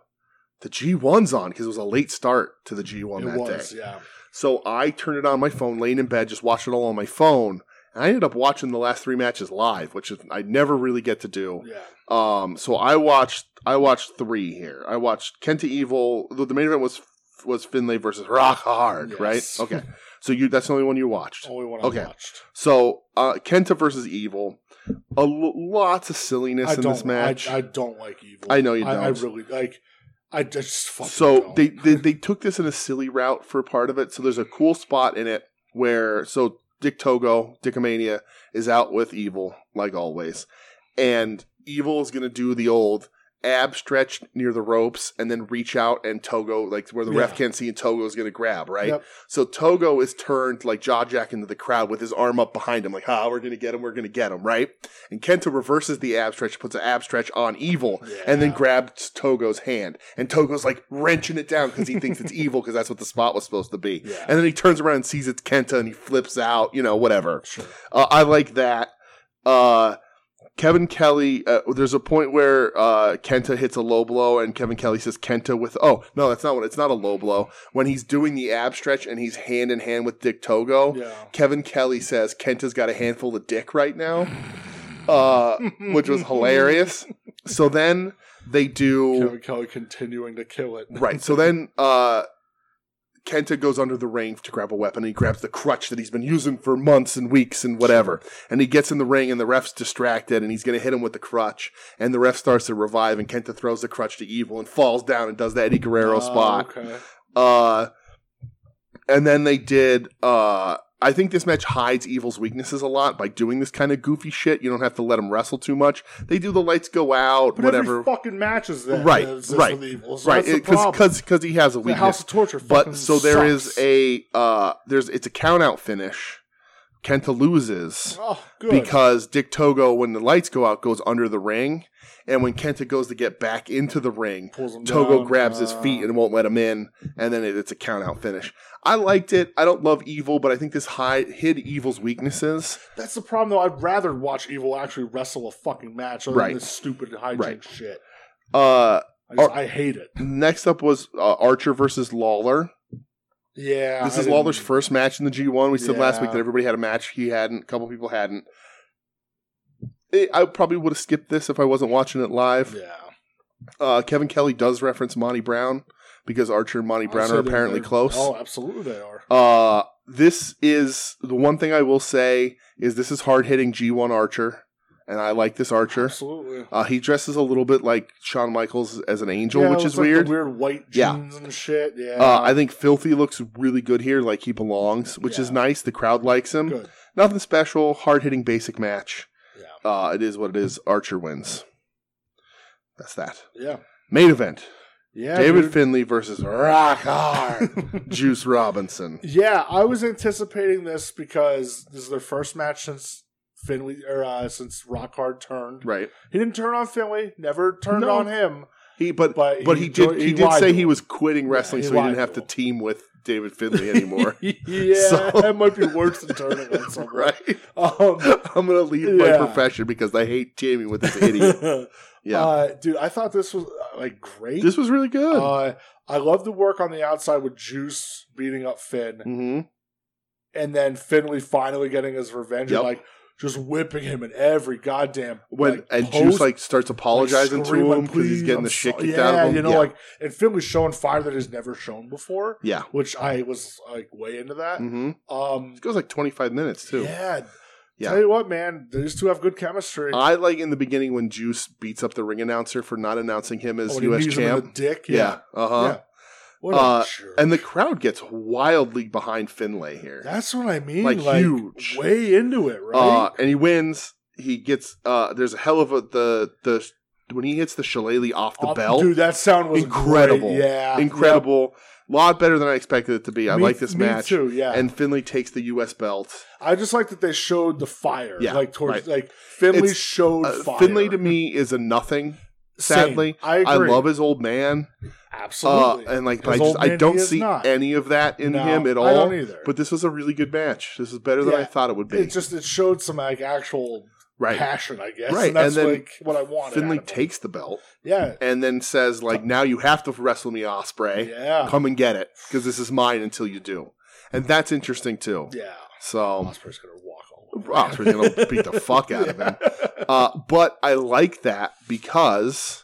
[SPEAKER 1] the G1's on because it was a late start to the G1
[SPEAKER 2] It
[SPEAKER 1] that
[SPEAKER 2] was.
[SPEAKER 1] day.
[SPEAKER 2] Yeah.
[SPEAKER 1] So I turned it on my phone, laying in bed, just watching it all on my phone. And I ended up watching the last three matches live, which is, I never really get to do.
[SPEAKER 2] Yeah.
[SPEAKER 1] Um, so I watched I watched three here. I watched Kenta Evil. The the main event was was Finlay versus Rock Hard,
[SPEAKER 2] Yes.
[SPEAKER 1] right? Okay. So you that's the only one you watched.
[SPEAKER 2] Only one I
[SPEAKER 1] Okay.
[SPEAKER 2] watched.
[SPEAKER 1] So uh, Kenta versus Evil. A l- lots of silliness
[SPEAKER 2] I
[SPEAKER 1] in
[SPEAKER 2] don't.
[SPEAKER 1] this match.
[SPEAKER 2] I, I don't like evil.
[SPEAKER 1] I know you
[SPEAKER 2] I,
[SPEAKER 1] don't.
[SPEAKER 2] really like. I just fucking.
[SPEAKER 1] so
[SPEAKER 2] don't.
[SPEAKER 1] they, they they took this in a silly route for part of it. So there's a cool spot in it where so Dick Togo, Dickomania, is out with Evil like always, and Evil is gonna do the old ab stretch near the ropes and then reach out and Togo like where the
[SPEAKER 2] Yeah.
[SPEAKER 1] ref can't see and Togo is gonna grab right.
[SPEAKER 2] Yep.
[SPEAKER 1] So Togo is turned like jaw jack into the crowd with his arm up behind him like ha we're gonna get him we're gonna get him right. And Kenta reverses the ab stretch, puts an ab stretch on Evil, and then
[SPEAKER 2] Yeah.
[SPEAKER 1] grabs Togo's hand. And Togo's like wrenching it down because he thinks it's evil because that's what the spot was supposed to be.
[SPEAKER 2] Yeah.
[SPEAKER 1] And then he turns around and sees it's Kenta and he flips out, you know, whatever.
[SPEAKER 2] Sure.
[SPEAKER 1] Uh, I like that. Uh, Kevin Kelly, uh, there's a point where uh, Kenta hits a low blow, and Kevin Kelly says Kenta with, oh, no, that's not what, it's not a low blow. When he's doing the ab stretch and he's hand in hand with Dick Togo,
[SPEAKER 2] Yeah.
[SPEAKER 1] Kevin Kelly says Kenta's got a handful of dick right now, uh, <laughs> which was hilarious. So then they do
[SPEAKER 2] <laughs> Kevin <laughs> Kelly continuing to kill it.
[SPEAKER 1] right. So then uh, Kenta goes under the ring to grab a weapon. And he grabs the crutch that he's been using for months and weeks and whatever, and he gets in the ring, and the ref's distracted, and he's going to hit him with the crutch, and the ref starts to revive, and Kenta throws the crutch to Evil and falls down and does the Eddie Guerrero
[SPEAKER 2] Oh,
[SPEAKER 1] spot.
[SPEAKER 2] Okay.
[SPEAKER 1] Uh, and then they did. Uh, I think this match hides Evil's weaknesses a lot by doing this kind of goofy shit. You don't have to let him wrestle too much. They do the lights go out,
[SPEAKER 2] But
[SPEAKER 1] whatever.
[SPEAKER 2] every fucking match is that
[SPEAKER 1] Right,
[SPEAKER 2] is this
[SPEAKER 1] right,
[SPEAKER 2] with evil. So
[SPEAKER 1] right?
[SPEAKER 2] That's the problem.
[SPEAKER 1] Because because he has a
[SPEAKER 2] The House
[SPEAKER 1] weakness.
[SPEAKER 2] of Torture.
[SPEAKER 1] But
[SPEAKER 2] fucking
[SPEAKER 1] so there is
[SPEAKER 2] sucks.
[SPEAKER 1] a uh, there's it's a count out finish Kenta loses
[SPEAKER 2] Oh, good.
[SPEAKER 1] because Dick Togo, when the lights go out, goes under the ring, and when Kenta goes to get back into the ring,
[SPEAKER 2] Pulls him
[SPEAKER 1] Togo
[SPEAKER 2] down. Uh,
[SPEAKER 1] grabs his feet and won't let him in, and then it, it's a count out finish. I liked it. I don't love Evil, but I think this hide, hid Evil's weaknesses.
[SPEAKER 2] That's the problem, though. I'd rather watch Evil actually wrestle a fucking match other
[SPEAKER 1] Right.
[SPEAKER 2] than this stupid hijink
[SPEAKER 1] Right.
[SPEAKER 2] shit.
[SPEAKER 1] Uh,
[SPEAKER 2] I, just,
[SPEAKER 1] Or-
[SPEAKER 2] I hate it.
[SPEAKER 1] next up was uh, Archer versus Lawler.
[SPEAKER 2] Yeah.
[SPEAKER 1] This
[SPEAKER 2] I
[SPEAKER 1] is
[SPEAKER 2] didn't-
[SPEAKER 1] Lawler's first match in the G1. We said last week
[SPEAKER 2] Yeah.
[SPEAKER 1] that everybody had a match. He hadn't. A couple people hadn't. It- I probably would have skipped this if I wasn't watching it live.
[SPEAKER 2] Yeah.
[SPEAKER 1] Uh, Kevin Kelly does reference Monty Brown because Archer and Monty Brown
[SPEAKER 2] I'd say
[SPEAKER 1] are
[SPEAKER 2] they're-
[SPEAKER 1] apparently
[SPEAKER 2] they're-
[SPEAKER 1] close.
[SPEAKER 2] Oh, absolutely, they are.
[SPEAKER 1] Uh, this is the one thing I will say is this is hard hitting G1 Archer, and I like this Archer.
[SPEAKER 2] Absolutely.
[SPEAKER 1] Uh, he dresses a little bit like Shawn Michaels as an angel,
[SPEAKER 2] Yeah,
[SPEAKER 1] which
[SPEAKER 2] it's
[SPEAKER 1] is
[SPEAKER 2] like the
[SPEAKER 1] weird.
[SPEAKER 2] weird white
[SPEAKER 1] Yeah.
[SPEAKER 2] jeans and shit. Yeah.
[SPEAKER 1] Uh, I think Filthy looks really good here, like he belongs, which is
[SPEAKER 2] Yeah.
[SPEAKER 1] nice. The crowd likes him.
[SPEAKER 2] Good.
[SPEAKER 1] Nothing special, hard hitting basic match.
[SPEAKER 2] Yeah.
[SPEAKER 1] Uh, it is what it is. Archer wins. That's that.
[SPEAKER 2] Yeah.
[SPEAKER 1] Main event
[SPEAKER 2] Yeah.
[SPEAKER 1] David
[SPEAKER 2] dude.
[SPEAKER 1] Finley versus Rock Hard <laughs> Juice Robinson.
[SPEAKER 2] <laughs> Yeah, I was anticipating this because this is their first match since Finley or uh, since Rockhard turned.
[SPEAKER 1] Right.
[SPEAKER 2] He didn't turn on Finley, never turned
[SPEAKER 1] No.
[SPEAKER 2] on him.
[SPEAKER 1] He but
[SPEAKER 2] But
[SPEAKER 1] But he,
[SPEAKER 2] jo-
[SPEAKER 1] did. He, did
[SPEAKER 2] lied
[SPEAKER 1] say
[SPEAKER 2] to
[SPEAKER 1] he
[SPEAKER 2] him.
[SPEAKER 1] was quitting wrestling,
[SPEAKER 2] he
[SPEAKER 1] so he
[SPEAKER 2] lied
[SPEAKER 1] didn't have to
[SPEAKER 2] to him.
[SPEAKER 1] team with
[SPEAKER 2] <laughs>
[SPEAKER 1] David Finley <laughs> anymore.
[SPEAKER 2] yeah,
[SPEAKER 1] So-
[SPEAKER 2] <laughs> that might be worse than turning
[SPEAKER 1] <laughs>
[SPEAKER 2] on someone.
[SPEAKER 1] right?
[SPEAKER 2] Um,
[SPEAKER 1] I'm gonna leave my
[SPEAKER 2] Yeah.
[SPEAKER 1] profession because I hate teaming with this <laughs>
[SPEAKER 2] <laughs>
[SPEAKER 1] idiot. Yeah,
[SPEAKER 2] uh, dude, I thought this was uh, like great.
[SPEAKER 1] this was really good.
[SPEAKER 2] uh, I love the work on the outside with Juice beating up Finn,
[SPEAKER 1] hmm
[SPEAKER 2] and then Finley finally getting his revenge,
[SPEAKER 1] Yep.
[SPEAKER 2] and, like just whipping him in every goddamn
[SPEAKER 1] When
[SPEAKER 2] like,
[SPEAKER 1] and
[SPEAKER 2] pose,
[SPEAKER 1] Juice like starts apologizing
[SPEAKER 2] like,
[SPEAKER 1] to
[SPEAKER 2] screaming,
[SPEAKER 1] him because he's
[SPEAKER 2] "Please,
[SPEAKER 1] getting
[SPEAKER 2] I'm
[SPEAKER 1] the shit
[SPEAKER 2] sorry."
[SPEAKER 1] kicked
[SPEAKER 2] yeah,
[SPEAKER 1] out of him.
[SPEAKER 2] You know,
[SPEAKER 1] yeah.
[SPEAKER 2] like and Finley's showing fire that is never shown before,
[SPEAKER 1] yeah.
[SPEAKER 2] which I was like way into that.
[SPEAKER 1] hmm
[SPEAKER 2] Um,
[SPEAKER 1] It goes like 25 minutes too.
[SPEAKER 2] yeah,
[SPEAKER 1] Yeah.
[SPEAKER 2] Tell you what, man, these two have good chemistry.
[SPEAKER 1] I like in the beginning when Juice beats up the ring announcer for not announcing him as
[SPEAKER 2] Oh, and he
[SPEAKER 1] U.S.
[SPEAKER 2] knees him in
[SPEAKER 1] champ.
[SPEAKER 2] the dick, yeah.
[SPEAKER 1] yeah. Uh huh.
[SPEAKER 2] Yeah. What a
[SPEAKER 1] Uh,
[SPEAKER 2] jerk.
[SPEAKER 1] And the crowd gets wildly behind Finlay here.
[SPEAKER 2] that's what I mean.
[SPEAKER 1] like,
[SPEAKER 2] Like,
[SPEAKER 1] huge.
[SPEAKER 2] way into it, right?
[SPEAKER 1] Uh, and he wins. He gets. Uh, there's a hell of a the the when he hits the shillelagh off the
[SPEAKER 2] Oh,
[SPEAKER 1] bell.
[SPEAKER 2] dude. That sound was
[SPEAKER 1] Incredible.
[SPEAKER 2] great. Yeah,
[SPEAKER 1] incredible. A lot better than I expected it to be.
[SPEAKER 2] Yep.
[SPEAKER 1] I
[SPEAKER 2] Me-
[SPEAKER 1] like this
[SPEAKER 2] me
[SPEAKER 1] match.
[SPEAKER 2] too. Yeah, and
[SPEAKER 1] And Finley takes the U.S. belt.
[SPEAKER 2] I just like that they showed the fire.
[SPEAKER 1] Yeah,
[SPEAKER 2] like
[SPEAKER 1] right.
[SPEAKER 2] towards like Finley
[SPEAKER 1] It's-
[SPEAKER 2] showed
[SPEAKER 1] Uh,
[SPEAKER 2] fire.
[SPEAKER 1] Finley to me is a nothing. sadly,
[SPEAKER 2] Same. I
[SPEAKER 1] I
[SPEAKER 2] agree.
[SPEAKER 1] love his old man. Uh,
[SPEAKER 2] absolutely.
[SPEAKER 1] and like, but I
[SPEAKER 2] His
[SPEAKER 1] just
[SPEAKER 2] old
[SPEAKER 1] I
[SPEAKER 2] man
[SPEAKER 1] don't
[SPEAKER 2] he is
[SPEAKER 1] see
[SPEAKER 2] not.
[SPEAKER 1] any of that in
[SPEAKER 2] No,
[SPEAKER 1] him at
[SPEAKER 2] I
[SPEAKER 1] all.
[SPEAKER 2] don't either.
[SPEAKER 1] But this was a really good match. This is better than
[SPEAKER 2] Yeah.
[SPEAKER 1] I thought it would be.
[SPEAKER 2] it just it showed some like actual
[SPEAKER 1] right.
[SPEAKER 2] passion, I guess.
[SPEAKER 1] Right,
[SPEAKER 2] and that's
[SPEAKER 1] and then
[SPEAKER 2] like what I wanted.
[SPEAKER 1] Finley
[SPEAKER 2] out of it.
[SPEAKER 1] takes the belt
[SPEAKER 2] yeah,
[SPEAKER 1] and then says, like, now you have to wrestle me, Osprey.
[SPEAKER 2] yeah,
[SPEAKER 1] come and get it because this is mine until you do and that's interesting too
[SPEAKER 2] yeah.
[SPEAKER 1] so
[SPEAKER 2] Osprey's gonna walk all over.
[SPEAKER 1] Osprey's gonna beat the fuck out of him uh, but i like that because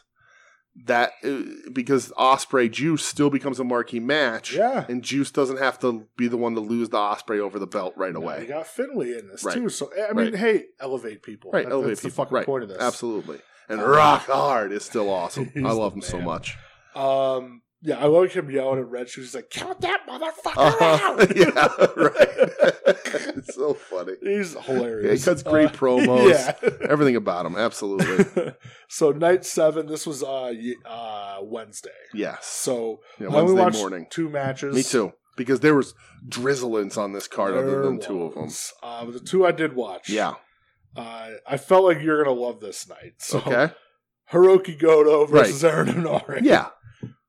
[SPEAKER 1] that uh, because osprey juice still becomes a marquee match
[SPEAKER 2] <laughs> Yeah.
[SPEAKER 1] and juice doesn't have to be the one to lose the osprey over the belt right
[SPEAKER 2] Now You
[SPEAKER 1] away
[SPEAKER 2] got Finley in this
[SPEAKER 1] Right.
[SPEAKER 2] too. So I mean,
[SPEAKER 1] Right.
[SPEAKER 2] hey, elevate people.
[SPEAKER 1] right
[SPEAKER 2] That-
[SPEAKER 1] elevate
[SPEAKER 2] that's the
[SPEAKER 1] people.
[SPEAKER 2] fucking
[SPEAKER 1] right.
[SPEAKER 2] point of this.
[SPEAKER 1] absolutely and
[SPEAKER 2] Uh,
[SPEAKER 1] rock hard is still
[SPEAKER 2] <laughs>
[SPEAKER 1] awesome
[SPEAKER 2] he's
[SPEAKER 1] i love
[SPEAKER 2] the
[SPEAKER 1] him so
[SPEAKER 2] man. <laughs>
[SPEAKER 1] much
[SPEAKER 2] Um, yeah, I like him yelling at Red Shoes. He's like, "Count that motherfucker
[SPEAKER 1] Uh-huh. <laughs>
[SPEAKER 2] out!"
[SPEAKER 1] yeah right <laughs> it's so funny
[SPEAKER 2] He's
[SPEAKER 1] yeah, he
[SPEAKER 2] hilarious.
[SPEAKER 1] cuts
[SPEAKER 2] <laughs>
[SPEAKER 1] great
[SPEAKER 2] Uh,
[SPEAKER 1] promos
[SPEAKER 2] Yeah.
[SPEAKER 1] everything about him absolutely
[SPEAKER 2] <laughs> so night seven. This was uh ye- uh Wednesday.
[SPEAKER 1] Yes.
[SPEAKER 2] So
[SPEAKER 1] Yeah,
[SPEAKER 2] I only
[SPEAKER 1] Wednesday
[SPEAKER 2] watched
[SPEAKER 1] morning.
[SPEAKER 2] two matches.
[SPEAKER 1] Me too. Because there was drizzlings on this card other
[SPEAKER 2] There
[SPEAKER 1] than two of them.
[SPEAKER 2] was. Uh, the two I did watch.
[SPEAKER 1] Yeah.
[SPEAKER 2] Uh, I felt like you're gonna love this night. <laughs> So
[SPEAKER 1] Okay.
[SPEAKER 2] <laughs> Hiroki Goto versus Aaron Honore.
[SPEAKER 1] Yeah.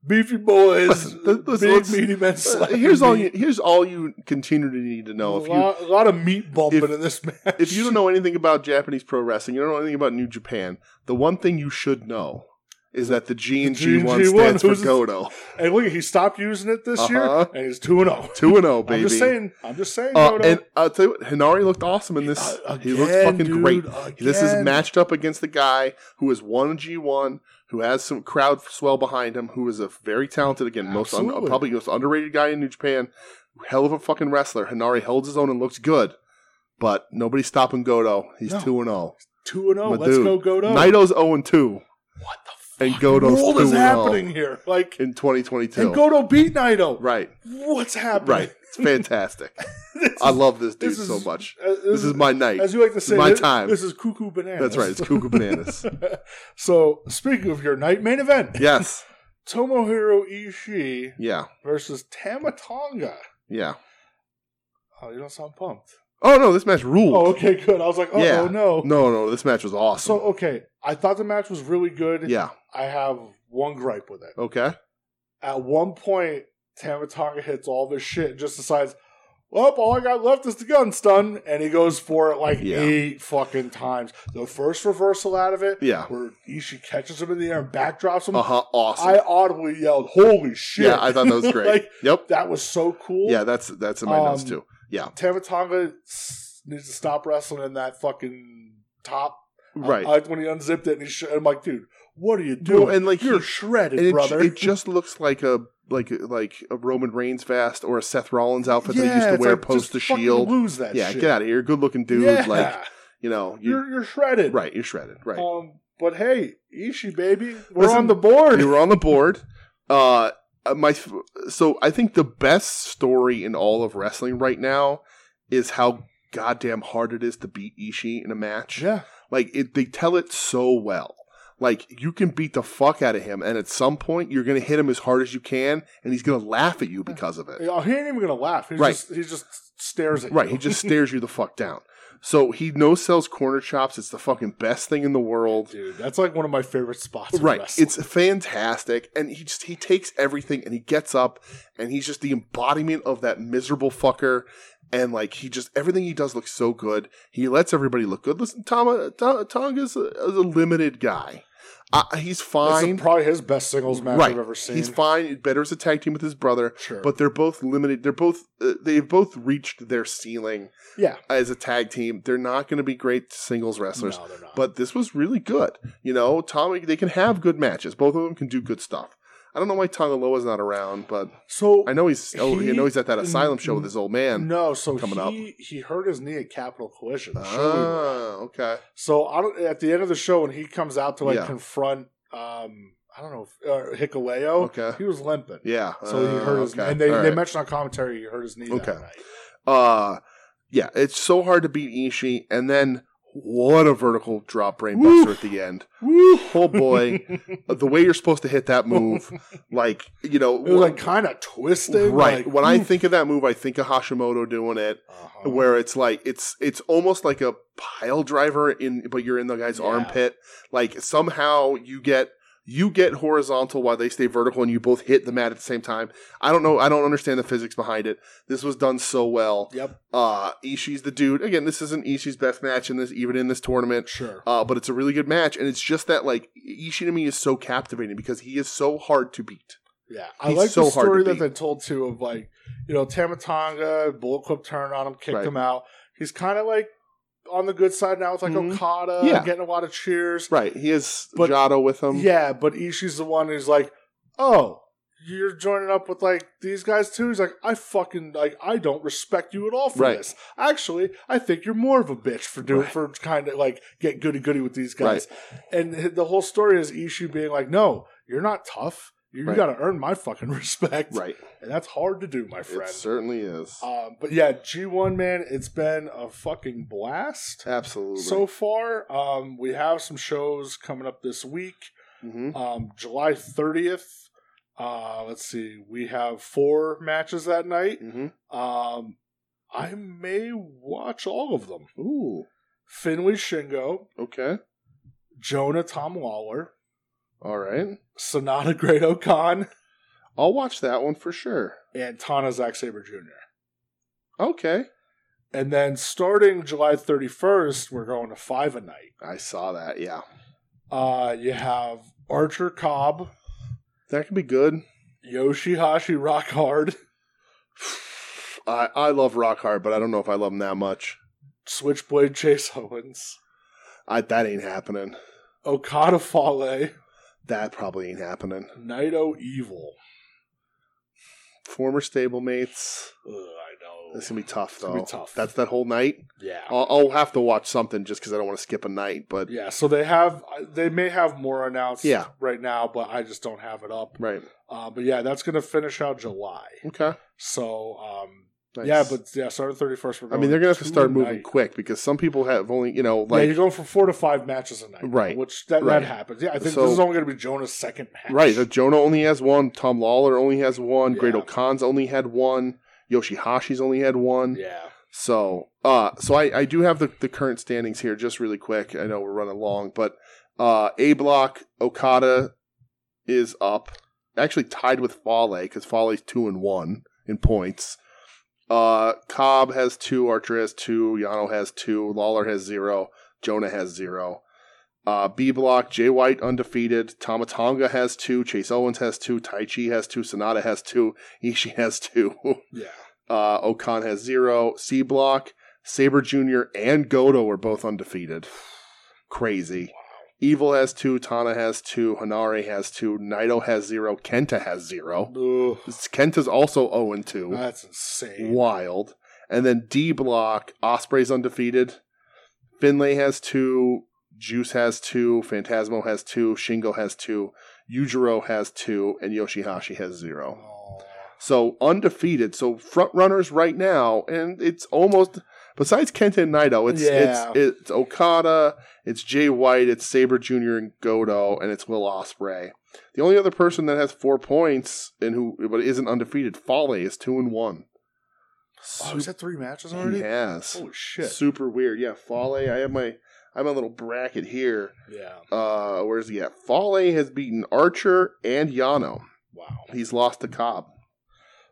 [SPEAKER 2] Beefy boys,
[SPEAKER 1] Listen, th- listen,
[SPEAKER 2] big
[SPEAKER 1] let's-
[SPEAKER 2] meaty men.
[SPEAKER 1] Uh,
[SPEAKER 2] slapping
[SPEAKER 1] here's all
[SPEAKER 2] meat.
[SPEAKER 1] you here's all you continue to need to know. If
[SPEAKER 2] a,
[SPEAKER 1] you
[SPEAKER 2] lot, a lot of meat bumping
[SPEAKER 1] if-
[SPEAKER 2] in this match.
[SPEAKER 1] if you don't know anything about Japanese pro wrestling, you don't know anything about New Japan, the one thing you should know is that the G and G one
[SPEAKER 2] G&G one,
[SPEAKER 1] stands for
[SPEAKER 2] who's-
[SPEAKER 1] Godo.
[SPEAKER 2] and look, he stopped using it this
[SPEAKER 1] Uh-huh.
[SPEAKER 2] year, and he's two and zero.
[SPEAKER 1] Two and oh,
[SPEAKER 2] I'm
[SPEAKER 1] baby.
[SPEAKER 2] just saying. I'm just saying.
[SPEAKER 1] Uh,
[SPEAKER 2] Goto.
[SPEAKER 1] and I'll tell you what, Hinari looked awesome in this.
[SPEAKER 2] Uh,
[SPEAKER 1] he looked
[SPEAKER 2] again,
[SPEAKER 1] fucking
[SPEAKER 2] dude,
[SPEAKER 1] great. This is
[SPEAKER 2] again.
[SPEAKER 1] matched up against a guy who is one G one, who has some crowd swell behind him, who is a very talented, again, most un-
[SPEAKER 2] Absolutely.
[SPEAKER 1] probably most underrated guy in New Japan. Hell of a fucking wrestler. Hinari holds his own and looks good, but nobody's stopping Godo. He's
[SPEAKER 2] No.
[SPEAKER 1] two and zero.
[SPEAKER 2] two and zero.
[SPEAKER 1] My
[SPEAKER 2] Let's
[SPEAKER 1] dude.
[SPEAKER 2] go, Goto.
[SPEAKER 1] Naito's zero and two
[SPEAKER 2] what the
[SPEAKER 1] and
[SPEAKER 2] fuck
[SPEAKER 1] Godo's
[SPEAKER 2] world
[SPEAKER 1] two
[SPEAKER 2] is
[SPEAKER 1] and oh.
[SPEAKER 2] happening here? Like,
[SPEAKER 1] in twenty twenty two.
[SPEAKER 2] and Goto beat Naito.
[SPEAKER 1] Right,
[SPEAKER 2] What's happening?
[SPEAKER 1] right. It's fantastic.
[SPEAKER 2] <laughs> This is-
[SPEAKER 1] I love this dude
[SPEAKER 2] this is-
[SPEAKER 1] so much.
[SPEAKER 2] uh,
[SPEAKER 1] This is my night.
[SPEAKER 2] As you like to
[SPEAKER 1] is
[SPEAKER 2] say,
[SPEAKER 1] my
[SPEAKER 2] this,
[SPEAKER 1] time.
[SPEAKER 2] This is cuckoo bananas.
[SPEAKER 1] That's
[SPEAKER 2] <laughs>
[SPEAKER 1] right. It's cuckoo bananas.
[SPEAKER 2] so, speaking of your night main event,
[SPEAKER 1] yes.
[SPEAKER 2] Tomohiro Ishii
[SPEAKER 1] Yeah.
[SPEAKER 2] versus Tama Tonga.
[SPEAKER 1] Yeah.
[SPEAKER 2] Oh, you don't sound pumped.
[SPEAKER 1] Oh no, this match ruled.
[SPEAKER 2] Oh, okay, good. I was like, oh
[SPEAKER 1] Yeah.
[SPEAKER 2] oh, no. <laughs>
[SPEAKER 1] No, no, this match was awesome.
[SPEAKER 2] So okay, I thought the match was really good.
[SPEAKER 1] yeah.
[SPEAKER 2] I have one gripe with it.
[SPEAKER 1] Okay.
[SPEAKER 2] At one point, Tamatanga hits all this shit and just decides, well, all I got left is the gun stun, and he goes for it like
[SPEAKER 1] Yeah.
[SPEAKER 2] eight fucking times. The first reversal out of it,
[SPEAKER 1] Yeah.
[SPEAKER 2] where Ishii catches him in the air and backdrops him,
[SPEAKER 1] Uh huh. Awesome.
[SPEAKER 2] I audibly yelled, "Holy shit!"
[SPEAKER 1] yeah, I thought
[SPEAKER 2] <laughs>
[SPEAKER 1] that was great.
[SPEAKER 2] Like,
[SPEAKER 1] yep.
[SPEAKER 2] that was so cool.
[SPEAKER 1] Yeah, that's that's in my notes
[SPEAKER 2] Um,
[SPEAKER 1] too. Yeah.
[SPEAKER 2] Tamatanga s- needs to stop wrestling in that fucking top.
[SPEAKER 1] Right.
[SPEAKER 2] I liked when he unzipped it, and he sh- I'm like, dude, what are you doing?
[SPEAKER 1] Well, and like
[SPEAKER 2] You're
[SPEAKER 1] he-
[SPEAKER 2] shredded,
[SPEAKER 1] and it,
[SPEAKER 2] brother.
[SPEAKER 1] it just looks like a like like a Roman Reigns vest or a Seth Rollins outfit that he used to
[SPEAKER 2] it's
[SPEAKER 1] wear
[SPEAKER 2] like,
[SPEAKER 1] post
[SPEAKER 2] just
[SPEAKER 1] the
[SPEAKER 2] fucking
[SPEAKER 1] Shield.
[SPEAKER 2] Lose that
[SPEAKER 1] yeah,
[SPEAKER 2] shit.
[SPEAKER 1] get out of here, good looking dude.
[SPEAKER 2] Yeah.
[SPEAKER 1] Like
[SPEAKER 2] <laughs>
[SPEAKER 1] you know, you're,
[SPEAKER 2] you're you're
[SPEAKER 1] <laughs>
[SPEAKER 2] shredded,
[SPEAKER 1] right. You're shredded. Right.
[SPEAKER 2] Um, but hey, Ishii, baby, we're
[SPEAKER 1] Listen,
[SPEAKER 2] on the board.
[SPEAKER 1] you were on the board. Uh, my so I think the best story in all of wrestling right now is how goddamn hard it is to beat Ishii in a match.
[SPEAKER 2] yeah,
[SPEAKER 1] Like it, they tell it so well. Like you can beat the fuck out of him, and at some point you're gonna hit him as hard as you can, and he's gonna laugh at you because of it.
[SPEAKER 2] <laughs> Yeah, Uh, he ain't even gonna laugh. He
[SPEAKER 1] Right.
[SPEAKER 2] just he just stares at
[SPEAKER 1] Right,
[SPEAKER 2] you.
[SPEAKER 1] he
[SPEAKER 2] <laughs>
[SPEAKER 1] just stares you the fuck down. So he no sells corner chops. It's the fucking best thing in the world.
[SPEAKER 2] dude. That's like one of my favorite spots. in
[SPEAKER 1] Right,
[SPEAKER 2] wrestling.
[SPEAKER 1] it's fantastic, and he just he takes everything and he gets up, and he's just the embodiment of that miserable fucker. And like he just everything he does looks so good. He lets everybody look good. Listen, Tama Ta- Tonga's a, is a limited guy. Uh, he's
[SPEAKER 2] This is
[SPEAKER 1] fine.
[SPEAKER 2] probably his best singles match
[SPEAKER 1] Right.
[SPEAKER 2] I've ever seen.
[SPEAKER 1] He's fine. Better as a tag team with his brother,
[SPEAKER 2] sure,
[SPEAKER 1] but they're both limited. They're both uh, they've both reached their ceiling
[SPEAKER 2] yeah,
[SPEAKER 1] as a tag team. They're not going to be great singles wrestlers,
[SPEAKER 2] no, they're not.
[SPEAKER 1] but this was really good. You know, Tommy, they can have good matches. Both of them can do good stuff. I don't know why Tonga Loa's not around, but
[SPEAKER 2] so
[SPEAKER 1] I know he's oh,
[SPEAKER 2] He-
[SPEAKER 1] I know he's at that asylum show with his old man.
[SPEAKER 2] no, so
[SPEAKER 1] coming
[SPEAKER 2] he he hurt his knee at Capital Collision. the show we were
[SPEAKER 1] Ah,
[SPEAKER 2] at.
[SPEAKER 1] okay.
[SPEAKER 2] So I don't, at the end of the show when he comes out to like
[SPEAKER 1] Yeah.
[SPEAKER 2] confront, um, I don't know, if- uh, Hikaleo,
[SPEAKER 1] Okay.
[SPEAKER 2] he was limping.
[SPEAKER 1] Yeah.
[SPEAKER 2] So he
[SPEAKER 1] Ah,
[SPEAKER 2] hurt his
[SPEAKER 1] okay.
[SPEAKER 2] and they,
[SPEAKER 1] All
[SPEAKER 2] they
[SPEAKER 1] right.
[SPEAKER 2] mentioned on commentary he hurt his knee
[SPEAKER 1] Okay.
[SPEAKER 2] that night.
[SPEAKER 1] uh yeah, it's so hard to beat Ishii, and then what a vertical drop brain
[SPEAKER 2] Woo.
[SPEAKER 1] buster at the end.
[SPEAKER 2] Woo!
[SPEAKER 1] Oh boy,
[SPEAKER 2] <laughs>
[SPEAKER 1] the way you're supposed to hit that move, like you know,
[SPEAKER 2] It was like kind of twisted.
[SPEAKER 1] right.
[SPEAKER 2] like,
[SPEAKER 1] when I
[SPEAKER 2] oof.
[SPEAKER 1] think of that move, I think of Hashimoto doing it,
[SPEAKER 2] Uh-huh.
[SPEAKER 1] where it's like it's it's almost like a pile driver in, but you're in the guy's
[SPEAKER 2] Yeah.
[SPEAKER 1] armpit. Like somehow you get you get horizontal while they stay vertical, and you both hit the mat at the same time. I don't know. I don't understand the physics behind it. This was done so well.
[SPEAKER 2] Yep.
[SPEAKER 1] Uh Ishii's the dude again. This isn't Ishii's best match in this, even in this tournament.
[SPEAKER 2] Sure.
[SPEAKER 1] Uh, but it's a really good match, and it's just that like Ishii to me is so captivating because he is so hard to beat.
[SPEAKER 2] Yeah. I
[SPEAKER 1] he's
[SPEAKER 2] like
[SPEAKER 1] so
[SPEAKER 2] the
[SPEAKER 1] hard to
[SPEAKER 2] story that
[SPEAKER 1] beat.
[SPEAKER 2] they told too of like, you know, Tamatanga, Bullet Club turned on him, kicked
[SPEAKER 1] Right.
[SPEAKER 2] him out. He's kind of like on the good side now with like
[SPEAKER 1] Mhm.
[SPEAKER 2] Okada,
[SPEAKER 1] Yeah.
[SPEAKER 2] getting a lot of cheers.
[SPEAKER 1] Right, he has
[SPEAKER 2] But-
[SPEAKER 1] Jado with him.
[SPEAKER 2] yeah, but Ishii's the one who's like, oh, you're joining up with like these guys too. He's like, I fucking like I don't respect you at all for
[SPEAKER 1] Right.
[SPEAKER 2] this. Actually, I think you're more of a bitch for doing
[SPEAKER 1] Right.
[SPEAKER 2] for kind of like get goody goody with these guys. And the whole story is Ishii being like, no, you're not tough. You,
[SPEAKER 1] Right.
[SPEAKER 2] got to earn my fucking <laughs> respect,
[SPEAKER 1] right.
[SPEAKER 2] and that's hard to do, my friend.
[SPEAKER 1] It certainly is.
[SPEAKER 2] Um, but yeah, G1 man, it's been a fucking blast
[SPEAKER 1] Absolutely.
[SPEAKER 2] so far. Um, we have some shows coming up this week.
[SPEAKER 1] Mhm.
[SPEAKER 2] Um, July 30th. Uh, let's see. We have four matches that night.
[SPEAKER 1] Mhm.
[SPEAKER 2] Um, I may watch all of them.
[SPEAKER 1] Ooh.
[SPEAKER 2] Finley Shingo,
[SPEAKER 1] Okay.
[SPEAKER 2] Jonah Tom Lawler,
[SPEAKER 1] All right.
[SPEAKER 2] Sonata Great Okan,
[SPEAKER 1] I'll watch that one for sure.
[SPEAKER 2] and Tana Zack Sabre Jr.
[SPEAKER 1] Okay.
[SPEAKER 2] And then starting July 31st, we're going to five a night.
[SPEAKER 1] I saw that. Yeah.
[SPEAKER 2] Uh, you have Archer Cobb,
[SPEAKER 1] That could be good. <sighs>
[SPEAKER 2] Yoshihashi Rockhard,
[SPEAKER 1] I I love Rockhard, but I don't know if I love him that much.
[SPEAKER 2] Switchblade Chase Owens,
[SPEAKER 1] I that ain't happening.
[SPEAKER 2] Okada Fale,
[SPEAKER 1] That probably ain't happening.
[SPEAKER 2] Naito Evil.
[SPEAKER 1] Former stablemates.
[SPEAKER 2] Ugh, I know.
[SPEAKER 1] This gonna be tough
[SPEAKER 2] gonna
[SPEAKER 1] though.
[SPEAKER 2] be tough.
[SPEAKER 1] That's that whole night.
[SPEAKER 2] yeah.
[SPEAKER 1] I'll, I'll have to watch something just because I don't want to skip a night. But
[SPEAKER 2] yeah, so they have uh, they may have more announced
[SPEAKER 1] Yeah.
[SPEAKER 2] right now, but I just don't have it up.
[SPEAKER 1] right,
[SPEAKER 2] Uh, but yeah, that's going to finish out July.
[SPEAKER 1] okay,
[SPEAKER 2] So um
[SPEAKER 1] Nice.
[SPEAKER 2] yeah, but yeah, starting 31st we're
[SPEAKER 1] I
[SPEAKER 2] going
[SPEAKER 1] mean they're gonna have to start
[SPEAKER 2] a
[SPEAKER 1] moving
[SPEAKER 2] night.
[SPEAKER 1] quick because some people have only you know
[SPEAKER 2] yeah,
[SPEAKER 1] like
[SPEAKER 2] you're going from 4 to 5 matches a night.
[SPEAKER 1] Right.
[SPEAKER 2] Which that,
[SPEAKER 1] Right.
[SPEAKER 2] that happens. Yeah, I think
[SPEAKER 1] So-
[SPEAKER 2] this is only going to be Jonah's second match.
[SPEAKER 1] right. that Jonah only has one. Tom Lawler only has one. Great
[SPEAKER 2] Yeah.
[SPEAKER 1] O'Con's only had one. Yoshihashi's only had one.
[SPEAKER 2] <laughs> yeah.
[SPEAKER 1] So, uh, so I, I do have the, the current standings here just really quick. I know we're running long, but uh, A Block Okada is up, actually tied with Fale because Fale's two and one in points. Uh, Cobb has two, Archer has two, Yano has two, Lawler has zero, Jonah has zero. Uh, B Block Jay White undefeated, Tomatonga has two, Chase Owens has two, Tai Chi has two, Sonata has two, <laughs> Ishii has two.
[SPEAKER 2] Yeah.
[SPEAKER 1] Uh, Okan has zero. C Block, Saber Jr. and Goto are both undefeated. Crazy. Evil has two. Tana has two. Hanare has two. Naito has zero. Kenta has zero.
[SPEAKER 2] Ugh,
[SPEAKER 1] This- Kenta's also 0 and 2.
[SPEAKER 2] that's insane.
[SPEAKER 1] Wild. And then D Block, Osprey's undefeated. Finlay has two. Juice has two. Phantasmo has two. Shingo has two. Yujiro has two. And Yoshihashi has zero.
[SPEAKER 2] Oh.
[SPEAKER 1] So undefeated. So front runners right now, and it's almost besides Kenta and Naito, it's
[SPEAKER 2] Yeah.
[SPEAKER 1] it's it's Okada, it's Jay White, it's Saber Jr. and Goto, and it's Will Osprey. The only other person that has four points and who but isn't undefeated, Foley is two and one.
[SPEAKER 2] Oh, he's had three matches
[SPEAKER 1] Sup-
[SPEAKER 2] already?
[SPEAKER 1] he has.
[SPEAKER 2] Holy shit.
[SPEAKER 1] Super weird. Yeah, Foley. I have my I have my little bracket here.
[SPEAKER 2] Yeah.
[SPEAKER 1] Uh where's he at? Foley has beaten Archer and Yano.
[SPEAKER 2] Wow.
[SPEAKER 1] He's lost to Cobb.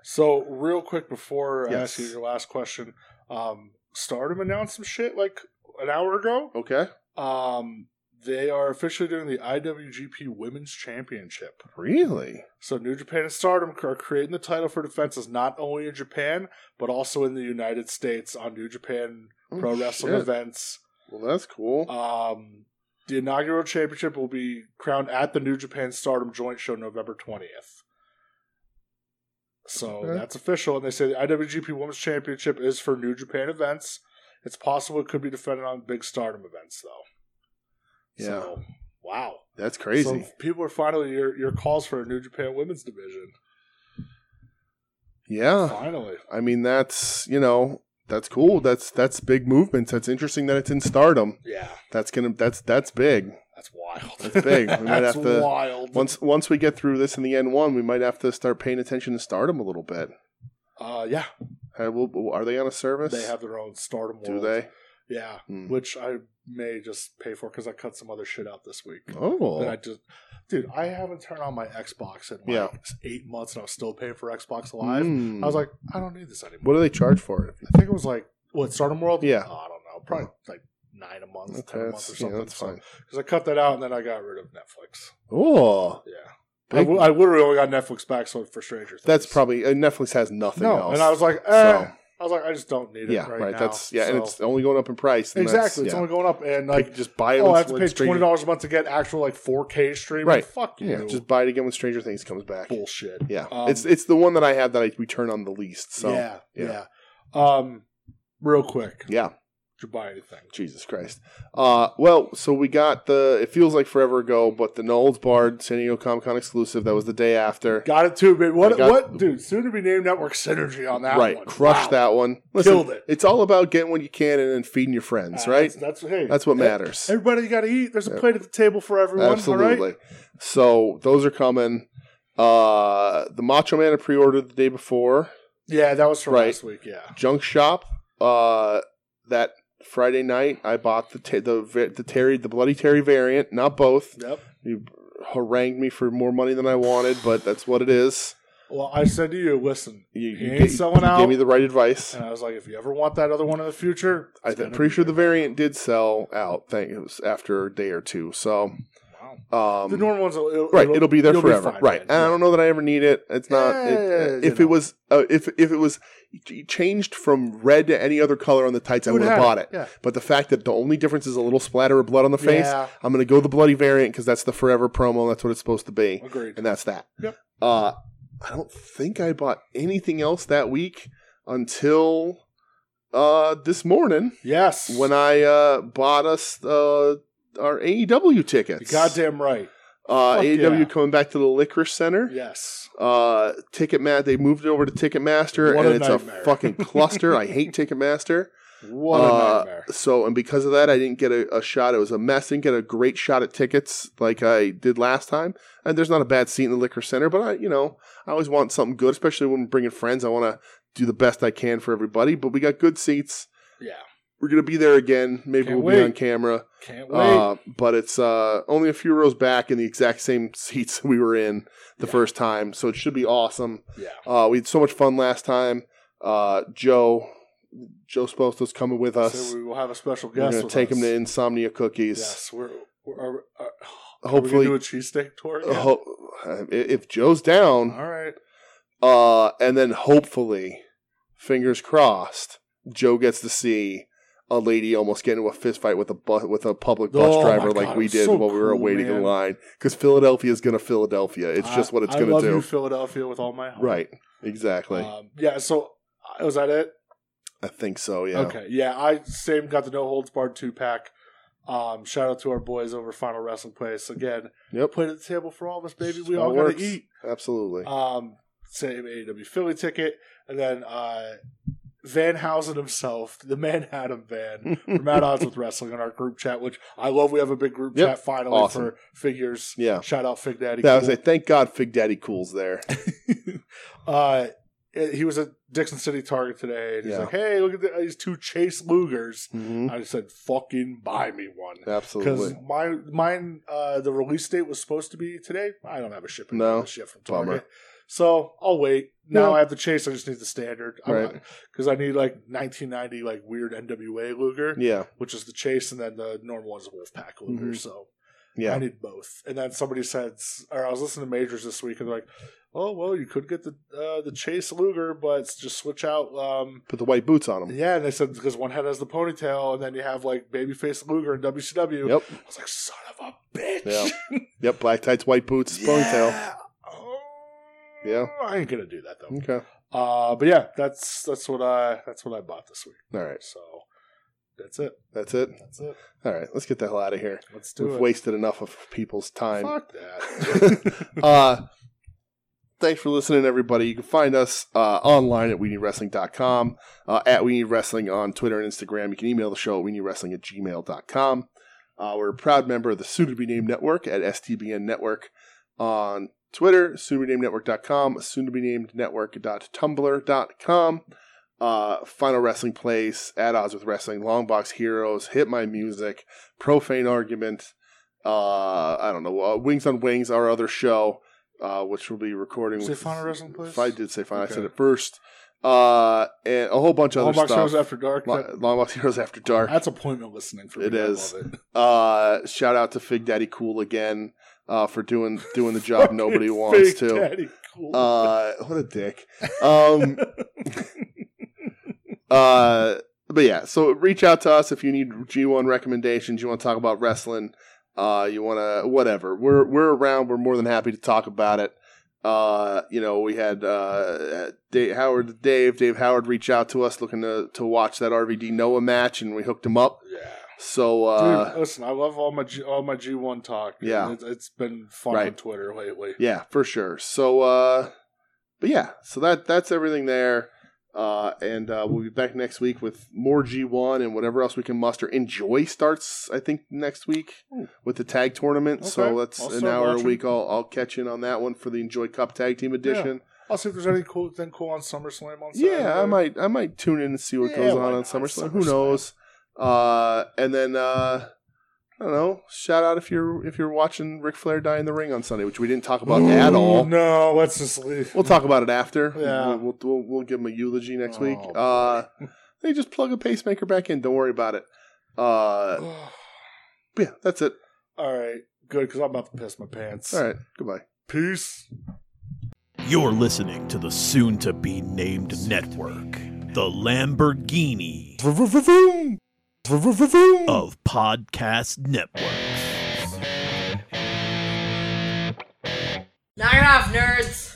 [SPEAKER 2] So, real quick before I
[SPEAKER 1] Yes.
[SPEAKER 2] ask you your last question, um, Stardom announced some shit like an hour ago.
[SPEAKER 1] Okay.
[SPEAKER 2] Um, they are officially doing the IWGP Women's Championship.
[SPEAKER 1] Really?
[SPEAKER 2] So, New Japan and Stardom are creating the title for defenses not only in Japan, but also in the United States on New Japan
[SPEAKER 1] Oh,
[SPEAKER 2] pro wrestling
[SPEAKER 1] shit.
[SPEAKER 2] events.
[SPEAKER 1] Well, that's cool.
[SPEAKER 2] Um, the inaugural championship will be crowned at the New Japan Stardom Joint Show November 20th. So
[SPEAKER 1] Okay.
[SPEAKER 2] that's official. And they say the IWGP Women's Championship is for New Japan events. It's possible it could be defended on big stardom events, though. So, wow.
[SPEAKER 1] that's crazy.
[SPEAKER 2] So people are finally your, your calls for a New Japan Women's Division.
[SPEAKER 1] yeah.
[SPEAKER 2] Finally.
[SPEAKER 1] I mean, that's you know, that's cool. That's that's big movements. That's interesting that it's in Stardom.
[SPEAKER 2] Yeah.
[SPEAKER 1] That's gonna that's that's big.
[SPEAKER 2] That's wild.
[SPEAKER 1] That's big. We might
[SPEAKER 2] that's
[SPEAKER 1] have to-
[SPEAKER 2] wild.
[SPEAKER 1] Once once we get through this in the N one, we might have to start paying attention to Stardom a little bit.
[SPEAKER 2] uh, yeah.
[SPEAKER 1] Uh, well, Are they on a service?
[SPEAKER 2] They have their own stardom
[SPEAKER 1] Do
[SPEAKER 2] world.
[SPEAKER 1] they?
[SPEAKER 2] Yeah.
[SPEAKER 1] Hmm.
[SPEAKER 2] which I may just pay for because I cut some other shit out this week. That I
[SPEAKER 1] Oh,
[SPEAKER 2] just, dude, I haven't turned on my Xbox in like
[SPEAKER 1] Yeah.
[SPEAKER 2] eight months, and I was still paying for Xbox Live.
[SPEAKER 1] Hmm.
[SPEAKER 2] I was like, I don't need this anymore.
[SPEAKER 1] what do they charge for it?
[SPEAKER 2] I think it was like what Stardom World.
[SPEAKER 1] Yeah. Mm.
[SPEAKER 2] Oh, I don't know, probably like nine a month, ten a
[SPEAKER 1] Okay,
[SPEAKER 2] month or
[SPEAKER 1] that's, yeah,
[SPEAKER 2] something.
[SPEAKER 1] that's fine.
[SPEAKER 2] Because I cut that out and then I got rid of Netflix.
[SPEAKER 1] Oh,
[SPEAKER 2] Yeah, I,
[SPEAKER 1] big-
[SPEAKER 2] w- I literally only got Netflix back so for Stranger Things.
[SPEAKER 1] that's probably uh, Netflix has nothing
[SPEAKER 2] no.
[SPEAKER 1] else.
[SPEAKER 2] And I was like, eh. I was like, I just don't need it.
[SPEAKER 1] yeah,
[SPEAKER 2] right.
[SPEAKER 1] right.
[SPEAKER 2] now.
[SPEAKER 1] That's yeah, and
[SPEAKER 2] So-
[SPEAKER 1] it's only going up in price. and that's-
[SPEAKER 2] exactly. It's
[SPEAKER 1] yeah.
[SPEAKER 2] only going up, and like
[SPEAKER 1] like just buy it.
[SPEAKER 2] oh,
[SPEAKER 1] when-
[SPEAKER 2] I have to
[SPEAKER 1] when
[SPEAKER 2] pay
[SPEAKER 1] Stranger-
[SPEAKER 2] twenty dollars a month to get actual like four K streaming.
[SPEAKER 1] Right.
[SPEAKER 2] Fuck you.
[SPEAKER 1] Yeah, just buy it again when Stranger Things comes back.
[SPEAKER 2] bullshit.
[SPEAKER 1] Yeah,
[SPEAKER 2] Um,
[SPEAKER 1] it's it's the one that I have that I return on the least. So yeah,
[SPEAKER 2] yeah, yeah. Um, real quick, did you buy anything?
[SPEAKER 1] Jesus Christ. Uh, well, so we got the it feels like forever ago, but the No Holds Barred San Diego Comic Con exclusive that was the day after.
[SPEAKER 2] Got it too, man. What?
[SPEAKER 1] I got-
[SPEAKER 2] what, dude? Soon to be named network synergy on that.
[SPEAKER 1] right,
[SPEAKER 2] one.
[SPEAKER 1] crushed
[SPEAKER 2] Wow.
[SPEAKER 1] that one. Listen,
[SPEAKER 2] Killed it.
[SPEAKER 1] It's all about getting what you can and then feeding your friends,
[SPEAKER 2] Uh,
[SPEAKER 1] right? That's,
[SPEAKER 2] That's, that's hey.
[SPEAKER 1] what
[SPEAKER 2] e-
[SPEAKER 1] matters.
[SPEAKER 2] Everybody got to eat. There's a plate at the table for everyone. All
[SPEAKER 1] Absolutely.
[SPEAKER 2] right?
[SPEAKER 1] So those are coming. Uh, the Macho Man I pre-ordered the day before.
[SPEAKER 2] Yeah, that was from
[SPEAKER 1] Right.
[SPEAKER 2] last week. Yeah.
[SPEAKER 1] junk shop uh that Friday night I bought the ta- the va- the Terry the bloody Terry variant, not both.
[SPEAKER 2] Yep.
[SPEAKER 1] You harangued me for more money than I wanted, but that's what it is.
[SPEAKER 2] Well, I said to you, listen,
[SPEAKER 1] You, you
[SPEAKER 2] He ain't
[SPEAKER 1] ga-
[SPEAKER 2] selling
[SPEAKER 1] you
[SPEAKER 2] out.
[SPEAKER 1] gave me the right advice.
[SPEAKER 2] and I was like, if you ever want that other one in the future, it's
[SPEAKER 1] I,
[SPEAKER 2] gonna
[SPEAKER 1] am pretty
[SPEAKER 2] be
[SPEAKER 1] sure the
[SPEAKER 2] there.
[SPEAKER 1] variant did sell out. Thank it was after a day or two. So
[SPEAKER 2] Wow.
[SPEAKER 1] um,
[SPEAKER 2] the normal ones, will- it'll,
[SPEAKER 1] right, it'll, be there
[SPEAKER 2] you'll
[SPEAKER 1] forever.
[SPEAKER 2] fine,
[SPEAKER 1] right,
[SPEAKER 2] man.
[SPEAKER 1] and I don't know that I ever need it. It's not. it-
[SPEAKER 2] Eh, you
[SPEAKER 1] if
[SPEAKER 2] know.
[SPEAKER 1] it was, uh, if if it was changed from red to any other color on the tights, I
[SPEAKER 2] Who'd
[SPEAKER 1] would have
[SPEAKER 2] had
[SPEAKER 1] bought it.
[SPEAKER 2] Yeah.
[SPEAKER 1] But the fact that the only difference is a little splatter of blood on the face,
[SPEAKER 2] Yeah.
[SPEAKER 1] I'm going to go the bloody variant because that's the forever promo. That's what it's supposed to be.
[SPEAKER 2] Agreed.
[SPEAKER 1] And that's that.
[SPEAKER 2] Yep.
[SPEAKER 1] Uh, I don't think I bought anything else that week until uh, this morning
[SPEAKER 2] yes.
[SPEAKER 1] when I uh, bought us uh, our AEW
[SPEAKER 2] You're
[SPEAKER 1] tickets.
[SPEAKER 2] goddamn right.
[SPEAKER 1] Uh,
[SPEAKER 2] fuck
[SPEAKER 1] AEW
[SPEAKER 2] yeah.
[SPEAKER 1] coming back to the Licorice Center.
[SPEAKER 2] Yes.
[SPEAKER 1] Uh, Ticketmaster, they moved it over to Ticketmaster,
[SPEAKER 2] What a
[SPEAKER 1] and it's
[SPEAKER 2] nightmare.
[SPEAKER 1] a
[SPEAKER 2] <laughs>
[SPEAKER 1] fucking cluster. I hate Ticketmaster.
[SPEAKER 2] What a
[SPEAKER 1] Uh,
[SPEAKER 2] nightmare.
[SPEAKER 1] So, and because of that, I didn't get a, a shot. It was a mess. Didn't get a great shot at tickets like I did last time. And there's not a bad seat in the liquor center, but I, you know, I always want something good, especially when I'm bringing friends. I want to do the best I can for everybody. But we got good seats.
[SPEAKER 2] Yeah.
[SPEAKER 1] We're gonna be there again. Maybe
[SPEAKER 2] Can't
[SPEAKER 1] we'll be
[SPEAKER 2] wait.
[SPEAKER 1] on camera.
[SPEAKER 2] Can't wait.
[SPEAKER 1] Uh, but it's uh, only a few rows back in the exact same <laughs> seats we were in the
[SPEAKER 2] Yeah.
[SPEAKER 1] first time, so it should be awesome.
[SPEAKER 2] yeah.
[SPEAKER 1] Uh, we had so much fun last time. Uh, Joe, Joe Sposto's coming with us.
[SPEAKER 2] So we will have a special
[SPEAKER 1] we're
[SPEAKER 2] guest.
[SPEAKER 1] gonna
[SPEAKER 2] with
[SPEAKER 1] take
[SPEAKER 2] us.
[SPEAKER 1] him to Insomnia Cookies.
[SPEAKER 2] Yes, we're. we're are, are,
[SPEAKER 1] Hopefully-
[SPEAKER 2] Hopefully, do a cheesesteak tour.
[SPEAKER 1] Uh,
[SPEAKER 2] again?
[SPEAKER 1] ho- uh, if Joe's down,
[SPEAKER 2] All right.
[SPEAKER 1] uh, and then hopefully, fingers crossed, Joe gets to see a lady almost get into a fist fight with a bu- with a public bus
[SPEAKER 2] Oh my
[SPEAKER 1] driver
[SPEAKER 2] God,
[SPEAKER 1] like we
[SPEAKER 2] it's
[SPEAKER 1] did
[SPEAKER 2] so
[SPEAKER 1] while we were
[SPEAKER 2] cool,
[SPEAKER 1] waiting in
[SPEAKER 2] man.
[SPEAKER 1] line because Philadelphia is going to Philadelphia. It's
[SPEAKER 2] I-
[SPEAKER 1] just what it's
[SPEAKER 2] I
[SPEAKER 1] going to
[SPEAKER 2] love
[SPEAKER 1] do.
[SPEAKER 2] you, Philadelphia, with all my heart.
[SPEAKER 1] Right. Exactly.
[SPEAKER 2] Um, yeah. So uh, was that it?
[SPEAKER 1] I think so. Yeah.
[SPEAKER 2] Okay. Yeah. I same got the no holds barred two pack. Um, shout out to our boys over Final Wrestling Place again.
[SPEAKER 1] Yep.
[SPEAKER 2] Put it at the table for all of us, baby.
[SPEAKER 1] That's
[SPEAKER 2] We
[SPEAKER 1] how
[SPEAKER 2] all
[SPEAKER 1] it
[SPEAKER 2] gotta
[SPEAKER 1] works.
[SPEAKER 2] eat.
[SPEAKER 1] Absolutely.
[SPEAKER 2] <laughs> Um, same AEW Philly ticket, and then uh, Van Housen himself, the <laughs> Manhattan Van. from At Odds with Wrestling on our group chat, which I love. We have a big group
[SPEAKER 1] Yep.
[SPEAKER 2] chat finally
[SPEAKER 1] Awesome.
[SPEAKER 2] for figures.
[SPEAKER 1] yeah.
[SPEAKER 2] Shout out Fig Daddy.
[SPEAKER 1] That was it. Thank God Fig Daddy Cool's
[SPEAKER 2] <laughs>
[SPEAKER 1] there.
[SPEAKER 2] it. uh, he was at Dixon City Target today, and he's
[SPEAKER 1] Yeah.
[SPEAKER 2] like, "Hey, look at the, these two Chase Lugers."
[SPEAKER 1] Mhm.
[SPEAKER 2] I said, "Fucking buy me one." Because
[SPEAKER 1] Absolutely.
[SPEAKER 2] my mine, uh, the release date was supposed to be today. I don't have a shipping
[SPEAKER 1] No.
[SPEAKER 2] notice yet from Target,
[SPEAKER 1] Bummer.
[SPEAKER 2] so I'll wait. Now
[SPEAKER 1] Yeah.
[SPEAKER 2] I have the chase. I just need the standard,
[SPEAKER 1] Right.
[SPEAKER 2] Because I need like 1990 like weird NWA Luger,
[SPEAKER 1] Yeah.
[SPEAKER 2] which is the chase, and then the normal one's a Wolfpack Luger.
[SPEAKER 1] Mhm.
[SPEAKER 2] So I
[SPEAKER 1] Yeah.
[SPEAKER 2] need both. And then somebody said, or I was listening to Majors this week, and they're like, "Oh well, you could get the uh, the Chase Luger, but just switch out." Um,
[SPEAKER 1] Put the white boots on him.
[SPEAKER 2] yeah, and they said because one head has the ponytail, and then you have like babyface Luger and WCW.
[SPEAKER 1] Yep.
[SPEAKER 2] I was like, "Son of a bitch!" <laughs>
[SPEAKER 1] Yeah. Yep. Black tights, white boots, ponytail.
[SPEAKER 2] Yeah. Oh,
[SPEAKER 1] Yeah.
[SPEAKER 2] I ain't gonna do that though.
[SPEAKER 1] Okay.
[SPEAKER 2] Uh, but yeah, that's that's what I that's what I bought this week.
[SPEAKER 1] All right.
[SPEAKER 2] So that's it.
[SPEAKER 1] That's it.
[SPEAKER 2] That's it.
[SPEAKER 1] All right. Let's get the hell out of here.
[SPEAKER 2] Let's do
[SPEAKER 1] We've
[SPEAKER 2] it.
[SPEAKER 1] wasted enough of people's time.
[SPEAKER 2] Fuck
[SPEAKER 1] <laughs>
[SPEAKER 2] that.
[SPEAKER 1] uh thanks for listening everybody you can find us uh, online at wrestling.com uh, at we need wrestling on twitter and instagram you can email the show at we need wrestling at gmail.com uh, we're a proud member of the soon to be named network at stbn network on twitter soon to be named network.com soon to be named network.tumblr.com uh, final wrestling plays at odds with wrestling long box heroes hit my music profane argument uh, I don't know, uh, Wings on Wings, our other show, uh, which we'll be recording.
[SPEAKER 2] Say
[SPEAKER 1] with-
[SPEAKER 2] Final Wrestling Place?
[SPEAKER 1] If I did say Final, I said
[SPEAKER 2] Okay.
[SPEAKER 1] it first. Uh, and a whole bunch of
[SPEAKER 2] Long
[SPEAKER 1] other
[SPEAKER 2] box
[SPEAKER 1] stuff.
[SPEAKER 2] shows after dark.
[SPEAKER 1] Lo-
[SPEAKER 2] that-
[SPEAKER 1] Long Box Heroes After Dark.
[SPEAKER 2] That's appointment listening for me.
[SPEAKER 1] It
[SPEAKER 2] I
[SPEAKER 1] is.
[SPEAKER 2] love it.
[SPEAKER 1] Uh, shout out to Fig Daddy Cool again uh, for doing
[SPEAKER 2] <laughs>
[SPEAKER 1] doing the <laughs> job nobody
[SPEAKER 2] Fucking
[SPEAKER 1] wants
[SPEAKER 2] Fig
[SPEAKER 1] to.
[SPEAKER 2] Daddy, cool.
[SPEAKER 1] Uh, what a dick. Um, uh, but yeah, so reach out to us if you need G1 recommendations. You want to talk about wrestling? Uh, you want to whatever? We're we're around. We're more than happy to talk about it. Uh, you know, we had uh, Dave Howard, Dave, Dave Howard, reach out to us looking to to watch that RVD Noah match, and we hooked him up.
[SPEAKER 2] yeah.
[SPEAKER 1] So uh,
[SPEAKER 2] Dude, listen, I love all my G, all my G one talk.
[SPEAKER 1] Yeah.
[SPEAKER 2] it's, it's been fun on
[SPEAKER 1] Right.
[SPEAKER 2] Twitter lately.
[SPEAKER 1] Yeah, for sure. So, uh, but yeah, so that that's everything there. Uh, and uh, we'll be back next week with more G1 and whatever else we can muster. Enjoy starts, I think, next week with the tag tournament. So
[SPEAKER 2] Hmm. Okay.
[SPEAKER 1] that's
[SPEAKER 2] I'll
[SPEAKER 1] an
[SPEAKER 2] start
[SPEAKER 1] hour
[SPEAKER 2] watching.
[SPEAKER 1] a week. I'll, I'll catch in on that one for the Enjoy Cup Tag Team Edition.
[SPEAKER 2] I'll see if there's any cool thing cool on SummerSlam on
[SPEAKER 1] Yeah,
[SPEAKER 2] Saturday.
[SPEAKER 1] I might I might tune in and see what
[SPEAKER 2] Yeah,
[SPEAKER 1] goes
[SPEAKER 2] why
[SPEAKER 1] on on
[SPEAKER 2] not?
[SPEAKER 1] SummerSlam. Who
[SPEAKER 2] SummerSlam.
[SPEAKER 1] knows? Uh, and then uh, I don't know. Shout out if you're if you're watching Ric Flair die in the ring on Sunday, which we didn't talk about
[SPEAKER 2] Ooh,
[SPEAKER 1] at all.
[SPEAKER 2] No, let's just leave. <sighs>
[SPEAKER 1] We'll talk about it after.
[SPEAKER 2] Yeah.
[SPEAKER 1] We'll, we'll, we'll, we'll give him a eulogy next week.
[SPEAKER 2] Oh, boy.
[SPEAKER 1] Uh, they just plug a pacemaker back in. Don't worry about it. Uh, but yeah, that's it.
[SPEAKER 2] all right, good because I'm about to piss my pants.
[SPEAKER 1] All right. Goodbye.
[SPEAKER 2] peace.
[SPEAKER 3] You're listening to the soon to be named network, the Lamborghini of podcast networks.
[SPEAKER 4] Knock it off, nerds!